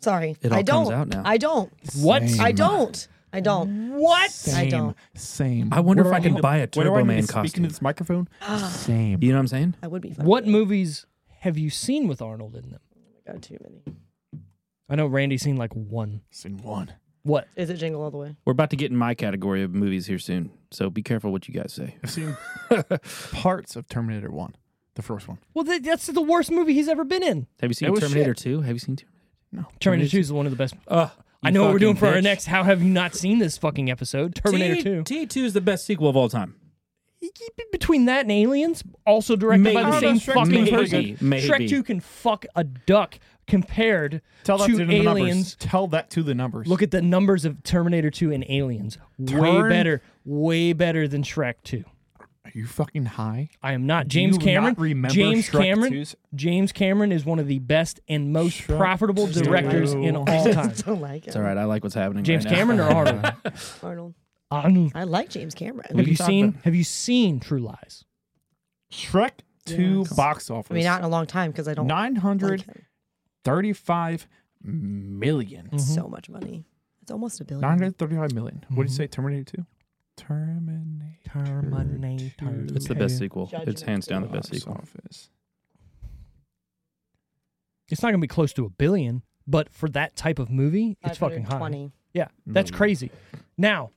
[SPEAKER 4] Sorry,
[SPEAKER 2] It all
[SPEAKER 4] I don't.
[SPEAKER 2] comes out now.
[SPEAKER 4] I don't.
[SPEAKER 1] What?
[SPEAKER 3] Same.
[SPEAKER 4] I don't. I don't.
[SPEAKER 1] What?
[SPEAKER 3] Same.
[SPEAKER 4] I don't.
[SPEAKER 3] Same.
[SPEAKER 2] I wonder
[SPEAKER 3] Where
[SPEAKER 2] if I
[SPEAKER 3] do
[SPEAKER 2] can
[SPEAKER 3] need to-
[SPEAKER 2] buy a
[SPEAKER 3] where do
[SPEAKER 2] Turbo
[SPEAKER 3] I need to
[SPEAKER 2] Man
[SPEAKER 3] speak
[SPEAKER 2] costume.
[SPEAKER 3] into this microphone. Same.
[SPEAKER 2] You know what I'm saying?
[SPEAKER 4] I would be. Fine.
[SPEAKER 1] What movies have you seen with Arnold in them?
[SPEAKER 4] Got too many.
[SPEAKER 1] I know Randy's seen like one.
[SPEAKER 3] Scene one.
[SPEAKER 1] What?
[SPEAKER 4] Is it Jingle All the Way?
[SPEAKER 2] We're about to get in my category of movies here soon, so be careful what you guys say.
[SPEAKER 3] I've <laughs> seen parts of Terminator One, the first one.
[SPEAKER 1] Well, th- that's the worst movie he's ever been in.
[SPEAKER 2] Have you
[SPEAKER 3] It
[SPEAKER 2] seen
[SPEAKER 3] was
[SPEAKER 2] Terminator
[SPEAKER 3] shit.
[SPEAKER 2] Two? Have you seen Terminator?
[SPEAKER 1] Terminator 2 is one of the best.
[SPEAKER 2] Ugh,
[SPEAKER 1] I know what we're doing for our next. How have you not seen this fucking episode? Terminator 2.
[SPEAKER 2] T two is the best sequel of all time.
[SPEAKER 1] Between that and Aliens, also directed by
[SPEAKER 2] Maybe.
[SPEAKER 1] the
[SPEAKER 2] I
[SPEAKER 1] same
[SPEAKER 2] don't know, Shrek
[SPEAKER 1] fucking
[SPEAKER 2] 2 is
[SPEAKER 1] person.
[SPEAKER 2] pretty good. Maybe.
[SPEAKER 1] Shrek 2 can fuck a duck compared
[SPEAKER 3] Tell that
[SPEAKER 1] to
[SPEAKER 3] to, the
[SPEAKER 1] Aliens.
[SPEAKER 3] numbers. Tell that to the numbers.
[SPEAKER 1] Look at the numbers of Terminator 2 and Aliens. Way
[SPEAKER 3] Turn-
[SPEAKER 1] better. Way better than Shrek 2.
[SPEAKER 3] Are you fucking high?
[SPEAKER 1] I am not James
[SPEAKER 3] you
[SPEAKER 1] Cameron.
[SPEAKER 3] not remember
[SPEAKER 1] James
[SPEAKER 3] Shrek
[SPEAKER 1] Cameron.
[SPEAKER 3] 2's?
[SPEAKER 1] James Cameron is one of the best and most profitable directors in all
[SPEAKER 2] <laughs>
[SPEAKER 4] <laughs>
[SPEAKER 1] time.
[SPEAKER 4] Don't like it.
[SPEAKER 2] It's all right. I like what's happening.
[SPEAKER 1] James
[SPEAKER 2] Oh. right now.
[SPEAKER 1] Cameron or Arnold?
[SPEAKER 4] Arnold.
[SPEAKER 1] Arnold.
[SPEAKER 4] I like James Cameron.
[SPEAKER 1] Have you
[SPEAKER 2] talk
[SPEAKER 1] seen?
[SPEAKER 2] about-
[SPEAKER 1] Have you seen True Lies?
[SPEAKER 3] Shrek Two box office.
[SPEAKER 4] I mean, not in a long time because I don't.
[SPEAKER 3] nine hundred
[SPEAKER 4] like him.
[SPEAKER 3] thirty-five million.
[SPEAKER 1] Mm-hmm.
[SPEAKER 4] So much money. It's almost a billion.
[SPEAKER 3] Nine hundred thirty-five million. What did you say? Terminator Two. Terminator.
[SPEAKER 1] Terminator.
[SPEAKER 2] <laughs> It's the best sequel. It's hands down the best
[SPEAKER 3] Box
[SPEAKER 2] sequel.
[SPEAKER 3] office.
[SPEAKER 1] It's not going to be close to a billion, but for that type of movie, it's fucking high.
[SPEAKER 4] 520.
[SPEAKER 1] Yeah, that's crazy. Now,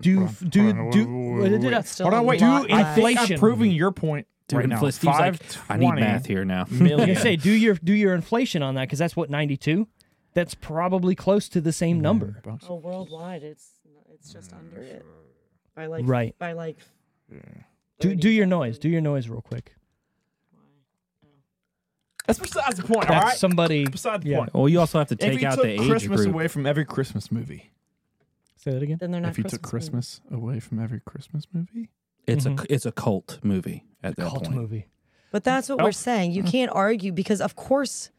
[SPEAKER 1] do f- do
[SPEAKER 3] Mm. Hold on,
[SPEAKER 1] do.
[SPEAKER 3] wait, wait, wait.
[SPEAKER 4] Still
[SPEAKER 3] Hold on,
[SPEAKER 4] a
[SPEAKER 3] wait.
[SPEAKER 4] lot
[SPEAKER 3] Do
[SPEAKER 4] less.
[SPEAKER 3] inflation.
[SPEAKER 1] Inflation.
[SPEAKER 3] I'm proving your point
[SPEAKER 2] Dude,
[SPEAKER 3] right now.
[SPEAKER 2] Infl- Steve's like, I need
[SPEAKER 3] 520
[SPEAKER 2] math here now.
[SPEAKER 1] I'm
[SPEAKER 3] Million.
[SPEAKER 1] gonna say do your do your inflation on that because that's what ninety two. That's probably close to the same number.
[SPEAKER 3] Bucks.
[SPEAKER 4] Oh, worldwide, it's it's just under
[SPEAKER 3] Mm,
[SPEAKER 4] it. By like
[SPEAKER 1] Right.
[SPEAKER 4] By like
[SPEAKER 1] Do do your noise. Do your noise real quick.
[SPEAKER 3] That's besides the point. all
[SPEAKER 1] That's
[SPEAKER 3] right.
[SPEAKER 1] somebody.
[SPEAKER 3] Beside the
[SPEAKER 1] yeah.
[SPEAKER 2] <laughs>
[SPEAKER 3] point.
[SPEAKER 2] well, you also have to
[SPEAKER 3] If
[SPEAKER 2] take
[SPEAKER 3] you
[SPEAKER 2] out
[SPEAKER 3] took
[SPEAKER 2] the age
[SPEAKER 3] Christmas
[SPEAKER 2] group.
[SPEAKER 3] away from every Christmas movie.
[SPEAKER 1] Say that again.
[SPEAKER 4] then they're not.
[SPEAKER 3] if you took Christmas away from every Christmas movie,
[SPEAKER 2] It's a it's a cult movie at that
[SPEAKER 1] Cult
[SPEAKER 2] point.
[SPEAKER 1] movie.
[SPEAKER 4] But that's what we're saying. You can't argue because of course,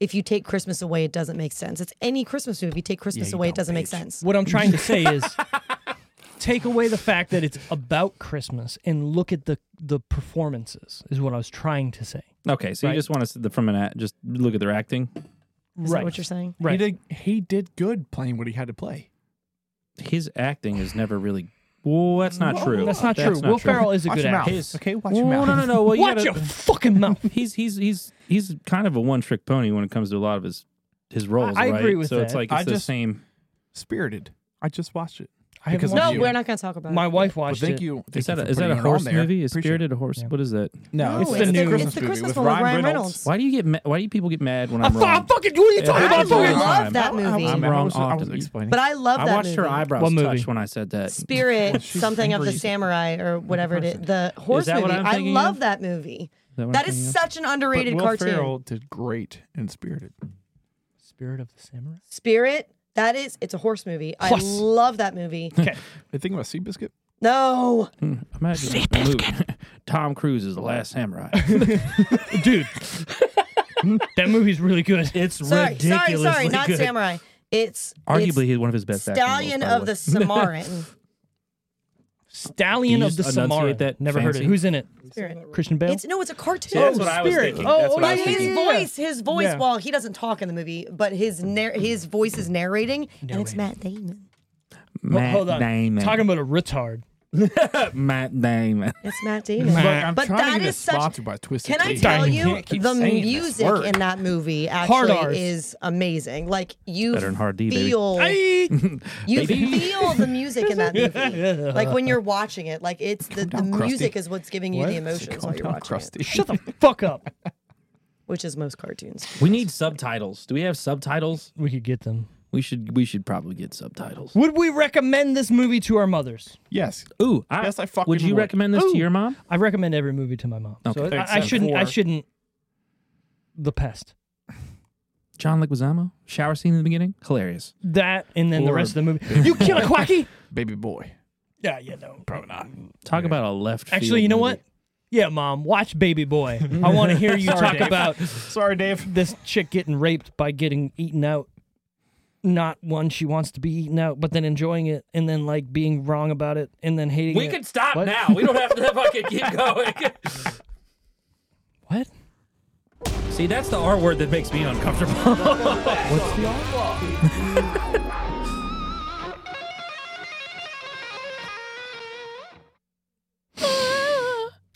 [SPEAKER 4] if you take Christmas away, it doesn't make sense. It's any Christmas movie. Take Christmas away, it doesn't make sense.
[SPEAKER 1] What I'm trying to say is take away the fact that it's about Christmas and look at the the performances is what I was trying to say.
[SPEAKER 2] Okay, so
[SPEAKER 1] Right.
[SPEAKER 2] you just want to sit the, from an act, just look at their acting.
[SPEAKER 4] Is
[SPEAKER 1] right.
[SPEAKER 4] that what you're saying?
[SPEAKER 3] he
[SPEAKER 1] Right.
[SPEAKER 3] did he did good playing what he had to play.
[SPEAKER 2] His acting is never really. Well, that's not true.
[SPEAKER 1] That's not true. Will Ferrell
[SPEAKER 2] <laughs>
[SPEAKER 1] is a
[SPEAKER 3] Watch
[SPEAKER 1] good
[SPEAKER 3] your mouth.
[SPEAKER 1] actor.
[SPEAKER 2] His-
[SPEAKER 3] okay, watch
[SPEAKER 2] Well,
[SPEAKER 3] your
[SPEAKER 2] no,
[SPEAKER 3] mouth.
[SPEAKER 2] no, no. Well, you
[SPEAKER 1] Watch <laughs>
[SPEAKER 2] gotta,
[SPEAKER 1] your fucking mouth.
[SPEAKER 2] <laughs> he's he's he's he's kind of a one trick pony when it comes to a lot of his his roles.
[SPEAKER 1] I- I
[SPEAKER 2] right?
[SPEAKER 1] agree with
[SPEAKER 2] so it's
[SPEAKER 1] that.
[SPEAKER 2] like it's
[SPEAKER 3] I
[SPEAKER 2] the
[SPEAKER 3] just-
[SPEAKER 2] same.
[SPEAKER 3] Spirited. I just watched it.
[SPEAKER 1] I haven't
[SPEAKER 3] Because
[SPEAKER 1] watched
[SPEAKER 4] No,
[SPEAKER 3] of you.
[SPEAKER 4] we're not going to talk about
[SPEAKER 1] My
[SPEAKER 4] it.
[SPEAKER 1] wife
[SPEAKER 3] Well,
[SPEAKER 1] watched it.
[SPEAKER 3] thank you. Thank
[SPEAKER 2] Is that
[SPEAKER 3] you
[SPEAKER 2] a,
[SPEAKER 3] for
[SPEAKER 2] is that
[SPEAKER 3] putting
[SPEAKER 2] a
[SPEAKER 3] it on
[SPEAKER 2] horse
[SPEAKER 3] there.
[SPEAKER 2] movie? Is
[SPEAKER 3] Appreciate it.
[SPEAKER 2] Spirited a horse? What is that?
[SPEAKER 3] No,
[SPEAKER 4] No,
[SPEAKER 3] it's,
[SPEAKER 4] it's
[SPEAKER 3] a
[SPEAKER 4] the-
[SPEAKER 3] new
[SPEAKER 4] it's
[SPEAKER 3] Christmas
[SPEAKER 4] the
[SPEAKER 3] movie
[SPEAKER 4] Christmas
[SPEAKER 3] with
[SPEAKER 4] one with
[SPEAKER 3] Ryan
[SPEAKER 4] Ryan
[SPEAKER 3] Reynolds.
[SPEAKER 4] Reynolds.
[SPEAKER 2] Why do you get ma- why do people get mad when
[SPEAKER 1] I
[SPEAKER 2] I'm
[SPEAKER 1] thought, <laughs>
[SPEAKER 2] wrong?
[SPEAKER 1] I'm fucking what are you talking
[SPEAKER 2] I
[SPEAKER 1] about?
[SPEAKER 2] just
[SPEAKER 1] fucking-
[SPEAKER 2] watched-
[SPEAKER 4] love that
[SPEAKER 3] I was-
[SPEAKER 4] movie.
[SPEAKER 2] I'm
[SPEAKER 3] I
[SPEAKER 2] wrong
[SPEAKER 3] was- I was
[SPEAKER 2] often.
[SPEAKER 3] explaining.
[SPEAKER 4] But I love
[SPEAKER 2] I
[SPEAKER 4] that
[SPEAKER 2] watched
[SPEAKER 4] movie.
[SPEAKER 2] her eyebrows
[SPEAKER 1] What movie?
[SPEAKER 2] touch when I said that.
[SPEAKER 4] Spirit,
[SPEAKER 3] she's
[SPEAKER 4] something of the
[SPEAKER 3] angry.
[SPEAKER 4] samurai or whatever it is. The horse
[SPEAKER 2] that
[SPEAKER 4] movie.
[SPEAKER 2] what I'm
[SPEAKER 4] I
[SPEAKER 2] thinking
[SPEAKER 4] love
[SPEAKER 2] of?
[SPEAKER 4] that movie.
[SPEAKER 2] that what
[SPEAKER 4] That
[SPEAKER 2] I'm thinking
[SPEAKER 4] is
[SPEAKER 2] of?
[SPEAKER 4] such an
[SPEAKER 3] But
[SPEAKER 4] underrated
[SPEAKER 3] Will
[SPEAKER 4] cartoon.
[SPEAKER 3] Ferrell did great in Spirited.
[SPEAKER 1] Spirit of the Samurai.
[SPEAKER 4] Spirit, That is, it's a horse movie.
[SPEAKER 1] Horse.
[SPEAKER 4] I love that movie.
[SPEAKER 3] You think about Seabiscuit?
[SPEAKER 4] no,
[SPEAKER 2] Imagine a movie. <laughs> Tom Cruise is the last <laughs> samurai.
[SPEAKER 1] dude. that movie's really good.
[SPEAKER 2] it's
[SPEAKER 4] sorry, sorry, sorry, not samurai. It's
[SPEAKER 2] Arguably,
[SPEAKER 4] it's
[SPEAKER 2] he's one of his best. acting roles,
[SPEAKER 4] Stallion
[SPEAKER 2] by the
[SPEAKER 4] of
[SPEAKER 2] way. <laughs>
[SPEAKER 4] the Samaran.
[SPEAKER 1] Stallion
[SPEAKER 2] Can you
[SPEAKER 1] of the
[SPEAKER 2] just
[SPEAKER 1] Samara.
[SPEAKER 2] enunciate that
[SPEAKER 1] Never heard
[SPEAKER 2] fancy?
[SPEAKER 1] it. Who's in it?
[SPEAKER 4] Spirit.
[SPEAKER 1] Christian Bale.
[SPEAKER 4] It's no, it's a cartoon.
[SPEAKER 2] Yeah, that's what I was
[SPEAKER 1] Spirit.
[SPEAKER 2] thinking.
[SPEAKER 1] Oh,
[SPEAKER 2] That's what I
[SPEAKER 1] oh,
[SPEAKER 2] was
[SPEAKER 1] yeah,
[SPEAKER 4] his
[SPEAKER 2] thinking.
[SPEAKER 4] voice, his voice.
[SPEAKER 1] Yeah.
[SPEAKER 4] Well, he doesn't talk in the movie, but his nar- his voice is narrating, and it's Matt Damon.
[SPEAKER 1] Well,
[SPEAKER 2] Matt
[SPEAKER 1] hold on.
[SPEAKER 2] Damon.
[SPEAKER 1] Talking about a
[SPEAKER 3] <laughs>
[SPEAKER 1] retard.
[SPEAKER 2] Matt Damon.
[SPEAKER 4] It's Matt Damon.
[SPEAKER 3] Look, I'm
[SPEAKER 4] but
[SPEAKER 3] trying to
[SPEAKER 4] that
[SPEAKER 3] get
[SPEAKER 4] is such.
[SPEAKER 3] sponsored by Twisted
[SPEAKER 4] Can I
[SPEAKER 3] Tea.
[SPEAKER 4] tell
[SPEAKER 1] Damon.
[SPEAKER 4] you,
[SPEAKER 3] Can't keep
[SPEAKER 4] the
[SPEAKER 3] saying this
[SPEAKER 4] music
[SPEAKER 3] word.
[SPEAKER 4] in that movie
[SPEAKER 1] Hard Rs.
[SPEAKER 4] actually is amazing. Like you
[SPEAKER 2] Better than Hard D, baby.
[SPEAKER 4] feel,
[SPEAKER 1] Aye.
[SPEAKER 4] you feel the music in that movie. like when you're watching it, like it's the, the
[SPEAKER 3] down, Krusty.
[SPEAKER 4] music is what's giving you the emotions while you're
[SPEAKER 3] Tom
[SPEAKER 4] watching it,
[SPEAKER 3] Krusty.
[SPEAKER 1] Shut the fuck up.
[SPEAKER 4] which is most cartoons.
[SPEAKER 2] We need subtitles. Do we have subtitles?
[SPEAKER 1] We could get them.
[SPEAKER 2] We should. We should probably get subtitles.
[SPEAKER 1] Would we recommend this movie to our mothers?
[SPEAKER 3] Yes.
[SPEAKER 2] Ooh, I,
[SPEAKER 3] Yes, I fucking
[SPEAKER 2] Would you
[SPEAKER 3] would.
[SPEAKER 2] recommend this to your mom?
[SPEAKER 1] I recommend every movie to my mom. so
[SPEAKER 3] Oh.
[SPEAKER 2] Okay.
[SPEAKER 1] I, I
[SPEAKER 3] Except
[SPEAKER 1] shouldn't. I
[SPEAKER 3] for-
[SPEAKER 1] shouldn't. The pest.
[SPEAKER 2] John Leguizamo shower scene in the beginning, hilarious.
[SPEAKER 1] That and then the
[SPEAKER 3] Or-
[SPEAKER 1] rest of the movie. you <laughs> kill a quacky?
[SPEAKER 3] Baby boy.
[SPEAKER 1] Yeah, you know.
[SPEAKER 3] Probably not.
[SPEAKER 2] Talk about a left.
[SPEAKER 1] Actually, you know what? Yeah, mom, watch Baby Boy. I want to hear <laughs> you talk about
[SPEAKER 3] Sorry, Dave.
[SPEAKER 1] this chick getting raped by getting eaten out. Not one she wants to be eaten out, but then enjoying it and then like being wrong about it and then hating
[SPEAKER 2] We
[SPEAKER 1] it.
[SPEAKER 2] can stop
[SPEAKER 1] What?
[SPEAKER 2] now. We don't have to <laughs> fucking keep going.
[SPEAKER 1] <laughs> What?
[SPEAKER 2] See, that's the R word that makes me uncomfortable.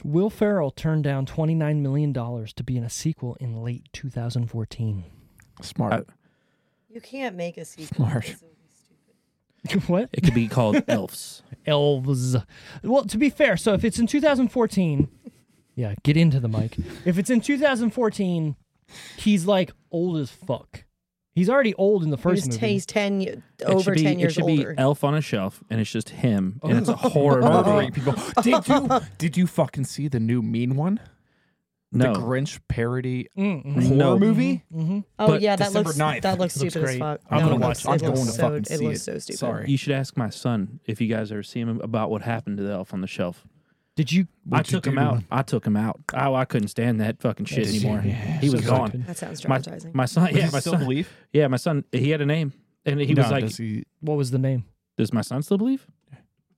[SPEAKER 1] Will Ferrell turned down $29 million to be in a sequel in late 2014.
[SPEAKER 4] Uh,
[SPEAKER 3] Smart.
[SPEAKER 4] You can't make a sequel. <laughs>
[SPEAKER 3] Smart.
[SPEAKER 1] <laughs> what?
[SPEAKER 2] <laughs> It could be <laughs> called elves.
[SPEAKER 1] Elves. Well, to be fair, so if it's in 2014, yeah, get into the <laughs> mic. If it's in 2014, he's like old as fuck. He's already old in the
[SPEAKER 4] He
[SPEAKER 1] first
[SPEAKER 4] was-
[SPEAKER 1] movie.
[SPEAKER 4] he's ten y-
[SPEAKER 2] It
[SPEAKER 4] over
[SPEAKER 2] should be,
[SPEAKER 4] ten
[SPEAKER 2] it
[SPEAKER 4] years
[SPEAKER 2] should
[SPEAKER 4] older.
[SPEAKER 2] be elf on a shelf, and it's just him,
[SPEAKER 1] <laughs>
[SPEAKER 2] and it's a
[SPEAKER 1] Oh,
[SPEAKER 2] horror movie.
[SPEAKER 4] Oh.
[SPEAKER 3] Murdering people. Did you
[SPEAKER 4] <laughs>
[SPEAKER 3] did you fucking see the new mean one?
[SPEAKER 2] No,
[SPEAKER 3] The Grinch parody horror
[SPEAKER 2] No.
[SPEAKER 3] movie?
[SPEAKER 4] oh
[SPEAKER 2] but
[SPEAKER 4] yeah, that
[SPEAKER 3] December
[SPEAKER 4] looks
[SPEAKER 3] 9th.
[SPEAKER 4] that looks
[SPEAKER 1] Looks
[SPEAKER 4] stupid as
[SPEAKER 1] great.
[SPEAKER 4] fuck.
[SPEAKER 3] I'm
[SPEAKER 4] No,
[SPEAKER 3] gonna
[SPEAKER 4] it
[SPEAKER 3] watch-
[SPEAKER 4] looks-
[SPEAKER 3] I'm
[SPEAKER 4] it
[SPEAKER 3] going
[SPEAKER 4] looks
[SPEAKER 3] to
[SPEAKER 4] so-
[SPEAKER 3] fucking
[SPEAKER 4] It
[SPEAKER 3] see
[SPEAKER 4] looks
[SPEAKER 3] it.
[SPEAKER 4] so stupid.
[SPEAKER 3] Sorry.
[SPEAKER 2] you should ask my son if you guys ever see him about what happened to the elf on the shelf.
[SPEAKER 1] <laughs> Did you?
[SPEAKER 2] I took him out. I took him out. Oh, I couldn't stand that fucking shit
[SPEAKER 3] Did you?
[SPEAKER 2] anymore.
[SPEAKER 3] Yeah.
[SPEAKER 2] He was
[SPEAKER 3] So
[SPEAKER 2] gone.
[SPEAKER 4] That sounds
[SPEAKER 2] My,
[SPEAKER 4] traumatizing.
[SPEAKER 2] my son, yeah,
[SPEAKER 3] he
[SPEAKER 2] my
[SPEAKER 3] still
[SPEAKER 2] son,
[SPEAKER 3] believe?
[SPEAKER 2] yeah, my son. He had a name, and he was
[SPEAKER 3] No,
[SPEAKER 2] like,
[SPEAKER 3] does he-
[SPEAKER 1] What was the name?
[SPEAKER 2] Does my son still believe?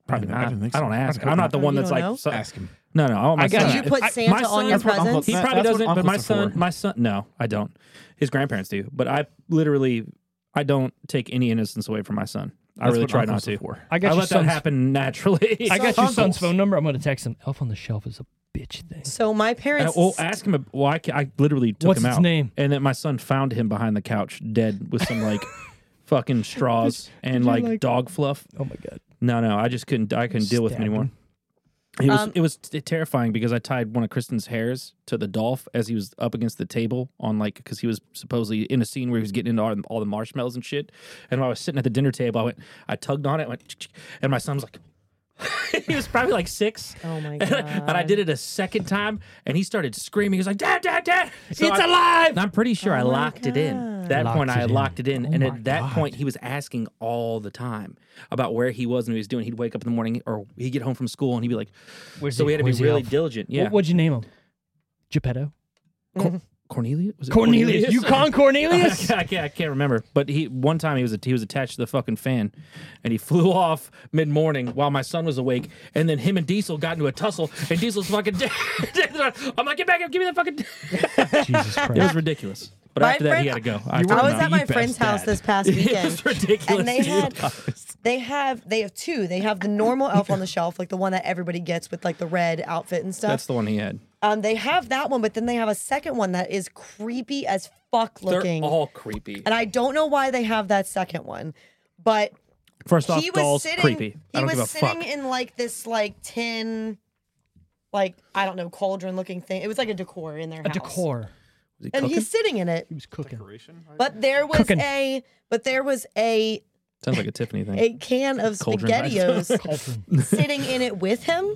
[SPEAKER 2] Probably
[SPEAKER 3] I
[SPEAKER 2] not. I,
[SPEAKER 3] didn't think so.
[SPEAKER 2] don't ask.
[SPEAKER 3] I hope
[SPEAKER 2] I'm not the
[SPEAKER 4] not.
[SPEAKER 2] one
[SPEAKER 4] You
[SPEAKER 2] that's
[SPEAKER 4] don't
[SPEAKER 2] like.
[SPEAKER 4] know?
[SPEAKER 2] so-
[SPEAKER 3] ask him.
[SPEAKER 2] No, no. I want my
[SPEAKER 1] I got
[SPEAKER 2] son.
[SPEAKER 1] you.
[SPEAKER 4] Did you put
[SPEAKER 2] I-
[SPEAKER 4] Santa
[SPEAKER 2] my
[SPEAKER 4] on
[SPEAKER 2] son-
[SPEAKER 4] your
[SPEAKER 3] That's what Uncle
[SPEAKER 4] presents?
[SPEAKER 2] He
[SPEAKER 3] That-
[SPEAKER 2] probably
[SPEAKER 3] that's what
[SPEAKER 2] doesn't. But my
[SPEAKER 3] uncles are
[SPEAKER 2] son,
[SPEAKER 3] for.
[SPEAKER 2] my son, no, I don't. His grandparents do, but I literally, I don't take any innocence away from my son. I
[SPEAKER 3] That's
[SPEAKER 2] really
[SPEAKER 3] what
[SPEAKER 2] try not
[SPEAKER 3] uncles
[SPEAKER 2] to.
[SPEAKER 3] are for.
[SPEAKER 1] I got
[SPEAKER 2] I
[SPEAKER 1] your
[SPEAKER 2] let that
[SPEAKER 1] son's-
[SPEAKER 2] happen
[SPEAKER 1] <laughs>
[SPEAKER 2] naturally.
[SPEAKER 1] I got your son's
[SPEAKER 3] Uncles.
[SPEAKER 1] phone number. I'm gonna text him. Elf on the Shelf is a bitch thing.
[SPEAKER 4] So my
[SPEAKER 2] Uh,
[SPEAKER 4] parents.
[SPEAKER 2] well, ask him. ab- Well, I, ca- I literally took
[SPEAKER 1] What's
[SPEAKER 2] him out.
[SPEAKER 1] his name?
[SPEAKER 2] And then my son found him behind the couch, dead with some
[SPEAKER 1] <laughs>
[SPEAKER 2] like fucking straws and like, dog fluff.
[SPEAKER 1] Oh my god.
[SPEAKER 2] No, no, I just couldn't. I couldn't deal with him
[SPEAKER 1] Stab
[SPEAKER 2] anymore.
[SPEAKER 1] him.
[SPEAKER 2] It was
[SPEAKER 4] Um,
[SPEAKER 2] it was t- terrifying because I tied one of Kristen's hairs to the dolph as he was up against the table on like because he was supposedly in a scene where he was getting into all, all the marshmallows and shit. And when I was sitting at the dinner table, I went, I tugged on it, went, "Ch-ch-ch," and my son was like. <laughs> he was probably like six.
[SPEAKER 4] Oh
[SPEAKER 2] <laughs>
[SPEAKER 4] my
[SPEAKER 2] And I, and I
[SPEAKER 4] God.
[SPEAKER 2] did it a second time, and he started screaming. He was like, "Dad, dad, dad!
[SPEAKER 1] It's
[SPEAKER 2] alive!" I'm pretty sure
[SPEAKER 4] oh
[SPEAKER 2] I locked it in. At That
[SPEAKER 1] Locked
[SPEAKER 2] point, I
[SPEAKER 1] it
[SPEAKER 2] had
[SPEAKER 1] in. Oh
[SPEAKER 2] locked it in, and
[SPEAKER 3] my
[SPEAKER 2] at that
[SPEAKER 3] God.
[SPEAKER 2] point, he was asking all the time about where he was and what he was doing. He'd wake up in the morning, or he'd get home from school, and he'd be like,
[SPEAKER 1] Where's
[SPEAKER 2] "So
[SPEAKER 1] he-
[SPEAKER 2] we had to be
[SPEAKER 1] where's the
[SPEAKER 2] really
[SPEAKER 1] elf?
[SPEAKER 2] diligent." Yeah,
[SPEAKER 1] What, would you name him? Geppetto.
[SPEAKER 2] Cor- Cornelius? Was it
[SPEAKER 1] Cornelius. You con
[SPEAKER 2] <laughs>
[SPEAKER 1] <laughs>
[SPEAKER 2] I,
[SPEAKER 1] Cornelius?
[SPEAKER 2] can't, I can't- I can't remember, but he one time he was he was attached to the fucking fan, and he flew off mid morning while my son was awake, and then him and Diesel got into a tussle, and Diesel's fucking dead. <laughs> I'm like, get back up, give me that fucking.
[SPEAKER 1] Jesus
[SPEAKER 2] It was
[SPEAKER 1] Christ.
[SPEAKER 2] ridiculous. But
[SPEAKER 4] My
[SPEAKER 2] after that, he had to
[SPEAKER 4] friend-
[SPEAKER 2] go.
[SPEAKER 3] You
[SPEAKER 2] took
[SPEAKER 4] I
[SPEAKER 3] were
[SPEAKER 2] him
[SPEAKER 4] was
[SPEAKER 2] out.
[SPEAKER 4] at my
[SPEAKER 3] best
[SPEAKER 4] friend's house
[SPEAKER 3] dad.
[SPEAKER 4] this
[SPEAKER 2] <laughs>
[SPEAKER 4] past
[SPEAKER 2] It
[SPEAKER 4] weekend.
[SPEAKER 2] was ridiculous.
[SPEAKER 4] and they
[SPEAKER 2] dude.
[SPEAKER 4] had they have they have two. They have the normal elf on the shelf, like the one that everybody gets with like the red outfit and stuff.
[SPEAKER 2] That's the one he had.
[SPEAKER 4] um, they have that one, but then they have a second one that is creepy as fuck looking.
[SPEAKER 2] They're all creepy.
[SPEAKER 4] and I don't know why they have that second one, but
[SPEAKER 2] First off,
[SPEAKER 4] he was
[SPEAKER 2] dolls
[SPEAKER 4] sitting.
[SPEAKER 2] creepy. I
[SPEAKER 4] He
[SPEAKER 2] don't give a
[SPEAKER 4] was sitting
[SPEAKER 2] fuck.
[SPEAKER 4] in like this like tin, like I don't know, cauldron looking thing. It was like a decor in their
[SPEAKER 1] A
[SPEAKER 4] house.
[SPEAKER 1] decor.
[SPEAKER 4] And he's sitting in it,
[SPEAKER 1] He was cooking.
[SPEAKER 4] but there was
[SPEAKER 1] Cooking.
[SPEAKER 4] a but there was a
[SPEAKER 2] Sounds like a Tiffany thing. <laughs>
[SPEAKER 4] a can of
[SPEAKER 2] Cauldron vibes.
[SPEAKER 4] spaghettios sitting in it with him.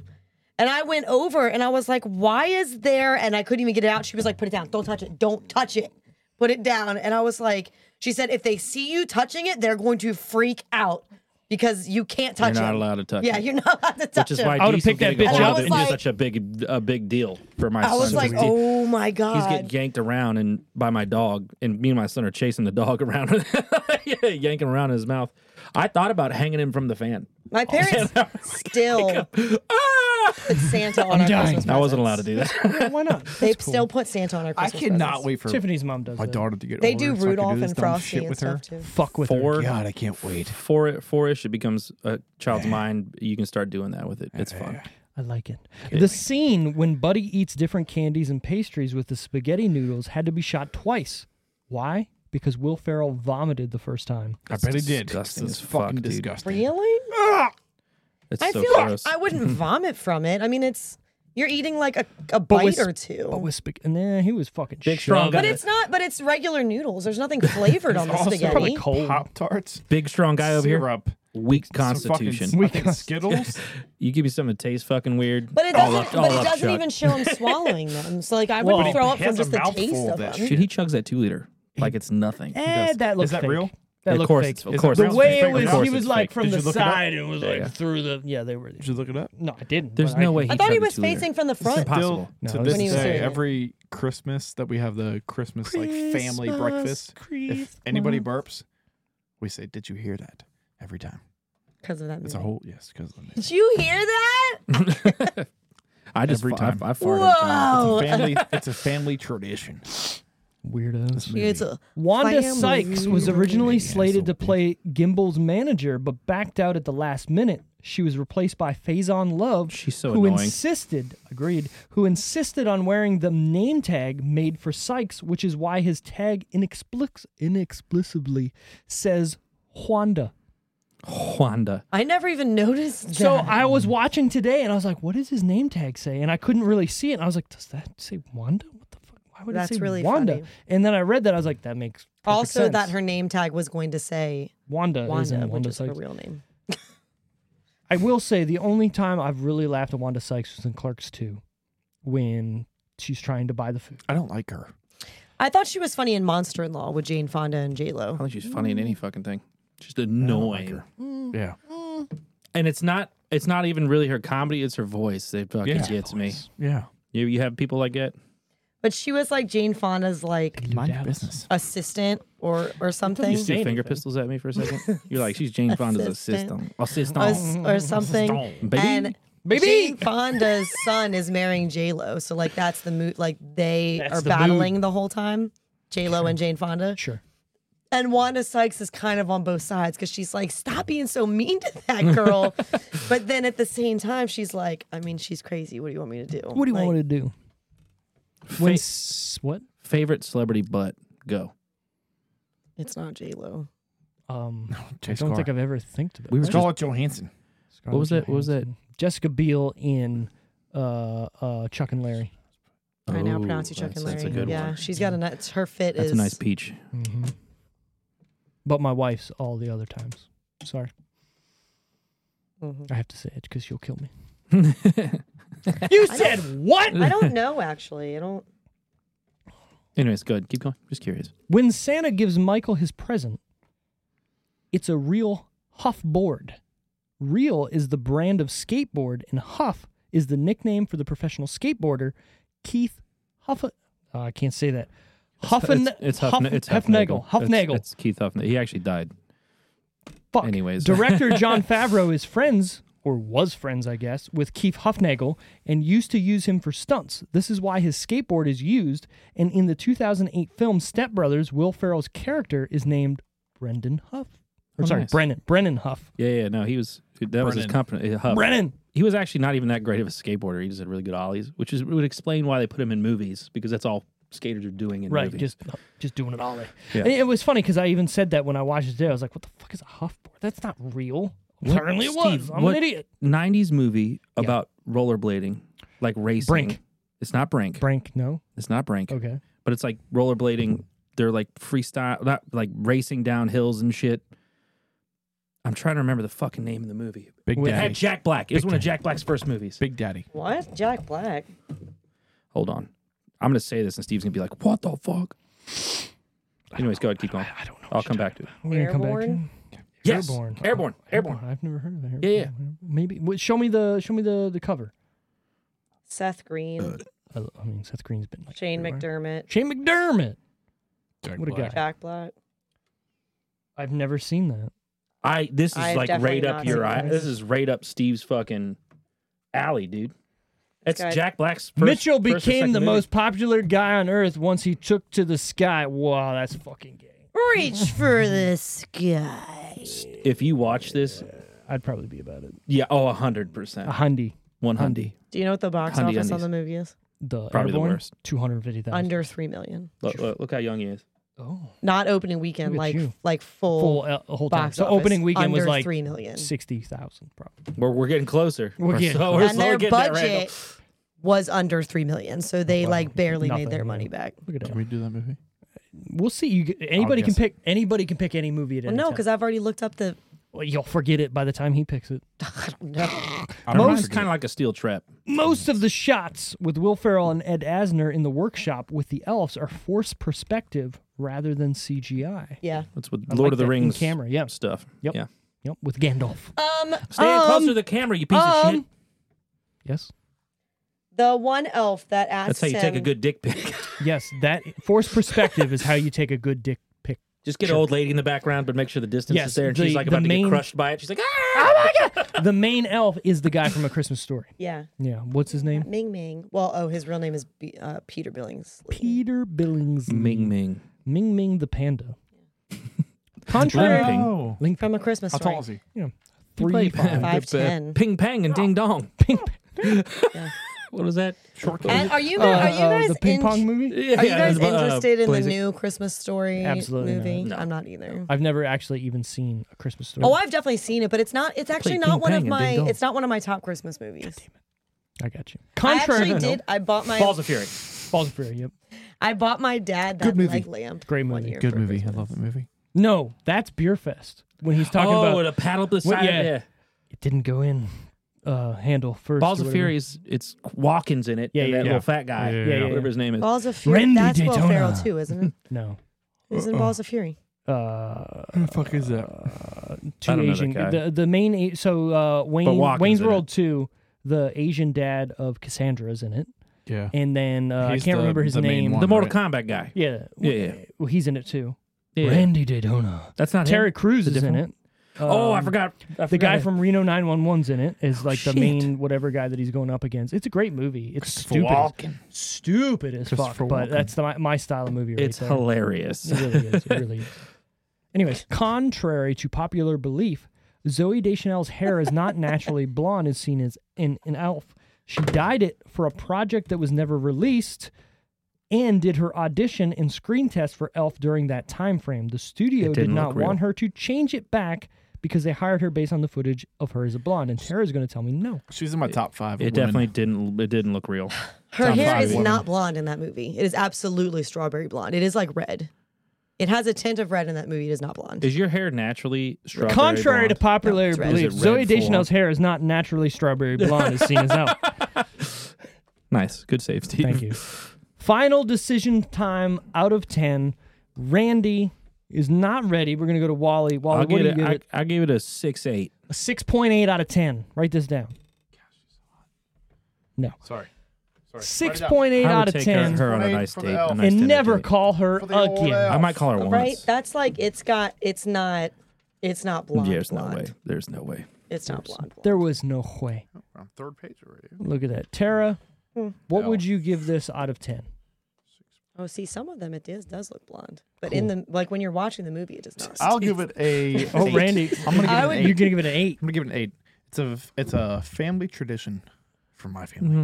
[SPEAKER 4] And I went over and I was like, why is there? And I couldn't even get it out. She was like, put it down. Don't touch it. Don't touch it. Put it down. And I was like, She said if they see you touching it, they're going to freak out because you can't touch
[SPEAKER 2] You're not
[SPEAKER 4] him.
[SPEAKER 2] allowed to touch
[SPEAKER 4] Yeah,
[SPEAKER 2] it.
[SPEAKER 4] you're not allowed to touch
[SPEAKER 2] Which is
[SPEAKER 4] him.
[SPEAKER 2] why
[SPEAKER 1] I would've
[SPEAKER 2] Diesel
[SPEAKER 1] picked that
[SPEAKER 2] getting a
[SPEAKER 1] bitch
[SPEAKER 2] hold
[SPEAKER 4] up.
[SPEAKER 2] of it
[SPEAKER 4] I
[SPEAKER 2] is
[SPEAKER 4] was
[SPEAKER 2] such a big a big deal for my
[SPEAKER 4] I
[SPEAKER 2] son.
[SPEAKER 4] was like,
[SPEAKER 2] because he-
[SPEAKER 4] oh my
[SPEAKER 2] He's
[SPEAKER 4] god.
[SPEAKER 2] getting yanked around and by my dog, and me and my son are chasing the dog <laughs> around, Yeah, yanking around in his mouth. I thought about hanging him from the fan. <laughs>
[SPEAKER 4] my parents still
[SPEAKER 2] Ah!
[SPEAKER 4] put Santa on our
[SPEAKER 1] dying.
[SPEAKER 4] Christmas.
[SPEAKER 2] I wasn't
[SPEAKER 4] presents.
[SPEAKER 2] allowed to do <laughs> that.
[SPEAKER 1] Why not?
[SPEAKER 4] They still put Santa on our
[SPEAKER 3] I
[SPEAKER 4] Christmas.
[SPEAKER 3] cannot
[SPEAKER 4] presents.
[SPEAKER 3] wait for
[SPEAKER 1] Tiffany's mom does.
[SPEAKER 3] my
[SPEAKER 1] that.
[SPEAKER 3] daughter to get
[SPEAKER 4] They
[SPEAKER 3] older
[SPEAKER 4] do
[SPEAKER 3] so I can
[SPEAKER 4] Rudolph
[SPEAKER 3] this
[SPEAKER 4] and
[SPEAKER 3] dumb
[SPEAKER 4] Frosty
[SPEAKER 3] shit
[SPEAKER 4] and
[SPEAKER 3] with
[SPEAKER 4] stuff
[SPEAKER 3] her.
[SPEAKER 4] too.
[SPEAKER 1] Fuck with her.
[SPEAKER 2] Four,
[SPEAKER 3] God, I can't wait.
[SPEAKER 2] four, four-ish. It becomes a child's mind. You can start doing that with it. It's fun.
[SPEAKER 1] I like it. The scene when Buddy eats different candies and pastries with the spaghetti noodles had to be shot twice. Why? Because Will Ferrell vomited the first time.
[SPEAKER 3] I bet he did.
[SPEAKER 2] disgusting
[SPEAKER 3] This is
[SPEAKER 2] as fuck,
[SPEAKER 3] fucking
[SPEAKER 2] dude.
[SPEAKER 3] disgusting.
[SPEAKER 4] Really?
[SPEAKER 2] It's
[SPEAKER 4] I
[SPEAKER 2] so
[SPEAKER 4] feel
[SPEAKER 2] gross.
[SPEAKER 4] like I wouldn't vomit from it. I mean, it's you're eating like a, a
[SPEAKER 1] But
[SPEAKER 4] bite
[SPEAKER 1] with-
[SPEAKER 4] or two.
[SPEAKER 1] But with spaghetti, nah, he was fucking
[SPEAKER 2] Big
[SPEAKER 1] strong.
[SPEAKER 2] strong
[SPEAKER 4] But
[SPEAKER 2] guy.
[SPEAKER 4] it's not. But it's regular noodles. There's nothing flavored on the
[SPEAKER 3] Also
[SPEAKER 4] spaghetti.
[SPEAKER 1] cold.
[SPEAKER 3] Pop tarts.
[SPEAKER 2] Big strong guy over here.
[SPEAKER 3] Syrup.
[SPEAKER 2] Weak
[SPEAKER 3] some fucking
[SPEAKER 2] constitution.
[SPEAKER 3] fucking Skittles.
[SPEAKER 2] You give me something that tastes fucking weird.
[SPEAKER 4] But it
[SPEAKER 2] all
[SPEAKER 4] doesn't.
[SPEAKER 2] up- all
[SPEAKER 4] but it
[SPEAKER 2] up
[SPEAKER 4] doesn't
[SPEAKER 2] chuck.
[SPEAKER 4] even show him swallowing them. So like, I wouldn't
[SPEAKER 1] Well,
[SPEAKER 4] throw
[SPEAKER 3] he
[SPEAKER 4] up from
[SPEAKER 3] has a
[SPEAKER 4] just the
[SPEAKER 3] mouthful
[SPEAKER 4] taste
[SPEAKER 3] of
[SPEAKER 4] of
[SPEAKER 3] that
[SPEAKER 4] them.
[SPEAKER 2] Dude, he chugs that two liter like it's nothing.
[SPEAKER 1] Eh, that looks
[SPEAKER 3] Is that
[SPEAKER 1] fake.
[SPEAKER 3] real?
[SPEAKER 1] That
[SPEAKER 2] of
[SPEAKER 1] looks
[SPEAKER 2] course,
[SPEAKER 1] fake.
[SPEAKER 2] it's- of
[SPEAKER 3] Is it
[SPEAKER 2] course,
[SPEAKER 1] The
[SPEAKER 3] Brown's
[SPEAKER 1] way
[SPEAKER 3] fake
[SPEAKER 1] it
[SPEAKER 3] or
[SPEAKER 1] was,
[SPEAKER 3] not?
[SPEAKER 1] he
[SPEAKER 2] Of course
[SPEAKER 1] was
[SPEAKER 2] it's
[SPEAKER 1] like
[SPEAKER 2] fake.
[SPEAKER 1] from
[SPEAKER 3] Did
[SPEAKER 1] the
[SPEAKER 3] you look it up?
[SPEAKER 1] side and was like through the. Yeah, they were.
[SPEAKER 3] Did you look it up?
[SPEAKER 1] No, I didn't.
[SPEAKER 2] There's
[SPEAKER 1] but
[SPEAKER 2] no
[SPEAKER 1] I-
[SPEAKER 2] way.
[SPEAKER 4] I thought he was facing from the front.
[SPEAKER 2] Possible.
[SPEAKER 3] Still,
[SPEAKER 1] No,
[SPEAKER 3] to
[SPEAKER 1] it's
[SPEAKER 3] this
[SPEAKER 1] When he
[SPEAKER 4] was
[SPEAKER 3] day,
[SPEAKER 4] doing it.
[SPEAKER 3] every Christmas that we have the Christmas, like family
[SPEAKER 1] Christmas,
[SPEAKER 3] breakfast, if anybody
[SPEAKER 1] Christmas.
[SPEAKER 3] burps, we say, "Did you hear that?" Every time.
[SPEAKER 4] Because of that.
[SPEAKER 3] It's a
[SPEAKER 4] movie.
[SPEAKER 3] whole yes because it's
[SPEAKER 4] <laughs> Did you hear that?
[SPEAKER 2] I just
[SPEAKER 3] Every
[SPEAKER 2] every time
[SPEAKER 3] time.
[SPEAKER 2] I, I farted.
[SPEAKER 3] a
[SPEAKER 4] <laughs> Whoa!
[SPEAKER 3] family. it's a family tradition.
[SPEAKER 1] Weirdos.
[SPEAKER 4] It's a
[SPEAKER 1] Wanda
[SPEAKER 4] Family.
[SPEAKER 1] Sykes was originally
[SPEAKER 3] Yeah,
[SPEAKER 1] slated to
[SPEAKER 3] so-
[SPEAKER 1] play Gimbal's manager, but backed out at the last minute. She was replaced by Faison Love,
[SPEAKER 2] She's so
[SPEAKER 1] who
[SPEAKER 2] annoying.
[SPEAKER 1] insisted, agreed, who insisted on wearing the name tag made for Sykes, which is why his tag inexplic- inexplicably says Wanda.
[SPEAKER 2] Wanda.
[SPEAKER 4] I never even noticed. That.
[SPEAKER 1] So I was watching today and I was like, what does his name tag say? And I couldn't really see it. And I was like, does that say Wanda? What the fuck? Why would
[SPEAKER 4] That's
[SPEAKER 1] it say
[SPEAKER 4] really
[SPEAKER 1] Wanda?
[SPEAKER 4] funny.
[SPEAKER 1] And then I read that. I was like, that makes perfect
[SPEAKER 4] <laughs> also
[SPEAKER 1] sense.
[SPEAKER 4] that her name tag was going to say
[SPEAKER 1] Wanda, is in
[SPEAKER 4] Wanda,
[SPEAKER 1] Wanda
[SPEAKER 4] which is her
[SPEAKER 1] Sykes.
[SPEAKER 4] real name.
[SPEAKER 1] I will say the only time I've really laughed at Wanda Sykes was in Clerks 2 when she's trying to buy the food.
[SPEAKER 3] I don't like her.
[SPEAKER 4] I thought she was funny in Monster in Law with Jane Fonda and J Lo.
[SPEAKER 2] I think she's funny in any fucking thing. Just annoying.
[SPEAKER 4] Mm.
[SPEAKER 3] Yeah.
[SPEAKER 2] And it's not. It's not even really her comedy. It's her voice. It fucking
[SPEAKER 3] Yeah.
[SPEAKER 2] gets me.
[SPEAKER 3] Yeah.
[SPEAKER 2] You you have people like that.
[SPEAKER 4] But she was like Jane Fonda's like
[SPEAKER 3] Mind your
[SPEAKER 1] Dallas.
[SPEAKER 3] business.
[SPEAKER 4] assistant or or
[SPEAKER 2] You
[SPEAKER 4] something
[SPEAKER 2] see
[SPEAKER 1] Say
[SPEAKER 2] finger
[SPEAKER 1] anything.
[SPEAKER 2] pistols at me for a second.
[SPEAKER 1] <laughs>
[SPEAKER 2] You're like, she's Jane Fonda's assistant.
[SPEAKER 4] Assistant.
[SPEAKER 2] Assistant.
[SPEAKER 4] Us- or something.
[SPEAKER 2] Baby.
[SPEAKER 4] And
[SPEAKER 1] Baby!
[SPEAKER 4] Jane Fonda's son is marrying J Lo, so like that's the mood. Like they
[SPEAKER 1] That's
[SPEAKER 4] are
[SPEAKER 1] the
[SPEAKER 4] battling the whole time. J Lo and Jane Fonda.
[SPEAKER 1] Sure.
[SPEAKER 4] And Wanda Sykes is kind of on both sides because she's like, stop being so mean to
[SPEAKER 2] <laughs>
[SPEAKER 4] that girl. but then at the same time, she's like, I mean, she's crazy. What do you want me to do?
[SPEAKER 1] What do you
[SPEAKER 4] like,
[SPEAKER 1] want me to do? When s- what?
[SPEAKER 2] Favorite celebrity butt. Go.
[SPEAKER 4] It's not J Lo.
[SPEAKER 1] Um, I
[SPEAKER 3] Chase
[SPEAKER 1] don't think
[SPEAKER 3] Carr.
[SPEAKER 1] I've ever think of that.
[SPEAKER 2] We were just,
[SPEAKER 3] Scarlett Johansson.
[SPEAKER 1] Scarlett
[SPEAKER 2] was that- what was that?
[SPEAKER 1] Johansson. Jessica Biel in uh, uh, Chuck and Larry.
[SPEAKER 4] I now
[SPEAKER 2] Oh,
[SPEAKER 4] pronounce you Chuck
[SPEAKER 2] that's-
[SPEAKER 4] and Larry.
[SPEAKER 2] That's a good
[SPEAKER 4] yeah,
[SPEAKER 2] one.
[SPEAKER 4] she's got a nice. Her fit
[SPEAKER 2] That's
[SPEAKER 4] is
[SPEAKER 2] a nice peach.
[SPEAKER 1] Mm-hmm. But my wife's all the other times. Sorry.
[SPEAKER 4] Mhm.
[SPEAKER 1] I have to say it because she'll kill me.
[SPEAKER 2] <laughs>
[SPEAKER 1] you said what?
[SPEAKER 4] I don't know actually. I don't.
[SPEAKER 2] Anyways, good. Keep going. Just curious.
[SPEAKER 1] When Santa gives Michael his present, it's a real Huff board. Real is the brand of skateboard, and Huff is the nickname for the professional skateboarder, Keith Huff. Oh, I can't say that. Huffen.
[SPEAKER 2] it's, it's
[SPEAKER 1] Huff,
[SPEAKER 2] Huff, it's
[SPEAKER 1] Huffnagel. Huffnagel.
[SPEAKER 2] It's, it's Keith Huffnagel. He actually died.
[SPEAKER 1] Fuck.
[SPEAKER 2] anyways.
[SPEAKER 1] director
[SPEAKER 2] <laughs>
[SPEAKER 1] John Favreau is friends, or was friends, I guess, with Keith Huffnagel and used to use him for stunts. This is why his skateboard is used. And in the 2008 film Step Brothers, Will Ferrell's character is named Brendan Huff. Or
[SPEAKER 2] Oh,
[SPEAKER 1] sorry,
[SPEAKER 2] nice.
[SPEAKER 1] Brennan. Brennan Huff.
[SPEAKER 2] Yeah, yeah. No, he was. That was his
[SPEAKER 3] Brennan.
[SPEAKER 2] company. uh, Huff.
[SPEAKER 1] Brennan.
[SPEAKER 2] He was actually not even that great of a skateboarder. He just had really good ollies, which is would explain why they put him in movies because that's all skaters are doing in
[SPEAKER 1] Right,
[SPEAKER 2] movies.
[SPEAKER 1] just just doing it all. Day.
[SPEAKER 2] Yeah.
[SPEAKER 1] It, it was funny because I even said that when I watched it today. I was like, "What the fuck is a Huff board? That's not real."
[SPEAKER 2] What-
[SPEAKER 1] Apparently, it
[SPEAKER 2] Steve,
[SPEAKER 1] was. I'm
[SPEAKER 2] what
[SPEAKER 1] an idiot.
[SPEAKER 2] '90s movie about rollerblading, like racing.
[SPEAKER 1] Brink.
[SPEAKER 2] It's not Brink.
[SPEAKER 1] Brank, no.
[SPEAKER 2] It's not Brink.
[SPEAKER 1] Okay.
[SPEAKER 2] But it's like rollerblading. They're like freestyle, not like racing down hills and shit. I'm trying to remember the fucking name of the movie.
[SPEAKER 3] Big
[SPEAKER 2] It had
[SPEAKER 3] Daddy.
[SPEAKER 2] Jack Black. It was one of Jack Black's first movies.
[SPEAKER 3] Big Daddy.
[SPEAKER 4] What? Jack Black.
[SPEAKER 2] Hold on. I'm gonna say this, and Steve's gonna be like, "What the fuck?" Anyways, go ahead, keep going. I don't know. I'll come back to it.
[SPEAKER 1] We're gonna come back to
[SPEAKER 4] Airborne?
[SPEAKER 2] Yes.
[SPEAKER 1] Airborne.
[SPEAKER 2] Airborne. Airborne.
[SPEAKER 1] I've never heard of it.
[SPEAKER 2] Yeah, yeah.
[SPEAKER 1] Airborne. Maybe well, show me the show me the the cover.
[SPEAKER 4] Seth Green,
[SPEAKER 1] I, lo- I mean, Seth Green's been like
[SPEAKER 4] Shane
[SPEAKER 1] everywhere.
[SPEAKER 4] McDermott,
[SPEAKER 1] Shane McDermott.
[SPEAKER 3] Jack
[SPEAKER 1] What a
[SPEAKER 3] Black.
[SPEAKER 1] guy.
[SPEAKER 4] Jack Black.
[SPEAKER 1] I've never seen that.
[SPEAKER 2] I this is
[SPEAKER 4] I've
[SPEAKER 2] like right
[SPEAKER 4] definitely
[SPEAKER 2] up
[SPEAKER 4] not
[SPEAKER 2] your
[SPEAKER 4] seen
[SPEAKER 2] eye.
[SPEAKER 4] this.
[SPEAKER 2] This is right up Steve's fucking alley, dude. That's
[SPEAKER 4] guy-
[SPEAKER 2] Jack Black's. First,
[SPEAKER 1] Mitchell
[SPEAKER 2] first or
[SPEAKER 1] became
[SPEAKER 2] second
[SPEAKER 1] the
[SPEAKER 2] movie.
[SPEAKER 1] most popular guy on earth once he took to the sky. Wow, that's fucking gay.
[SPEAKER 4] Reach <laughs> for the sky.
[SPEAKER 2] If you watch this,
[SPEAKER 1] I'd probably be about it.
[SPEAKER 2] yeah, oh, a hundred percent,
[SPEAKER 1] A Ah, hundy.
[SPEAKER 2] one hundred.
[SPEAKER 4] Do you know what the box
[SPEAKER 2] Hundy
[SPEAKER 4] office on
[SPEAKER 2] undies.
[SPEAKER 4] the movie is?
[SPEAKER 1] The
[SPEAKER 2] Probably the
[SPEAKER 1] Airborne,
[SPEAKER 2] worst.
[SPEAKER 1] Two hundred fifty thousand.
[SPEAKER 4] Under three million.
[SPEAKER 2] Look, look, look how young he is.
[SPEAKER 1] oh,
[SPEAKER 4] Not opening weekend,
[SPEAKER 1] Look at
[SPEAKER 4] like
[SPEAKER 1] you.
[SPEAKER 4] like full,
[SPEAKER 1] full uh, whole time.
[SPEAKER 4] box
[SPEAKER 1] So
[SPEAKER 4] office.
[SPEAKER 1] opening weekend was
[SPEAKER 4] Under
[SPEAKER 1] like
[SPEAKER 4] three million.
[SPEAKER 1] sixty thousand, probably.
[SPEAKER 2] We're we're getting closer.
[SPEAKER 1] Oh, We're getting
[SPEAKER 2] so-
[SPEAKER 1] close.
[SPEAKER 4] and
[SPEAKER 2] slowly
[SPEAKER 4] their
[SPEAKER 2] getting there, Randall.
[SPEAKER 4] budget was under three million, so they like barely
[SPEAKER 1] Nothing,
[SPEAKER 4] made their
[SPEAKER 1] yeah.
[SPEAKER 4] money back.
[SPEAKER 1] Look at that.
[SPEAKER 3] Can we do that movie?
[SPEAKER 1] We'll see. You get- anybody can
[SPEAKER 3] guess.
[SPEAKER 1] pick anybody can pick any movie at
[SPEAKER 4] Well,
[SPEAKER 1] any
[SPEAKER 4] no,
[SPEAKER 1] time.
[SPEAKER 4] because I've already looked up the.
[SPEAKER 1] Well, you'll forget it by the time he picks it.
[SPEAKER 3] I don't
[SPEAKER 2] Most
[SPEAKER 3] remember.
[SPEAKER 2] kind of like a steel trap.
[SPEAKER 1] Most of the shots with Will Ferrell and Ed Asner in the workshop with the elves are forced perspective rather than CGI.
[SPEAKER 4] Yeah.
[SPEAKER 2] That's what
[SPEAKER 1] I
[SPEAKER 2] Lord
[SPEAKER 1] like
[SPEAKER 2] of
[SPEAKER 1] that.
[SPEAKER 2] the
[SPEAKER 1] In
[SPEAKER 2] Rings
[SPEAKER 1] camera, yeah.
[SPEAKER 2] stuff.
[SPEAKER 1] Yep.
[SPEAKER 2] Yeah.
[SPEAKER 1] Yep, with Gandalf.
[SPEAKER 4] <laughs> Um.
[SPEAKER 2] Stand
[SPEAKER 4] um,
[SPEAKER 2] closer to the camera, you piece of shit.
[SPEAKER 4] um,
[SPEAKER 1] Yes.
[SPEAKER 4] The one elf that asks
[SPEAKER 2] That's how you
[SPEAKER 4] him,
[SPEAKER 2] take a good dick pic. <laughs>
[SPEAKER 1] Yes, that forced perspective is how you take a good dick pic.
[SPEAKER 2] Just get an old lady in the background, but make sure the distance
[SPEAKER 1] Yes,
[SPEAKER 2] is there, and
[SPEAKER 1] the-
[SPEAKER 2] she's like
[SPEAKER 1] the
[SPEAKER 2] about to
[SPEAKER 1] main-
[SPEAKER 2] get crushed by it. She's like, ah!
[SPEAKER 1] The main elf is the guy from A Christmas Story.
[SPEAKER 4] Yeah.
[SPEAKER 1] Yeah, what's his name?
[SPEAKER 4] Ming Ming. Well, oh, his real name is B- uh, Peter Billings.
[SPEAKER 1] Peter Billingsley.
[SPEAKER 2] Ming Ming.
[SPEAKER 1] Ming Ming the panda. Contrary,
[SPEAKER 2] Ping.
[SPEAKER 3] Oh.
[SPEAKER 1] Ling
[SPEAKER 4] from a Christmas
[SPEAKER 3] How
[SPEAKER 4] story.
[SPEAKER 3] tall is he?
[SPEAKER 1] you know,
[SPEAKER 2] play
[SPEAKER 1] three five.
[SPEAKER 4] Five ten.
[SPEAKER 2] Ping pang and ding dong.
[SPEAKER 4] <laughs>
[SPEAKER 1] Ping,
[SPEAKER 2] <laughs> What was that?
[SPEAKER 3] Short.
[SPEAKER 4] And are you
[SPEAKER 1] uh,
[SPEAKER 4] are you
[SPEAKER 1] uh,
[SPEAKER 4] guys
[SPEAKER 1] the ping
[SPEAKER 4] in-
[SPEAKER 1] pong movie?
[SPEAKER 4] Are you guys
[SPEAKER 2] Yeah, uh,
[SPEAKER 4] interested in the
[SPEAKER 2] Blaze-
[SPEAKER 4] new Christmas story
[SPEAKER 1] Absolutely not.
[SPEAKER 4] movie?
[SPEAKER 2] No.
[SPEAKER 4] I'm not either.
[SPEAKER 1] I've never actually even seen a Christmas story.
[SPEAKER 4] Oh, I've definitely seen it, but it's not. It's actually
[SPEAKER 2] Ping
[SPEAKER 4] not one
[SPEAKER 2] Pang
[SPEAKER 4] of
[SPEAKER 2] and
[SPEAKER 4] my.
[SPEAKER 2] Ding Dong.
[SPEAKER 4] It's not one of my top Christmas movies.
[SPEAKER 1] I got you.
[SPEAKER 4] I
[SPEAKER 1] Contrary,
[SPEAKER 4] actually did. I bought my.
[SPEAKER 2] Balls of Fury.
[SPEAKER 1] Balls of Fury. Yep.
[SPEAKER 4] I bought my dad that
[SPEAKER 3] Good movie.
[SPEAKER 4] leg lamp.
[SPEAKER 1] Great
[SPEAKER 4] one
[SPEAKER 1] movie.
[SPEAKER 4] year
[SPEAKER 3] Good
[SPEAKER 4] for
[SPEAKER 3] movie. I
[SPEAKER 4] Christmas.
[SPEAKER 3] love that movie.
[SPEAKER 1] No, that's Beer Fest when he's talking
[SPEAKER 2] oh,
[SPEAKER 1] about
[SPEAKER 2] with a paddle beside
[SPEAKER 1] What- yeah.
[SPEAKER 2] it. Yeah.
[SPEAKER 1] it didn't go in uh, handle first.
[SPEAKER 2] Balls
[SPEAKER 1] or
[SPEAKER 2] of
[SPEAKER 1] whatever.
[SPEAKER 2] Fury is it's Watkins in it.
[SPEAKER 1] Yeah,
[SPEAKER 2] and
[SPEAKER 1] yeah,
[SPEAKER 2] that
[SPEAKER 1] yeah.
[SPEAKER 2] little fat guy.
[SPEAKER 3] Uh, Yeah, yeah,
[SPEAKER 1] yeah.
[SPEAKER 2] Whatever his name is.
[SPEAKER 4] Balls of Fury.
[SPEAKER 1] Randy
[SPEAKER 4] That's Will
[SPEAKER 1] Daytona.
[SPEAKER 4] Ferrell too, isn't it?
[SPEAKER 1] No.
[SPEAKER 4] Isn't Balls of Fury?
[SPEAKER 1] Uh,
[SPEAKER 3] Who the fuck is that?
[SPEAKER 1] two
[SPEAKER 2] I don't know
[SPEAKER 1] Asian.
[SPEAKER 2] that guy.
[SPEAKER 1] The the main A- so uh, Wayne
[SPEAKER 2] Walken's
[SPEAKER 1] Wayne's
[SPEAKER 2] in it.
[SPEAKER 1] World two. The Asian dad of Cassandra's in it,
[SPEAKER 3] Yeah.
[SPEAKER 1] and then uh, I
[SPEAKER 3] He's
[SPEAKER 1] can't
[SPEAKER 3] the-
[SPEAKER 1] remember his
[SPEAKER 3] the main
[SPEAKER 1] name.
[SPEAKER 3] one.
[SPEAKER 2] the Mortal
[SPEAKER 3] Right.
[SPEAKER 2] Kombat guy.
[SPEAKER 1] Yeah,
[SPEAKER 2] Yeah, yeah.
[SPEAKER 1] Well, he's in it too.
[SPEAKER 2] Yeah.
[SPEAKER 1] Randy Daytona.
[SPEAKER 2] That's not
[SPEAKER 1] Terry
[SPEAKER 2] him.
[SPEAKER 1] Crews is in it.
[SPEAKER 2] oh, I
[SPEAKER 1] Um,
[SPEAKER 2] forgot. I
[SPEAKER 1] The
[SPEAKER 2] forgot
[SPEAKER 1] guy
[SPEAKER 2] him.
[SPEAKER 1] from Reno 911's in it as like the
[SPEAKER 2] shit.
[SPEAKER 1] main whatever guy that he's going up against. It's a great movie. It's stupid, as-
[SPEAKER 2] Walken.
[SPEAKER 1] stupid as fuck,
[SPEAKER 3] Christopher
[SPEAKER 1] but
[SPEAKER 3] Walken.
[SPEAKER 1] that's the, my, my style of movie. Right
[SPEAKER 2] It's
[SPEAKER 1] there.
[SPEAKER 2] hilarious.
[SPEAKER 1] It really is. It
[SPEAKER 2] <laughs>
[SPEAKER 1] really is. Anyways, contrary to popular belief, Zoe Deschanel's hair is not naturally blonde, as seen as in an elf. She dyed it for a project that was never released, and did her audition and screen test for Elf during that time frame. The studio
[SPEAKER 2] It
[SPEAKER 1] did
[SPEAKER 2] didn't
[SPEAKER 1] not
[SPEAKER 2] look real.
[SPEAKER 1] want her to change it back because they hired her based on the footage of her as a blonde. And Tara's going to tell me no.
[SPEAKER 3] She's in my top five.
[SPEAKER 2] It
[SPEAKER 3] of
[SPEAKER 2] definitely
[SPEAKER 3] women.
[SPEAKER 2] didn't. It didn't look real.
[SPEAKER 4] Her
[SPEAKER 2] Tom
[SPEAKER 4] hair
[SPEAKER 2] Hardy.
[SPEAKER 4] is not blonde in that movie. It is absolutely strawberry blonde. It is like red. It has a tint of red in that movie. It is not blonde.
[SPEAKER 2] Is your hair naturally strawberry
[SPEAKER 1] Contrary to
[SPEAKER 2] blonde?
[SPEAKER 1] popular
[SPEAKER 4] That's right.
[SPEAKER 1] belief,
[SPEAKER 2] Is it red
[SPEAKER 1] Zoe
[SPEAKER 2] full
[SPEAKER 1] Deschanel's
[SPEAKER 2] on?
[SPEAKER 1] hair is not naturally strawberry blonde, as seen
[SPEAKER 2] <laughs>
[SPEAKER 1] as Elf.
[SPEAKER 2] nice, good save, Steve.
[SPEAKER 1] Thank you. Final decision time out of 10. Randy is not ready. We're going to go to Wally. Wally,
[SPEAKER 2] I'll
[SPEAKER 1] Oh, what
[SPEAKER 2] give
[SPEAKER 1] do you
[SPEAKER 2] it.
[SPEAKER 1] give
[SPEAKER 2] I,
[SPEAKER 1] it?
[SPEAKER 2] I gave it a six eight.
[SPEAKER 1] A 6.8 out of 10. Write this down. No.
[SPEAKER 3] Sorry. Sorry.
[SPEAKER 1] 6.8
[SPEAKER 2] I would
[SPEAKER 1] out of
[SPEAKER 2] take
[SPEAKER 1] 10.
[SPEAKER 2] Her, her on a
[SPEAKER 3] Eight
[SPEAKER 2] nice
[SPEAKER 3] for the
[SPEAKER 2] date.
[SPEAKER 3] elf.
[SPEAKER 2] a nice
[SPEAKER 1] and
[SPEAKER 2] dinner
[SPEAKER 1] never
[SPEAKER 2] date.
[SPEAKER 1] call her
[SPEAKER 3] For the old
[SPEAKER 1] again.
[SPEAKER 3] elf.
[SPEAKER 2] I might call her once.
[SPEAKER 4] right? That's like it's got. It's not. It's not blonde.
[SPEAKER 2] There's no
[SPEAKER 4] blonde.
[SPEAKER 2] way. There's no way.
[SPEAKER 4] It's not blonde. blonde.
[SPEAKER 1] There was no way.
[SPEAKER 3] I'm third page already.
[SPEAKER 1] Look at that. Tara,
[SPEAKER 4] Hmm.
[SPEAKER 1] what
[SPEAKER 3] No.
[SPEAKER 1] would you give this out of 10?
[SPEAKER 4] Oh, see, some of them it is, does look blonde, but in the like when you're watching the movie, it does not.
[SPEAKER 3] I'll give it a.
[SPEAKER 1] Oh,
[SPEAKER 3] eight.
[SPEAKER 1] Randy.
[SPEAKER 3] I'm gonna give
[SPEAKER 4] I
[SPEAKER 3] it
[SPEAKER 4] would-
[SPEAKER 3] an
[SPEAKER 1] You're
[SPEAKER 3] eight.
[SPEAKER 1] going to give it an
[SPEAKER 2] <laughs>
[SPEAKER 1] 8.
[SPEAKER 3] I'm gonna give it an eight. It's a it's a family tradition for my family.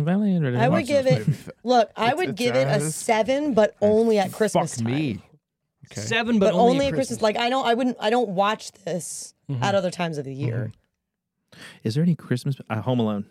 [SPEAKER 4] I would
[SPEAKER 3] Watch
[SPEAKER 4] give
[SPEAKER 3] this
[SPEAKER 4] it.
[SPEAKER 3] movie.
[SPEAKER 4] Look, I
[SPEAKER 3] It's-
[SPEAKER 4] would
[SPEAKER 3] it's
[SPEAKER 4] give it a
[SPEAKER 3] as-
[SPEAKER 4] seven, but only at Christmas
[SPEAKER 3] Fuck
[SPEAKER 4] time.
[SPEAKER 3] me. Okay.
[SPEAKER 1] 7,
[SPEAKER 4] But,
[SPEAKER 1] but,
[SPEAKER 4] only, at Christmas. Like I don't, I wouldn't, I don't watch this at other times of the year.
[SPEAKER 2] Is there any Christmas? Uh, Home Alone.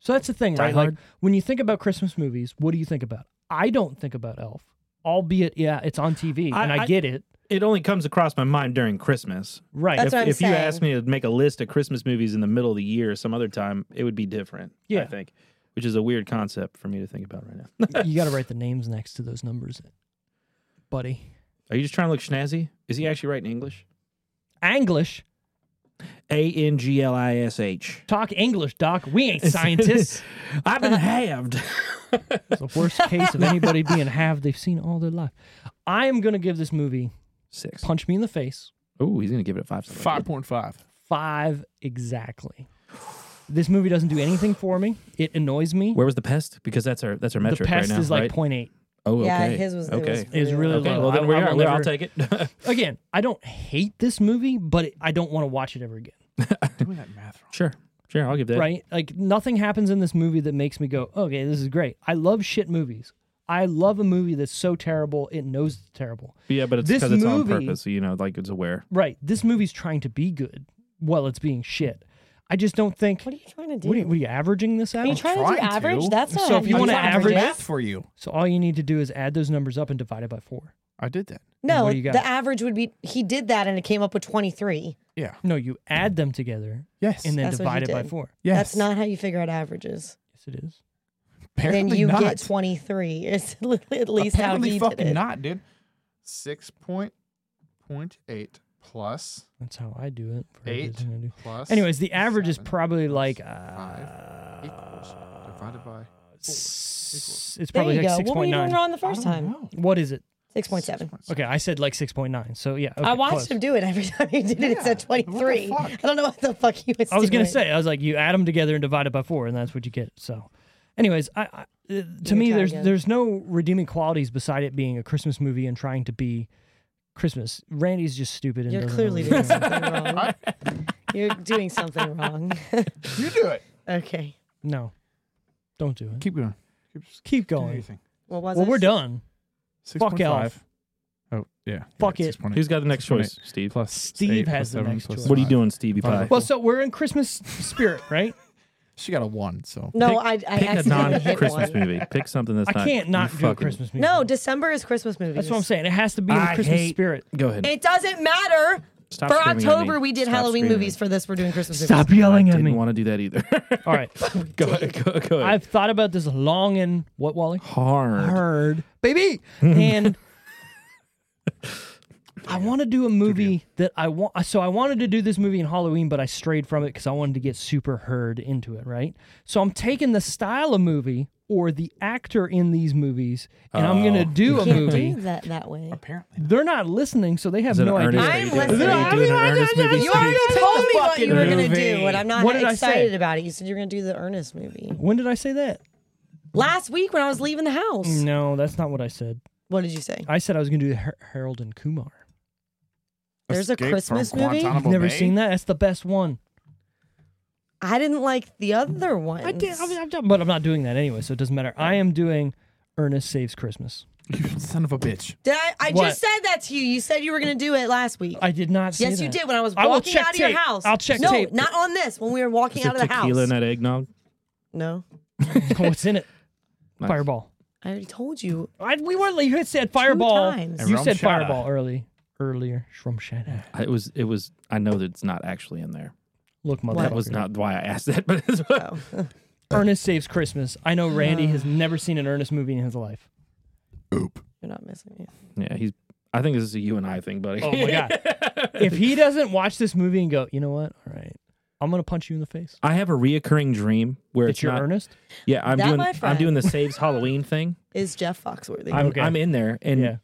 [SPEAKER 1] So that's the thing, right? Like
[SPEAKER 2] Hard.
[SPEAKER 1] when you think about Christmas movies, what do you think about? I don't think about Elf, albeit yeah, it's on TV
[SPEAKER 2] I-
[SPEAKER 1] and I,
[SPEAKER 2] I-
[SPEAKER 1] get it.
[SPEAKER 2] It only comes across my mind during Christmas.
[SPEAKER 1] Right.
[SPEAKER 4] That's
[SPEAKER 2] if
[SPEAKER 4] what I'm
[SPEAKER 2] if you
[SPEAKER 4] saying.
[SPEAKER 2] asked me to make a list of Christmas movies in the middle of the year, some other time, it would be different.
[SPEAKER 1] Yeah.
[SPEAKER 2] I think, which is a weird concept for me to think about right now.
[SPEAKER 1] you got to write the names next to those numbers, buddy.
[SPEAKER 2] Are you just trying to look snazzy? Is he actually writing English?
[SPEAKER 1] English.
[SPEAKER 2] A N G L I S H.
[SPEAKER 1] Talk English, Doc. We ain't scientists.
[SPEAKER 2] I've been halved.
[SPEAKER 1] it's the worst case of anybody being halved they've seen all their life. I am going to give this movie
[SPEAKER 2] Six.
[SPEAKER 1] Punch Me in the Face
[SPEAKER 2] Oh, he's gonna give it a five. star.
[SPEAKER 3] Five point five.
[SPEAKER 1] five exactly. This movie doesn't do anything for me. It annoys me.
[SPEAKER 2] Where was the pest? Because that's our that's our
[SPEAKER 1] The
[SPEAKER 2] metric
[SPEAKER 1] pest
[SPEAKER 2] right now.
[SPEAKER 1] is like
[SPEAKER 2] right?
[SPEAKER 1] 0.8.
[SPEAKER 2] Oh, okay.
[SPEAKER 4] Yeah, his was- it was
[SPEAKER 2] okay.
[SPEAKER 1] It's really
[SPEAKER 2] okay.
[SPEAKER 1] low.
[SPEAKER 2] Well,
[SPEAKER 1] I-
[SPEAKER 2] then we
[SPEAKER 1] I
[SPEAKER 2] are.
[SPEAKER 1] will
[SPEAKER 2] There, I'll
[SPEAKER 1] never-
[SPEAKER 2] take it. <laughs>
[SPEAKER 1] Again, I don't hate this movie, but it, I don't want to watch it ever again.
[SPEAKER 3] Doing that math wrong.
[SPEAKER 2] sure, sure. I'll give that.
[SPEAKER 1] right? Like nothing happens in this movie that makes me go, okay, this is great. I love shit movies. I love a movie that's so terrible it knows it's terrible.
[SPEAKER 2] Yeah, but it's
[SPEAKER 1] This
[SPEAKER 2] because it's on
[SPEAKER 1] movie-
[SPEAKER 2] purpose. so, You know, like it's aware.
[SPEAKER 1] Right? This movie's trying to be good while it's being shit. I just don't think.
[SPEAKER 4] What are you trying to do?
[SPEAKER 1] What are you, what are you averaging this out?
[SPEAKER 6] Are you trying to do
[SPEAKER 3] Trying
[SPEAKER 6] average?
[SPEAKER 3] to.
[SPEAKER 6] That's not
[SPEAKER 1] So
[SPEAKER 6] how
[SPEAKER 1] if you
[SPEAKER 6] do
[SPEAKER 1] wanna
[SPEAKER 6] averages.
[SPEAKER 1] average-
[SPEAKER 3] Math for you.
[SPEAKER 1] so all you need to do is add those numbers up and divide it by four.
[SPEAKER 3] I did that.
[SPEAKER 4] no,
[SPEAKER 1] what do you got?
[SPEAKER 4] the average would be he did that and it came up with 23.
[SPEAKER 3] Yeah.
[SPEAKER 1] No, you add them together
[SPEAKER 3] Yes.
[SPEAKER 1] and then
[SPEAKER 4] That's what
[SPEAKER 1] divide it
[SPEAKER 4] you
[SPEAKER 1] by
[SPEAKER 4] did.
[SPEAKER 1] four.
[SPEAKER 3] yes.
[SPEAKER 4] That's not how you figure out averages.
[SPEAKER 1] Yes, it is.
[SPEAKER 3] Apparently
[SPEAKER 4] then you
[SPEAKER 3] not.
[SPEAKER 4] get 23. <laughs> It's literally at least
[SPEAKER 3] Apparently
[SPEAKER 4] how he
[SPEAKER 3] fucking
[SPEAKER 4] did it.
[SPEAKER 3] not, dude. Six point point eight plus
[SPEAKER 1] That's how I do it. for
[SPEAKER 3] eight
[SPEAKER 1] everything I do.
[SPEAKER 3] plus.
[SPEAKER 1] Anyways, the average is
[SPEAKER 3] seven
[SPEAKER 1] probably
[SPEAKER 3] plus
[SPEAKER 1] like
[SPEAKER 3] five
[SPEAKER 1] uh,
[SPEAKER 3] equals divided by.
[SPEAKER 1] s- it's
[SPEAKER 6] There
[SPEAKER 1] probably
[SPEAKER 6] you
[SPEAKER 1] like
[SPEAKER 6] go.
[SPEAKER 1] six
[SPEAKER 6] What were
[SPEAKER 1] point
[SPEAKER 6] you doing
[SPEAKER 1] nine.
[SPEAKER 6] wrong the first
[SPEAKER 3] I don't
[SPEAKER 6] time?
[SPEAKER 3] know.
[SPEAKER 1] What is it?
[SPEAKER 4] 6.7.
[SPEAKER 1] Okay, I said like 6.9. So yeah.
[SPEAKER 6] I
[SPEAKER 1] okay,
[SPEAKER 6] watched
[SPEAKER 1] close.
[SPEAKER 4] him do it every <laughs> time he did it. It said
[SPEAKER 3] Yeah, what the
[SPEAKER 4] 23. I
[SPEAKER 3] fuck?
[SPEAKER 4] don't know what the fuck he was
[SPEAKER 1] I was
[SPEAKER 4] going
[SPEAKER 1] gonna say, I was like, you add them together and divide it by four, and that's what you get. So, anyways, I, I uh, to me,
[SPEAKER 4] try
[SPEAKER 1] there's
[SPEAKER 4] again.
[SPEAKER 1] there's no redeeming qualities beside it being a Christmas movie and trying to be Christmas. Randy's just stupid and
[SPEAKER 4] You're
[SPEAKER 1] doesn't know
[SPEAKER 4] clearly
[SPEAKER 1] what he's
[SPEAKER 4] doing something wrong. You're doing something wrong. <laughs>
[SPEAKER 3] You do it.
[SPEAKER 4] okay.
[SPEAKER 1] No, don't do it. Keep,
[SPEAKER 3] Keep going. Keep just doing
[SPEAKER 1] going.
[SPEAKER 3] anything.
[SPEAKER 4] What was
[SPEAKER 1] Well,
[SPEAKER 4] it?
[SPEAKER 1] we're done.
[SPEAKER 3] Six
[SPEAKER 1] Fuck
[SPEAKER 3] point
[SPEAKER 1] Elf.
[SPEAKER 3] five. Oh yeah.
[SPEAKER 1] Fuck
[SPEAKER 3] yeah,
[SPEAKER 1] it.
[SPEAKER 3] 6.8.
[SPEAKER 2] Who's got the next
[SPEAKER 3] Six point
[SPEAKER 2] choice, Steve?
[SPEAKER 3] Plus
[SPEAKER 1] Steve
[SPEAKER 3] eight,
[SPEAKER 1] has the
[SPEAKER 3] plus seven,
[SPEAKER 1] next
[SPEAKER 3] plus
[SPEAKER 1] choice.
[SPEAKER 2] What are you
[SPEAKER 3] five.
[SPEAKER 2] doing, Stevie Pie?
[SPEAKER 3] Five.
[SPEAKER 1] Well, so we're in Christmas spirit, right?
[SPEAKER 3] She got a one, so
[SPEAKER 4] No,
[SPEAKER 2] Pick-
[SPEAKER 4] I, I
[SPEAKER 2] Pick a
[SPEAKER 4] accidentally hit
[SPEAKER 2] non-Christmas
[SPEAKER 4] one.
[SPEAKER 2] movie. Pick something that's
[SPEAKER 1] I
[SPEAKER 2] not.
[SPEAKER 1] can't
[SPEAKER 2] you
[SPEAKER 1] not do a
[SPEAKER 2] fucking-
[SPEAKER 1] Christmas movie.
[SPEAKER 4] No, December is Christmas movies.
[SPEAKER 1] that's what I'm saying. It has to be in
[SPEAKER 2] I
[SPEAKER 1] Christmas
[SPEAKER 2] hate-
[SPEAKER 1] spirit.
[SPEAKER 2] Go ahead.
[SPEAKER 4] It doesn't matter.
[SPEAKER 2] Stop
[SPEAKER 4] For
[SPEAKER 2] screaming at
[SPEAKER 4] October,
[SPEAKER 2] me.
[SPEAKER 4] we did
[SPEAKER 2] Stop
[SPEAKER 4] Halloween
[SPEAKER 2] screaming.
[SPEAKER 4] movies. For this, we're doing Christmas
[SPEAKER 1] Stop
[SPEAKER 4] movies.
[SPEAKER 1] yelling
[SPEAKER 2] I
[SPEAKER 1] at
[SPEAKER 2] didn't
[SPEAKER 1] me.
[SPEAKER 2] want to do that
[SPEAKER 4] <laughs>
[SPEAKER 2] either.
[SPEAKER 1] All right,
[SPEAKER 2] go ahead. Go, go ahead.
[SPEAKER 1] I've thought about this long and what, Wally?
[SPEAKER 2] Hard.
[SPEAKER 1] heard, baby. and I want to do a movie that I want. So I wanted to do this movie in Halloween, but I strayed from it because I wanted to get super herd into it, right? So I'm taking the style of movie or the actor in these movies, and I'm gonna do a
[SPEAKER 4] Can't
[SPEAKER 1] movie.
[SPEAKER 4] do that that way.
[SPEAKER 3] apparently.
[SPEAKER 1] They're not listening, so they have
[SPEAKER 2] Is it
[SPEAKER 1] no
[SPEAKER 2] an
[SPEAKER 1] idea.
[SPEAKER 2] earnest?
[SPEAKER 4] I'm
[SPEAKER 2] are you doing-
[SPEAKER 4] listening.
[SPEAKER 2] Are you doing an earnest movie?
[SPEAKER 4] You
[SPEAKER 2] Steve?
[SPEAKER 4] already told me what you were going to do, and I'm not
[SPEAKER 1] What did I
[SPEAKER 4] excited
[SPEAKER 1] say?
[SPEAKER 4] about it. You said you were going to do the Ernest movie.
[SPEAKER 1] When did I say that?
[SPEAKER 4] Last week when I was leaving the house.
[SPEAKER 1] No, that's not what I said.
[SPEAKER 4] What did you say?
[SPEAKER 1] I said I was gonna do Har- Harold and Kumar.
[SPEAKER 4] There's a
[SPEAKER 3] Escape
[SPEAKER 4] Christmas
[SPEAKER 3] from
[SPEAKER 4] movie?
[SPEAKER 3] Guantanamo
[SPEAKER 1] You've never
[SPEAKER 3] Bay?
[SPEAKER 1] seen that? That's the best one.
[SPEAKER 4] I didn't like the other one.
[SPEAKER 1] I did, I mean, I've done, but I'm not doing that anyway, so it doesn't matter. I am doing Ernest Saves Christmas.
[SPEAKER 3] You son of
[SPEAKER 1] <laughs>
[SPEAKER 3] a bitch.
[SPEAKER 4] Did I? I
[SPEAKER 1] What?
[SPEAKER 4] just said that to you. You said you were going to do it last week.
[SPEAKER 1] I did not. Say
[SPEAKER 4] yes, you
[SPEAKER 1] that.
[SPEAKER 4] did when I was
[SPEAKER 1] I will
[SPEAKER 4] walking
[SPEAKER 1] check
[SPEAKER 4] out of your
[SPEAKER 1] tape.
[SPEAKER 4] house.
[SPEAKER 1] I'll check
[SPEAKER 4] no,
[SPEAKER 1] tape.
[SPEAKER 4] not on this. When we were walking
[SPEAKER 2] Is
[SPEAKER 4] out
[SPEAKER 2] there
[SPEAKER 4] of the
[SPEAKER 2] tequila
[SPEAKER 4] house.
[SPEAKER 2] and that eggnog?
[SPEAKER 4] No,
[SPEAKER 1] <laughs> What's
[SPEAKER 4] <laughs>
[SPEAKER 1] in it?
[SPEAKER 2] Nice.
[SPEAKER 1] Fireball.
[SPEAKER 4] I already told you.
[SPEAKER 1] I, we weren't. You had said fireball.
[SPEAKER 4] times.
[SPEAKER 1] You
[SPEAKER 3] And
[SPEAKER 1] said
[SPEAKER 3] Rumshada.
[SPEAKER 1] fireball early. Earlier, Shrumshada.
[SPEAKER 2] I- It was. It was. I know that it's not actually in there.
[SPEAKER 1] Look, mother.
[SPEAKER 2] That was not why I asked that, <laughs> but it's
[SPEAKER 4] Oh.
[SPEAKER 2] what.
[SPEAKER 1] Ernest Saves Christmas. I know Randy
[SPEAKER 4] <sighs>
[SPEAKER 1] has never seen an Ernest movie in his life.
[SPEAKER 4] <laughs> You're not missing it.
[SPEAKER 2] Yeah, he's. I think this is a you and I thing, buddy.
[SPEAKER 1] Oh my god! if he doesn't watch this movie and go, you know what? All right, I'm gonna punch you in the face.
[SPEAKER 2] <laughs> I have a reoccurring dream where
[SPEAKER 1] It's
[SPEAKER 2] it's
[SPEAKER 1] your
[SPEAKER 2] not.
[SPEAKER 1] Ernest.
[SPEAKER 2] Yeah, I'm
[SPEAKER 4] That,
[SPEAKER 2] doing.
[SPEAKER 4] my
[SPEAKER 2] I'm
[SPEAKER 4] friend.
[SPEAKER 2] doing the saves Halloween thing.
[SPEAKER 4] Is Jeff Foxworthy?
[SPEAKER 2] I'm,
[SPEAKER 1] Okay.
[SPEAKER 2] I'm in there, and
[SPEAKER 1] Yeah.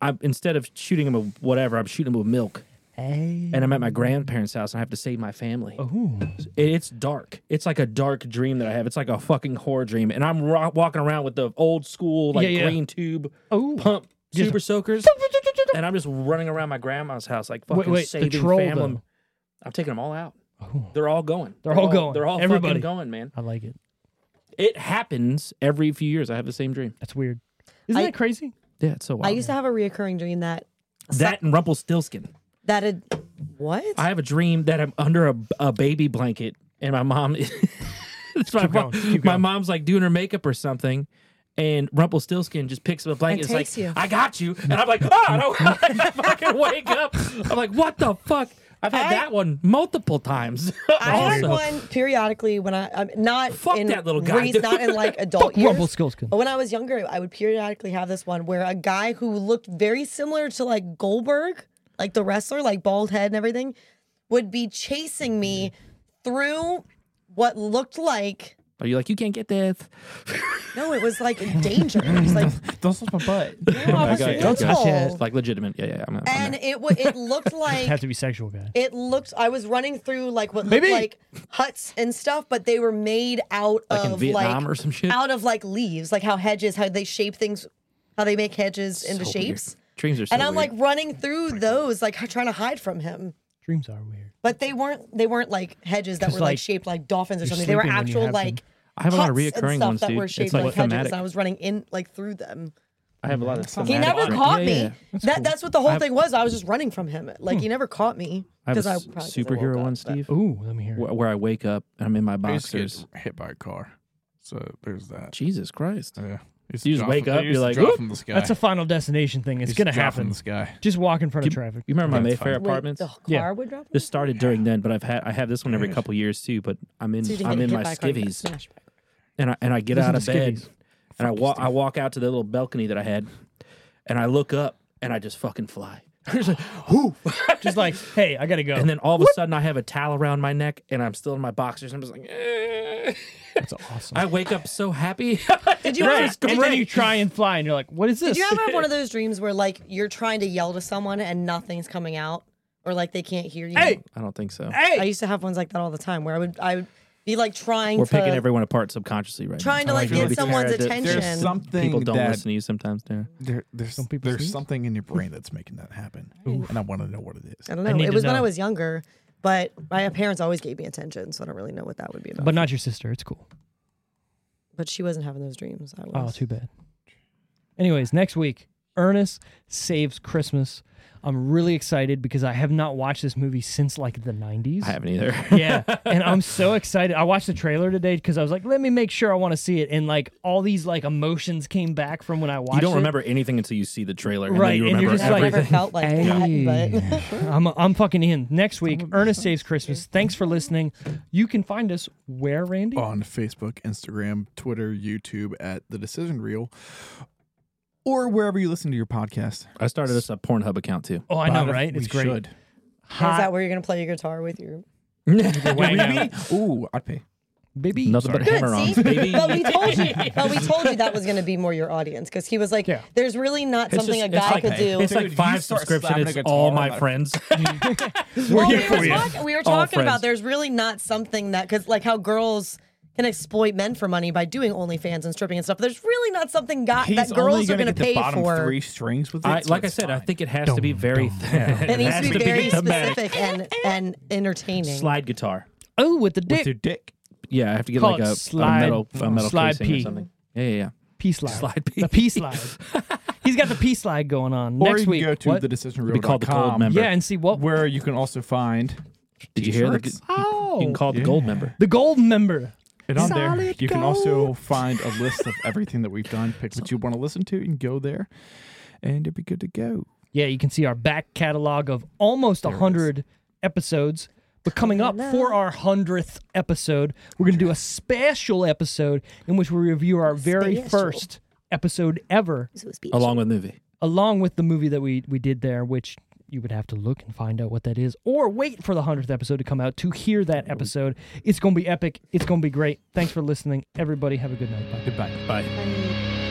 [SPEAKER 2] I'm instead of shooting him with whatever, I'm shooting him with milk.
[SPEAKER 1] Hey.
[SPEAKER 2] And I'm at my grandparents' house, and I have to save my family.
[SPEAKER 1] Ooh.
[SPEAKER 2] It- it's dark. It's like a dark dream that I have. It's like a fucking horror dream, and I'm ro- walking around with the old school like
[SPEAKER 1] Yeah, Oh. yeah.
[SPEAKER 2] green tube
[SPEAKER 1] Ooh.
[SPEAKER 2] pump super soakers, and I'm just running around my grandma's house like fucking
[SPEAKER 1] Wait, wait. The
[SPEAKER 2] saving
[SPEAKER 1] troll.
[SPEAKER 2] family.
[SPEAKER 1] Though.
[SPEAKER 2] I'm taking them all out. They're all going.
[SPEAKER 1] They're all going.
[SPEAKER 2] They're all
[SPEAKER 1] Everybody.
[SPEAKER 2] fucking going, man.
[SPEAKER 1] I like it.
[SPEAKER 2] It happens every few years. I have the same dream.
[SPEAKER 1] That's weird. Isn't
[SPEAKER 4] I-
[SPEAKER 1] that crazy?
[SPEAKER 2] Yeah, it's so
[SPEAKER 4] I
[SPEAKER 2] wild.
[SPEAKER 4] used to have a reoccurring dream that
[SPEAKER 2] that and Rumpelstiltskin.
[SPEAKER 4] that had what?
[SPEAKER 2] I have a dream that I'm under a, a baby blanket and my mom. <laughs> It's my, mom-
[SPEAKER 1] going, keep
[SPEAKER 2] my
[SPEAKER 1] going.
[SPEAKER 2] mom's like doing her makeup or something. And Rumpelstiltskin just picks up a blanket.
[SPEAKER 4] And
[SPEAKER 2] and is
[SPEAKER 4] takes
[SPEAKER 2] like, <laughs>
[SPEAKER 4] you.
[SPEAKER 2] I got you. And I'm like, oh, no. I fucking wake up. I'm like, what the fuck? I've had
[SPEAKER 4] I-
[SPEAKER 2] that one multiple times. <laughs>
[SPEAKER 4] I had
[SPEAKER 2] Also.
[SPEAKER 4] one periodically when I, I'm not
[SPEAKER 2] Fuck
[SPEAKER 4] in
[SPEAKER 2] that little guy,
[SPEAKER 4] re-
[SPEAKER 2] dude.
[SPEAKER 4] not in
[SPEAKER 2] <laughs>
[SPEAKER 4] like adult years.
[SPEAKER 1] Rumble skills can.
[SPEAKER 4] But when I was younger, I would periodically have this one where a guy who looked very similar to like Goldberg, like the wrestler, like bald head and everything, would be chasing me through what looked like
[SPEAKER 2] Are you like you can't get this?
[SPEAKER 4] no, it was like danger. It was like
[SPEAKER 3] Don't touch Oh my butt. <laughs>
[SPEAKER 2] I got it,
[SPEAKER 4] brutal.
[SPEAKER 2] I got
[SPEAKER 1] it.
[SPEAKER 2] It's like legitimate. Yeah, yeah. I'm, I'm
[SPEAKER 4] and
[SPEAKER 2] there.
[SPEAKER 4] it w-
[SPEAKER 2] <laughs>
[SPEAKER 4] it looked
[SPEAKER 1] Have
[SPEAKER 4] like
[SPEAKER 1] to be sexual, guy.
[SPEAKER 4] it looked. I was running through like what
[SPEAKER 3] Maybe.
[SPEAKER 4] looked like huts and stuff, but they were made out
[SPEAKER 2] like in
[SPEAKER 4] of
[SPEAKER 2] Vietnam
[SPEAKER 4] like
[SPEAKER 2] or some shit.
[SPEAKER 4] out of like leaves, like how hedges, how they shape things, how they make hedges into
[SPEAKER 2] So weird.
[SPEAKER 4] shapes.
[SPEAKER 2] Dreams are so
[SPEAKER 4] And I'm
[SPEAKER 2] weird.
[SPEAKER 4] like running through those, like trying to hide from him.
[SPEAKER 1] Dreams are weird.
[SPEAKER 4] But they weren't they weren't like hedges that
[SPEAKER 1] 'Cause,
[SPEAKER 4] were like,
[SPEAKER 1] like,
[SPEAKER 4] shaped like dolphins or
[SPEAKER 1] you're
[SPEAKER 4] something. They were
[SPEAKER 1] sleeping when you
[SPEAKER 4] actual
[SPEAKER 1] have them.
[SPEAKER 4] like
[SPEAKER 2] I have a lot of
[SPEAKER 4] huts and
[SPEAKER 2] reoccurring
[SPEAKER 4] stuff
[SPEAKER 2] ones,
[SPEAKER 4] that
[SPEAKER 2] dude.
[SPEAKER 4] were
[SPEAKER 2] It's
[SPEAKER 4] shaped
[SPEAKER 2] like
[SPEAKER 4] like, hedges,
[SPEAKER 2] thematic.
[SPEAKER 4] and I was running in like through them.
[SPEAKER 2] I have a lot of.
[SPEAKER 4] He never caught me. that that's what the whole
[SPEAKER 2] I have-
[SPEAKER 4] thing was. I was just running from him. Like he never caught me
[SPEAKER 2] I have a s-
[SPEAKER 4] probably 'cause I woke
[SPEAKER 2] superhero
[SPEAKER 4] up,
[SPEAKER 2] one,
[SPEAKER 4] but-
[SPEAKER 2] Steve,
[SPEAKER 1] Ooh, let me hear. it.
[SPEAKER 2] wh- where I wake up and I'm in my
[SPEAKER 3] I used to
[SPEAKER 2] boxers.
[SPEAKER 3] get hit by a car. So there's that.
[SPEAKER 2] Jesus Christ!
[SPEAKER 3] Yeah.
[SPEAKER 2] You just wake up, you're like,
[SPEAKER 3] drop
[SPEAKER 2] "Whoop."
[SPEAKER 3] from the sky.
[SPEAKER 1] That's a final destination thing. It's
[SPEAKER 3] Used to
[SPEAKER 1] gonna
[SPEAKER 3] drop From
[SPEAKER 1] happen.
[SPEAKER 2] <laughs>
[SPEAKER 3] the sky.
[SPEAKER 1] Just walk in front of traffic.
[SPEAKER 2] You remember my
[SPEAKER 3] That's
[SPEAKER 2] Mayfair
[SPEAKER 3] fine.
[SPEAKER 4] Wait,
[SPEAKER 2] apartments?
[SPEAKER 4] the car
[SPEAKER 1] Yeah.
[SPEAKER 4] would drop.
[SPEAKER 2] This started during then, but I've had I have this one every
[SPEAKER 3] Yes.
[SPEAKER 2] couple years too. But I'm in
[SPEAKER 4] So you didn't
[SPEAKER 2] I'm
[SPEAKER 4] get
[SPEAKER 2] in
[SPEAKER 4] hit
[SPEAKER 2] my
[SPEAKER 4] by a car, you got
[SPEAKER 2] skivvies,
[SPEAKER 4] smashed by a car.
[SPEAKER 2] and I and I get
[SPEAKER 1] Listen
[SPEAKER 2] out of
[SPEAKER 1] to
[SPEAKER 2] bed,
[SPEAKER 1] skivvies.
[SPEAKER 2] and I walk I walk out to the little balcony that I had, and I look up and I just fucking fly. It's like, whoo!
[SPEAKER 1] Just
[SPEAKER 2] <laughs>
[SPEAKER 1] like, hey, I gotta go.
[SPEAKER 2] and then all of a sudden I have a towel around my neck and I'm still in my boxers and I'm just like, eh.
[SPEAKER 1] That's awesome.
[SPEAKER 2] I wake up so happy. <laughs>
[SPEAKER 4] Did you
[SPEAKER 2] Right.
[SPEAKER 4] ever-
[SPEAKER 1] and then you try and fly, and you're like, what is this?
[SPEAKER 4] Did you ever have one of those dreams where like you're trying to yell to someone and nothing's coming out, or like they can't hear you?
[SPEAKER 1] Hey!
[SPEAKER 2] I don't think so.
[SPEAKER 4] I used to have ones like that all the time where I would I would be like trying
[SPEAKER 2] We're
[SPEAKER 4] to
[SPEAKER 2] picking everyone apart subconsciously right
[SPEAKER 4] trying to
[SPEAKER 2] now.
[SPEAKER 4] like
[SPEAKER 3] feel
[SPEAKER 4] get
[SPEAKER 3] like
[SPEAKER 4] someone's
[SPEAKER 2] Tara did-
[SPEAKER 4] attention.
[SPEAKER 3] There's something
[SPEAKER 2] People don't
[SPEAKER 3] that
[SPEAKER 2] listen to you sometimes, Darren.
[SPEAKER 3] There, there's
[SPEAKER 1] people
[SPEAKER 3] there's
[SPEAKER 1] sneeze?
[SPEAKER 3] something in your brain that's making
[SPEAKER 2] <laughs>
[SPEAKER 3] that happen, and I want to know what it is.
[SPEAKER 4] I
[SPEAKER 3] I
[SPEAKER 4] don't
[SPEAKER 1] I
[SPEAKER 4] know.
[SPEAKER 1] need
[SPEAKER 4] it
[SPEAKER 1] to
[SPEAKER 4] was when I
[SPEAKER 1] know.
[SPEAKER 4] was younger, but my parents always gave me attention, so I don't really know what that would be
[SPEAKER 1] <laughs>
[SPEAKER 4] about.
[SPEAKER 1] But not your sister. It's cool.
[SPEAKER 4] But she wasn't having those dreams. I
[SPEAKER 1] Oh,
[SPEAKER 4] was.
[SPEAKER 1] too bad. Anyways, next week, Ernest Saves Christmas. I'm really excited because I have not watched this movie since like the 90s.
[SPEAKER 2] I haven't <laughs> either.
[SPEAKER 1] yeah, and I'm so excited. I watched the trailer today because I was like, let me make sure I want to see it. And like all these like emotions came back from when I watched
[SPEAKER 2] you
[SPEAKER 1] it.
[SPEAKER 2] don't remember anything until you see the trailer, and
[SPEAKER 1] Right,
[SPEAKER 2] then you
[SPEAKER 1] and you're
[SPEAKER 2] remember <laughs>
[SPEAKER 1] just
[SPEAKER 4] I
[SPEAKER 1] like-
[SPEAKER 2] everything.
[SPEAKER 4] never <laughs> felt like <laughs> that, but
[SPEAKER 1] I'm I'm fucking in. Next week, Ernest Saves Christmas. Thanks for listening. You can find us where, Randy?
[SPEAKER 3] on Facebook, Instagram, Twitter, YouTube at the Decision Reel, or wherever you listen to your podcast.
[SPEAKER 2] I started us a Pornhub account too. <laughs>
[SPEAKER 1] oh, I know,
[SPEAKER 3] Spotify-
[SPEAKER 1] right? It's
[SPEAKER 3] we
[SPEAKER 1] great.
[SPEAKER 3] Should.
[SPEAKER 4] is that
[SPEAKER 1] Hot
[SPEAKER 4] where you're gonna play your guitar with your?
[SPEAKER 1] wang out.
[SPEAKER 3] Ooh, I'd pay.
[SPEAKER 1] baby.
[SPEAKER 2] Nothing but
[SPEAKER 4] Good,
[SPEAKER 2] hammer-ons,
[SPEAKER 4] see?
[SPEAKER 2] baby.
[SPEAKER 4] But we told you. But we told you that was gonna be more your audience because he was like,
[SPEAKER 1] Yeah.
[SPEAKER 4] "There's really not something
[SPEAKER 2] just-
[SPEAKER 4] a guy
[SPEAKER 2] like,
[SPEAKER 4] could do."
[SPEAKER 2] It's like
[SPEAKER 3] you
[SPEAKER 2] five
[SPEAKER 3] start
[SPEAKER 2] subscription.
[SPEAKER 3] slapping a
[SPEAKER 2] It's all
[SPEAKER 3] guitar
[SPEAKER 2] my
[SPEAKER 3] on-
[SPEAKER 2] friends.
[SPEAKER 4] Well,
[SPEAKER 1] here
[SPEAKER 4] Oh, we,
[SPEAKER 1] for
[SPEAKER 4] were
[SPEAKER 1] you.
[SPEAKER 4] talking, we were
[SPEAKER 2] All
[SPEAKER 4] talking
[SPEAKER 2] friends.
[SPEAKER 4] about there's really not something that because like how girls can exploit men for money by doing OnlyFans and stripping and stuff. There's really not something got,
[SPEAKER 3] He's
[SPEAKER 4] that girls are
[SPEAKER 3] only
[SPEAKER 4] going to
[SPEAKER 3] get
[SPEAKER 4] pay
[SPEAKER 3] the bottom
[SPEAKER 4] for.
[SPEAKER 3] three strings with it.
[SPEAKER 2] I,
[SPEAKER 3] so
[SPEAKER 2] like I
[SPEAKER 3] it's
[SPEAKER 2] said, I
[SPEAKER 3] fine.
[SPEAKER 2] think it has to be very.
[SPEAKER 4] It
[SPEAKER 2] <laughs>
[SPEAKER 4] needs
[SPEAKER 2] has
[SPEAKER 4] to be very
[SPEAKER 2] thematic.
[SPEAKER 4] specific and and entertaining.
[SPEAKER 2] Slide guitar.
[SPEAKER 1] Oh, with the dick.
[SPEAKER 3] with your dick.
[SPEAKER 2] Yeah, I have to get
[SPEAKER 1] Call
[SPEAKER 2] like
[SPEAKER 1] it
[SPEAKER 2] a, a
[SPEAKER 1] slide-
[SPEAKER 2] metal a metal
[SPEAKER 1] slide
[SPEAKER 2] casing or
[SPEAKER 1] P.
[SPEAKER 2] something. Yeah, yeah, yeah.
[SPEAKER 1] peace slide.
[SPEAKER 2] Slide P.
[SPEAKER 1] The peace
[SPEAKER 3] <laughs>
[SPEAKER 1] slide. He's got the peace slide going on.
[SPEAKER 3] Or
[SPEAKER 1] Next
[SPEAKER 3] you can
[SPEAKER 1] week.
[SPEAKER 3] go to
[SPEAKER 1] what?
[SPEAKER 3] the Decision Reel.
[SPEAKER 2] Be called the gold member.
[SPEAKER 1] yeah, and see what.
[SPEAKER 3] where you can also find.
[SPEAKER 2] Did you hear the,
[SPEAKER 3] T-shirts.
[SPEAKER 1] oh,
[SPEAKER 2] You can call it the gold member.
[SPEAKER 1] the gold member.
[SPEAKER 3] And on there,
[SPEAKER 1] Solid
[SPEAKER 3] you can also find a list of everything that we've done. Pick what you want to listen to and go there, and it'd be good to go.
[SPEAKER 1] Yeah, you can see our back catalog of almost a 100 episodes. But coming up for our 100th episode, we're going to do a special episode in which we review our very
[SPEAKER 4] Special.
[SPEAKER 1] first episode ever,
[SPEAKER 2] Along with movie.
[SPEAKER 1] along with the movie that we, we did there, which you would have to look and find out what that is, or wait for the 100th episode to come out to hear that episode. It's going to be epic. It's going to be great. Thanks for listening, everybody. Have a good night. Bye.
[SPEAKER 3] Goodbye.
[SPEAKER 2] Bye.
[SPEAKER 4] Funny.